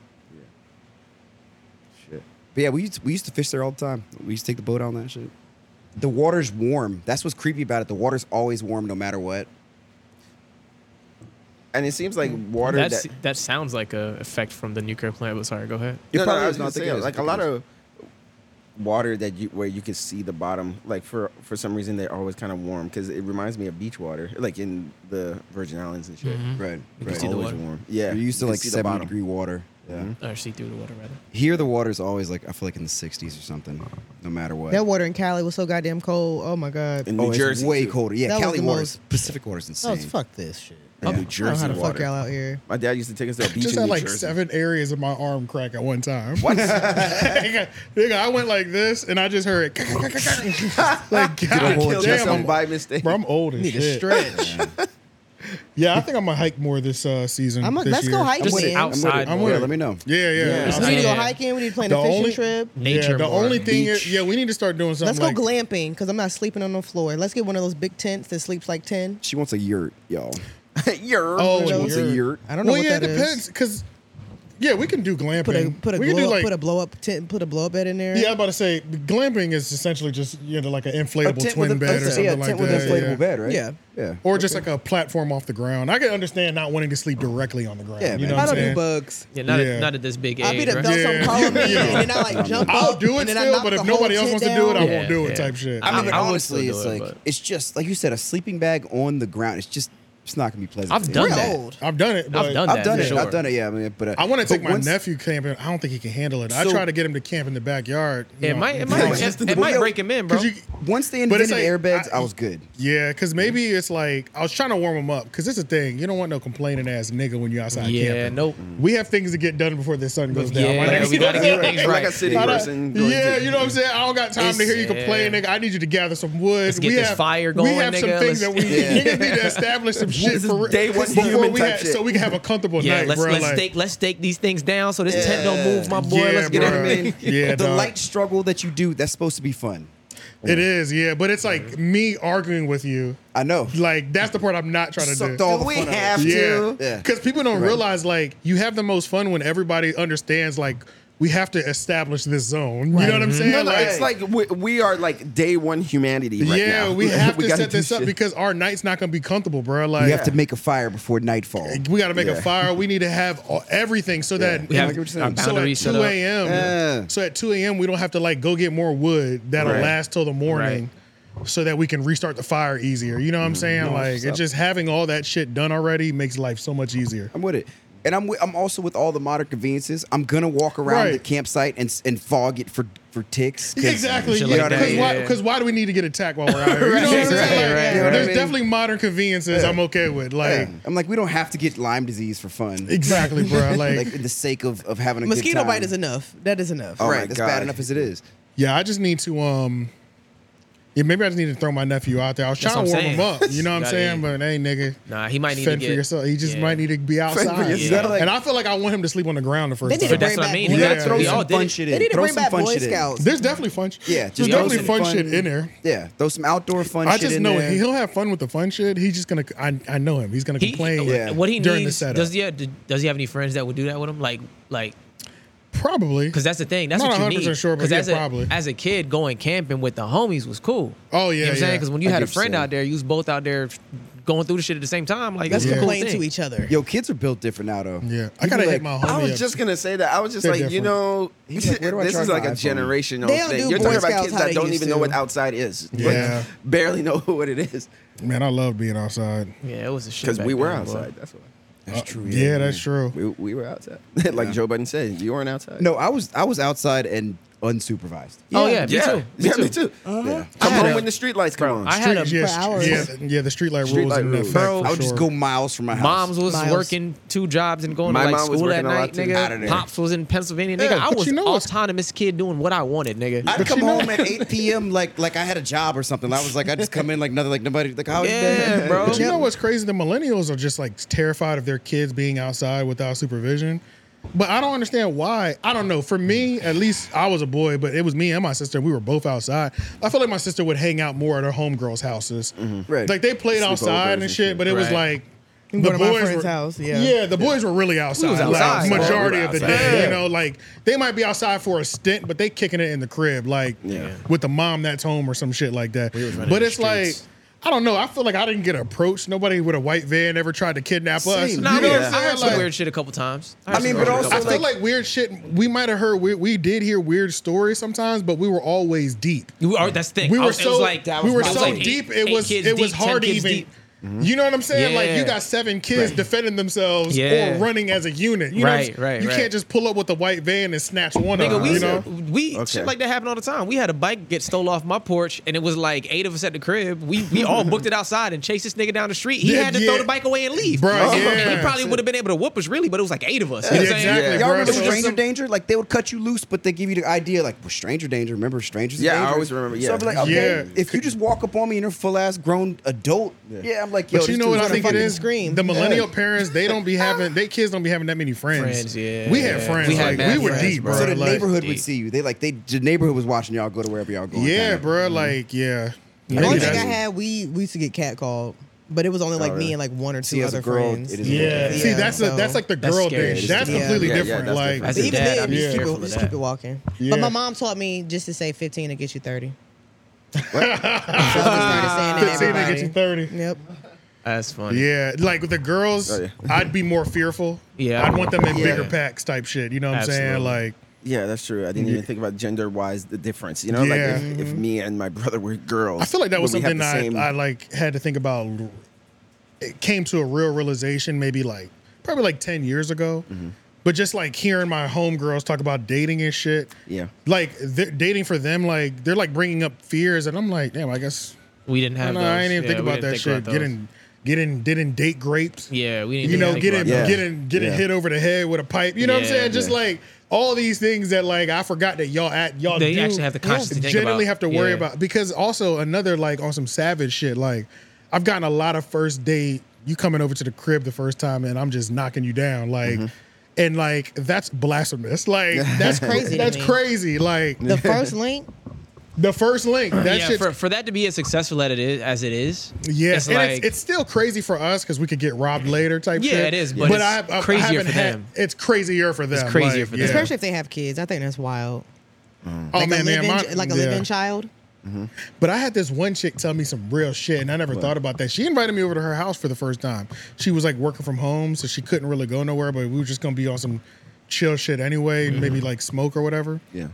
[SPEAKER 7] Shit.
[SPEAKER 1] But yeah, we used, we used to fish there all the time. We used to take the boat out and that shit. The water's warm. That's what's creepy about it. The water's always warm no matter what.
[SPEAKER 7] And it seems like water
[SPEAKER 10] That's,
[SPEAKER 7] that
[SPEAKER 10] that sounds like a effect from the nuclear plant. But sorry, go ahead.
[SPEAKER 7] no, no, I was gonna say like a lot of water that you where you can see the bottom. Like for for some reason they're always kind of warm because it reminds me of beach water, like in the Virgin Islands and shit.
[SPEAKER 10] Mhm.
[SPEAKER 8] Mm-hmm.
[SPEAKER 1] Right,
[SPEAKER 7] You can
[SPEAKER 1] right.
[SPEAKER 7] see the
[SPEAKER 1] Always
[SPEAKER 7] water.
[SPEAKER 1] warm.
[SPEAKER 7] Yeah,
[SPEAKER 1] You're used to
[SPEAKER 7] you can
[SPEAKER 1] like
[SPEAKER 7] see the
[SPEAKER 1] 70
[SPEAKER 7] bottom.
[SPEAKER 1] degree water. Yeah.
[SPEAKER 7] Mm-hmm.
[SPEAKER 10] or see through the water rather.
[SPEAKER 1] Here, the water's always like, I feel like in the 60s or something, no matter what.
[SPEAKER 8] That water in Cali was so goddamn cold. Oh my god.
[SPEAKER 1] oh, it's way colder. Yeah,
[SPEAKER 8] That was
[SPEAKER 1] Cali
[SPEAKER 8] the
[SPEAKER 1] water's,
[SPEAKER 8] most-
[SPEAKER 1] Pacific water's
[SPEAKER 8] Oh,
[SPEAKER 1] insane.
[SPEAKER 8] fuck this shit.
[SPEAKER 7] Yeah. New
[SPEAKER 8] I don't know
[SPEAKER 7] Jersey
[SPEAKER 8] how the fuck
[SPEAKER 7] water.
[SPEAKER 8] y'all out here.
[SPEAKER 7] My dad used to take us to a beach
[SPEAKER 9] Just
[SPEAKER 7] in
[SPEAKER 9] had
[SPEAKER 7] New
[SPEAKER 9] like
[SPEAKER 7] Jersey.
[SPEAKER 9] seven areas of my arm crack at one time.
[SPEAKER 7] What?
[SPEAKER 9] nigga, nigga, I went like this, and I just heard like
[SPEAKER 7] Did a whole
[SPEAKER 9] God damn,
[SPEAKER 7] jump
[SPEAKER 9] I'm,
[SPEAKER 7] by mistake.
[SPEAKER 9] bro, I'm old as
[SPEAKER 7] Nigga,
[SPEAKER 9] shit.
[SPEAKER 7] stretch.
[SPEAKER 9] Yeah, I think I'm gonna hike more this uh, season.
[SPEAKER 8] I'm a-
[SPEAKER 9] this
[SPEAKER 8] let's go
[SPEAKER 9] year.
[SPEAKER 8] hiking. Just
[SPEAKER 1] outside
[SPEAKER 9] I'm
[SPEAKER 1] more.
[SPEAKER 9] with
[SPEAKER 1] Yeah,
[SPEAKER 9] it.
[SPEAKER 1] let me know.
[SPEAKER 9] Yeah, yeah.
[SPEAKER 1] Yeah.
[SPEAKER 9] outside.
[SPEAKER 8] We need to go hiking. We need to plan
[SPEAKER 9] The
[SPEAKER 8] a fishing
[SPEAKER 9] only-
[SPEAKER 8] trip.
[SPEAKER 9] Yeah, the only thing is, yeah, we need to start doing something.
[SPEAKER 8] Let's go
[SPEAKER 9] like,
[SPEAKER 8] glamping because I'm not sleeping on the floor. Let's get one of those big tents that sleeps like ten.
[SPEAKER 1] She wants a yurt, y'all.
[SPEAKER 7] You're
[SPEAKER 8] Oh,
[SPEAKER 1] She wants a yurt.
[SPEAKER 8] I don't know
[SPEAKER 9] Well,
[SPEAKER 8] what
[SPEAKER 9] yeah,
[SPEAKER 8] that
[SPEAKER 9] it
[SPEAKER 8] is.
[SPEAKER 9] depends because yeah, we can do glamping.
[SPEAKER 8] Put a put a
[SPEAKER 9] we can
[SPEAKER 8] glow
[SPEAKER 9] do
[SPEAKER 8] up,
[SPEAKER 9] like
[SPEAKER 8] put a blow up tent, put a blow up bed in there.
[SPEAKER 9] yeah, I'm about to say glamping is essentially just you know like an
[SPEAKER 8] A
[SPEAKER 9] inflatable
[SPEAKER 8] tent
[SPEAKER 9] twin
[SPEAKER 8] with a-
[SPEAKER 9] bed or
[SPEAKER 8] yeah,
[SPEAKER 9] something
[SPEAKER 8] a
[SPEAKER 9] like
[SPEAKER 8] tent with
[SPEAKER 9] that.
[SPEAKER 8] an inflatable
[SPEAKER 9] yeah.
[SPEAKER 8] bed, right? Yeah.
[SPEAKER 1] yeah.
[SPEAKER 9] Or just like a platform off the ground. I can understand not wanting to sleep directly on the ground.
[SPEAKER 10] Yeah,
[SPEAKER 9] you
[SPEAKER 10] man.
[SPEAKER 9] know what
[SPEAKER 10] I don't
[SPEAKER 9] I'm
[SPEAKER 10] do
[SPEAKER 9] saying?
[SPEAKER 8] bugs.
[SPEAKER 10] Yeah, not, At, not at this big age.
[SPEAKER 8] I'll be the
[SPEAKER 10] right?
[SPEAKER 8] belt on column me, and then I like jump
[SPEAKER 9] I'll
[SPEAKER 8] up,
[SPEAKER 9] do it
[SPEAKER 8] and then I
[SPEAKER 9] still,
[SPEAKER 8] knock
[SPEAKER 9] but if
[SPEAKER 8] the
[SPEAKER 9] nobody
[SPEAKER 8] whole
[SPEAKER 9] else wants
[SPEAKER 8] tent
[SPEAKER 9] to do it, I
[SPEAKER 8] down.
[SPEAKER 9] won't do it. Type shit.
[SPEAKER 1] I mean, but
[SPEAKER 10] I would
[SPEAKER 1] honestly,
[SPEAKER 10] still do
[SPEAKER 1] it's
[SPEAKER 10] it,
[SPEAKER 1] like,
[SPEAKER 10] but-
[SPEAKER 1] it's just, like you said, a sleeping bag on the ground. It's just, it's not going to be pleasant.
[SPEAKER 10] I've
[SPEAKER 1] for
[SPEAKER 10] done
[SPEAKER 1] you.
[SPEAKER 10] that.
[SPEAKER 9] I've done it. But
[SPEAKER 1] I've done it. I've done it. Yeah, I mean, but uh,
[SPEAKER 9] I want to
[SPEAKER 1] but
[SPEAKER 9] take my
[SPEAKER 1] once-
[SPEAKER 9] nephew camping. I don't think he can handle it. I
[SPEAKER 1] So-
[SPEAKER 9] try to get him to camp in the backyard. you
[SPEAKER 10] It
[SPEAKER 9] know.
[SPEAKER 10] might- it might-
[SPEAKER 9] Like,
[SPEAKER 10] it- it might break him in, bro.
[SPEAKER 9] 'Cause you-
[SPEAKER 1] Once they
[SPEAKER 9] But it's
[SPEAKER 1] invented
[SPEAKER 9] like-
[SPEAKER 1] airbags, I, was good.
[SPEAKER 9] Yeah, because maybe it's like I was trying to warm him up. Because it's a thing. You don't want no complaining ass nigga when you're outside
[SPEAKER 10] Yeah,
[SPEAKER 9] camping.
[SPEAKER 10] nope.
[SPEAKER 9] We have things to get done before the sun goes
[SPEAKER 10] Yeah,
[SPEAKER 9] down. my nigga.
[SPEAKER 10] we
[SPEAKER 9] You
[SPEAKER 10] gotta
[SPEAKER 9] know what I'm
[SPEAKER 10] get
[SPEAKER 9] saying?
[SPEAKER 10] things Like a right.
[SPEAKER 7] city
[SPEAKER 9] I don't-
[SPEAKER 7] person going
[SPEAKER 9] Yeah,
[SPEAKER 7] to-
[SPEAKER 9] you know what I'm saying. I don't got time to
[SPEAKER 7] It's-
[SPEAKER 9] hear you complain, nigga. I need you to gather some wood.
[SPEAKER 10] Let's get
[SPEAKER 9] we
[SPEAKER 10] this
[SPEAKER 9] have
[SPEAKER 10] fire
[SPEAKER 9] We
[SPEAKER 10] going,
[SPEAKER 9] have some
[SPEAKER 10] nigga.
[SPEAKER 9] things
[SPEAKER 10] Let's-
[SPEAKER 9] that we
[SPEAKER 10] Yeah.
[SPEAKER 9] niggas need to establish some shit
[SPEAKER 10] This is
[SPEAKER 9] for real.
[SPEAKER 10] day one
[SPEAKER 9] Before
[SPEAKER 10] human
[SPEAKER 9] we
[SPEAKER 10] type
[SPEAKER 9] had-
[SPEAKER 10] shit.
[SPEAKER 9] So we can have a comfortable
[SPEAKER 10] yeah,
[SPEAKER 9] night,
[SPEAKER 10] let's
[SPEAKER 9] bro.
[SPEAKER 10] let's
[SPEAKER 9] like,
[SPEAKER 10] stake let's stake these things down so this tent don't move, my boy.
[SPEAKER 9] Yeah,
[SPEAKER 10] let's get
[SPEAKER 9] bro.
[SPEAKER 10] it.
[SPEAKER 9] Yeah,
[SPEAKER 1] the
[SPEAKER 9] dog.
[SPEAKER 1] light struggle that you do, that's supposed to be fun.
[SPEAKER 9] It is, yeah, but it's like me arguing with you.
[SPEAKER 1] I know.
[SPEAKER 9] Like that's the part I'm not trying to
[SPEAKER 1] Sucked
[SPEAKER 9] do.
[SPEAKER 1] all the We fun out of it. have to. Yeah.
[SPEAKER 9] because people don't
[SPEAKER 1] You're right.
[SPEAKER 9] realize like you have the most fun when everybody understands like we have to establish this zone. You know what I'm saying?
[SPEAKER 7] No, no, it's like we, we are like day one humanity right
[SPEAKER 9] yeah,
[SPEAKER 7] now.
[SPEAKER 9] we have to
[SPEAKER 7] gotta
[SPEAKER 9] set
[SPEAKER 7] do
[SPEAKER 9] this up
[SPEAKER 7] shit.
[SPEAKER 9] because our night's not gonna be comfortable, bro. Like
[SPEAKER 1] you have to make a fire before nightfall.
[SPEAKER 9] we got to make
[SPEAKER 1] Yeah.
[SPEAKER 9] a fire. We need to have all, everything so that
[SPEAKER 1] We have our
[SPEAKER 9] so at
[SPEAKER 1] boundaries set
[SPEAKER 9] two
[SPEAKER 1] up.
[SPEAKER 9] a.m.
[SPEAKER 1] Yeah.
[SPEAKER 9] So at two a.m. we don't have to like go get more wood that'll
[SPEAKER 1] Right.
[SPEAKER 9] last till the morning, so that we can restart the fire easier. You know what I'm saying?
[SPEAKER 1] Mm-hmm. No,
[SPEAKER 9] like
[SPEAKER 1] sup.
[SPEAKER 9] it's just having all that shit done already makes life so much easier.
[SPEAKER 1] I'm with it. And I'm with, I'm also with all the modern conveniences. I'm gonna walk around
[SPEAKER 9] Right.
[SPEAKER 1] the campsite and s- and fog it for for ticks. 'cause-
[SPEAKER 9] Exactly.
[SPEAKER 1] You
[SPEAKER 9] Because
[SPEAKER 1] know what I mean?
[SPEAKER 9] why? Because why do we need to get attacked while we're out here? You know what I'm
[SPEAKER 1] Right,
[SPEAKER 9] saying? Like,
[SPEAKER 1] right, right, right.
[SPEAKER 9] there's
[SPEAKER 1] Right.
[SPEAKER 9] definitely modern conveniences
[SPEAKER 1] Yeah.
[SPEAKER 9] I'm okay with. Like
[SPEAKER 1] Yeah. I'm like, we don't have to get Lyme disease for fun.
[SPEAKER 9] Exactly, bro, like-
[SPEAKER 1] for the sake of of having a
[SPEAKER 8] Mosquito
[SPEAKER 1] good time.
[SPEAKER 8] bite is enough. That is enough.
[SPEAKER 1] All right, that's bad enough as it is.
[SPEAKER 9] Yeah, I just need to um yeah, maybe I just need to throw my nephew out there. I was
[SPEAKER 10] That's
[SPEAKER 9] trying to
[SPEAKER 10] what
[SPEAKER 9] warm
[SPEAKER 10] I'm
[SPEAKER 9] him
[SPEAKER 10] saying.
[SPEAKER 9] up. You know what I'm
[SPEAKER 10] Gotta
[SPEAKER 9] saying? But hey, nigga.
[SPEAKER 10] Nah, he might need to
[SPEAKER 9] fend for
[SPEAKER 10] get-
[SPEAKER 9] yourself. He just
[SPEAKER 10] yeah.
[SPEAKER 9] might need to be
[SPEAKER 10] for
[SPEAKER 9] outside.
[SPEAKER 10] yourself. Yeah.
[SPEAKER 9] And I feel like I want him to sleep on the ground the first
[SPEAKER 8] They need
[SPEAKER 9] time.
[SPEAKER 8] to But that's bring what I back mean. Boy You gotta Scouts. throw
[SPEAKER 1] Throw
[SPEAKER 8] We
[SPEAKER 1] some
[SPEAKER 8] all did
[SPEAKER 1] fun
[SPEAKER 8] it.
[SPEAKER 1] shit
[SPEAKER 8] They
[SPEAKER 1] in.
[SPEAKER 8] need to
[SPEAKER 1] throw
[SPEAKER 8] bring
[SPEAKER 1] some
[SPEAKER 8] back
[SPEAKER 1] fun
[SPEAKER 8] Boy
[SPEAKER 1] shit
[SPEAKER 8] Scouts.
[SPEAKER 1] in.
[SPEAKER 9] There's definitely fun shit.
[SPEAKER 1] Yeah,
[SPEAKER 9] There's
[SPEAKER 1] just throw
[SPEAKER 9] definitely
[SPEAKER 1] some
[SPEAKER 9] fun, shit in there.
[SPEAKER 1] Yeah, throw some outdoor fun
[SPEAKER 9] I
[SPEAKER 1] shit
[SPEAKER 9] just
[SPEAKER 1] in
[SPEAKER 9] know
[SPEAKER 1] there.
[SPEAKER 9] he'll have fun with the fun shit. He's just gonna I, I know him. He's gonna complain
[SPEAKER 10] What he
[SPEAKER 9] during
[SPEAKER 10] needs
[SPEAKER 9] the setup.
[SPEAKER 10] does he have, does he have any friends that would do that with him? Like like
[SPEAKER 9] probably
[SPEAKER 10] because that's the thing. That's
[SPEAKER 9] Not
[SPEAKER 10] what you
[SPEAKER 9] 100%
[SPEAKER 10] need.
[SPEAKER 9] sure, but
[SPEAKER 10] 'Cause
[SPEAKER 9] yeah,
[SPEAKER 10] as a,
[SPEAKER 9] probably.
[SPEAKER 10] as a kid going camping with the homies was cool.
[SPEAKER 9] Oh,
[SPEAKER 10] you
[SPEAKER 9] yeah,
[SPEAKER 10] know what I'm saying
[SPEAKER 9] yeah.
[SPEAKER 10] because when you
[SPEAKER 9] I
[SPEAKER 10] had a
[SPEAKER 9] get
[SPEAKER 10] friend
[SPEAKER 9] you.
[SPEAKER 10] out there, you was both out there going through the shit at the same time. Like that's
[SPEAKER 1] Yeah.
[SPEAKER 10] a cool
[SPEAKER 1] Complain
[SPEAKER 10] thing.
[SPEAKER 1] to
[SPEAKER 8] each other.
[SPEAKER 1] Yo, kids are built different now, though.
[SPEAKER 9] Yeah,
[SPEAKER 7] I gotta hit my I was just gonna say that. I was just
[SPEAKER 1] They're
[SPEAKER 7] like, you
[SPEAKER 1] different.
[SPEAKER 7] know,
[SPEAKER 1] He's like, where do I
[SPEAKER 7] this
[SPEAKER 1] charge
[SPEAKER 7] is like
[SPEAKER 1] my
[SPEAKER 7] a
[SPEAKER 1] iPhone?
[SPEAKER 7] generational
[SPEAKER 1] They don't
[SPEAKER 7] thing.
[SPEAKER 1] do
[SPEAKER 7] You're
[SPEAKER 1] Boy
[SPEAKER 7] talking about
[SPEAKER 1] Scouts
[SPEAKER 7] kids
[SPEAKER 1] how
[SPEAKER 7] that
[SPEAKER 1] they
[SPEAKER 7] don't
[SPEAKER 1] used
[SPEAKER 7] even
[SPEAKER 1] to.
[SPEAKER 7] know what outside is. Like,
[SPEAKER 9] Yeah.
[SPEAKER 7] barely know what it is.
[SPEAKER 9] Man, I love being outside.
[SPEAKER 10] Yeah, it was a shit.
[SPEAKER 7] Because
[SPEAKER 10] back
[SPEAKER 7] we were
[SPEAKER 10] then, boy.
[SPEAKER 7] outside. That's why.
[SPEAKER 9] Uh,
[SPEAKER 1] That's true.
[SPEAKER 9] Yeah, that's true.
[SPEAKER 7] We, we were outside. like Joe Budden said, you weren't outside.
[SPEAKER 1] No, I was I was outside and unsupervised.
[SPEAKER 10] Oh, yeah, me
[SPEAKER 7] yeah.
[SPEAKER 10] too. Me
[SPEAKER 7] yeah, me
[SPEAKER 10] too.
[SPEAKER 7] too.
[SPEAKER 1] Yeah.
[SPEAKER 7] Come
[SPEAKER 10] I had
[SPEAKER 7] home
[SPEAKER 10] a-
[SPEAKER 7] when the streetlights come on.
[SPEAKER 10] I had a-
[SPEAKER 9] Street- yeah,
[SPEAKER 10] For
[SPEAKER 9] st-
[SPEAKER 10] hours.
[SPEAKER 9] Yeah, th- yeah, the streetlight rules.
[SPEAKER 7] Streetlight
[SPEAKER 9] in
[SPEAKER 7] rules.
[SPEAKER 9] effect,
[SPEAKER 10] Bro,
[SPEAKER 9] for
[SPEAKER 10] I would just
[SPEAKER 1] go
[SPEAKER 9] sure.
[SPEAKER 1] miles from my house.
[SPEAKER 10] Moms was
[SPEAKER 1] Miles.
[SPEAKER 10] working two jobs and going
[SPEAKER 1] My
[SPEAKER 10] to like
[SPEAKER 1] mom was
[SPEAKER 10] school at
[SPEAKER 1] working a lot
[SPEAKER 10] night,
[SPEAKER 1] too. Outta
[SPEAKER 10] nigga.
[SPEAKER 1] there.
[SPEAKER 10] Pops was in Pennsylvania,
[SPEAKER 1] Yeah,
[SPEAKER 10] nigga. I
[SPEAKER 1] but
[SPEAKER 10] was
[SPEAKER 1] you know what's-
[SPEAKER 10] autonomous kid doing what I wanted, nigga.
[SPEAKER 1] I'd come home at 8 p.m. like like I had a job or something. I was like, I just come in like nothing, like nobody, like how
[SPEAKER 10] Yeah, bro.
[SPEAKER 9] But you know what's crazy? The millennials are just like terrified of their kids being outside without supervision. But I don't understand why. I don't know. For me, at least I was a boy, but it was me and my sister. We were both outside. I feel like my sister would hang out more at her homegirls' houses.
[SPEAKER 1] Right.
[SPEAKER 9] Like they played
[SPEAKER 1] Sleepovers
[SPEAKER 9] outside and
[SPEAKER 1] and
[SPEAKER 9] shit,
[SPEAKER 1] shit.
[SPEAKER 9] but it was
[SPEAKER 1] Right.
[SPEAKER 9] like
[SPEAKER 8] You
[SPEAKER 9] the
[SPEAKER 8] go to my
[SPEAKER 9] boys
[SPEAKER 8] friend's
[SPEAKER 9] were
[SPEAKER 8] house, yeah.
[SPEAKER 9] yeah, the boys were really outside. like,
[SPEAKER 8] outside, bro.
[SPEAKER 9] majority
[SPEAKER 8] We were
[SPEAKER 9] of the
[SPEAKER 8] outside.
[SPEAKER 9] day,
[SPEAKER 8] Yeah.
[SPEAKER 9] you know, like they might be outside for a stint, but they kicking it in the crib, like
[SPEAKER 7] Yeah.
[SPEAKER 9] with the mom that's home or some shit like that.
[SPEAKER 7] running
[SPEAKER 9] but
[SPEAKER 7] the
[SPEAKER 9] it's like. I don't know. I feel like I didn't get approached. Nobody with a white van ever tried to kidnap us.
[SPEAKER 10] Same. Nah,
[SPEAKER 9] you know
[SPEAKER 10] yeah.
[SPEAKER 9] what
[SPEAKER 10] I
[SPEAKER 9] I'm
[SPEAKER 10] heard some
[SPEAKER 9] saying? Like,
[SPEAKER 10] weird shit a couple times.
[SPEAKER 9] I
[SPEAKER 10] heard
[SPEAKER 9] mean,
[SPEAKER 10] some
[SPEAKER 9] but
[SPEAKER 10] weird
[SPEAKER 9] also
[SPEAKER 10] shit a
[SPEAKER 9] I
[SPEAKER 10] couple
[SPEAKER 9] feel
[SPEAKER 10] times.
[SPEAKER 9] like weird shit. We might have heard. We, we did hear weird stories sometimes, but we were always deep.
[SPEAKER 10] You are that's the thing.
[SPEAKER 9] We
[SPEAKER 10] I-
[SPEAKER 9] were
[SPEAKER 10] it was
[SPEAKER 9] so
[SPEAKER 10] like- that
[SPEAKER 9] we
[SPEAKER 10] was
[SPEAKER 9] were
[SPEAKER 10] my- it was
[SPEAKER 9] so
[SPEAKER 10] like eight-
[SPEAKER 9] deep. It
[SPEAKER 10] eight
[SPEAKER 9] was
[SPEAKER 10] kids
[SPEAKER 9] it was
[SPEAKER 10] deep, 10
[SPEAKER 9] hard to
[SPEAKER 10] kids
[SPEAKER 9] even.
[SPEAKER 10] deep.
[SPEAKER 1] Mm-hmm.
[SPEAKER 9] You know what I'm saying? Like
[SPEAKER 10] Yeah.
[SPEAKER 9] you got seven kids defending themselves
[SPEAKER 10] Yeah.
[SPEAKER 9] or running as a unit. You know what I'm
[SPEAKER 10] Right,
[SPEAKER 9] s-
[SPEAKER 10] right,
[SPEAKER 9] You
[SPEAKER 10] right.
[SPEAKER 9] can't just pull up with the white van and snatch one.
[SPEAKER 10] Nigga,
[SPEAKER 9] of
[SPEAKER 10] we
[SPEAKER 9] them, you know.
[SPEAKER 10] we shit like that happened all the time. We had a bike get stole off my porch, and it was like eight of us at the crib. We we all booked it outside and chased this nigga down the street. He
[SPEAKER 9] Hmm. Yeah,
[SPEAKER 10] had to throw
[SPEAKER 9] yeah.
[SPEAKER 10] the bike away and leave.
[SPEAKER 9] Bro,
[SPEAKER 10] Like, He
[SPEAKER 9] yeah.
[SPEAKER 10] probably would have been able to whoop us really, but it was like eight of us. You
[SPEAKER 1] Yeah,
[SPEAKER 10] know what I'm saying?
[SPEAKER 1] exactly. Y'all remember
[SPEAKER 10] It was just
[SPEAKER 1] Stranger Danger? Like they would cut you loose, but they give you the idea, like well, Stranger Danger. Remember Strangers? in
[SPEAKER 7] Yeah, I
[SPEAKER 1] danger?
[SPEAKER 7] always remember,
[SPEAKER 1] So
[SPEAKER 7] yeah.
[SPEAKER 1] I'd be like, okay,
[SPEAKER 9] Yeah.
[SPEAKER 1] if you just walk up on me and you're a full ass grown adult, yeah. I'm like, yo,
[SPEAKER 9] but you
[SPEAKER 1] this
[SPEAKER 9] know what
[SPEAKER 1] dude's
[SPEAKER 9] I
[SPEAKER 1] gonna
[SPEAKER 9] think it
[SPEAKER 1] fucking
[SPEAKER 9] is?
[SPEAKER 1] scream.
[SPEAKER 9] The millennial
[SPEAKER 1] Yeah.
[SPEAKER 9] parents, they don't be having, they kids don't be having that many friends.
[SPEAKER 10] Friends, yeah.
[SPEAKER 9] We
[SPEAKER 10] Yeah.
[SPEAKER 9] had friends.
[SPEAKER 10] We
[SPEAKER 9] We,
[SPEAKER 10] had
[SPEAKER 9] like,
[SPEAKER 10] mad
[SPEAKER 9] we were
[SPEAKER 10] friends,
[SPEAKER 9] deep,
[SPEAKER 10] bro.
[SPEAKER 9] bro.
[SPEAKER 1] So the
[SPEAKER 9] Like,
[SPEAKER 1] neighborhood would see you. They like they the neighborhood was watching y'all go to wherever y'all go.
[SPEAKER 9] Yeah, bro. Like, yeah.
[SPEAKER 8] The only
[SPEAKER 9] Maybe
[SPEAKER 8] thing I
[SPEAKER 9] that's-
[SPEAKER 8] had, we we used to get catcalled, but it was only
[SPEAKER 10] Oh,
[SPEAKER 8] like me and like one or two
[SPEAKER 1] See, as a
[SPEAKER 8] other
[SPEAKER 1] girl,
[SPEAKER 8] friends.
[SPEAKER 1] it is a
[SPEAKER 9] Yeah.
[SPEAKER 1] little
[SPEAKER 8] different.
[SPEAKER 9] See,
[SPEAKER 8] Yeah,
[SPEAKER 9] that's a,
[SPEAKER 8] so-
[SPEAKER 9] that's like the
[SPEAKER 10] That's
[SPEAKER 9] girl
[SPEAKER 10] scary.
[SPEAKER 9] thing.
[SPEAKER 10] It's
[SPEAKER 9] That's
[SPEAKER 10] different.
[SPEAKER 9] completely
[SPEAKER 10] Yeah, yeah,
[SPEAKER 9] different.
[SPEAKER 10] that's
[SPEAKER 9] like,
[SPEAKER 10] different. As
[SPEAKER 8] But
[SPEAKER 10] a
[SPEAKER 8] even
[SPEAKER 10] dad,
[SPEAKER 8] then,
[SPEAKER 10] I'd be
[SPEAKER 8] just, keep
[SPEAKER 10] careful
[SPEAKER 8] it,
[SPEAKER 10] of
[SPEAKER 8] just
[SPEAKER 10] that.
[SPEAKER 8] keep it walking.
[SPEAKER 9] Yeah.
[SPEAKER 8] But my mom taught me just to say 15 to get you 30. so I just started saying to
[SPEAKER 9] 15 to get you
[SPEAKER 8] everybody.
[SPEAKER 9] 30.
[SPEAKER 8] Yep.
[SPEAKER 10] That's funny.
[SPEAKER 9] Yeah, like with the girls,
[SPEAKER 7] Oh, yeah.
[SPEAKER 9] I'd be more fearful.
[SPEAKER 10] Yeah.
[SPEAKER 9] I'd want them in
[SPEAKER 7] Yeah.
[SPEAKER 9] bigger packs type shit. You know what I'm saying?
[SPEAKER 10] Absolutely.
[SPEAKER 9] Like,
[SPEAKER 7] Yeah, that's true. I didn't even think about gender wise the difference. You know,
[SPEAKER 9] Yeah.
[SPEAKER 7] like if, if me and my brother were girls,
[SPEAKER 9] I feel like that was
[SPEAKER 7] would we have
[SPEAKER 9] something I,
[SPEAKER 7] the same-
[SPEAKER 9] I like had to think about. It came to a real realization maybe like probably like ten years ago,
[SPEAKER 7] Mm-hmm.
[SPEAKER 9] but just like hearing my homegirls talk about dating and shit,
[SPEAKER 7] yeah.
[SPEAKER 9] like they're dating for them, like they're like bringing up fears, and I'm like, damn, I guess
[SPEAKER 10] We didn't have.
[SPEAKER 9] no,
[SPEAKER 10] those.
[SPEAKER 9] I didn't even
[SPEAKER 10] Yeah,
[SPEAKER 9] think
[SPEAKER 10] we
[SPEAKER 9] about
[SPEAKER 10] didn't
[SPEAKER 9] that
[SPEAKER 10] think
[SPEAKER 9] shit.
[SPEAKER 10] about those.
[SPEAKER 9] Getting getting didn't date grapes.
[SPEAKER 10] Yeah, we didn't.
[SPEAKER 9] you
[SPEAKER 10] even
[SPEAKER 9] know,
[SPEAKER 10] think
[SPEAKER 9] getting
[SPEAKER 10] about that.
[SPEAKER 9] getting getting
[SPEAKER 7] Yeah.
[SPEAKER 9] hit over the head with a pipe. You know what I'm
[SPEAKER 10] Yeah.
[SPEAKER 9] saying? Just
[SPEAKER 10] Yeah.
[SPEAKER 9] like all these things that like I forgot that y'all at y'all
[SPEAKER 10] They
[SPEAKER 9] do
[SPEAKER 10] actually have the conscience to think
[SPEAKER 9] generally
[SPEAKER 10] about.
[SPEAKER 9] have to worry
[SPEAKER 10] Yeah.
[SPEAKER 9] about because also another like on some savage shit like I've gotten a lot of first date you coming over to the crib the first time and I'm just knocking you down, like.
[SPEAKER 8] Mm-hmm.
[SPEAKER 9] And like that's blasphemous. Like that's
[SPEAKER 8] Crazy
[SPEAKER 9] crazy.
[SPEAKER 8] to
[SPEAKER 9] That's
[SPEAKER 8] me.
[SPEAKER 9] crazy. Like
[SPEAKER 8] The first link.
[SPEAKER 9] The first link. That
[SPEAKER 10] yeah,
[SPEAKER 9] shit's
[SPEAKER 10] for, for that to be as successful as it is, as it is
[SPEAKER 9] Yes,
[SPEAKER 10] it's
[SPEAKER 9] and
[SPEAKER 10] like
[SPEAKER 9] it's, it's still crazy for us because we could get robbed later type
[SPEAKER 10] Yeah,
[SPEAKER 9] shit.
[SPEAKER 10] it is, but it's crazier
[SPEAKER 9] haven't
[SPEAKER 10] for
[SPEAKER 9] had-
[SPEAKER 10] them.
[SPEAKER 9] It's crazier for them.
[SPEAKER 10] crazier
[SPEAKER 9] like,
[SPEAKER 10] for
[SPEAKER 9] yeah.
[SPEAKER 10] them.
[SPEAKER 8] Especially if they have kids. I think that's wild.
[SPEAKER 9] Oh,
[SPEAKER 8] like
[SPEAKER 9] man,
[SPEAKER 8] a
[SPEAKER 9] man,
[SPEAKER 8] live-in,
[SPEAKER 9] my-
[SPEAKER 8] like a
[SPEAKER 9] yeah.
[SPEAKER 8] live-in child.
[SPEAKER 9] But I had this one chick tell me some real shit, and I never thought about that. She invited me over to her house for the first time. She was like working from home, so she couldn't really go nowhere, but we were just gonna be on some chill shit anyway, and
[SPEAKER 10] Mm-hmm.
[SPEAKER 9] maybe like smoke or whatever.
[SPEAKER 7] Yeah.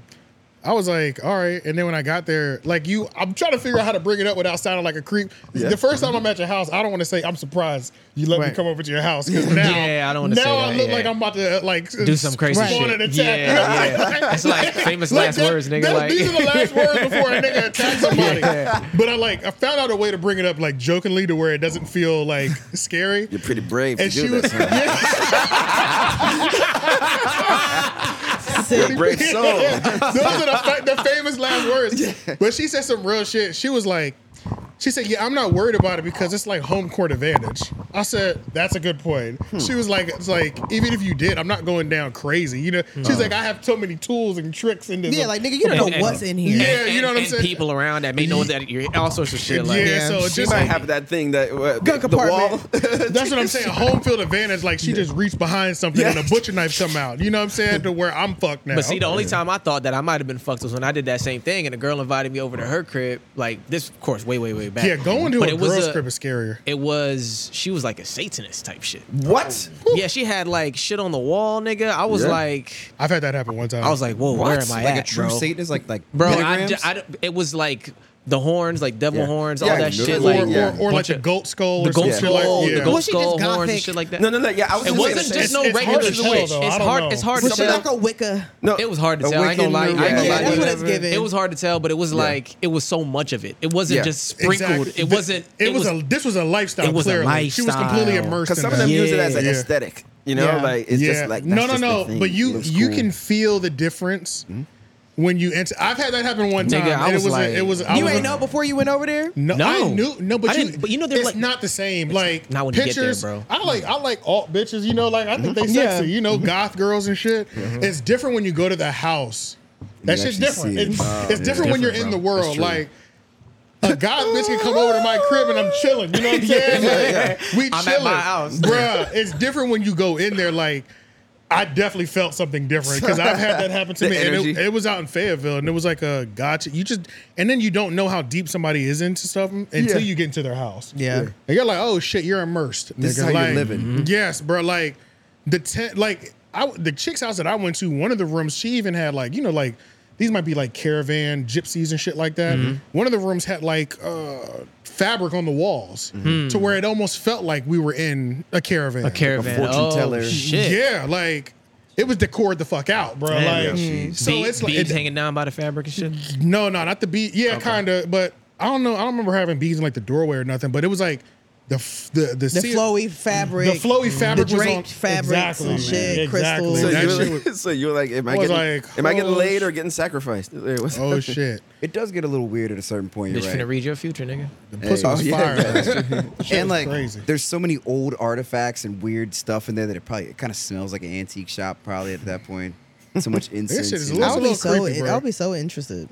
[SPEAKER 9] I was like, all right. And then when I got there, like you, I'm trying to figure out how to bring it up without sounding like a creep.
[SPEAKER 7] Yeah.
[SPEAKER 9] The first time I'm at your house, I don't want to say I'm surprised you let me
[SPEAKER 10] Right.
[SPEAKER 9] come over to your house because now,
[SPEAKER 10] Yeah, I don't wanna
[SPEAKER 9] now
[SPEAKER 10] say
[SPEAKER 9] I
[SPEAKER 10] that,
[SPEAKER 9] look
[SPEAKER 10] yeah.
[SPEAKER 9] like I'm about to uh, like
[SPEAKER 10] do some crazy
[SPEAKER 9] spawn
[SPEAKER 10] shit.
[SPEAKER 9] an attack.
[SPEAKER 10] Yeah, yeah. It's like famous
[SPEAKER 9] Like
[SPEAKER 10] last
[SPEAKER 9] that-
[SPEAKER 10] words, nigga.
[SPEAKER 9] that-
[SPEAKER 10] like
[SPEAKER 9] these are the last words before a nigga attacks somebody. But I like I found out a way to bring it up like jokingly to where it doesn't feel like scary.
[SPEAKER 7] You're pretty brave
[SPEAKER 9] And
[SPEAKER 7] to do
[SPEAKER 9] she was-
[SPEAKER 7] this. huh?
[SPEAKER 9] Mm-hmm.
[SPEAKER 7] You're a brave soul.
[SPEAKER 9] Those are the, fa- the famous last words. But she said some real shit. She was like, she said, "Yeah, I'm not worried about it because it's like home court advantage." I said, "That's a good point."
[SPEAKER 8] Hmm.
[SPEAKER 9] She was like, "It's like even if you did, I'm not going down crazy." You know, she's like, "I have so many tools and tricks in this."
[SPEAKER 8] Yeah, like, nigga, you don't know what's in here.
[SPEAKER 9] Yeah,
[SPEAKER 10] and-
[SPEAKER 9] you know what I'm
[SPEAKER 10] and
[SPEAKER 9] saying.
[SPEAKER 10] people around that may know that you're all sorts of shit. Like,
[SPEAKER 9] Yeah, so
[SPEAKER 7] she
[SPEAKER 9] Oh, just
[SPEAKER 7] might
[SPEAKER 9] like-
[SPEAKER 7] have that thing that uh,
[SPEAKER 9] Gun
[SPEAKER 7] the wall.
[SPEAKER 9] compartment. That's what I'm saying. Home field advantage. Like she just reached behind something and a butcher knife come out. You know what I'm saying? To where I'm fucked now.
[SPEAKER 10] But see, the only time I thought that I might have been fucked was when I did that same thing, and a girl invited me over to her crib. Like this, of course, way, way, way back.
[SPEAKER 9] Yeah, going to
[SPEAKER 10] But
[SPEAKER 9] a
[SPEAKER 10] it was
[SPEAKER 9] girl's crib is scarier.
[SPEAKER 10] It was she was like a Satanist type shit.
[SPEAKER 7] What?
[SPEAKER 10] Yeah, she had like shit on the wall, nigga. I was
[SPEAKER 9] Yeah.
[SPEAKER 10] like,
[SPEAKER 9] I've had that happen one time.
[SPEAKER 10] I was like, whoa, where am I
[SPEAKER 1] like
[SPEAKER 10] at,
[SPEAKER 1] a true
[SPEAKER 10] bro?
[SPEAKER 1] Satanist, like like
[SPEAKER 10] bro, I,
[SPEAKER 1] pentagrams?
[SPEAKER 10] ju- I d- it was like the horns, like devil
[SPEAKER 1] Yeah.
[SPEAKER 10] horns,
[SPEAKER 1] Yeah,
[SPEAKER 10] all that
[SPEAKER 1] no,
[SPEAKER 10] shit,
[SPEAKER 1] or-
[SPEAKER 10] like
[SPEAKER 1] or- or
[SPEAKER 9] or like
[SPEAKER 10] bunch
[SPEAKER 9] the
[SPEAKER 10] of-
[SPEAKER 9] goat skull
[SPEAKER 10] the
[SPEAKER 9] or some
[SPEAKER 10] goat
[SPEAKER 9] shit like-
[SPEAKER 10] skull,
[SPEAKER 9] yeah.
[SPEAKER 10] the goat
[SPEAKER 9] Was she just
[SPEAKER 10] skull horns
[SPEAKER 8] gothic?
[SPEAKER 10] and shit like that.
[SPEAKER 7] No, no, no. Yeah, I
[SPEAKER 10] it
[SPEAKER 7] was. just
[SPEAKER 10] wasn't
[SPEAKER 7] saying-
[SPEAKER 10] just no
[SPEAKER 9] it's
[SPEAKER 10] regular
[SPEAKER 9] hard to
[SPEAKER 10] switch.
[SPEAKER 9] tell, though. I
[SPEAKER 10] It's
[SPEAKER 9] don't
[SPEAKER 10] hard.
[SPEAKER 9] know.
[SPEAKER 10] It's hard to
[SPEAKER 8] Was she
[SPEAKER 10] tell.
[SPEAKER 8] like a Wicca?
[SPEAKER 7] No,
[SPEAKER 10] It was hard to
[SPEAKER 7] a
[SPEAKER 10] tell. I ain't gonna lie. I
[SPEAKER 7] Wiccan
[SPEAKER 10] ain't gonna
[SPEAKER 7] ring.
[SPEAKER 8] Yeah,
[SPEAKER 10] lie.
[SPEAKER 8] that's what it's
[SPEAKER 10] Whatever.
[SPEAKER 8] giving.
[SPEAKER 10] It was hard to tell, but it was like it was so much of it. It wasn't
[SPEAKER 7] Yeah.
[SPEAKER 10] just sprinkled.
[SPEAKER 9] Exactly.
[SPEAKER 10] It wasn't.
[SPEAKER 9] It, was, a. This was a lifestyle.
[SPEAKER 10] it was a
[SPEAKER 9] clearly, she was completely
[SPEAKER 10] lifestyle.
[SPEAKER 9] immersed.
[SPEAKER 7] because
[SPEAKER 9] in
[SPEAKER 7] some of
[SPEAKER 9] that.
[SPEAKER 7] them use it as an
[SPEAKER 9] Yeah.
[SPEAKER 7] aesthetic. You know,
[SPEAKER 9] Yeah.
[SPEAKER 7] like it's
[SPEAKER 9] Yeah.
[SPEAKER 7] just like
[SPEAKER 9] no,
[SPEAKER 7] that's just
[SPEAKER 9] no, no.
[SPEAKER 7] the thing.
[SPEAKER 9] But you
[SPEAKER 7] Looks
[SPEAKER 9] you
[SPEAKER 7] cool.
[SPEAKER 9] can feel the difference when you enter. I've had that happen one
[SPEAKER 10] Hmm? Nigga,
[SPEAKER 9] time.
[SPEAKER 10] I
[SPEAKER 9] and
[SPEAKER 10] was
[SPEAKER 9] it was
[SPEAKER 10] like-
[SPEAKER 9] a, it was I
[SPEAKER 8] You
[SPEAKER 9] was
[SPEAKER 8] ain't
[SPEAKER 9] a-
[SPEAKER 8] know before you went over there.
[SPEAKER 9] No,
[SPEAKER 10] No.
[SPEAKER 9] I knew no, but
[SPEAKER 10] I
[SPEAKER 9] you,
[SPEAKER 10] didn't- but you know, they're
[SPEAKER 9] it's
[SPEAKER 10] like-
[SPEAKER 9] not the same. Like
[SPEAKER 10] not when you get there,
[SPEAKER 9] pictures,
[SPEAKER 10] bro. Mm-hmm.
[SPEAKER 9] I like I like alt bitches. You know, like I think they
[SPEAKER 8] Yeah.
[SPEAKER 9] sexy. You know, goth girls and shit. It's different when you go to the house. That
[SPEAKER 1] You
[SPEAKER 9] shit's
[SPEAKER 1] actually
[SPEAKER 9] different.
[SPEAKER 1] see it.
[SPEAKER 9] It's,
[SPEAKER 1] Oh,
[SPEAKER 9] it's
[SPEAKER 1] yeah.
[SPEAKER 9] different when you're in
[SPEAKER 10] Different,
[SPEAKER 9] the
[SPEAKER 10] bro. That's
[SPEAKER 9] world.
[SPEAKER 10] true.
[SPEAKER 9] Like a goth bitch can come over to my crib and I'm chilling. You know what I'm saying? Like, we
[SPEAKER 10] I'm at
[SPEAKER 9] chilling,
[SPEAKER 10] my house.
[SPEAKER 9] bruh. It's different when you go in there. Like I definitely felt something different because I've had that happen to
[SPEAKER 7] The
[SPEAKER 9] me. And it,
[SPEAKER 7] energy.
[SPEAKER 9] it was out in Fayetteville, and it was like a gotcha. You just and then you don't know how deep somebody is into something until you get into their house.
[SPEAKER 8] Yeah.
[SPEAKER 9] and you're like, oh shit, you're immersed.
[SPEAKER 1] This is
[SPEAKER 9] nigga.
[SPEAKER 1] how you're
[SPEAKER 9] Like,
[SPEAKER 1] living. Mm-hmm.
[SPEAKER 9] Yes, bro. Like the tent, like I, the chick's house that I went to, one of the rooms, she even had like you know like these might be like caravan gypsies and shit like that.
[SPEAKER 1] Mm-hmm.
[SPEAKER 9] One of the rooms had like uh, fabric on the walls
[SPEAKER 1] Mm-hmm.
[SPEAKER 9] to where it almost felt like we were in a caravan.
[SPEAKER 10] a caravan.
[SPEAKER 1] fortune
[SPEAKER 10] oh,
[SPEAKER 1] teller.
[SPEAKER 10] Shit.
[SPEAKER 9] Yeah, like it was decored the fuck out, bro.
[SPEAKER 10] Damn,
[SPEAKER 9] like
[SPEAKER 8] Mm.
[SPEAKER 9] hmm.
[SPEAKER 1] yeah,
[SPEAKER 9] so,
[SPEAKER 10] Bead-
[SPEAKER 9] it's like
[SPEAKER 10] beads
[SPEAKER 9] it-
[SPEAKER 10] hanging down by the fabric and shit.
[SPEAKER 9] no, no, not the bead. Yeah, kind of, but I don't know. I don't remember having beads in like the doorway or nothing. But it was like the f- the the,
[SPEAKER 8] The
[SPEAKER 9] cea-
[SPEAKER 8] flowy fabric.
[SPEAKER 9] the flowy fabric
[SPEAKER 8] the
[SPEAKER 9] was
[SPEAKER 8] draped
[SPEAKER 9] on
[SPEAKER 8] fabrics and shit, crystals.
[SPEAKER 7] So
[SPEAKER 9] So that shit
[SPEAKER 7] you're,
[SPEAKER 9] was,
[SPEAKER 7] like, so you're like, am I,
[SPEAKER 9] I was
[SPEAKER 7] getting,
[SPEAKER 9] like,
[SPEAKER 7] am I
[SPEAKER 9] oh,
[SPEAKER 7] getting laid
[SPEAKER 9] sh-
[SPEAKER 7] or getting sacrificed? Wait, what's-
[SPEAKER 9] oh shit,
[SPEAKER 1] It does get a little weird at a certain point.
[SPEAKER 10] Bitch
[SPEAKER 1] You're
[SPEAKER 10] finna
[SPEAKER 1] right.
[SPEAKER 10] read your future, nigga.
[SPEAKER 9] the pussy
[SPEAKER 1] Oh,
[SPEAKER 9] was
[SPEAKER 1] yeah.
[SPEAKER 9] fire.
[SPEAKER 1] and like,
[SPEAKER 9] crazy.
[SPEAKER 1] there's so many old artifacts and weird stuff in there that it probably it kind of smells like an antique shop probably at that point. So much incense.
[SPEAKER 9] shit is
[SPEAKER 1] you know?
[SPEAKER 9] lit.
[SPEAKER 8] I'll be
[SPEAKER 9] That's a little
[SPEAKER 8] so.
[SPEAKER 9] creepy, bro.
[SPEAKER 8] I'll be so interested.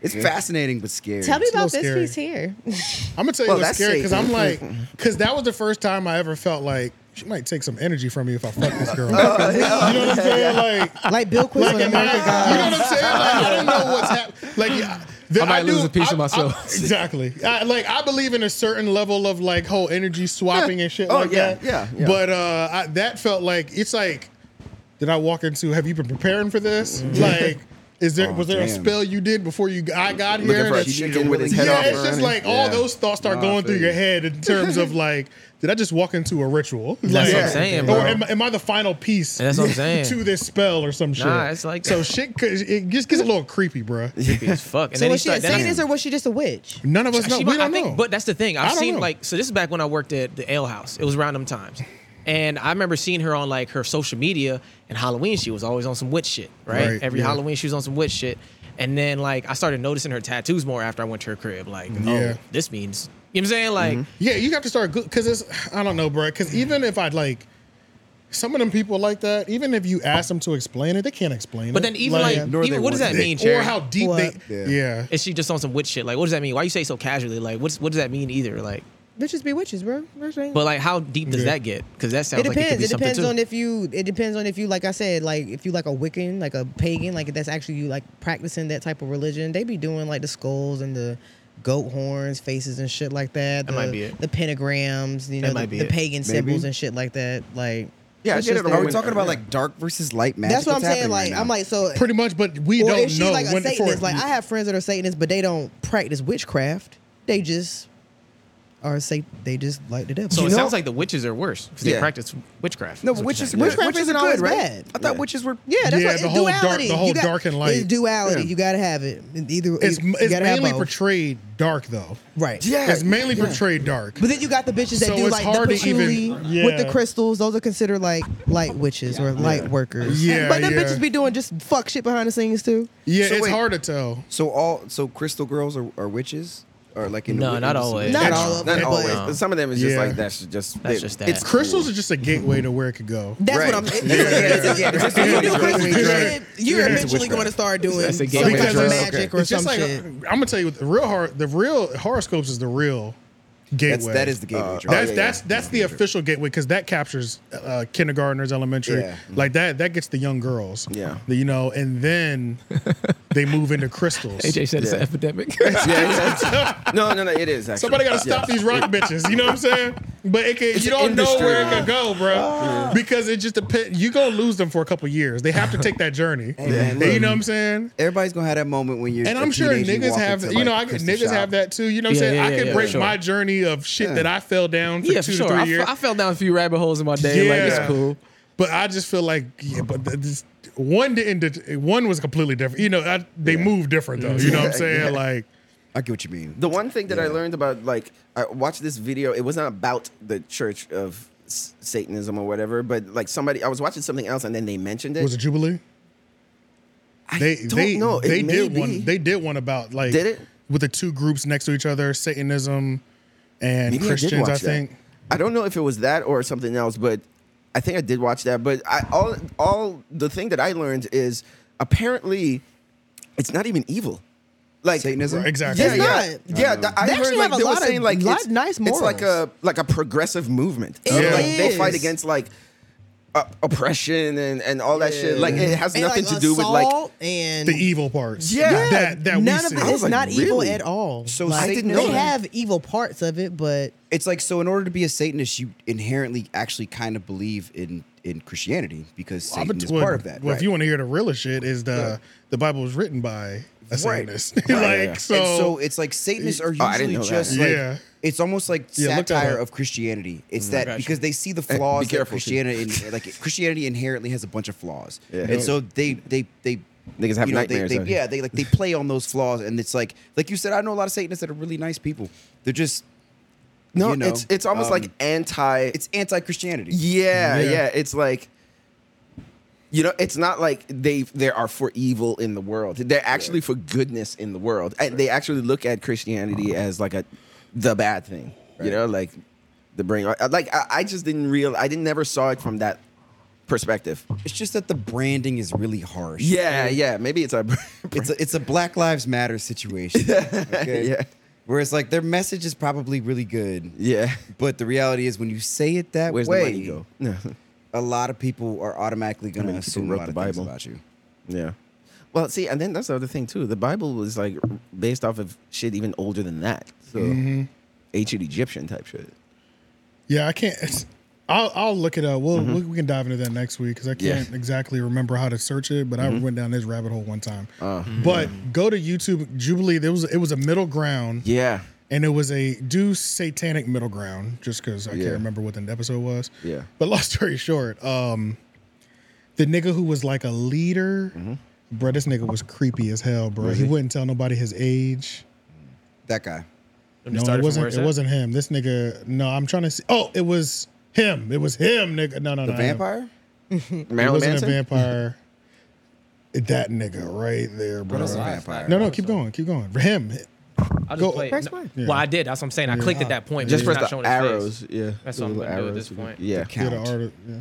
[SPEAKER 1] It's fascinating but scary.
[SPEAKER 16] Tell me
[SPEAKER 9] It's a
[SPEAKER 16] about
[SPEAKER 9] little
[SPEAKER 16] this
[SPEAKER 9] scary.
[SPEAKER 16] piece here.
[SPEAKER 9] Oh, I'm gonna tell you
[SPEAKER 7] Well,
[SPEAKER 9] what's
[SPEAKER 7] that's
[SPEAKER 9] scary because I'm
[SPEAKER 7] Satan.
[SPEAKER 9] like, because that was the first time I ever felt like she might take some energy from me if I fuck this girl. you know what I'm saying? Like,
[SPEAKER 8] Like Bill Quick on
[SPEAKER 9] Like, am I-
[SPEAKER 8] America God.
[SPEAKER 9] You know what I'm saying? Like, I don't know what's happening. Like, yeah, the-
[SPEAKER 10] I might lose
[SPEAKER 9] do-
[SPEAKER 10] a piece of
[SPEAKER 9] I-
[SPEAKER 10] myself.
[SPEAKER 9] I- exactly. I, like, I believe in a certain level of like whole energy swapping and shit
[SPEAKER 7] Oh,
[SPEAKER 9] like
[SPEAKER 7] yeah,
[SPEAKER 9] that.
[SPEAKER 7] yeah, yeah.
[SPEAKER 9] But uh, I, that felt like it's like, did I walk into? Have you been preparing for this?
[SPEAKER 7] Mm-hmm.
[SPEAKER 9] Like, is there
[SPEAKER 1] Oh,
[SPEAKER 9] was there a
[SPEAKER 1] damn.
[SPEAKER 9] spell you did before you I got
[SPEAKER 7] Looking
[SPEAKER 9] here?
[SPEAKER 7] for a
[SPEAKER 9] That's-
[SPEAKER 7] chicken with his head
[SPEAKER 9] yeah,
[SPEAKER 7] off.
[SPEAKER 9] it's
[SPEAKER 7] or
[SPEAKER 9] just
[SPEAKER 7] anything?
[SPEAKER 9] like all
[SPEAKER 1] Yeah.
[SPEAKER 9] those thoughts start
[SPEAKER 1] Nah, I
[SPEAKER 9] going
[SPEAKER 1] feel
[SPEAKER 9] through your
[SPEAKER 1] you.
[SPEAKER 9] head in terms of like, did I just walk into a ritual? Like,
[SPEAKER 10] what I'm saying, bro.
[SPEAKER 9] Or am, am I the final piece?
[SPEAKER 10] That's what I'm saying.
[SPEAKER 9] to this spell or some shit.
[SPEAKER 10] Nah, it's like
[SPEAKER 9] so
[SPEAKER 10] that.
[SPEAKER 9] shit. could- It just gets a little creepy, bruh.
[SPEAKER 10] Creepy as fuck. And
[SPEAKER 8] So
[SPEAKER 10] then he
[SPEAKER 8] was she a
[SPEAKER 10] started. then I-
[SPEAKER 8] Satanist or was she just a witch?
[SPEAKER 9] None of us know.
[SPEAKER 10] She
[SPEAKER 9] we
[SPEAKER 10] might- I
[SPEAKER 9] don't
[SPEAKER 10] think,
[SPEAKER 9] know.
[SPEAKER 10] But that's the thing.
[SPEAKER 9] I
[SPEAKER 10] I've
[SPEAKER 9] don't
[SPEAKER 10] seen
[SPEAKER 9] know.
[SPEAKER 10] like so. This is back when I worked at the Ale House. It was around them times, And I remember seeing her on like her social media and Halloween. She was always on some witch shit, right?
[SPEAKER 9] Right,
[SPEAKER 10] Every
[SPEAKER 9] yeah.
[SPEAKER 10] Halloween she was on some witch shit. And then like I started noticing her tattoos more after I went to her crib. Like,
[SPEAKER 9] Mm, Yeah.
[SPEAKER 10] oh, this means you know what I'm saying? Like,
[SPEAKER 9] Mm-hmm. Yeah, you have to start good because it's I don't know, bro. Because even if I'd like some of them people like that, even if you ask them to explain it, they can't explain it.
[SPEAKER 10] But then even like, even what does that mean, Cherry?
[SPEAKER 9] Or how deep they? Yeah.
[SPEAKER 10] Is she just on some witch shit? Like, what does that mean? Why you say so casually? Like, what's what does that mean either? Like,
[SPEAKER 8] Bitches be witches, bro.
[SPEAKER 10] but like, how deep does that get? Because that sounds
[SPEAKER 8] it
[SPEAKER 10] like it could
[SPEAKER 8] depends.
[SPEAKER 10] be
[SPEAKER 8] It,
[SPEAKER 10] something
[SPEAKER 8] depends
[SPEAKER 10] too.
[SPEAKER 8] on if you. It depends on if you, like I said, like if you like a Wiccan, like a pagan, like if that's actually you like practicing that type of religion. They be doing like the skulls and the goat horns, faces and shit like that.
[SPEAKER 10] That
[SPEAKER 8] The,
[SPEAKER 10] might be it.
[SPEAKER 8] The pentagrams, you
[SPEAKER 10] That
[SPEAKER 8] know, the,
[SPEAKER 10] might be
[SPEAKER 8] the
[SPEAKER 10] it.
[SPEAKER 8] pagan
[SPEAKER 1] Maybe.
[SPEAKER 8] symbols and shit like that. Like
[SPEAKER 1] Yeah,
[SPEAKER 8] it's just
[SPEAKER 1] Are we
[SPEAKER 8] that-
[SPEAKER 1] talking about like dark versus light magic?
[SPEAKER 8] That's what I'm
[SPEAKER 1] What's
[SPEAKER 8] saying.
[SPEAKER 1] happening
[SPEAKER 8] Like
[SPEAKER 1] right now?
[SPEAKER 8] I'm like so
[SPEAKER 9] pretty much, but we
[SPEAKER 8] or
[SPEAKER 9] don't
[SPEAKER 8] if she
[SPEAKER 9] know
[SPEAKER 8] like a
[SPEAKER 9] when- for-
[SPEAKER 8] Satanist. like I have friends that are Satanists, but they don't practice witchcraft. They just are say they just like the devil.
[SPEAKER 10] So it sounds like the witches are worse because they
[SPEAKER 8] Yeah.
[SPEAKER 10] practice witchcraft.
[SPEAKER 8] No,
[SPEAKER 10] That's what
[SPEAKER 8] but
[SPEAKER 10] you're
[SPEAKER 8] witches-
[SPEAKER 10] saying.
[SPEAKER 8] witchcraft isn't always bad.
[SPEAKER 1] I thought witches were.
[SPEAKER 8] Yeah, that's
[SPEAKER 9] Yeah,
[SPEAKER 8] what it's
[SPEAKER 9] the whole dark-
[SPEAKER 8] duality.
[SPEAKER 9] the whole
[SPEAKER 8] You got-
[SPEAKER 9] dark and light.
[SPEAKER 8] It's duality.
[SPEAKER 9] Yeah.
[SPEAKER 8] You gotta have it. Either
[SPEAKER 9] It's,
[SPEAKER 8] you,
[SPEAKER 9] it's
[SPEAKER 8] gotta have
[SPEAKER 9] mainly
[SPEAKER 8] both.
[SPEAKER 9] portrayed dark though.
[SPEAKER 8] Right.
[SPEAKER 9] It's mainly portrayed dark.
[SPEAKER 8] But then you got the bitches that
[SPEAKER 9] So
[SPEAKER 8] do
[SPEAKER 9] it's
[SPEAKER 8] like
[SPEAKER 9] hard
[SPEAKER 8] the
[SPEAKER 9] to
[SPEAKER 8] patchouli
[SPEAKER 9] even- Yeah.
[SPEAKER 8] with the crystals. Those are considered like light witches or light workers.
[SPEAKER 9] Yeah,
[SPEAKER 8] but then
[SPEAKER 9] yeah.
[SPEAKER 8] bitches be doing just fuck shit behind the scenes too.
[SPEAKER 1] So wait,
[SPEAKER 9] to tell.
[SPEAKER 1] So all so crystal girls are, are witches, or like in the
[SPEAKER 10] No,
[SPEAKER 1] wi-
[SPEAKER 10] not
[SPEAKER 1] in the-
[SPEAKER 10] always.
[SPEAKER 7] Not all of them, but-
[SPEAKER 1] always.
[SPEAKER 7] Some of them is just like, that's just- That's it- just that.
[SPEAKER 9] It's crystals are just a gateway to where it could go.
[SPEAKER 8] That's what I'm.
[SPEAKER 9] Yeah.
[SPEAKER 8] It's just- you do crazy shit, You're
[SPEAKER 9] Yeah.
[SPEAKER 8] eventually going to start doing
[SPEAKER 9] That's a
[SPEAKER 8] some
[SPEAKER 9] gateway
[SPEAKER 8] kind of
[SPEAKER 9] drug.
[SPEAKER 8] magic or
[SPEAKER 9] It's just
[SPEAKER 8] some
[SPEAKER 9] like,
[SPEAKER 8] shit.
[SPEAKER 9] I'm gonna tell you what the real hor- the real horoscopes is the real
[SPEAKER 1] That's-
[SPEAKER 9] gateway.
[SPEAKER 1] that is the gateway Uh, drug.
[SPEAKER 9] That's
[SPEAKER 1] oh, yeah,
[SPEAKER 9] that's
[SPEAKER 1] yeah.
[SPEAKER 9] that's the official gateway because that captures uh, kindergartners, elementary,
[SPEAKER 1] Yeah. Mm-hmm.
[SPEAKER 9] like that. That gets the young girls.
[SPEAKER 1] Yeah.
[SPEAKER 9] The- you know, and then they move into crystals.
[SPEAKER 10] AJ said it's an epidemic.
[SPEAKER 7] no, no, no, it is actually.
[SPEAKER 9] Somebody gotta stop
[SPEAKER 7] Yeah.
[SPEAKER 9] these rock bitches. You know what I'm saying? But it can,
[SPEAKER 7] It's
[SPEAKER 9] you
[SPEAKER 7] an
[SPEAKER 9] don't know
[SPEAKER 7] industry,
[SPEAKER 9] where it
[SPEAKER 7] man.
[SPEAKER 9] can go, bro. Because it just depends. You gonna lose them for a couple years. They have to take that journey.
[SPEAKER 1] Hey, man,
[SPEAKER 9] And
[SPEAKER 1] look.
[SPEAKER 9] you know what I'm saying?
[SPEAKER 1] Everybody's gonna have that moment when you're.
[SPEAKER 9] and
[SPEAKER 1] a
[SPEAKER 9] I'm sure
[SPEAKER 1] teenager, you
[SPEAKER 9] niggas
[SPEAKER 1] walk
[SPEAKER 9] have,
[SPEAKER 1] into,
[SPEAKER 9] you
[SPEAKER 1] like,
[SPEAKER 9] know,
[SPEAKER 1] a
[SPEAKER 9] I could-
[SPEAKER 1] crystal
[SPEAKER 9] niggas
[SPEAKER 1] shop.
[SPEAKER 9] have that too. You know what I'm
[SPEAKER 10] Yeah,
[SPEAKER 9] saying?
[SPEAKER 10] yeah,
[SPEAKER 9] I
[SPEAKER 10] yeah,
[SPEAKER 9] could
[SPEAKER 10] yeah,
[SPEAKER 9] break
[SPEAKER 10] sure.
[SPEAKER 9] my journey of shit
[SPEAKER 10] Yeah.
[SPEAKER 9] that I fell down for
[SPEAKER 10] Yeah, for
[SPEAKER 9] two
[SPEAKER 10] sure.
[SPEAKER 9] to
[SPEAKER 10] I,
[SPEAKER 9] three
[SPEAKER 10] fe-
[SPEAKER 9] years.
[SPEAKER 10] I fell down a few rabbit holes in my day. Like it's cool.
[SPEAKER 9] But I just feel like, yeah, but th- this, one didn't, det- one was completely different. You know, I, they move different though. You know what I'm
[SPEAKER 7] Yeah,
[SPEAKER 9] saying?
[SPEAKER 7] yeah.
[SPEAKER 9] Like,
[SPEAKER 1] I get what you mean.
[SPEAKER 7] The one thing that I learned about, like, I watched this video. It was not about the Church of S- Satanism or whatever, but like somebody, I was watching something else, and then they mentioned it.
[SPEAKER 9] was it Jubilee? they
[SPEAKER 7] don't
[SPEAKER 9] they
[SPEAKER 7] know. It
[SPEAKER 9] they
[SPEAKER 7] may
[SPEAKER 9] did
[SPEAKER 7] be.
[SPEAKER 9] one. They did one about like
[SPEAKER 7] Did it?
[SPEAKER 9] with the two groups next to each other, Satanism and
[SPEAKER 7] Maybe
[SPEAKER 9] Christians.
[SPEAKER 7] did
[SPEAKER 9] I,
[SPEAKER 7] watch that.
[SPEAKER 9] think.
[SPEAKER 7] I don't know if it was that or something else, but I think I did watch that. But I all all the thing that I learned is apparently it's not even evil. Like
[SPEAKER 1] Satanism?
[SPEAKER 9] Exactly. Uh-huh.
[SPEAKER 7] Yeah,
[SPEAKER 9] It's
[SPEAKER 7] yeah,
[SPEAKER 8] not.
[SPEAKER 7] yeah.
[SPEAKER 8] They
[SPEAKER 7] th- I
[SPEAKER 8] actually
[SPEAKER 7] learned like
[SPEAKER 8] have a
[SPEAKER 7] they were
[SPEAKER 8] lot of-
[SPEAKER 7] saying like
[SPEAKER 8] lot
[SPEAKER 7] it's,
[SPEAKER 8] of nice
[SPEAKER 7] it's like a like a progressive movement.
[SPEAKER 8] It
[SPEAKER 7] So, like, they
[SPEAKER 8] is.
[SPEAKER 7] fight against like uh, oppression and and all that shit. Like it has
[SPEAKER 8] And,
[SPEAKER 7] nothing
[SPEAKER 8] like,
[SPEAKER 7] to do with like
[SPEAKER 8] assault and
[SPEAKER 9] the evil parts.
[SPEAKER 7] Yeah. Yeah.
[SPEAKER 9] that that
[SPEAKER 8] none
[SPEAKER 9] we
[SPEAKER 8] of
[SPEAKER 9] see.
[SPEAKER 8] it- it's not evil at all.
[SPEAKER 1] So
[SPEAKER 8] Like,
[SPEAKER 1] Satanism-
[SPEAKER 8] they have evil parts of it, but
[SPEAKER 1] It's like so. In order to be a Satanist, you inherently actually kind of believe in in Christianity because
[SPEAKER 9] Well,
[SPEAKER 1] Satan is
[SPEAKER 9] well,
[SPEAKER 1] part of that.
[SPEAKER 9] Well,
[SPEAKER 1] right?
[SPEAKER 9] if you want to hear the realest shit, is the
[SPEAKER 1] Yeah.
[SPEAKER 9] the Bible was written by a Satanist.
[SPEAKER 1] Right.
[SPEAKER 9] like
[SPEAKER 1] Right.
[SPEAKER 9] so,
[SPEAKER 1] and so it's like Satanists are
[SPEAKER 7] Oh, I didn't
[SPEAKER 1] usually
[SPEAKER 7] know that.
[SPEAKER 1] just like
[SPEAKER 9] Yeah.
[SPEAKER 1] it's almost like
[SPEAKER 9] Yeah, look that
[SPEAKER 1] satire
[SPEAKER 9] up.
[SPEAKER 1] of Christianity. It's
[SPEAKER 7] Mhm. I
[SPEAKER 1] that
[SPEAKER 7] got you.
[SPEAKER 1] because they see the
[SPEAKER 7] Hey, be
[SPEAKER 1] flaws that
[SPEAKER 7] careful, too.
[SPEAKER 1] Christianity in, like Christianity inherently has a bunch of flaws.
[SPEAKER 7] Yeah.
[SPEAKER 1] And so they they they
[SPEAKER 7] Niggas have
[SPEAKER 1] you know, they-
[SPEAKER 7] nightmares,
[SPEAKER 1] they-
[SPEAKER 7] don't they?
[SPEAKER 1] yeah, they like they play on those flaws and it's like like you said I know a lot of Satanists that are really nice people. They're just
[SPEAKER 7] no.
[SPEAKER 1] you know,
[SPEAKER 7] it's it's almost like
[SPEAKER 1] um,
[SPEAKER 7] anti.
[SPEAKER 1] it's anti-Christianity.
[SPEAKER 7] Yeah,
[SPEAKER 1] Yeah.
[SPEAKER 7] yeah, It's like you know, it's not like they they are for evil in the world. They're actually for goodness in the world, and they actually look at Christianity as like a the bad thing. You know, like the brain. uh, Like I, I just didn't real. I didn't never saw it from that perspective.
[SPEAKER 1] It's just that the branding is really harsh.
[SPEAKER 7] Yeah, yeah. Maybe it's a.
[SPEAKER 1] It's a, it's a Black Lives Matter situation. Okay?
[SPEAKER 7] Yeah.
[SPEAKER 1] Where it's like their message is probably really good.
[SPEAKER 7] Yeah.
[SPEAKER 1] But the reality is, when you say it that
[SPEAKER 7] Where's the
[SPEAKER 1] way,
[SPEAKER 7] money go? No.
[SPEAKER 1] a lot of people are automatically going
[SPEAKER 7] many
[SPEAKER 1] to
[SPEAKER 7] people
[SPEAKER 1] assume a
[SPEAKER 7] wrote
[SPEAKER 1] lot
[SPEAKER 7] the
[SPEAKER 1] of things
[SPEAKER 7] Bible?
[SPEAKER 1] about you.
[SPEAKER 7] Yeah. Well, see, and then that's the other thing too. The Bible was like based off of shit even older than that. So
[SPEAKER 9] Mhm.
[SPEAKER 7] ancient Egyptian type shit.
[SPEAKER 9] yeah, I can't. it's- I'll I'll look it
[SPEAKER 1] Mm-hmm.
[SPEAKER 9] up. We'll, we we can dive into that next week because I
[SPEAKER 7] Yeah.
[SPEAKER 9] can't exactly remember how to search it. But
[SPEAKER 1] Mm-hmm.
[SPEAKER 9] I went down this rabbit hole one time.
[SPEAKER 7] Uh,
[SPEAKER 1] Mm.
[SPEAKER 9] But go to YouTube Jubilee. There was it was a middle ground.
[SPEAKER 7] yeah,
[SPEAKER 9] And it was a do satanic middle ground, just because I
[SPEAKER 7] Yeah.
[SPEAKER 9] can't remember what the episode was.
[SPEAKER 7] yeah.
[SPEAKER 9] But long story short, um, the nigga who was like a leader,
[SPEAKER 7] Mm-hmm.
[SPEAKER 9] bro, this nigga was creepy as hell, bro.
[SPEAKER 1] Was
[SPEAKER 9] He
[SPEAKER 1] he?
[SPEAKER 9] wouldn't tell nobody his age.
[SPEAKER 1] That guy.
[SPEAKER 9] No, it wasn't. It wasn't him. This nigga. No, I'm trying to see. Oh, it was. Him. It was him, nigga. No, no,
[SPEAKER 7] The
[SPEAKER 9] no.
[SPEAKER 7] vampire?
[SPEAKER 9] No.
[SPEAKER 7] Marilyn
[SPEAKER 9] it wasn't
[SPEAKER 7] Manson?
[SPEAKER 9] a vampire. that nigga right there, bro.
[SPEAKER 10] is a vampire?
[SPEAKER 9] No, no, keep going, keep going. For him.
[SPEAKER 10] I just
[SPEAKER 9] Go-
[SPEAKER 10] played.
[SPEAKER 9] Press
[SPEAKER 10] no-
[SPEAKER 9] play.
[SPEAKER 10] Well, I did. That's what I'm saying. I
[SPEAKER 9] Yeah.
[SPEAKER 10] clicked at that point.
[SPEAKER 7] Just
[SPEAKER 10] but
[SPEAKER 7] press
[SPEAKER 10] it's not showing
[SPEAKER 7] the
[SPEAKER 10] his face.
[SPEAKER 7] arrows. Yeah.
[SPEAKER 10] That's what I'm
[SPEAKER 7] The
[SPEAKER 10] gonna do at this
[SPEAKER 7] arrows.
[SPEAKER 10] point.
[SPEAKER 7] Yeah.
[SPEAKER 9] Get an art- yeah.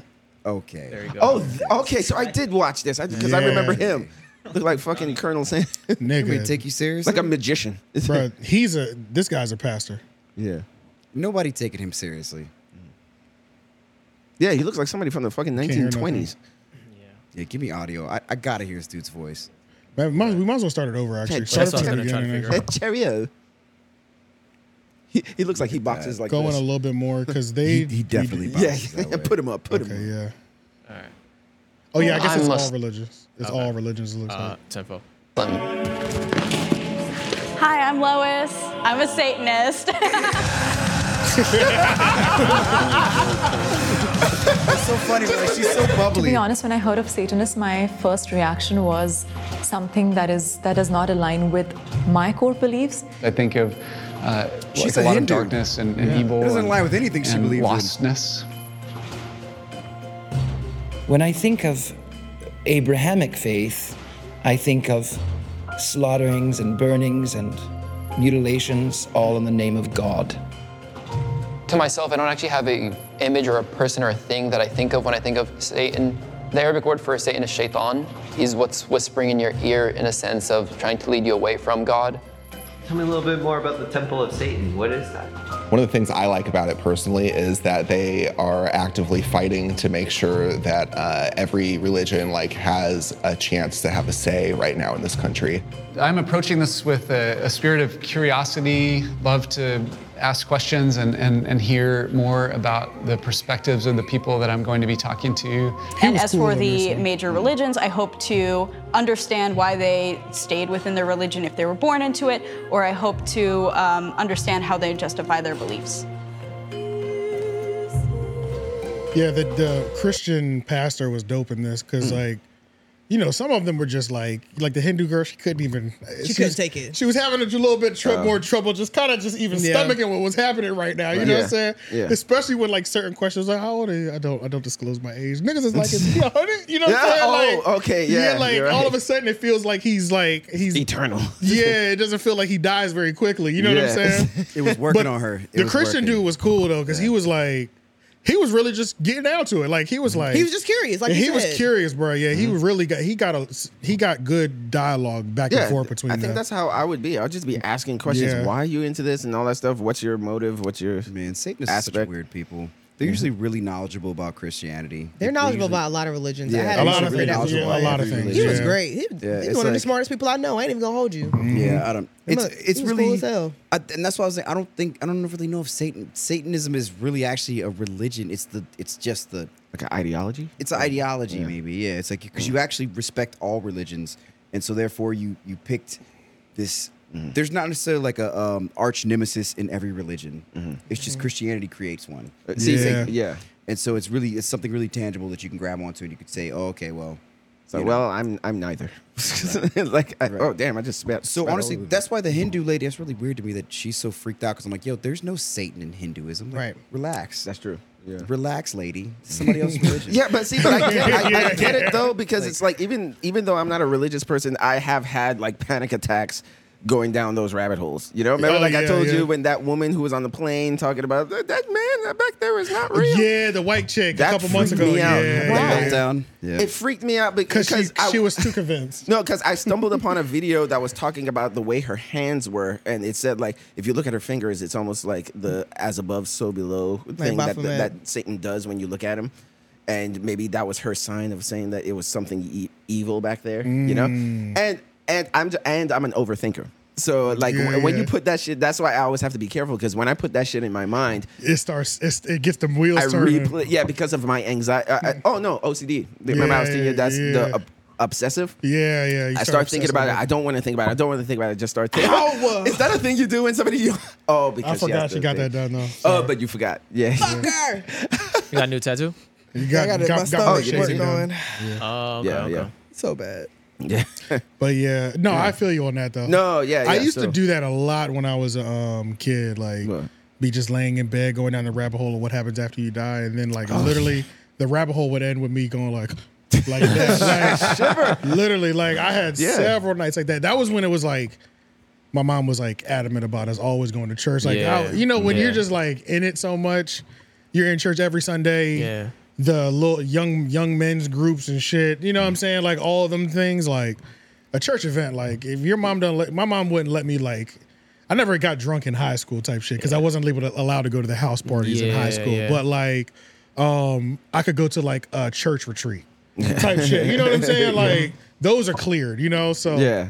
[SPEAKER 1] Okay.
[SPEAKER 10] There you go.
[SPEAKER 7] Oh, th- okay. So I did watch this because I
[SPEAKER 9] Yeah.
[SPEAKER 7] remember him. Look like fucking Colonel Sand.
[SPEAKER 9] Nigga. take
[SPEAKER 1] you seriously?
[SPEAKER 7] Like a magician.
[SPEAKER 9] bro, he's a this guy's a pastor.
[SPEAKER 7] Yeah.
[SPEAKER 1] Nobody taking him seriously.
[SPEAKER 7] Yeah, he looks like somebody from the fucking
[SPEAKER 9] hear nothing.
[SPEAKER 7] 1920s.
[SPEAKER 1] Mm-hmm. Yeah, give me audio. I, I gotta hear this dude's voice.
[SPEAKER 9] Man, we might- we might as well start it over actually.
[SPEAKER 7] That's
[SPEAKER 9] Start
[SPEAKER 10] what
[SPEAKER 9] from
[SPEAKER 10] I'm
[SPEAKER 9] the
[SPEAKER 10] gonna try to
[SPEAKER 9] beginning.
[SPEAKER 10] figure out.
[SPEAKER 9] actually.
[SPEAKER 7] Cheerio. He, he looks like he boxes like
[SPEAKER 9] Going
[SPEAKER 7] this.
[SPEAKER 9] a little bit more because they
[SPEAKER 1] He, he definitely.
[SPEAKER 7] yeah,
[SPEAKER 1] boxes that way.
[SPEAKER 7] put him up. Put
[SPEAKER 9] Okay,
[SPEAKER 7] him.
[SPEAKER 9] yeah.
[SPEAKER 10] All right.
[SPEAKER 9] Oh yeah, I guess
[SPEAKER 11] I
[SPEAKER 9] it's all
[SPEAKER 11] must-
[SPEAKER 9] religions. It's
[SPEAKER 10] Okay.
[SPEAKER 9] all religions. It looks
[SPEAKER 10] Uh,
[SPEAKER 9] like.
[SPEAKER 10] tempo.
[SPEAKER 16] Hi, I'm Lois. I'm a Satanist.
[SPEAKER 1] It's so funny. Like she's so
[SPEAKER 17] To
[SPEAKER 1] bubbly.
[SPEAKER 17] be honest, when I heard of Satanist, my first reaction was something that is that does not align with my core beliefs.
[SPEAKER 13] I think of uh,
[SPEAKER 1] She's
[SPEAKER 13] like a
[SPEAKER 1] a
[SPEAKER 13] lot
[SPEAKER 1] Hindu.
[SPEAKER 13] of darkness and, and
[SPEAKER 1] Yeah.
[SPEAKER 13] evil.
[SPEAKER 1] It doesn't
[SPEAKER 13] and-
[SPEAKER 1] align with anything she
[SPEAKER 13] and
[SPEAKER 1] believes in.
[SPEAKER 13] lostness.
[SPEAKER 18] When I think of Abrahamic faith, I think of slaughterings and burnings and mutilations, all in the name of God.
[SPEAKER 19] To myself, I don't actually have a image or a person or a thing that I think of when I think of Satan. The Arabic word for Satan is shaitan. He's what's whispering in your ear in a sense of trying to lead you away from God.
[SPEAKER 20] Tell me a little bit more about the Temple of Satan. What is that?
[SPEAKER 21] One of the things I like about it personally is that they are actively fighting to make sure that uh, every religion like has a chance to have a say right now in this country.
[SPEAKER 13] I'm approaching this with a, a spirit of curiosity, love to ask questions and, and, and hear more about the perspectives of the people that I'm going to be talking to.
[SPEAKER 16] and as for the major religions, I hope to understand why they stayed within their religion if they were born into it, or I hope to um, understand how they justify their beliefs.
[SPEAKER 9] Yeah, the, the Christian pastor was dope in this because like. You know, some of them were just like, like the Hindu girl. She couldn't even. She,
[SPEAKER 8] couldn't
[SPEAKER 9] was-
[SPEAKER 8] take it.
[SPEAKER 9] She was having a little bit tr-
[SPEAKER 8] Oh.
[SPEAKER 9] more trouble, just kind of just even
[SPEAKER 8] Yeah.
[SPEAKER 9] stomaching what was happening right now. You
[SPEAKER 8] Right.
[SPEAKER 9] know
[SPEAKER 8] Yeah.
[SPEAKER 9] what I'm saying?
[SPEAKER 8] Yeah.
[SPEAKER 9] Especially with like certain questions, like how old are you? I don't, I don't disclose my age. Niggas is like, it's, you know, you know what
[SPEAKER 7] Yeah,
[SPEAKER 9] I'm saying?
[SPEAKER 7] oh,
[SPEAKER 9] Like,
[SPEAKER 7] okay, yeah,
[SPEAKER 9] like
[SPEAKER 7] you're right.
[SPEAKER 9] all of a sudden, it feels like he's like he's
[SPEAKER 7] eternal.
[SPEAKER 9] yeah, it doesn't feel like he dies very quickly. You know what I'm
[SPEAKER 1] Yeah.
[SPEAKER 9] saying?
[SPEAKER 1] It was working
[SPEAKER 9] But
[SPEAKER 1] on her. It
[SPEAKER 9] the
[SPEAKER 1] was
[SPEAKER 9] Christian
[SPEAKER 1] working.
[SPEAKER 9] dude was cool though, because he was like, he was really just getting down to it. Like he
[SPEAKER 7] Mm-hmm.
[SPEAKER 9] was like,
[SPEAKER 8] He was just curious, like
[SPEAKER 9] And
[SPEAKER 8] you
[SPEAKER 9] he was
[SPEAKER 8] said.
[SPEAKER 9] curious, bro. Yeah, he really got he got a he got good dialogue back
[SPEAKER 7] Yeah,
[SPEAKER 9] and forth between
[SPEAKER 7] I think
[SPEAKER 9] them.
[SPEAKER 7] that's how I would be. I'll just be asking questions.
[SPEAKER 9] Yeah.
[SPEAKER 7] Why are you into this and all that stuff? What's your motive? What's your
[SPEAKER 1] man? Satanists are
[SPEAKER 7] aspect? Mm-hmm.
[SPEAKER 1] such weird people. They're usually really knowledgeable about Christianity.
[SPEAKER 8] They're knowledgeable about a lot of religions. I
[SPEAKER 1] Yeah,
[SPEAKER 8] had
[SPEAKER 1] a
[SPEAKER 8] to
[SPEAKER 1] lot of
[SPEAKER 8] figure it out.
[SPEAKER 1] things, yeah, a lot of things,
[SPEAKER 8] He was
[SPEAKER 1] yeah.
[SPEAKER 8] great. He, was-
[SPEAKER 1] Yeah,
[SPEAKER 8] he
[SPEAKER 1] it's
[SPEAKER 8] was one of the
[SPEAKER 1] like- Mm-hmm.
[SPEAKER 8] smartest people I know. I ain't even gonna hold you.
[SPEAKER 1] Yeah, I don't. It's
[SPEAKER 8] Look,
[SPEAKER 1] it's
[SPEAKER 8] he was
[SPEAKER 1] really
[SPEAKER 8] cool as hell.
[SPEAKER 1] I, and that's why I was like, I don't think I don't really know if Satan Satanism is really actually a religion. It's the it's just the
[SPEAKER 7] like an ideology.
[SPEAKER 1] It's an ideology, maybe. Yeah, it's like because you actually respect all religions, and so therefore you you picked this. There's not necessarily like a um, arch nemesis in every religion. It's just Christianity creates one.
[SPEAKER 7] Uh,
[SPEAKER 1] It's
[SPEAKER 7] see,
[SPEAKER 1] like-
[SPEAKER 7] yeah. yeah.
[SPEAKER 1] And so it's really it's something really tangible that you can grab onto and you could say, oh, okay, well.
[SPEAKER 7] So
[SPEAKER 1] you know.
[SPEAKER 7] well, I'm I'm neither. like I, oh damn, I just spat.
[SPEAKER 1] So
[SPEAKER 7] spat all
[SPEAKER 1] honestly,
[SPEAKER 7] over.
[SPEAKER 1] that's why the Hindu lady. That's really weird to me that she's so freaked out because I'm like, yo, there's no Satan in Hinduism. Like,
[SPEAKER 7] Right.
[SPEAKER 1] Relax.
[SPEAKER 7] That's true. Yeah.
[SPEAKER 1] Relax, lady. It's Somebody else's religion.
[SPEAKER 7] Yeah, but see, but I get, I, I
[SPEAKER 1] Yeah.
[SPEAKER 7] get it though because it's like even even though I'm not a religious person, I have had like panic attacks going down those rabbit holes. You know, remember
[SPEAKER 9] Oh,
[SPEAKER 7] like I
[SPEAKER 9] yeah,
[SPEAKER 7] told
[SPEAKER 9] yeah.
[SPEAKER 7] you when that woman who was on the plane talking about that, that man back there is not real.
[SPEAKER 9] Yeah, the white chick
[SPEAKER 7] That
[SPEAKER 9] a couple months
[SPEAKER 7] freaked
[SPEAKER 9] ago.
[SPEAKER 7] me out.
[SPEAKER 9] Yeah,
[SPEAKER 7] Wow.
[SPEAKER 9] yeah, yeah.
[SPEAKER 1] Meltdown. Yeah.
[SPEAKER 7] It freaked me out because
[SPEAKER 9] she,
[SPEAKER 7] I,
[SPEAKER 9] she was too convinced.
[SPEAKER 7] No, because I stumbled upon a video that was talking about the way her hands were, and it said like, if you look at her fingers, it's almost like the as above, so below thing that,
[SPEAKER 8] Baphomet.
[SPEAKER 7] that, Satan does when you look at him. And maybe that was her sign of saying that it was something e- evil back there, you know. And and I'm j- and I'm an overthinker, so like
[SPEAKER 9] Yeah,
[SPEAKER 7] w- when
[SPEAKER 9] yeah.
[SPEAKER 7] you put that shit, that's why I always have to be careful because when I put that shit in my mind,
[SPEAKER 9] It starts. It's, it gets them wheels
[SPEAKER 7] I
[SPEAKER 9] turning.
[SPEAKER 7] replay, yeah, because of my anxiety. I, I- oh no, OCD. Remember I was telling you that's
[SPEAKER 9] Yeah.
[SPEAKER 7] the ob- obsessive.
[SPEAKER 9] yeah, yeah. you
[SPEAKER 7] I start thinking
[SPEAKER 9] obsessing
[SPEAKER 7] about it. I don't want to think about it. I don't want to think about it. I just start thinking. Oh, is that a thing you do when somebody? You, oh, because
[SPEAKER 9] I
[SPEAKER 7] she
[SPEAKER 9] forgot
[SPEAKER 7] has
[SPEAKER 9] she
[SPEAKER 7] the
[SPEAKER 9] got
[SPEAKER 7] thing.
[SPEAKER 9] that uh, done though.
[SPEAKER 7] Oh, but you forgot. Yeah.
[SPEAKER 10] You got a new tattoo?
[SPEAKER 9] You got,
[SPEAKER 8] I got
[SPEAKER 9] you
[SPEAKER 8] it.
[SPEAKER 9] got,
[SPEAKER 8] My
[SPEAKER 9] got
[SPEAKER 8] stomach
[SPEAKER 9] more
[SPEAKER 8] was
[SPEAKER 9] shading done.
[SPEAKER 8] going
[SPEAKER 10] Oh, okay,
[SPEAKER 7] Yeah,
[SPEAKER 10] okay.
[SPEAKER 7] yeah.
[SPEAKER 8] so bad.
[SPEAKER 9] But yeah, no, I feel you on that though.
[SPEAKER 7] No, yeah,
[SPEAKER 9] I
[SPEAKER 7] yeah,
[SPEAKER 9] used
[SPEAKER 7] so-
[SPEAKER 9] to do that a lot when I was a um, kid. Like be just laying in bed going down the rabbit hole of what happens after you die, and then
[SPEAKER 7] Oh,
[SPEAKER 9] like literally the rabbit hole would end with me going like. like that, like, literally, like I had
[SPEAKER 5] Yeah.
[SPEAKER 9] several nights like that. That was when it was like, my mom was like adamant about us always going to church. Like,
[SPEAKER 5] Yeah.
[SPEAKER 9] I- you know, when
[SPEAKER 5] Yeah.
[SPEAKER 9] you're just like in it so much, you're in church every Sunday.
[SPEAKER 5] Yeah.
[SPEAKER 9] The little young young men's groups and shit. You know what I'm saying? Like all of them things. Like a church event. Like if your mom doesn't let my mom wouldn't let me like. I never got drunk in high school type shit because I wasn't able to allowed to go to the house parties in high
[SPEAKER 5] Yeah,
[SPEAKER 9] school.
[SPEAKER 5] yeah.
[SPEAKER 9] But like, um, I could go to like a church retreat type shit. You know what I'm saying?
[SPEAKER 5] Yeah.
[SPEAKER 9] Like those are cleared. You know, so
[SPEAKER 5] Yeah.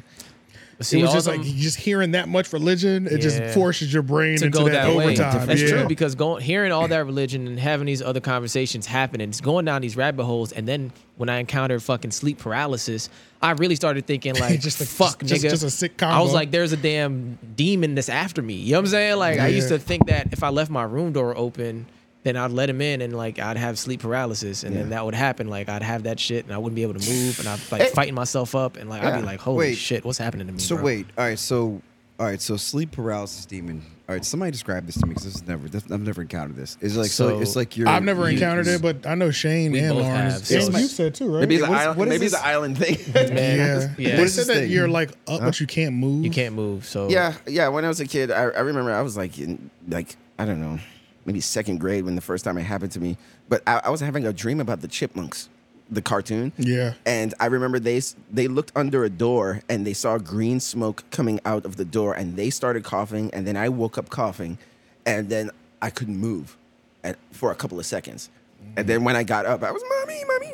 [SPEAKER 9] it
[SPEAKER 10] See,
[SPEAKER 9] was
[SPEAKER 10] all
[SPEAKER 9] just
[SPEAKER 10] them-
[SPEAKER 9] like just hearing that much religion, it
[SPEAKER 10] Yeah.
[SPEAKER 9] just forces your brain into that, overtime.
[SPEAKER 10] That's
[SPEAKER 9] yeah.
[SPEAKER 10] true because going hearing all that religion and having these other conversations happening, it's going down these rabbit holes, and then when I encountered fucking sleep paralysis, I really started thinking like,
[SPEAKER 9] Just a-
[SPEAKER 10] fuck,
[SPEAKER 9] just-
[SPEAKER 10] nigga.
[SPEAKER 9] just a sick
[SPEAKER 10] I was
[SPEAKER 9] combo.
[SPEAKER 10] like, there's a damn demon that's after me. You know what I'm saying? Like I used
[SPEAKER 9] Yeah.
[SPEAKER 10] to think that if I left my room door open. Then I'd let him in, and like I'd have sleep paralysis, and then that would happen. Like I'd have that shit, and I wouldn't be able to move, and I'd like
[SPEAKER 1] It-
[SPEAKER 10] fighting myself up, and like I'd
[SPEAKER 1] Yeah.
[SPEAKER 10] be like, "Holy
[SPEAKER 1] Wait.
[SPEAKER 10] shit, what's happening to me?"
[SPEAKER 1] So
[SPEAKER 10] bro?
[SPEAKER 1] wait, all right, so all right, so sleep paralysis demon. All right, somebody describe this to me because this is never, this, I've never encountered this. It's like so, it's like you're.
[SPEAKER 9] I've never
[SPEAKER 1] you-
[SPEAKER 9] encountered it, but I know Shane
[SPEAKER 1] We
[SPEAKER 9] and
[SPEAKER 1] both
[SPEAKER 9] Lauren.
[SPEAKER 1] have,
[SPEAKER 9] Is,
[SPEAKER 1] so
[SPEAKER 9] and
[SPEAKER 1] it's-
[SPEAKER 9] you said too, right?
[SPEAKER 7] Maybe it's
[SPEAKER 9] What
[SPEAKER 7] an
[SPEAKER 9] is-
[SPEAKER 7] island.
[SPEAKER 9] what is
[SPEAKER 7] Maybe it's
[SPEAKER 9] this?
[SPEAKER 7] an island thing.
[SPEAKER 9] Yeah, yeah. It said that you're like up,
[SPEAKER 7] Huh?
[SPEAKER 9] but you can't move. You
[SPEAKER 10] can't move. So
[SPEAKER 7] Yeah, yeah. When I was a kid, I, I remember I was like, in, like I don't know, maybe second grade when the first time it happened to me. But I, I was having a dream about the chipmunks, the cartoon.
[SPEAKER 9] Yeah.
[SPEAKER 7] And I remember they s- they looked under a door and they saw green smoke coming out of the door and they started coughing and then I woke up coughing, and then I couldn't move, at, for a couple of seconds, and then when I got up, I was mommy, mommy.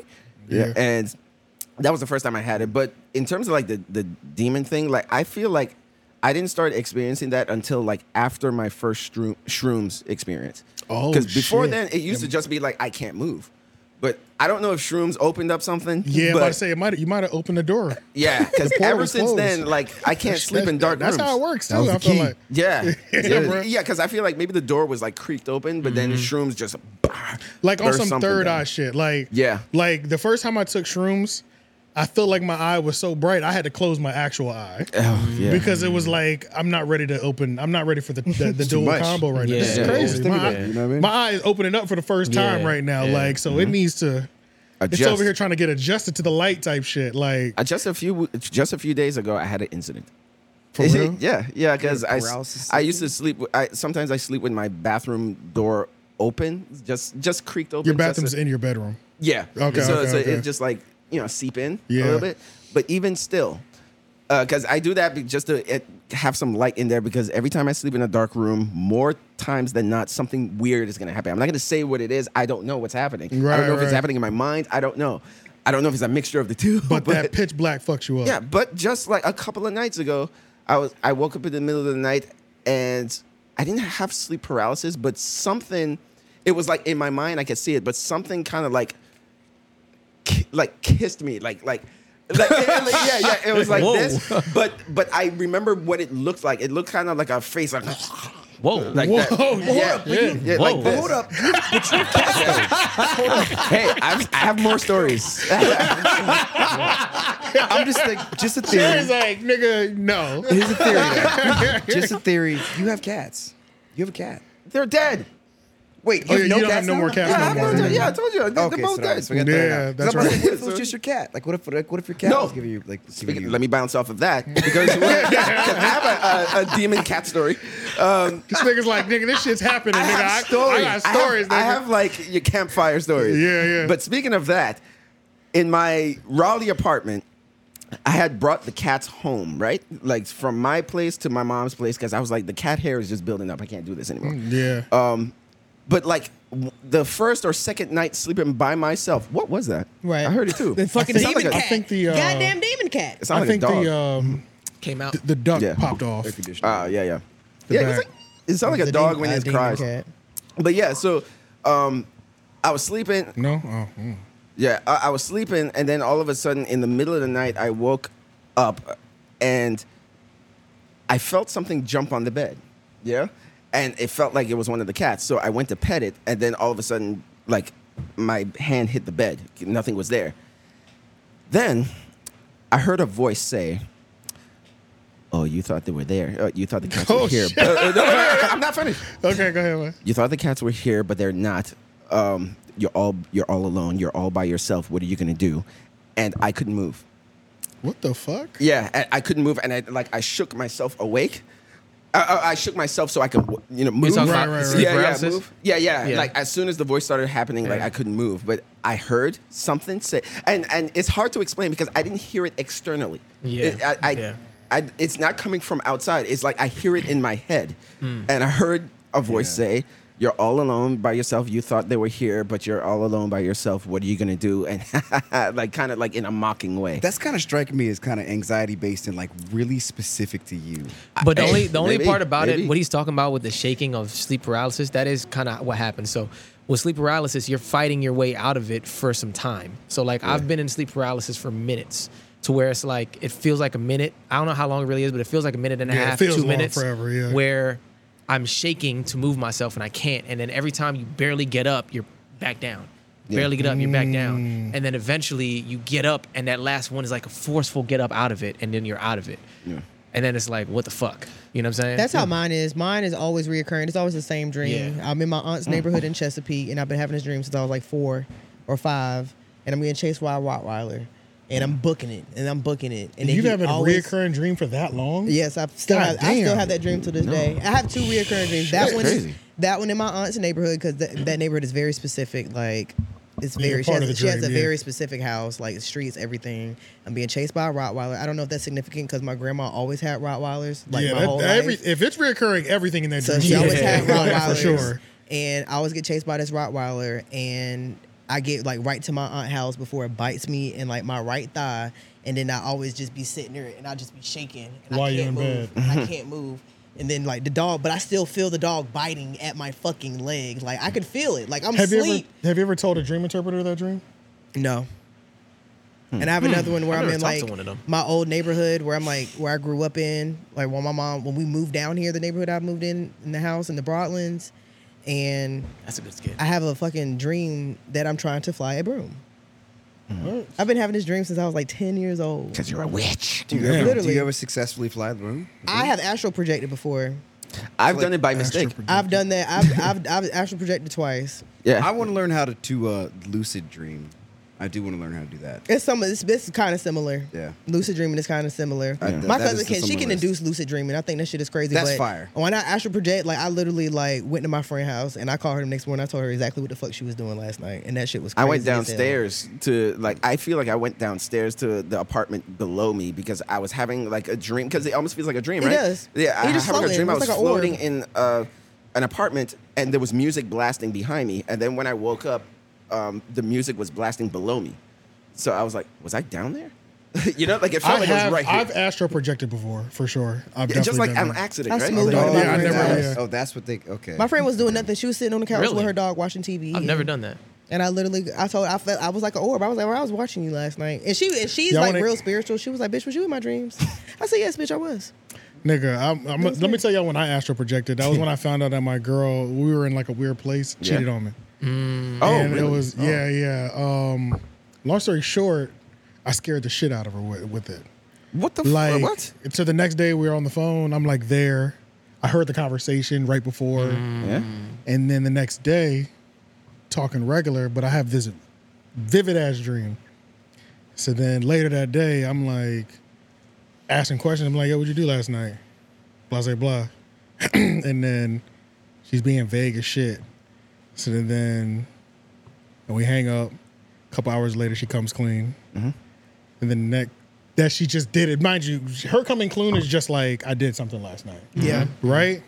[SPEAKER 5] Yeah.
[SPEAKER 7] Yeah. And that was the first time I had it. But in terms of like the, the demon thing, like I feel like I didn't start experiencing that until like after my first shroom, shrooms experience.
[SPEAKER 9] Oh,
[SPEAKER 7] because before
[SPEAKER 9] shit.
[SPEAKER 7] then it used to just be like I can't move. But I don't know if shrooms opened up something.
[SPEAKER 9] Yeah, I'm
[SPEAKER 7] but
[SPEAKER 9] about to say it might you might have opened the door.
[SPEAKER 7] yeah, because
[SPEAKER 9] The portal
[SPEAKER 7] ever
[SPEAKER 9] was
[SPEAKER 7] since
[SPEAKER 9] closed.
[SPEAKER 7] then, like I can't
[SPEAKER 9] That's-
[SPEAKER 7] sleep in
[SPEAKER 9] that's-
[SPEAKER 7] dark
[SPEAKER 9] that's
[SPEAKER 7] rooms.
[SPEAKER 9] how it works, That too, was the I feel key. like.
[SPEAKER 7] yeah,
[SPEAKER 9] Yeah,
[SPEAKER 7] yeah,
[SPEAKER 9] bro. Mm-hmm.
[SPEAKER 7] yeah. Because I feel like maybe the door was like creaked open, but then shrooms just bah,
[SPEAKER 9] like on
[SPEAKER 7] burst
[SPEAKER 9] some
[SPEAKER 7] something
[SPEAKER 9] third
[SPEAKER 7] down.
[SPEAKER 9] eye shit. Like
[SPEAKER 7] Yeah.
[SPEAKER 9] like the first time I took shrooms, I felt like my eye was so bright I had to close my actual eye
[SPEAKER 7] Oh, yeah.
[SPEAKER 9] because it was like I'm not ready to open. I'm not ready for the the, the
[SPEAKER 5] It's too
[SPEAKER 9] dual
[SPEAKER 5] much.
[SPEAKER 9] combo right now. This
[SPEAKER 5] Yeah.
[SPEAKER 9] is crazy.
[SPEAKER 5] Yeah.
[SPEAKER 9] My,
[SPEAKER 5] Yeah.
[SPEAKER 9] eye,
[SPEAKER 5] You know what I mean? Mm-hmm.
[SPEAKER 9] my eye is opening up for the first time
[SPEAKER 5] Yeah.
[SPEAKER 9] right now.
[SPEAKER 5] Yeah.
[SPEAKER 9] Like so, it
[SPEAKER 7] Mhm.
[SPEAKER 9] needs to. It's
[SPEAKER 7] Adjust.
[SPEAKER 9] over here trying to get adjusted to the light type shit. Like
[SPEAKER 7] Uh, just a few w- just a few days ago, I had an incident.
[SPEAKER 9] For real?
[SPEAKER 7] yeah, yeah, because I, s-
[SPEAKER 9] paralysis
[SPEAKER 7] I used to sleep. w- I sometimes I sleep with my bathroom door open, just just creaked open.
[SPEAKER 9] your
[SPEAKER 7] just
[SPEAKER 9] bathroom's
[SPEAKER 7] to-
[SPEAKER 9] in your bedroom.
[SPEAKER 7] Yeah.
[SPEAKER 9] Okay.
[SPEAKER 7] So,
[SPEAKER 9] okay,
[SPEAKER 7] so
[SPEAKER 9] okay.
[SPEAKER 7] it just like you know seep in a
[SPEAKER 9] Yeah.
[SPEAKER 7] little bit, but even still, because I do that be- just to it, have some light in there. Because every time I sleep in a dark room, more times than not, something weird is going to happen. I'm not going to say what it is. I don't know what's happening. I
[SPEAKER 9] Right,
[SPEAKER 7] don't know if
[SPEAKER 9] right.
[SPEAKER 7] it's happening in my mind. I don't know. I don't know if it's a mixture of the two.
[SPEAKER 9] but, that pitch black fucks you up.
[SPEAKER 7] Yeah, but just like a couple of nights ago, I was I woke up in the middle of the night and I didn't have sleep paralysis, but something it was like in my mind I could see it, but something kind of like ki- like kissed me, like like like, yeah, like, yeah, yeah, it was like
[SPEAKER 5] Whoa.
[SPEAKER 7] this, but but I remember what it looked like. It looked kind of like a face, like
[SPEAKER 10] whoa,
[SPEAKER 7] like that.
[SPEAKER 5] Whoa, hold
[SPEAKER 7] yeah,
[SPEAKER 5] up,
[SPEAKER 7] yeah,
[SPEAKER 5] you-
[SPEAKER 7] yeah,
[SPEAKER 5] whoa.
[SPEAKER 7] like this.
[SPEAKER 5] Hold up,
[SPEAKER 7] hey, I've, I have more stories.
[SPEAKER 1] I'm just like just a
[SPEAKER 9] Sherry's
[SPEAKER 1] theory.
[SPEAKER 9] like nigga, no.
[SPEAKER 1] Here's a theory. just a theory. You have cats. You have a cat.
[SPEAKER 7] They're dead.
[SPEAKER 1] Wait, you,
[SPEAKER 9] Oh,
[SPEAKER 1] have
[SPEAKER 9] yeah,
[SPEAKER 1] no
[SPEAKER 9] you don't
[SPEAKER 1] cats
[SPEAKER 9] have no
[SPEAKER 1] now?
[SPEAKER 9] more cats
[SPEAKER 1] yeah,
[SPEAKER 9] no
[SPEAKER 1] I
[SPEAKER 9] more.
[SPEAKER 1] told you,
[SPEAKER 9] Yeah.
[SPEAKER 1] Yeah, I told you.
[SPEAKER 7] Okay,
[SPEAKER 1] They're both
[SPEAKER 7] so
[SPEAKER 1] dead.
[SPEAKER 7] that's- we got that
[SPEAKER 9] Yeah,
[SPEAKER 7] out.
[SPEAKER 9] that's
[SPEAKER 1] I'm like,
[SPEAKER 9] right.
[SPEAKER 1] What if it was just your cat? Like, what if, like, what if your cat
[SPEAKER 7] No.
[SPEAKER 1] was giving you, like, giving
[SPEAKER 7] Speaking- let me bounce off of that because 'cause I have a, a, a demon cat story. Um,
[SPEAKER 9] This nigga's like, nigga, this shit's happening,
[SPEAKER 7] I
[SPEAKER 9] nigga.
[SPEAKER 7] have
[SPEAKER 9] I,
[SPEAKER 7] stories. I
[SPEAKER 9] I got
[SPEAKER 7] have-
[SPEAKER 9] stories,
[SPEAKER 7] I
[SPEAKER 9] nigga.
[SPEAKER 7] have, like your campfire stories.
[SPEAKER 9] Yeah, yeah.
[SPEAKER 7] But speaking of that, in my Raleigh apartment, I had brought the cats home, right? Like from my place to my mom's place because I was like, the cat hair is just building up. I can't do this anymore.
[SPEAKER 9] Mm, yeah.
[SPEAKER 7] Um, but like w- the first or second night sleeping by myself, what was that?
[SPEAKER 8] Right.
[SPEAKER 7] I heard it too.
[SPEAKER 8] The fucking
[SPEAKER 7] It sounds
[SPEAKER 8] demon
[SPEAKER 7] like a-
[SPEAKER 8] cat. Goddamn demon cat.
[SPEAKER 7] It sounds
[SPEAKER 9] I
[SPEAKER 7] like a
[SPEAKER 9] think
[SPEAKER 7] dog.
[SPEAKER 9] the um
[SPEAKER 10] came out.
[SPEAKER 9] The duck
[SPEAKER 7] Yeah.
[SPEAKER 9] popped off.
[SPEAKER 7] Ah, yeah, yeah.
[SPEAKER 9] The
[SPEAKER 7] yeah, it's
[SPEAKER 9] back.
[SPEAKER 7] like, it sounds like
[SPEAKER 9] The
[SPEAKER 7] a dog
[SPEAKER 9] demon-
[SPEAKER 7] when
[SPEAKER 9] a
[SPEAKER 7] it
[SPEAKER 9] demon
[SPEAKER 7] cries.
[SPEAKER 9] cat.
[SPEAKER 7] But yeah, so um, I was sleeping.
[SPEAKER 9] No. Oh. mm.
[SPEAKER 7] Yeah, I, I was sleeping, and then all of a sudden, in the middle of the night, I woke up, and I felt something jump on the bed. Yeah, and it felt like it was one of the cats. So I went to pet it, and then all of a sudden, like my hand hit the bed. Nothing was there. Then I heard a voice say, Oh, you thought they were there. Uh, you thought the cats were here.
[SPEAKER 9] shit.
[SPEAKER 7] but- uh, no, no, no, I'm not finished.
[SPEAKER 9] Okay, go ahead, man.
[SPEAKER 7] You thought the cats were here, but they're not. Um, you're all you're all alone. You're all by yourself. What are you gonna do? And I couldn't move.
[SPEAKER 9] What the fuck?
[SPEAKER 7] Yeah, and I couldn't move, and I like I shook myself awake. I, I, I shook myself so I could you know move.
[SPEAKER 10] talking about Right, right, right. sleep
[SPEAKER 7] Yeah, yeah,
[SPEAKER 10] paralysis?
[SPEAKER 7] move. Yeah, yeah,
[SPEAKER 10] Yeah.
[SPEAKER 7] Like as soon as the voice started happening, like
[SPEAKER 10] Yeah.
[SPEAKER 7] I couldn't move, but I heard something say, and and it's hard to explain because I didn't hear it externally.
[SPEAKER 10] Yeah,
[SPEAKER 7] It- I, I,
[SPEAKER 10] yeah.
[SPEAKER 7] I, it's not coming from outside. It's like I hear it in my head,
[SPEAKER 10] Hmm.
[SPEAKER 7] and I heard a voice say. You're all alone by yourself. You thought they were here, but you're all alone by yourself. What are you gonna do? And like, kind of like in a mocking way.
[SPEAKER 1] That's kind of striking me as kind of anxiety based and like really specific to you.
[SPEAKER 10] But the only the only part about it, what he's talking about with the shaking of sleep paralysis, that is kind of what happens. So with sleep paralysis, you're fighting your way out of it for some time. So like I've been in sleep paralysis for minutes. To where it's like it feels like a minute. I don't know how long it really is, but it feels like a minute and a
[SPEAKER 9] Yeah, it
[SPEAKER 10] half,
[SPEAKER 9] feels
[SPEAKER 10] two
[SPEAKER 9] long
[SPEAKER 10] minutes.
[SPEAKER 9] forever, yeah.
[SPEAKER 10] Where I'm shaking to move myself and I can't. And then every time you barely get up, you're back down.
[SPEAKER 9] Yeah.
[SPEAKER 10] Barely get up, you're back down.
[SPEAKER 7] Mm.
[SPEAKER 10] And then eventually you get up, and that last one is like a forceful get up out of it, and then you're out of it. And then it's like, what the fuck? You know what I'm saying?
[SPEAKER 8] That's how mine is. Mine is always reoccurring. It's always the same dream. I'm in my
[SPEAKER 9] Mm.
[SPEAKER 8] aunt's neighborhood in Chesapeake, and I've been having this dream since I was like four or five. And I'm getting chased by a Rottweiler, and I'm booking it, and I'm booking it. And then
[SPEAKER 9] You've
[SPEAKER 8] he
[SPEAKER 9] had a
[SPEAKER 8] always-
[SPEAKER 9] reoccurring dream for that long?
[SPEAKER 8] Yes, I've still
[SPEAKER 9] God
[SPEAKER 8] have, I still
[SPEAKER 9] damn.
[SPEAKER 8] have that dream to this
[SPEAKER 9] No.
[SPEAKER 8] day. I have two reoccurring dreams. That
[SPEAKER 9] That's
[SPEAKER 8] one,
[SPEAKER 9] crazy.
[SPEAKER 8] that one in my aunt's neighborhood because that, that neighborhood is very specific. Like it's
[SPEAKER 9] Yeah,
[SPEAKER 8] very she
[SPEAKER 9] part
[SPEAKER 8] has,
[SPEAKER 9] of the
[SPEAKER 8] she has
[SPEAKER 9] dream,
[SPEAKER 8] a
[SPEAKER 9] yeah.
[SPEAKER 8] very specific house, like streets, everything. I'm being chased by a Rottweiler. I don't know if that's significant because my grandma always had Rottweilers. Like
[SPEAKER 9] yeah,
[SPEAKER 8] my
[SPEAKER 9] that-
[SPEAKER 8] whole
[SPEAKER 9] that
[SPEAKER 8] life.
[SPEAKER 9] every- if it's reoccurring, everything in that
[SPEAKER 8] So
[SPEAKER 9] dream.
[SPEAKER 8] she always had
[SPEAKER 9] Yeah,
[SPEAKER 8] Rottweilers.
[SPEAKER 9] for sure.
[SPEAKER 8] And I always get chased by this Rottweiler, and I get like right to my aunt house before it bites me in like my right thigh, and then I always just be sitting there and I just be shaking. And
[SPEAKER 9] While
[SPEAKER 8] I
[SPEAKER 9] you're
[SPEAKER 8] can't
[SPEAKER 9] in
[SPEAKER 8] move.
[SPEAKER 9] bed. Mm-hmm.
[SPEAKER 8] and I can't move. And then like the dog, but I still feel the dog biting at my fucking leg. Like I could feel it. Like I'm
[SPEAKER 9] have
[SPEAKER 8] asleep.
[SPEAKER 9] you ever have you ever told a dream interpreter that dream?
[SPEAKER 8] No. And Hmm. I have another one where
[SPEAKER 9] I've
[SPEAKER 8] I'm
[SPEAKER 9] Hmm. never
[SPEAKER 8] in
[SPEAKER 9] talked
[SPEAKER 8] like
[SPEAKER 9] to one of them.
[SPEAKER 8] my old neighborhood where I'm like where I grew up in. Like when my mom when we moved down here, the neighborhood I moved in in the house in the Broadlands, and
[SPEAKER 10] that's a good skit.
[SPEAKER 8] I have a fucking dream that I'm trying to fly a broom.
[SPEAKER 1] Mm.
[SPEAKER 8] I've been having this dream since I was like ten years old.
[SPEAKER 7] Because you're a witch.
[SPEAKER 1] Do you,
[SPEAKER 8] Yeah.
[SPEAKER 1] ever, do
[SPEAKER 8] Literally.
[SPEAKER 1] you ever successfully fly the room?
[SPEAKER 8] I have astral projected before.
[SPEAKER 7] I've done it by mistake.
[SPEAKER 8] I've done that. I've I've, I've astral projected twice.
[SPEAKER 1] Yeah. I want to learn how to, to uh, lucid dream. I do want to learn how to do that.
[SPEAKER 8] It's some. It's, it's kind of similar.
[SPEAKER 1] Yeah.
[SPEAKER 8] Lucid dreaming is kind of similar.
[SPEAKER 1] I- th-
[SPEAKER 8] My
[SPEAKER 1] that
[SPEAKER 8] cousin
[SPEAKER 1] is the
[SPEAKER 8] can she can
[SPEAKER 1] similarist.
[SPEAKER 8] induce lucid dreaming. I think that shit is crazy.
[SPEAKER 1] That's
[SPEAKER 8] but
[SPEAKER 1] fire.
[SPEAKER 8] When I astral project, like I literally like went to my friend's house and I called her the next morning. I told her exactly what the fuck she was doing last night, and that shit was. crazy
[SPEAKER 7] I went
[SPEAKER 8] as hell.
[SPEAKER 7] downstairs to like I feel like I went downstairs to the apartment below me because I was having like a dream because it almost feels like a dream,
[SPEAKER 8] It
[SPEAKER 7] right?
[SPEAKER 8] does.
[SPEAKER 7] Yeah,
[SPEAKER 8] You're
[SPEAKER 7] I
[SPEAKER 8] just
[SPEAKER 7] having
[SPEAKER 8] floating.
[SPEAKER 7] a dream. I
[SPEAKER 8] It's
[SPEAKER 7] was
[SPEAKER 8] like an orb.
[SPEAKER 7] floating in uh, an apartment and there was music blasting behind me, and then when I woke up, um, the music was blasting below me, so I was like, was I down there? you know, like it felt
[SPEAKER 9] I
[SPEAKER 7] like
[SPEAKER 9] have,
[SPEAKER 7] it was right here.
[SPEAKER 9] I've astral projected before, for sure. I've
[SPEAKER 7] Yeah, just
[SPEAKER 9] definitely
[SPEAKER 7] like
[SPEAKER 9] done
[SPEAKER 7] an
[SPEAKER 9] that.
[SPEAKER 7] accident, right?
[SPEAKER 8] smooth
[SPEAKER 9] Oh,
[SPEAKER 8] on
[SPEAKER 9] yeah,
[SPEAKER 8] my
[SPEAKER 9] I never,
[SPEAKER 8] eyes.
[SPEAKER 9] yeah.
[SPEAKER 1] Oh, that's what they. Okay.
[SPEAKER 8] My friend was doing nothing. She was sitting on the couch
[SPEAKER 1] Really?
[SPEAKER 8] with her dog watching TV.
[SPEAKER 10] I've never done that.
[SPEAKER 8] And I literally, I told, I felt, I was like an orb. I was like, well, I was watching you last night, and she, and she's
[SPEAKER 9] Y'all
[SPEAKER 8] like
[SPEAKER 9] wanna-
[SPEAKER 8] real spiritual. She was like, bitch, was you in my dreams? I said, yes, bitch, I was.
[SPEAKER 9] Nigga, I'm, I'm, let me tell y'all when I astral projected. That was when I found out that my girl, we were in like a weird place,
[SPEAKER 12] Yeah.
[SPEAKER 9] cheated on me.
[SPEAKER 12] Oh,
[SPEAKER 9] and it
[SPEAKER 12] really?
[SPEAKER 9] was
[SPEAKER 12] Oh.
[SPEAKER 9] yeah, yeah. Um, long story short, I scared the shit out of her with, with it.
[SPEAKER 7] What the f-
[SPEAKER 9] like?
[SPEAKER 7] what?
[SPEAKER 9] So the next day we were on the phone. I'm like there. I heard the conversation right before,
[SPEAKER 7] Yeah.
[SPEAKER 9] and then the next day, talking regular, but I have this vivid ass dream. So then later that day, I'm like asking questions. I'm like, "Yo, what'd you do last night?" Blah blah blah, and then she's being vague as shit. So then- then, and we hang up. A couple hours later, she comes clean, and then next that she just did it. Mind you, her coming clean is just like I did something last night.
[SPEAKER 8] Yeah.
[SPEAKER 9] right.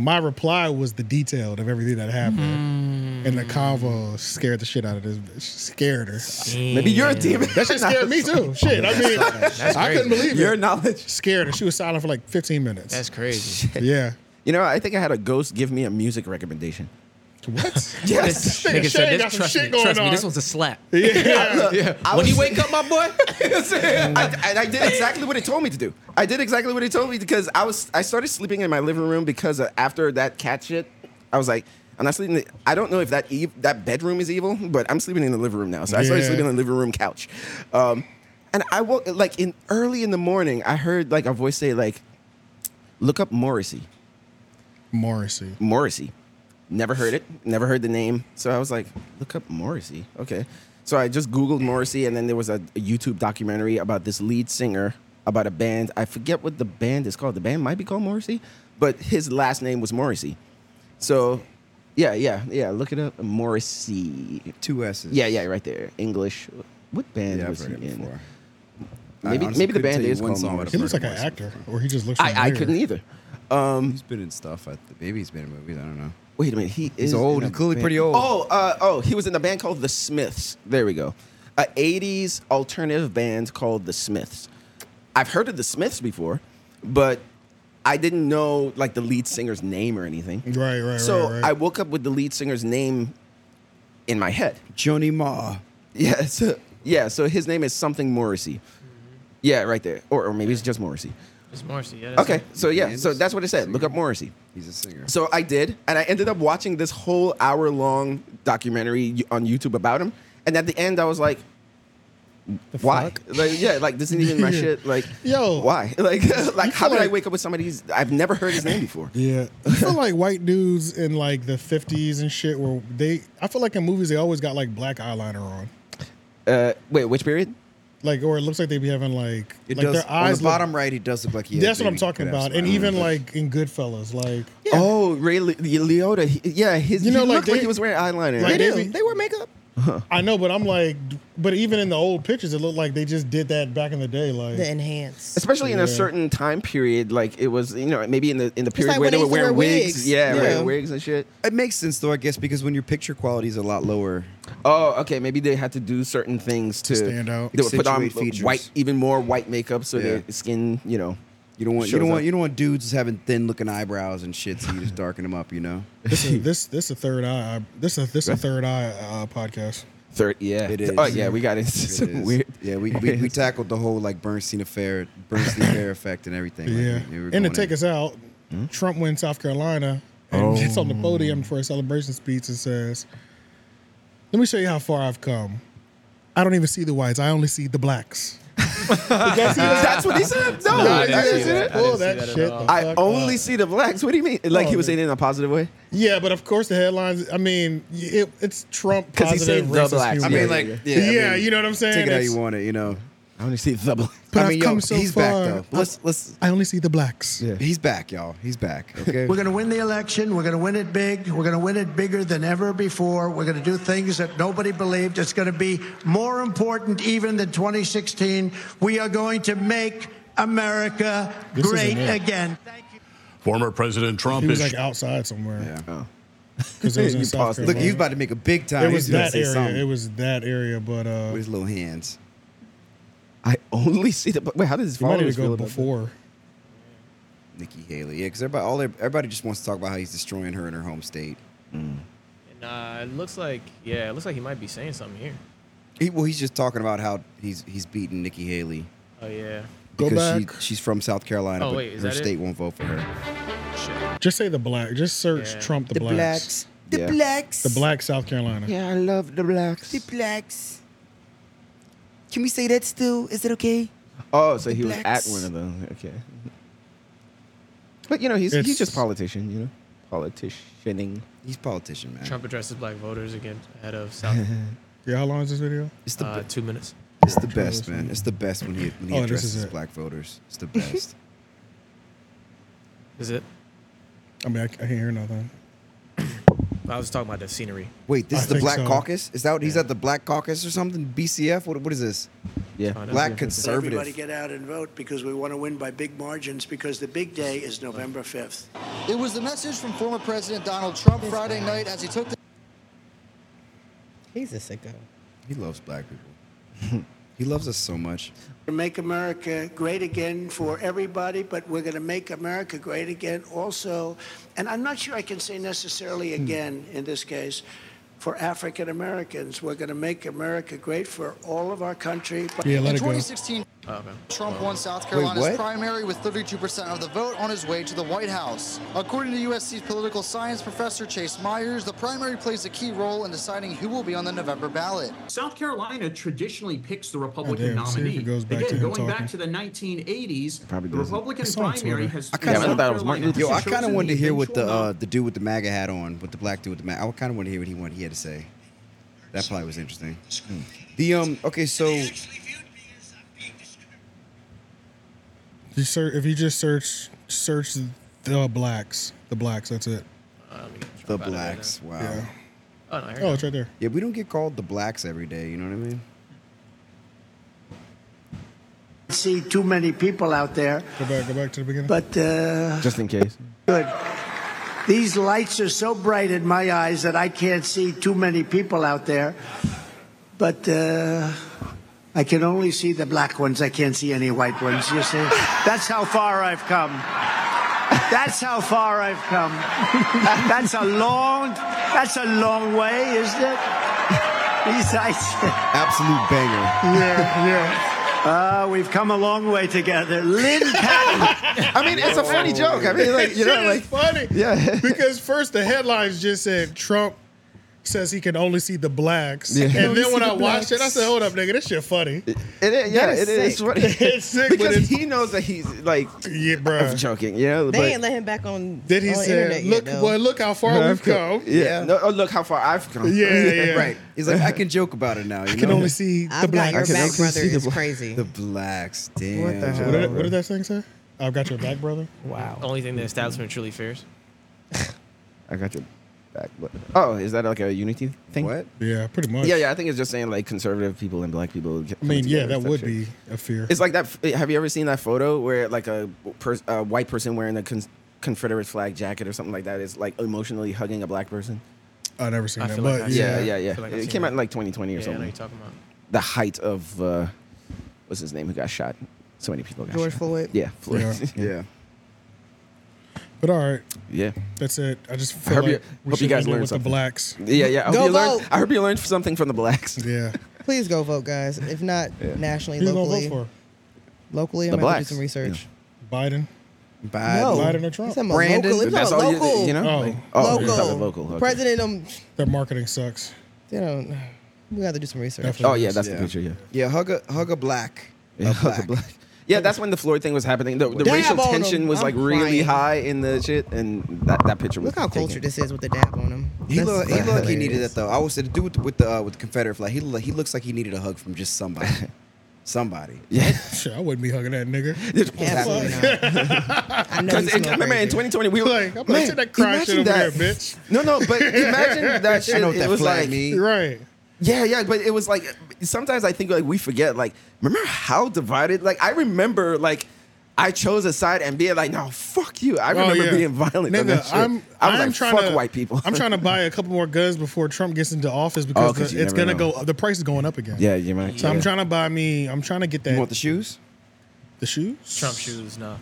[SPEAKER 9] My reply was the detail of everything that happened, and the convo scared the shit out of this. bitch. Scared her.
[SPEAKER 7] Maybe you're a demon.
[SPEAKER 9] That shit scared me too. Shit, I mean, I couldn't believe it.
[SPEAKER 7] Your knowledge
[SPEAKER 9] scared her. She was silent for like 15 minutes.
[SPEAKER 10] That's crazy.
[SPEAKER 9] Yeah.
[SPEAKER 7] You know, I think I had a ghost give me a music recommendation.
[SPEAKER 9] What?
[SPEAKER 7] Yes.
[SPEAKER 10] This,
[SPEAKER 7] Nigga
[SPEAKER 10] nigga
[SPEAKER 7] Shay
[SPEAKER 10] said,
[SPEAKER 7] got
[SPEAKER 10] this,
[SPEAKER 7] some
[SPEAKER 10] trust
[SPEAKER 7] shit
[SPEAKER 10] me,
[SPEAKER 7] going
[SPEAKER 10] trust me,
[SPEAKER 7] on.
[SPEAKER 10] this one's a slap.
[SPEAKER 7] Yeah.
[SPEAKER 10] yeah.
[SPEAKER 7] I
[SPEAKER 10] When
[SPEAKER 7] was-
[SPEAKER 10] you wake up, my boy,
[SPEAKER 7] I, and I did exactly what he told me to do. I did exactly what he told me because I was I started sleeping in my living room because uh, after that cat shit, I was like, I'm not sleeping. in the- I don't know if that ev- that bedroom is evil, but I'm sleeping in the living room now. So I started
[SPEAKER 9] Yeah.
[SPEAKER 7] sleeping in the living room couch. Um, And I woke like in early in the morning. I heard like a voice say like, "Look up Morrissey."
[SPEAKER 9] Morrissey.
[SPEAKER 7] Morrissey. Never heard it. Never heard the name. So I was like, "Look up Morrissey." Okay. So I just Googled Morrissey, and then there was a, a YouTube documentary about this lead singer about a band. I forget what the band is called. The band might be called Morrissey, but his last name was Morrissey. So, yeah, yeah, yeah. Look it up. Morrissey.
[SPEAKER 1] Two S's.
[SPEAKER 7] Yeah, yeah, right there. English. What band
[SPEAKER 1] Yeah, I've
[SPEAKER 7] was he
[SPEAKER 1] heard it
[SPEAKER 7] in?
[SPEAKER 1] before. I
[SPEAKER 7] Maybe
[SPEAKER 1] honestly
[SPEAKER 7] maybe the
[SPEAKER 1] couldn't
[SPEAKER 7] band
[SPEAKER 1] tell you
[SPEAKER 7] is
[SPEAKER 1] one
[SPEAKER 7] called
[SPEAKER 1] song I'd
[SPEAKER 7] Morrissey.
[SPEAKER 1] have He looks
[SPEAKER 9] like an actor, or he just looks.
[SPEAKER 7] I, I
[SPEAKER 9] familiar.
[SPEAKER 7] couldn't either. Um,
[SPEAKER 1] he's been in stuff. I, th- maybe he's been in movies. I don't know.
[SPEAKER 7] Wait a minute. He
[SPEAKER 1] He's
[SPEAKER 7] is in
[SPEAKER 1] old.
[SPEAKER 7] a
[SPEAKER 1] He's clearly
[SPEAKER 7] band-
[SPEAKER 1] pretty old.
[SPEAKER 7] Oh, uh, oh, he was in a band called The Smiths. There we go. A '80s alternative band called The Smiths. I've heard of The Smiths before, but I didn't know like the lead singer's name or anything.
[SPEAKER 9] Right, right,
[SPEAKER 7] so
[SPEAKER 9] right,
[SPEAKER 7] I
[SPEAKER 9] right.
[SPEAKER 7] woke up with the lead singer's name in my head.
[SPEAKER 1] Johnny Ma.
[SPEAKER 7] Yeah, so, yeah. So his name is something Morrissey. Yeah, right there. Or, or maybe it's just Morrissey.
[SPEAKER 10] It's Morrissey. Yeah,
[SPEAKER 7] Okay, so yeah, so that's what it said. Look up Morrissey.
[SPEAKER 1] He's a singer.
[SPEAKER 7] So I did, and I ended up watching this whole hour long documentary y- on YouTube about him. And at the end, I was like, "Why? Like, yeah, like this isn't even my shit. Like,
[SPEAKER 9] yo,
[SPEAKER 7] why? Like, like how
[SPEAKER 9] feel
[SPEAKER 7] did I
[SPEAKER 9] like-
[SPEAKER 7] wake up with somebody's? I've never heard his name before.
[SPEAKER 9] Yeah, I feel like white dudes in like the fifties and shit were they. I feel like in movies they always got like black eyeliner on,
[SPEAKER 7] Uh, wait, which period?
[SPEAKER 9] like or it looks like they be having like
[SPEAKER 1] It
[SPEAKER 9] like
[SPEAKER 1] does.
[SPEAKER 9] their eyes.
[SPEAKER 1] on the
[SPEAKER 9] look-
[SPEAKER 1] bottom right, he does look like he. has
[SPEAKER 9] that's what I'm
[SPEAKER 1] baby
[SPEAKER 9] talking
[SPEAKER 1] without
[SPEAKER 9] about, and
[SPEAKER 1] smile,
[SPEAKER 9] even
[SPEAKER 1] but-
[SPEAKER 9] like in Goodfellas, like
[SPEAKER 7] Oh, Ray Le- Liotta. he- yeah, his.
[SPEAKER 9] You
[SPEAKER 7] You
[SPEAKER 9] know,
[SPEAKER 7] know,
[SPEAKER 9] like,
[SPEAKER 7] like,
[SPEAKER 9] they-
[SPEAKER 7] he was wearing eyeliner. Uh-huh. Right?
[SPEAKER 9] Like, they be-
[SPEAKER 8] They wear makeup.
[SPEAKER 9] I know, but I'm like, but even in the old pictures, it looked like they just did that back in the day, like
[SPEAKER 8] The enhance.
[SPEAKER 7] Especially in
[SPEAKER 9] Yeah.
[SPEAKER 7] a certain time period, like it was, you know, maybe in the in the period
[SPEAKER 8] like
[SPEAKER 7] where
[SPEAKER 8] when
[SPEAKER 7] they
[SPEAKER 8] they
[SPEAKER 7] were
[SPEAKER 8] used to
[SPEAKER 7] wearing
[SPEAKER 8] wear
[SPEAKER 7] wigs.
[SPEAKER 8] wigs.
[SPEAKER 7] Yeah,
[SPEAKER 8] Yeah.
[SPEAKER 7] wearing wigs and shit.
[SPEAKER 1] It makes sense though, I guess, because when your picture quality is a lot lower,
[SPEAKER 7] Oh, okay. Maybe they had to do certain things to,
[SPEAKER 1] stand out.
[SPEAKER 7] They would put on
[SPEAKER 1] Accentuate features.
[SPEAKER 7] white, even more white makeup, so
[SPEAKER 1] Yeah.
[SPEAKER 7] their skin, you know,
[SPEAKER 1] you don't want you
[SPEAKER 7] shows
[SPEAKER 1] don't want
[SPEAKER 7] up.
[SPEAKER 1] you don't want dudes just having thin looking eyebrows and shit, so you just darken them up, you know.
[SPEAKER 9] this is this this a third eye this a this a third eye uh, podcast.
[SPEAKER 7] Third, yeah.
[SPEAKER 1] It is.
[SPEAKER 7] Oh, yeah. We got into some
[SPEAKER 1] is.
[SPEAKER 7] weird.
[SPEAKER 1] Yeah, we, we, we tackled the whole like Bernstein affair, Bernstein affair effect and everything.
[SPEAKER 9] Yeah,
[SPEAKER 1] Like, we- we were
[SPEAKER 9] and to
[SPEAKER 1] going
[SPEAKER 9] take
[SPEAKER 1] in. Hmm?
[SPEAKER 9] us out, Trump went to South Carolina and
[SPEAKER 1] Oh.
[SPEAKER 9] gets on the podium for a celebration speech and says, "Let me show you how far I've come. I don't even see the whites; I only see the blacks."
[SPEAKER 7] That's what he said. No,
[SPEAKER 9] No, I
[SPEAKER 7] I
[SPEAKER 9] didn't see
[SPEAKER 7] didn't see
[SPEAKER 9] that.
[SPEAKER 7] that.
[SPEAKER 9] I didn't Pull see that that at shit all. the
[SPEAKER 7] I
[SPEAKER 9] fuck
[SPEAKER 7] only
[SPEAKER 9] up.
[SPEAKER 7] see the blacks. What do you mean? Like
[SPEAKER 9] Oh,
[SPEAKER 7] he was saying it in a positive way.
[SPEAKER 9] Yeah, but of course the headlines. I mean, it, it's Trump
[SPEAKER 7] 'Cause he
[SPEAKER 9] positive
[SPEAKER 7] said the
[SPEAKER 9] racist
[SPEAKER 7] blacks.
[SPEAKER 9] humor.
[SPEAKER 7] I mean,
[SPEAKER 1] like,
[SPEAKER 9] yeah,
[SPEAKER 1] yeah, I mean,
[SPEAKER 9] you know what I'm saying.
[SPEAKER 1] Take it how
[SPEAKER 9] It's-
[SPEAKER 1] you want it, you know.
[SPEAKER 7] I only see the blacks.
[SPEAKER 9] But I
[SPEAKER 1] I
[SPEAKER 9] have
[SPEAKER 1] mean,
[SPEAKER 9] come
[SPEAKER 1] yo,
[SPEAKER 9] so
[SPEAKER 1] he's
[SPEAKER 9] far.
[SPEAKER 1] back though. Let's let's.
[SPEAKER 9] I only see the blacks.
[SPEAKER 1] He's back, y'all. He's back. Okay.
[SPEAKER 22] We're going to win the election. We're going to win it big. We're going to win it bigger than ever before. We're going to do things that nobody believed. It's going to be more important even than 2016. We are going to make America
[SPEAKER 9] This isn't
[SPEAKER 22] great
[SPEAKER 9] it.
[SPEAKER 22] again.
[SPEAKER 23] Former President Trump
[SPEAKER 9] He was
[SPEAKER 23] is
[SPEAKER 9] like outside somewhere.
[SPEAKER 1] Yeah.
[SPEAKER 9] Because it was in
[SPEAKER 1] You
[SPEAKER 9] South
[SPEAKER 1] paused it. Oh. Look,
[SPEAKER 9] Carolina.
[SPEAKER 1] he was about to make a big time.
[SPEAKER 9] It
[SPEAKER 1] He
[SPEAKER 9] was
[SPEAKER 1] gonna
[SPEAKER 9] that
[SPEAKER 1] say
[SPEAKER 9] area.
[SPEAKER 1] something.
[SPEAKER 9] It was that area, but uh,
[SPEAKER 1] with his little hands.
[SPEAKER 7] I only see the. Wait, how does his
[SPEAKER 9] you might need
[SPEAKER 7] followers
[SPEAKER 9] to go
[SPEAKER 7] feel about that?
[SPEAKER 9] before.
[SPEAKER 1] Nikki Haley. Yeah, because everybody, all everybody just wants to talk about how he's destroying her in her home state.
[SPEAKER 10] Nah, it looks like yeah, it looks like he might be saying something here.
[SPEAKER 1] He, well, he's just talking about how he's he's beating Nikki Haley
[SPEAKER 10] Oh yeah.
[SPEAKER 9] Go
[SPEAKER 1] because
[SPEAKER 9] back.
[SPEAKER 1] she, she's from South Carolina,
[SPEAKER 10] Oh,
[SPEAKER 1] but
[SPEAKER 10] wait, is
[SPEAKER 1] her
[SPEAKER 10] that it?
[SPEAKER 1] state won't vote for her.
[SPEAKER 9] Just say the black. Just search Trump the,
[SPEAKER 1] The
[SPEAKER 9] blacks.
[SPEAKER 1] The Yeah.
[SPEAKER 9] blacks. The black South Carolina.
[SPEAKER 1] I love the blacks. The blacks. Can we say that still? Is it okay?
[SPEAKER 7] Oh, so he
[SPEAKER 1] blacks.
[SPEAKER 7] was at one of those. Okay. But you know, he's
[SPEAKER 9] It's-
[SPEAKER 7] he's just politician. You know, politicianing.
[SPEAKER 1] He's politician, man.
[SPEAKER 10] Trump addresses black voters again ahead of South.
[SPEAKER 9] Yeah, how long is this video?
[SPEAKER 1] It's the
[SPEAKER 10] uh, two minutes.
[SPEAKER 1] It's the best, man. It's the best when he when he
[SPEAKER 9] Oh, this
[SPEAKER 1] addresses
[SPEAKER 9] is
[SPEAKER 1] his
[SPEAKER 9] it.
[SPEAKER 1] black voters. It's the best.
[SPEAKER 10] Is it?
[SPEAKER 9] I mean, I, I can't hear nothing.
[SPEAKER 10] I was talking about the scenery.
[SPEAKER 1] Wait, this
[SPEAKER 9] I
[SPEAKER 1] is the
[SPEAKER 9] think
[SPEAKER 1] Black
[SPEAKER 9] so.
[SPEAKER 1] Caucus? Is that what- he's at the Black Caucus or something? BCF? What what is this?
[SPEAKER 7] Yeah.
[SPEAKER 10] Oh,
[SPEAKER 1] Black
[SPEAKER 22] So Everybody
[SPEAKER 1] conservative.
[SPEAKER 22] get out and vote because we want to win by big margins because the big day is November 5th.
[SPEAKER 15] It was the message from former President Donald Trump Friday night as he took the
[SPEAKER 8] He's a sicko.
[SPEAKER 1] He loves black people. he loves us so much.
[SPEAKER 22] We're gonna Make America great again for everybody, but we're going to make America great again also. And I'm not sure I can say necessarily
[SPEAKER 9] Hmm.
[SPEAKER 22] again in this case for African Americans. We're going to make America great for all of our country.
[SPEAKER 9] Yeah, let it go.
[SPEAKER 22] 2016.
[SPEAKER 10] Oh,
[SPEAKER 15] Trump won South
[SPEAKER 1] Wait,
[SPEAKER 15] Carolina's
[SPEAKER 1] what?
[SPEAKER 15] primary with 32% of the vote on his way to the White House. According to USC's political science professor Chase Myers, the primary plays a key role in deciding who will be on the November ballot.
[SPEAKER 2] South Carolina traditionally picks the
[SPEAKER 9] Republican damn, see if it
[SPEAKER 2] nominee.
[SPEAKER 9] goes back to
[SPEAKER 2] Again,
[SPEAKER 9] him
[SPEAKER 2] going
[SPEAKER 9] talking.
[SPEAKER 2] back to the 1980s,
[SPEAKER 1] Probably
[SPEAKER 2] the
[SPEAKER 1] doesn't.
[SPEAKER 2] Republican
[SPEAKER 9] It's on
[SPEAKER 2] primary
[SPEAKER 9] Twitter.
[SPEAKER 2] has.
[SPEAKER 1] I kinda-
[SPEAKER 2] South
[SPEAKER 1] Yo, I
[SPEAKER 2] Carolina
[SPEAKER 1] kind of
[SPEAKER 2] chosen
[SPEAKER 1] wanted to
[SPEAKER 2] the
[SPEAKER 1] hear what the
[SPEAKER 2] eventual
[SPEAKER 1] uh, the dude with the MAGA hat on, with the black dude with the MAGA. I kind of want to hear what he wanted. He had to say. That probably was interesting. The um. Okay,
[SPEAKER 10] Uh,
[SPEAKER 1] so
[SPEAKER 9] If you, search, if you just search search the blacks, the blacks, that's it.
[SPEAKER 1] the blacks. Wow.
[SPEAKER 9] Yeah.
[SPEAKER 10] Oh, no, here
[SPEAKER 9] Oh, it's right there.
[SPEAKER 1] Yeah, we don't get called the blacks every day. You know what I mean?
[SPEAKER 22] see too many people out there.
[SPEAKER 9] Go back, go back to the beginning.
[SPEAKER 22] But uh,
[SPEAKER 7] Just in case.
[SPEAKER 22] good. These lights are so bright in my eyes that I can't see too many people out there. But uh, I can only see the black ones. I can't see any white ones. You see, that's how far I've come. That's how far I've come. That's a long. That's a long way, isn't it? These lights.
[SPEAKER 1] Absolute banger.
[SPEAKER 22] Yeah, yeah. Ah, we've come a long way together. Lynn Patton.
[SPEAKER 7] I mean, it's a funny joke. I mean, like, you know,
[SPEAKER 9] Shit is
[SPEAKER 7] like-
[SPEAKER 9] funny.
[SPEAKER 7] Yeah.
[SPEAKER 9] because first the headlines just said Trump says he can only see the blacks,
[SPEAKER 7] Yeah.
[SPEAKER 9] and
[SPEAKER 7] Only
[SPEAKER 9] then when
[SPEAKER 7] see
[SPEAKER 9] I
[SPEAKER 7] the
[SPEAKER 9] watched it, I
[SPEAKER 7] blacks.
[SPEAKER 9] said, "Oh, "Hold up, nigga, this shit funny."
[SPEAKER 7] It is, yeah,
[SPEAKER 9] That
[SPEAKER 7] it
[SPEAKER 9] is
[SPEAKER 7] is.
[SPEAKER 9] sick.
[SPEAKER 7] What,
[SPEAKER 9] It's sick, but
[SPEAKER 7] because
[SPEAKER 9] it's-
[SPEAKER 7] he knows that he's like,
[SPEAKER 9] yeah, bro.
[SPEAKER 7] I'm joking, you know.
[SPEAKER 8] They
[SPEAKER 7] but,
[SPEAKER 8] ain't let him back on.
[SPEAKER 9] Then he
[SPEAKER 8] on the
[SPEAKER 9] said,
[SPEAKER 8] internet
[SPEAKER 9] "Look,
[SPEAKER 8] yet, though.
[SPEAKER 9] boy, look how far
[SPEAKER 7] I've
[SPEAKER 9] we've come."
[SPEAKER 7] Yeah. No, oh, look how far I've come.
[SPEAKER 9] Yeah, yeah.
[SPEAKER 1] Right. He's like, I can joke about it now. You
[SPEAKER 9] I can
[SPEAKER 1] know?
[SPEAKER 9] only see the
[SPEAKER 8] I've got
[SPEAKER 9] blacks.
[SPEAKER 8] your back, brother.
[SPEAKER 1] the
[SPEAKER 8] It's
[SPEAKER 1] bla-
[SPEAKER 8] crazy.
[SPEAKER 1] The blacks. Damn.
[SPEAKER 9] What the hell? What did, what did that thing say? I've got your back, brother.
[SPEAKER 10] Wow. Only thing the establishment truly fears.
[SPEAKER 7] I got your back. But, oh, is that like a unity thing?
[SPEAKER 1] What?
[SPEAKER 9] Yeah, pretty much.
[SPEAKER 7] Yeah, yeah. I think it's just saying like conservative people and black people. get-
[SPEAKER 9] I mean,
[SPEAKER 7] come
[SPEAKER 9] yeah,
[SPEAKER 7] together
[SPEAKER 9] that
[SPEAKER 7] and stuff
[SPEAKER 9] would
[SPEAKER 7] shit.
[SPEAKER 9] be a fear.
[SPEAKER 7] It's like that. eh, Have you ever seen that photo where like a, pers- a white person wearing a con- Confederate flag jacket or something like that is like emotionally hugging a black person?
[SPEAKER 9] I never seen
[SPEAKER 10] I
[SPEAKER 9] that,
[SPEAKER 10] feel like
[SPEAKER 9] but
[SPEAKER 10] I've seen
[SPEAKER 7] Yeah,
[SPEAKER 9] yeah,
[SPEAKER 10] that.
[SPEAKER 7] yeah,
[SPEAKER 10] I
[SPEAKER 7] yeah.
[SPEAKER 10] feel like I've
[SPEAKER 7] it
[SPEAKER 10] seen
[SPEAKER 7] came out
[SPEAKER 10] that.
[SPEAKER 7] in like 2020 or
[SPEAKER 10] Yeah, I know
[SPEAKER 7] something.
[SPEAKER 10] you're talking about.
[SPEAKER 7] The height of uh, what's his name? Who got shot? So many people got
[SPEAKER 8] George
[SPEAKER 7] shot.
[SPEAKER 8] Floyd.
[SPEAKER 7] Yeah, Floyd.
[SPEAKER 1] Yeah. yeah.
[SPEAKER 9] But all right,
[SPEAKER 7] yeah.
[SPEAKER 9] that's it. I just
[SPEAKER 7] I
[SPEAKER 9] feel
[SPEAKER 7] hope
[SPEAKER 9] like
[SPEAKER 7] you,
[SPEAKER 9] we
[SPEAKER 7] hope you
[SPEAKER 9] should
[SPEAKER 7] guys
[SPEAKER 9] end it
[SPEAKER 7] learned
[SPEAKER 9] with the
[SPEAKER 7] something.
[SPEAKER 9] blacks.
[SPEAKER 7] Yeah, yeah. I hope,
[SPEAKER 8] Go
[SPEAKER 7] you learned,
[SPEAKER 8] vote.
[SPEAKER 7] I hope you learned something from the blacks.
[SPEAKER 9] Yeah,
[SPEAKER 8] Please go vote, guys. If not nationally,
[SPEAKER 9] who you gonna vote
[SPEAKER 8] locally,
[SPEAKER 9] for?
[SPEAKER 8] locally,
[SPEAKER 7] The
[SPEAKER 8] I'm gonna do
[SPEAKER 7] blacks.
[SPEAKER 8] some research.
[SPEAKER 9] Biden.
[SPEAKER 1] Biden.
[SPEAKER 8] No,
[SPEAKER 9] Biden or Trump?
[SPEAKER 8] It's about local. It's
[SPEAKER 7] That's
[SPEAKER 8] about
[SPEAKER 7] all you-
[SPEAKER 8] local.
[SPEAKER 7] You, know?
[SPEAKER 9] Oh.
[SPEAKER 7] Like-
[SPEAKER 8] local.
[SPEAKER 7] you're talking local.
[SPEAKER 8] The
[SPEAKER 7] okay.
[SPEAKER 8] President, um,
[SPEAKER 9] Their marketing sucks.
[SPEAKER 8] they don't. We got to do some research.
[SPEAKER 7] Oh, yeah, that's
[SPEAKER 1] Yeah.
[SPEAKER 7] the picture, yeah.
[SPEAKER 1] Yeah. Hug a hug a black.
[SPEAKER 7] Yeah, the black. Yeah, that's when the Floyd thing was happening. The, the
[SPEAKER 8] Dab
[SPEAKER 7] racial
[SPEAKER 8] on 'em.
[SPEAKER 7] tension was
[SPEAKER 8] I'm
[SPEAKER 7] like really
[SPEAKER 8] crying.
[SPEAKER 7] high in the shit, and that, that picture was.
[SPEAKER 8] Look how
[SPEAKER 7] taken.
[SPEAKER 8] cultured this is with the dab on him.
[SPEAKER 1] He
[SPEAKER 8] That's-
[SPEAKER 1] look, he
[SPEAKER 8] that's
[SPEAKER 1] look, he needed
[SPEAKER 8] hilarious.
[SPEAKER 1] that though. I would say the dude with the with the, uh, with the Confederate flag. He look, he looks like he needed a hug from just somebody, somebody.
[SPEAKER 7] Yeah.
[SPEAKER 9] Shit, I wouldn't be hugging that nigga.
[SPEAKER 8] Absolutely not. I know you
[SPEAKER 7] Because
[SPEAKER 8] smell
[SPEAKER 7] remember in
[SPEAKER 8] crazy.
[SPEAKER 7] 2020 we were
[SPEAKER 9] Like, I'm like, "Sit that cry shit
[SPEAKER 7] imagine
[SPEAKER 9] over
[SPEAKER 7] that.
[SPEAKER 9] there, bitch."
[SPEAKER 7] No, no, but imagine that shit.
[SPEAKER 1] I know what
[SPEAKER 7] it
[SPEAKER 1] that
[SPEAKER 7] was
[SPEAKER 1] flag
[SPEAKER 7] like,
[SPEAKER 1] mean.
[SPEAKER 9] Right.
[SPEAKER 7] yeah, yeah, but it was like sometimes I think like we forget. Like, remember how divided? Like, I remember like I chose a side and being like, no, fuck you. I remember
[SPEAKER 9] Oh, yeah.
[SPEAKER 7] being violent. on
[SPEAKER 9] Nigga,
[SPEAKER 7] that shit.
[SPEAKER 9] I'm,
[SPEAKER 7] I was
[SPEAKER 9] I'm
[SPEAKER 7] like,
[SPEAKER 9] trying
[SPEAKER 7] fuck
[SPEAKER 9] to,
[SPEAKER 7] white people. Oh,
[SPEAKER 9] I'm trying to buy a couple more guns before Trump gets into office because
[SPEAKER 7] 'cause
[SPEAKER 9] the-
[SPEAKER 7] you
[SPEAKER 9] it's
[SPEAKER 7] never
[SPEAKER 9] gonna
[SPEAKER 7] know.
[SPEAKER 9] go. The price is going up again.
[SPEAKER 7] yeah, you might.
[SPEAKER 9] So I'm
[SPEAKER 7] yeah.
[SPEAKER 9] trying to buy me. I'm trying to get that.
[SPEAKER 1] You want the shoes?
[SPEAKER 9] the shoes?
[SPEAKER 10] Trump shoes, no.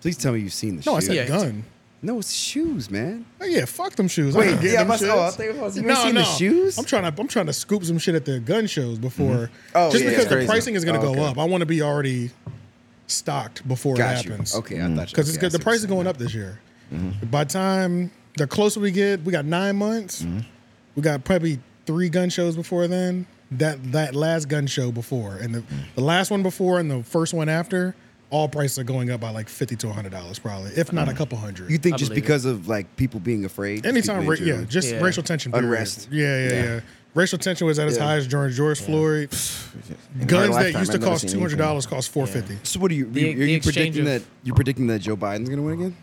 [SPEAKER 1] Please tell me you've seen the
[SPEAKER 9] No, I
[SPEAKER 1] shoes.
[SPEAKER 9] said
[SPEAKER 10] Yeah.
[SPEAKER 9] gun.
[SPEAKER 1] No, it's shoes, man.
[SPEAKER 9] Oh yeah, fuck them shoes.
[SPEAKER 1] Wait,
[SPEAKER 9] I ain't getting
[SPEAKER 1] yeah, I
[SPEAKER 9] them
[SPEAKER 1] must-
[SPEAKER 9] shits.
[SPEAKER 1] oh, I thought you was- you ain't seen the shoes?
[SPEAKER 9] I'm trying to. I'm trying to scoop some shit at the gun shows before.
[SPEAKER 1] Oh,
[SPEAKER 9] just
[SPEAKER 1] yeah,
[SPEAKER 9] because
[SPEAKER 1] it's
[SPEAKER 9] the
[SPEAKER 1] crazy.
[SPEAKER 9] pricing is gonna
[SPEAKER 1] Oh,
[SPEAKER 9] go
[SPEAKER 1] okay.
[SPEAKER 9] up. I want to be already stocked before
[SPEAKER 1] Got
[SPEAKER 9] it happens.
[SPEAKER 1] you. Okay, I thought you.
[SPEAKER 9] because
[SPEAKER 1] okay,
[SPEAKER 9] it's
[SPEAKER 1] I
[SPEAKER 9] good.
[SPEAKER 1] see
[SPEAKER 9] The
[SPEAKER 1] what
[SPEAKER 9] price is
[SPEAKER 1] you're Mm-hmm.
[SPEAKER 9] going up this year. By the time the closer we get, we got nine months.
[SPEAKER 1] Mm-hmm.
[SPEAKER 9] We got probably three gun shows before then. That that last gun show before and
[SPEAKER 1] Mm.
[SPEAKER 9] the, the last one before and the first one after, all prices are going up by like fifty to hundred dollars probably, if not a couple hundred.
[SPEAKER 1] You think
[SPEAKER 10] Mm. I
[SPEAKER 1] just
[SPEAKER 10] believe it.
[SPEAKER 1] because of like people being afraid? just
[SPEAKER 9] Anytime,
[SPEAKER 1] people
[SPEAKER 9] ra-
[SPEAKER 1] in general?
[SPEAKER 9] yeah, just
[SPEAKER 10] Yeah.
[SPEAKER 9] racial tension, period.
[SPEAKER 1] Unrest.
[SPEAKER 9] Yeah, yeah, yeah,
[SPEAKER 1] Yeah.
[SPEAKER 9] Racial tension was at its
[SPEAKER 1] Yeah.
[SPEAKER 9] highest during George Floyd.
[SPEAKER 7] In our
[SPEAKER 9] Guns that
[SPEAKER 7] lifetime,
[SPEAKER 9] used to
[SPEAKER 7] I've never
[SPEAKER 9] cost
[SPEAKER 7] seen
[SPEAKER 9] two hundred dollars cost four fifty.
[SPEAKER 1] So what are you?
[SPEAKER 10] The-
[SPEAKER 1] you- are
[SPEAKER 10] the
[SPEAKER 1] you
[SPEAKER 10] exchange
[SPEAKER 1] predicting
[SPEAKER 10] of-
[SPEAKER 1] that you're predicting that Joe Biden's gonna win again?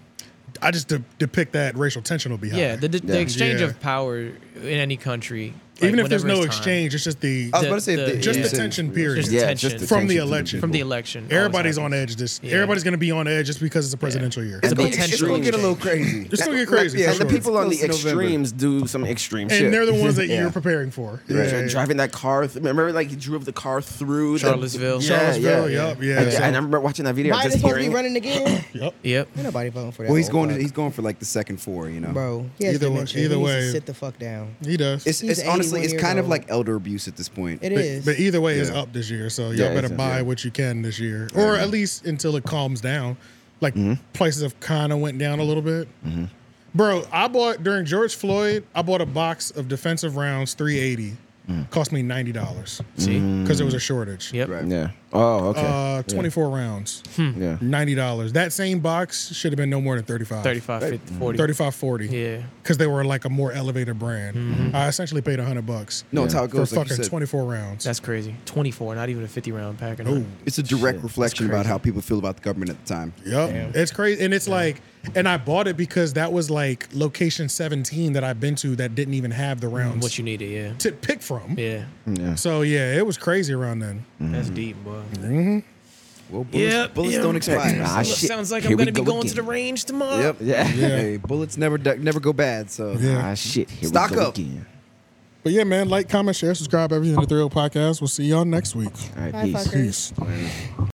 [SPEAKER 9] I just de- depict that racial tension will be high.
[SPEAKER 10] Yeah, the, the, the exchange
[SPEAKER 9] Yeah.
[SPEAKER 10] of power in any country. like,
[SPEAKER 9] even if there's
[SPEAKER 10] whenever
[SPEAKER 9] no
[SPEAKER 10] it's time,
[SPEAKER 9] exchange, it's just the,
[SPEAKER 1] I was about to say
[SPEAKER 10] The-
[SPEAKER 1] if
[SPEAKER 10] the-
[SPEAKER 1] they-
[SPEAKER 9] just
[SPEAKER 1] you
[SPEAKER 9] the
[SPEAKER 1] said-
[SPEAKER 9] tension period.
[SPEAKER 10] Just
[SPEAKER 7] Yeah,
[SPEAKER 10] tension.
[SPEAKER 7] just the
[SPEAKER 9] From the
[SPEAKER 7] tension to
[SPEAKER 9] election.
[SPEAKER 10] From the election. always
[SPEAKER 9] Everybody's on
[SPEAKER 10] happens.
[SPEAKER 9] edge. This
[SPEAKER 10] Yeah.
[SPEAKER 9] everybody's going to be on edge just because it's a presidential year.
[SPEAKER 10] It's a
[SPEAKER 7] the
[SPEAKER 10] potential
[SPEAKER 1] It's gonna get a little crazy.
[SPEAKER 9] It's gonna get crazy.
[SPEAKER 1] Yeah,
[SPEAKER 9] for
[SPEAKER 7] and the
[SPEAKER 9] sure.
[SPEAKER 7] people on
[SPEAKER 1] Close
[SPEAKER 7] the
[SPEAKER 1] to November.
[SPEAKER 7] extremes do some extreme shit.
[SPEAKER 9] and they're the ones that
[SPEAKER 7] Yeah.
[SPEAKER 9] you're preparing for. Yeah,
[SPEAKER 7] Dri- Driving that car, th- remember, like he drove the car through the-
[SPEAKER 10] Charlottesville.
[SPEAKER 7] Yeah,
[SPEAKER 9] Charlottesville,
[SPEAKER 7] yeah,
[SPEAKER 9] yup, yeah.
[SPEAKER 7] And,
[SPEAKER 9] So-
[SPEAKER 7] and I remember watching that video,
[SPEAKER 8] Biden's
[SPEAKER 7] just
[SPEAKER 8] supposed to be
[SPEAKER 7] hearing.
[SPEAKER 8] running again.
[SPEAKER 9] Yep.
[SPEAKER 10] Yep.
[SPEAKER 8] Ain't nobody voting for that.
[SPEAKER 1] Well, he's
[SPEAKER 8] old
[SPEAKER 1] going. To,
[SPEAKER 8] fuck.
[SPEAKER 1] he's going for like the second four. You know.
[SPEAKER 8] bro. He has
[SPEAKER 9] Either way-
[SPEAKER 8] dementia.
[SPEAKER 9] either
[SPEAKER 8] he needs
[SPEAKER 9] way-
[SPEAKER 8] to sit the fuck down.
[SPEAKER 9] He does.
[SPEAKER 1] It's,
[SPEAKER 8] He's
[SPEAKER 1] it's honestly honestly, it's kind of like elder abuse at this point.
[SPEAKER 9] But- But, either way, it's up this year, so y'all
[SPEAKER 1] Yeah,
[SPEAKER 9] better
[SPEAKER 1] exactly.
[SPEAKER 9] buy what you can this year, or at least until it calms down. Like
[SPEAKER 1] Mm-hmm.
[SPEAKER 9] prices have kind of went down a little bit.
[SPEAKER 7] Mm-hmm.
[SPEAKER 9] Bro, I bought during George Floyd. I bought a box of defensive rounds, three eighty.
[SPEAKER 1] Mm.
[SPEAKER 9] Cost me ninety dollars.
[SPEAKER 7] See?
[SPEAKER 9] because there was a shortage.
[SPEAKER 10] Yep.
[SPEAKER 7] Yeah. Oh, okay.
[SPEAKER 9] Uh,
[SPEAKER 7] Yeah.
[SPEAKER 9] twenty four rounds.
[SPEAKER 10] Hmm.
[SPEAKER 7] Yeah.
[SPEAKER 9] Ninety dollars. That same box should have been no more than 35
[SPEAKER 10] 35, 50, 40.
[SPEAKER 9] 35 40
[SPEAKER 10] Yeah. Mm-hmm.
[SPEAKER 9] because they were like a more elevated brand. I essentially paid hundred bucks.
[SPEAKER 1] No, it's how it goes,
[SPEAKER 9] for
[SPEAKER 1] like you
[SPEAKER 9] fucking
[SPEAKER 1] said.
[SPEAKER 9] twenty four rounds.
[SPEAKER 10] That's crazy. 24, not even a 50 round pack. Or
[SPEAKER 1] No,
[SPEAKER 10] nothing.
[SPEAKER 1] it's a direct reflection about
[SPEAKER 10] crazy.
[SPEAKER 1] how people feel about the government at the time.
[SPEAKER 9] Yep. It's crazy. And it's like, and I bought it because that was like location 17 that I've been to that didn't even have the rounds.
[SPEAKER 10] Mm, What you needed, yeah.
[SPEAKER 9] To pick from.
[SPEAKER 10] Yeah.
[SPEAKER 7] Yeah.
[SPEAKER 9] So yeah, it was crazy around then.
[SPEAKER 10] That's deep, boy.
[SPEAKER 9] Mm-hmm.
[SPEAKER 1] Well,
[SPEAKER 10] bullets- Yep, bullets yeah. don't expire. Ah, Sounds- shit. sounds like I'm Here we gonna be go going to again. the range tomorrow.
[SPEAKER 1] Yep. Yeah.
[SPEAKER 9] Yeah.
[SPEAKER 1] Hey, bullets never du- never go bad. So
[SPEAKER 9] Yeah. Ah,
[SPEAKER 1] shit.
[SPEAKER 9] Here we
[SPEAKER 1] Stock
[SPEAKER 9] go
[SPEAKER 1] up.
[SPEAKER 9] But yeah, oh man, like, comment, share, subscribe, everything to the 3 Podcast. We'll see y'all next week.
[SPEAKER 7] All right,
[SPEAKER 9] peace.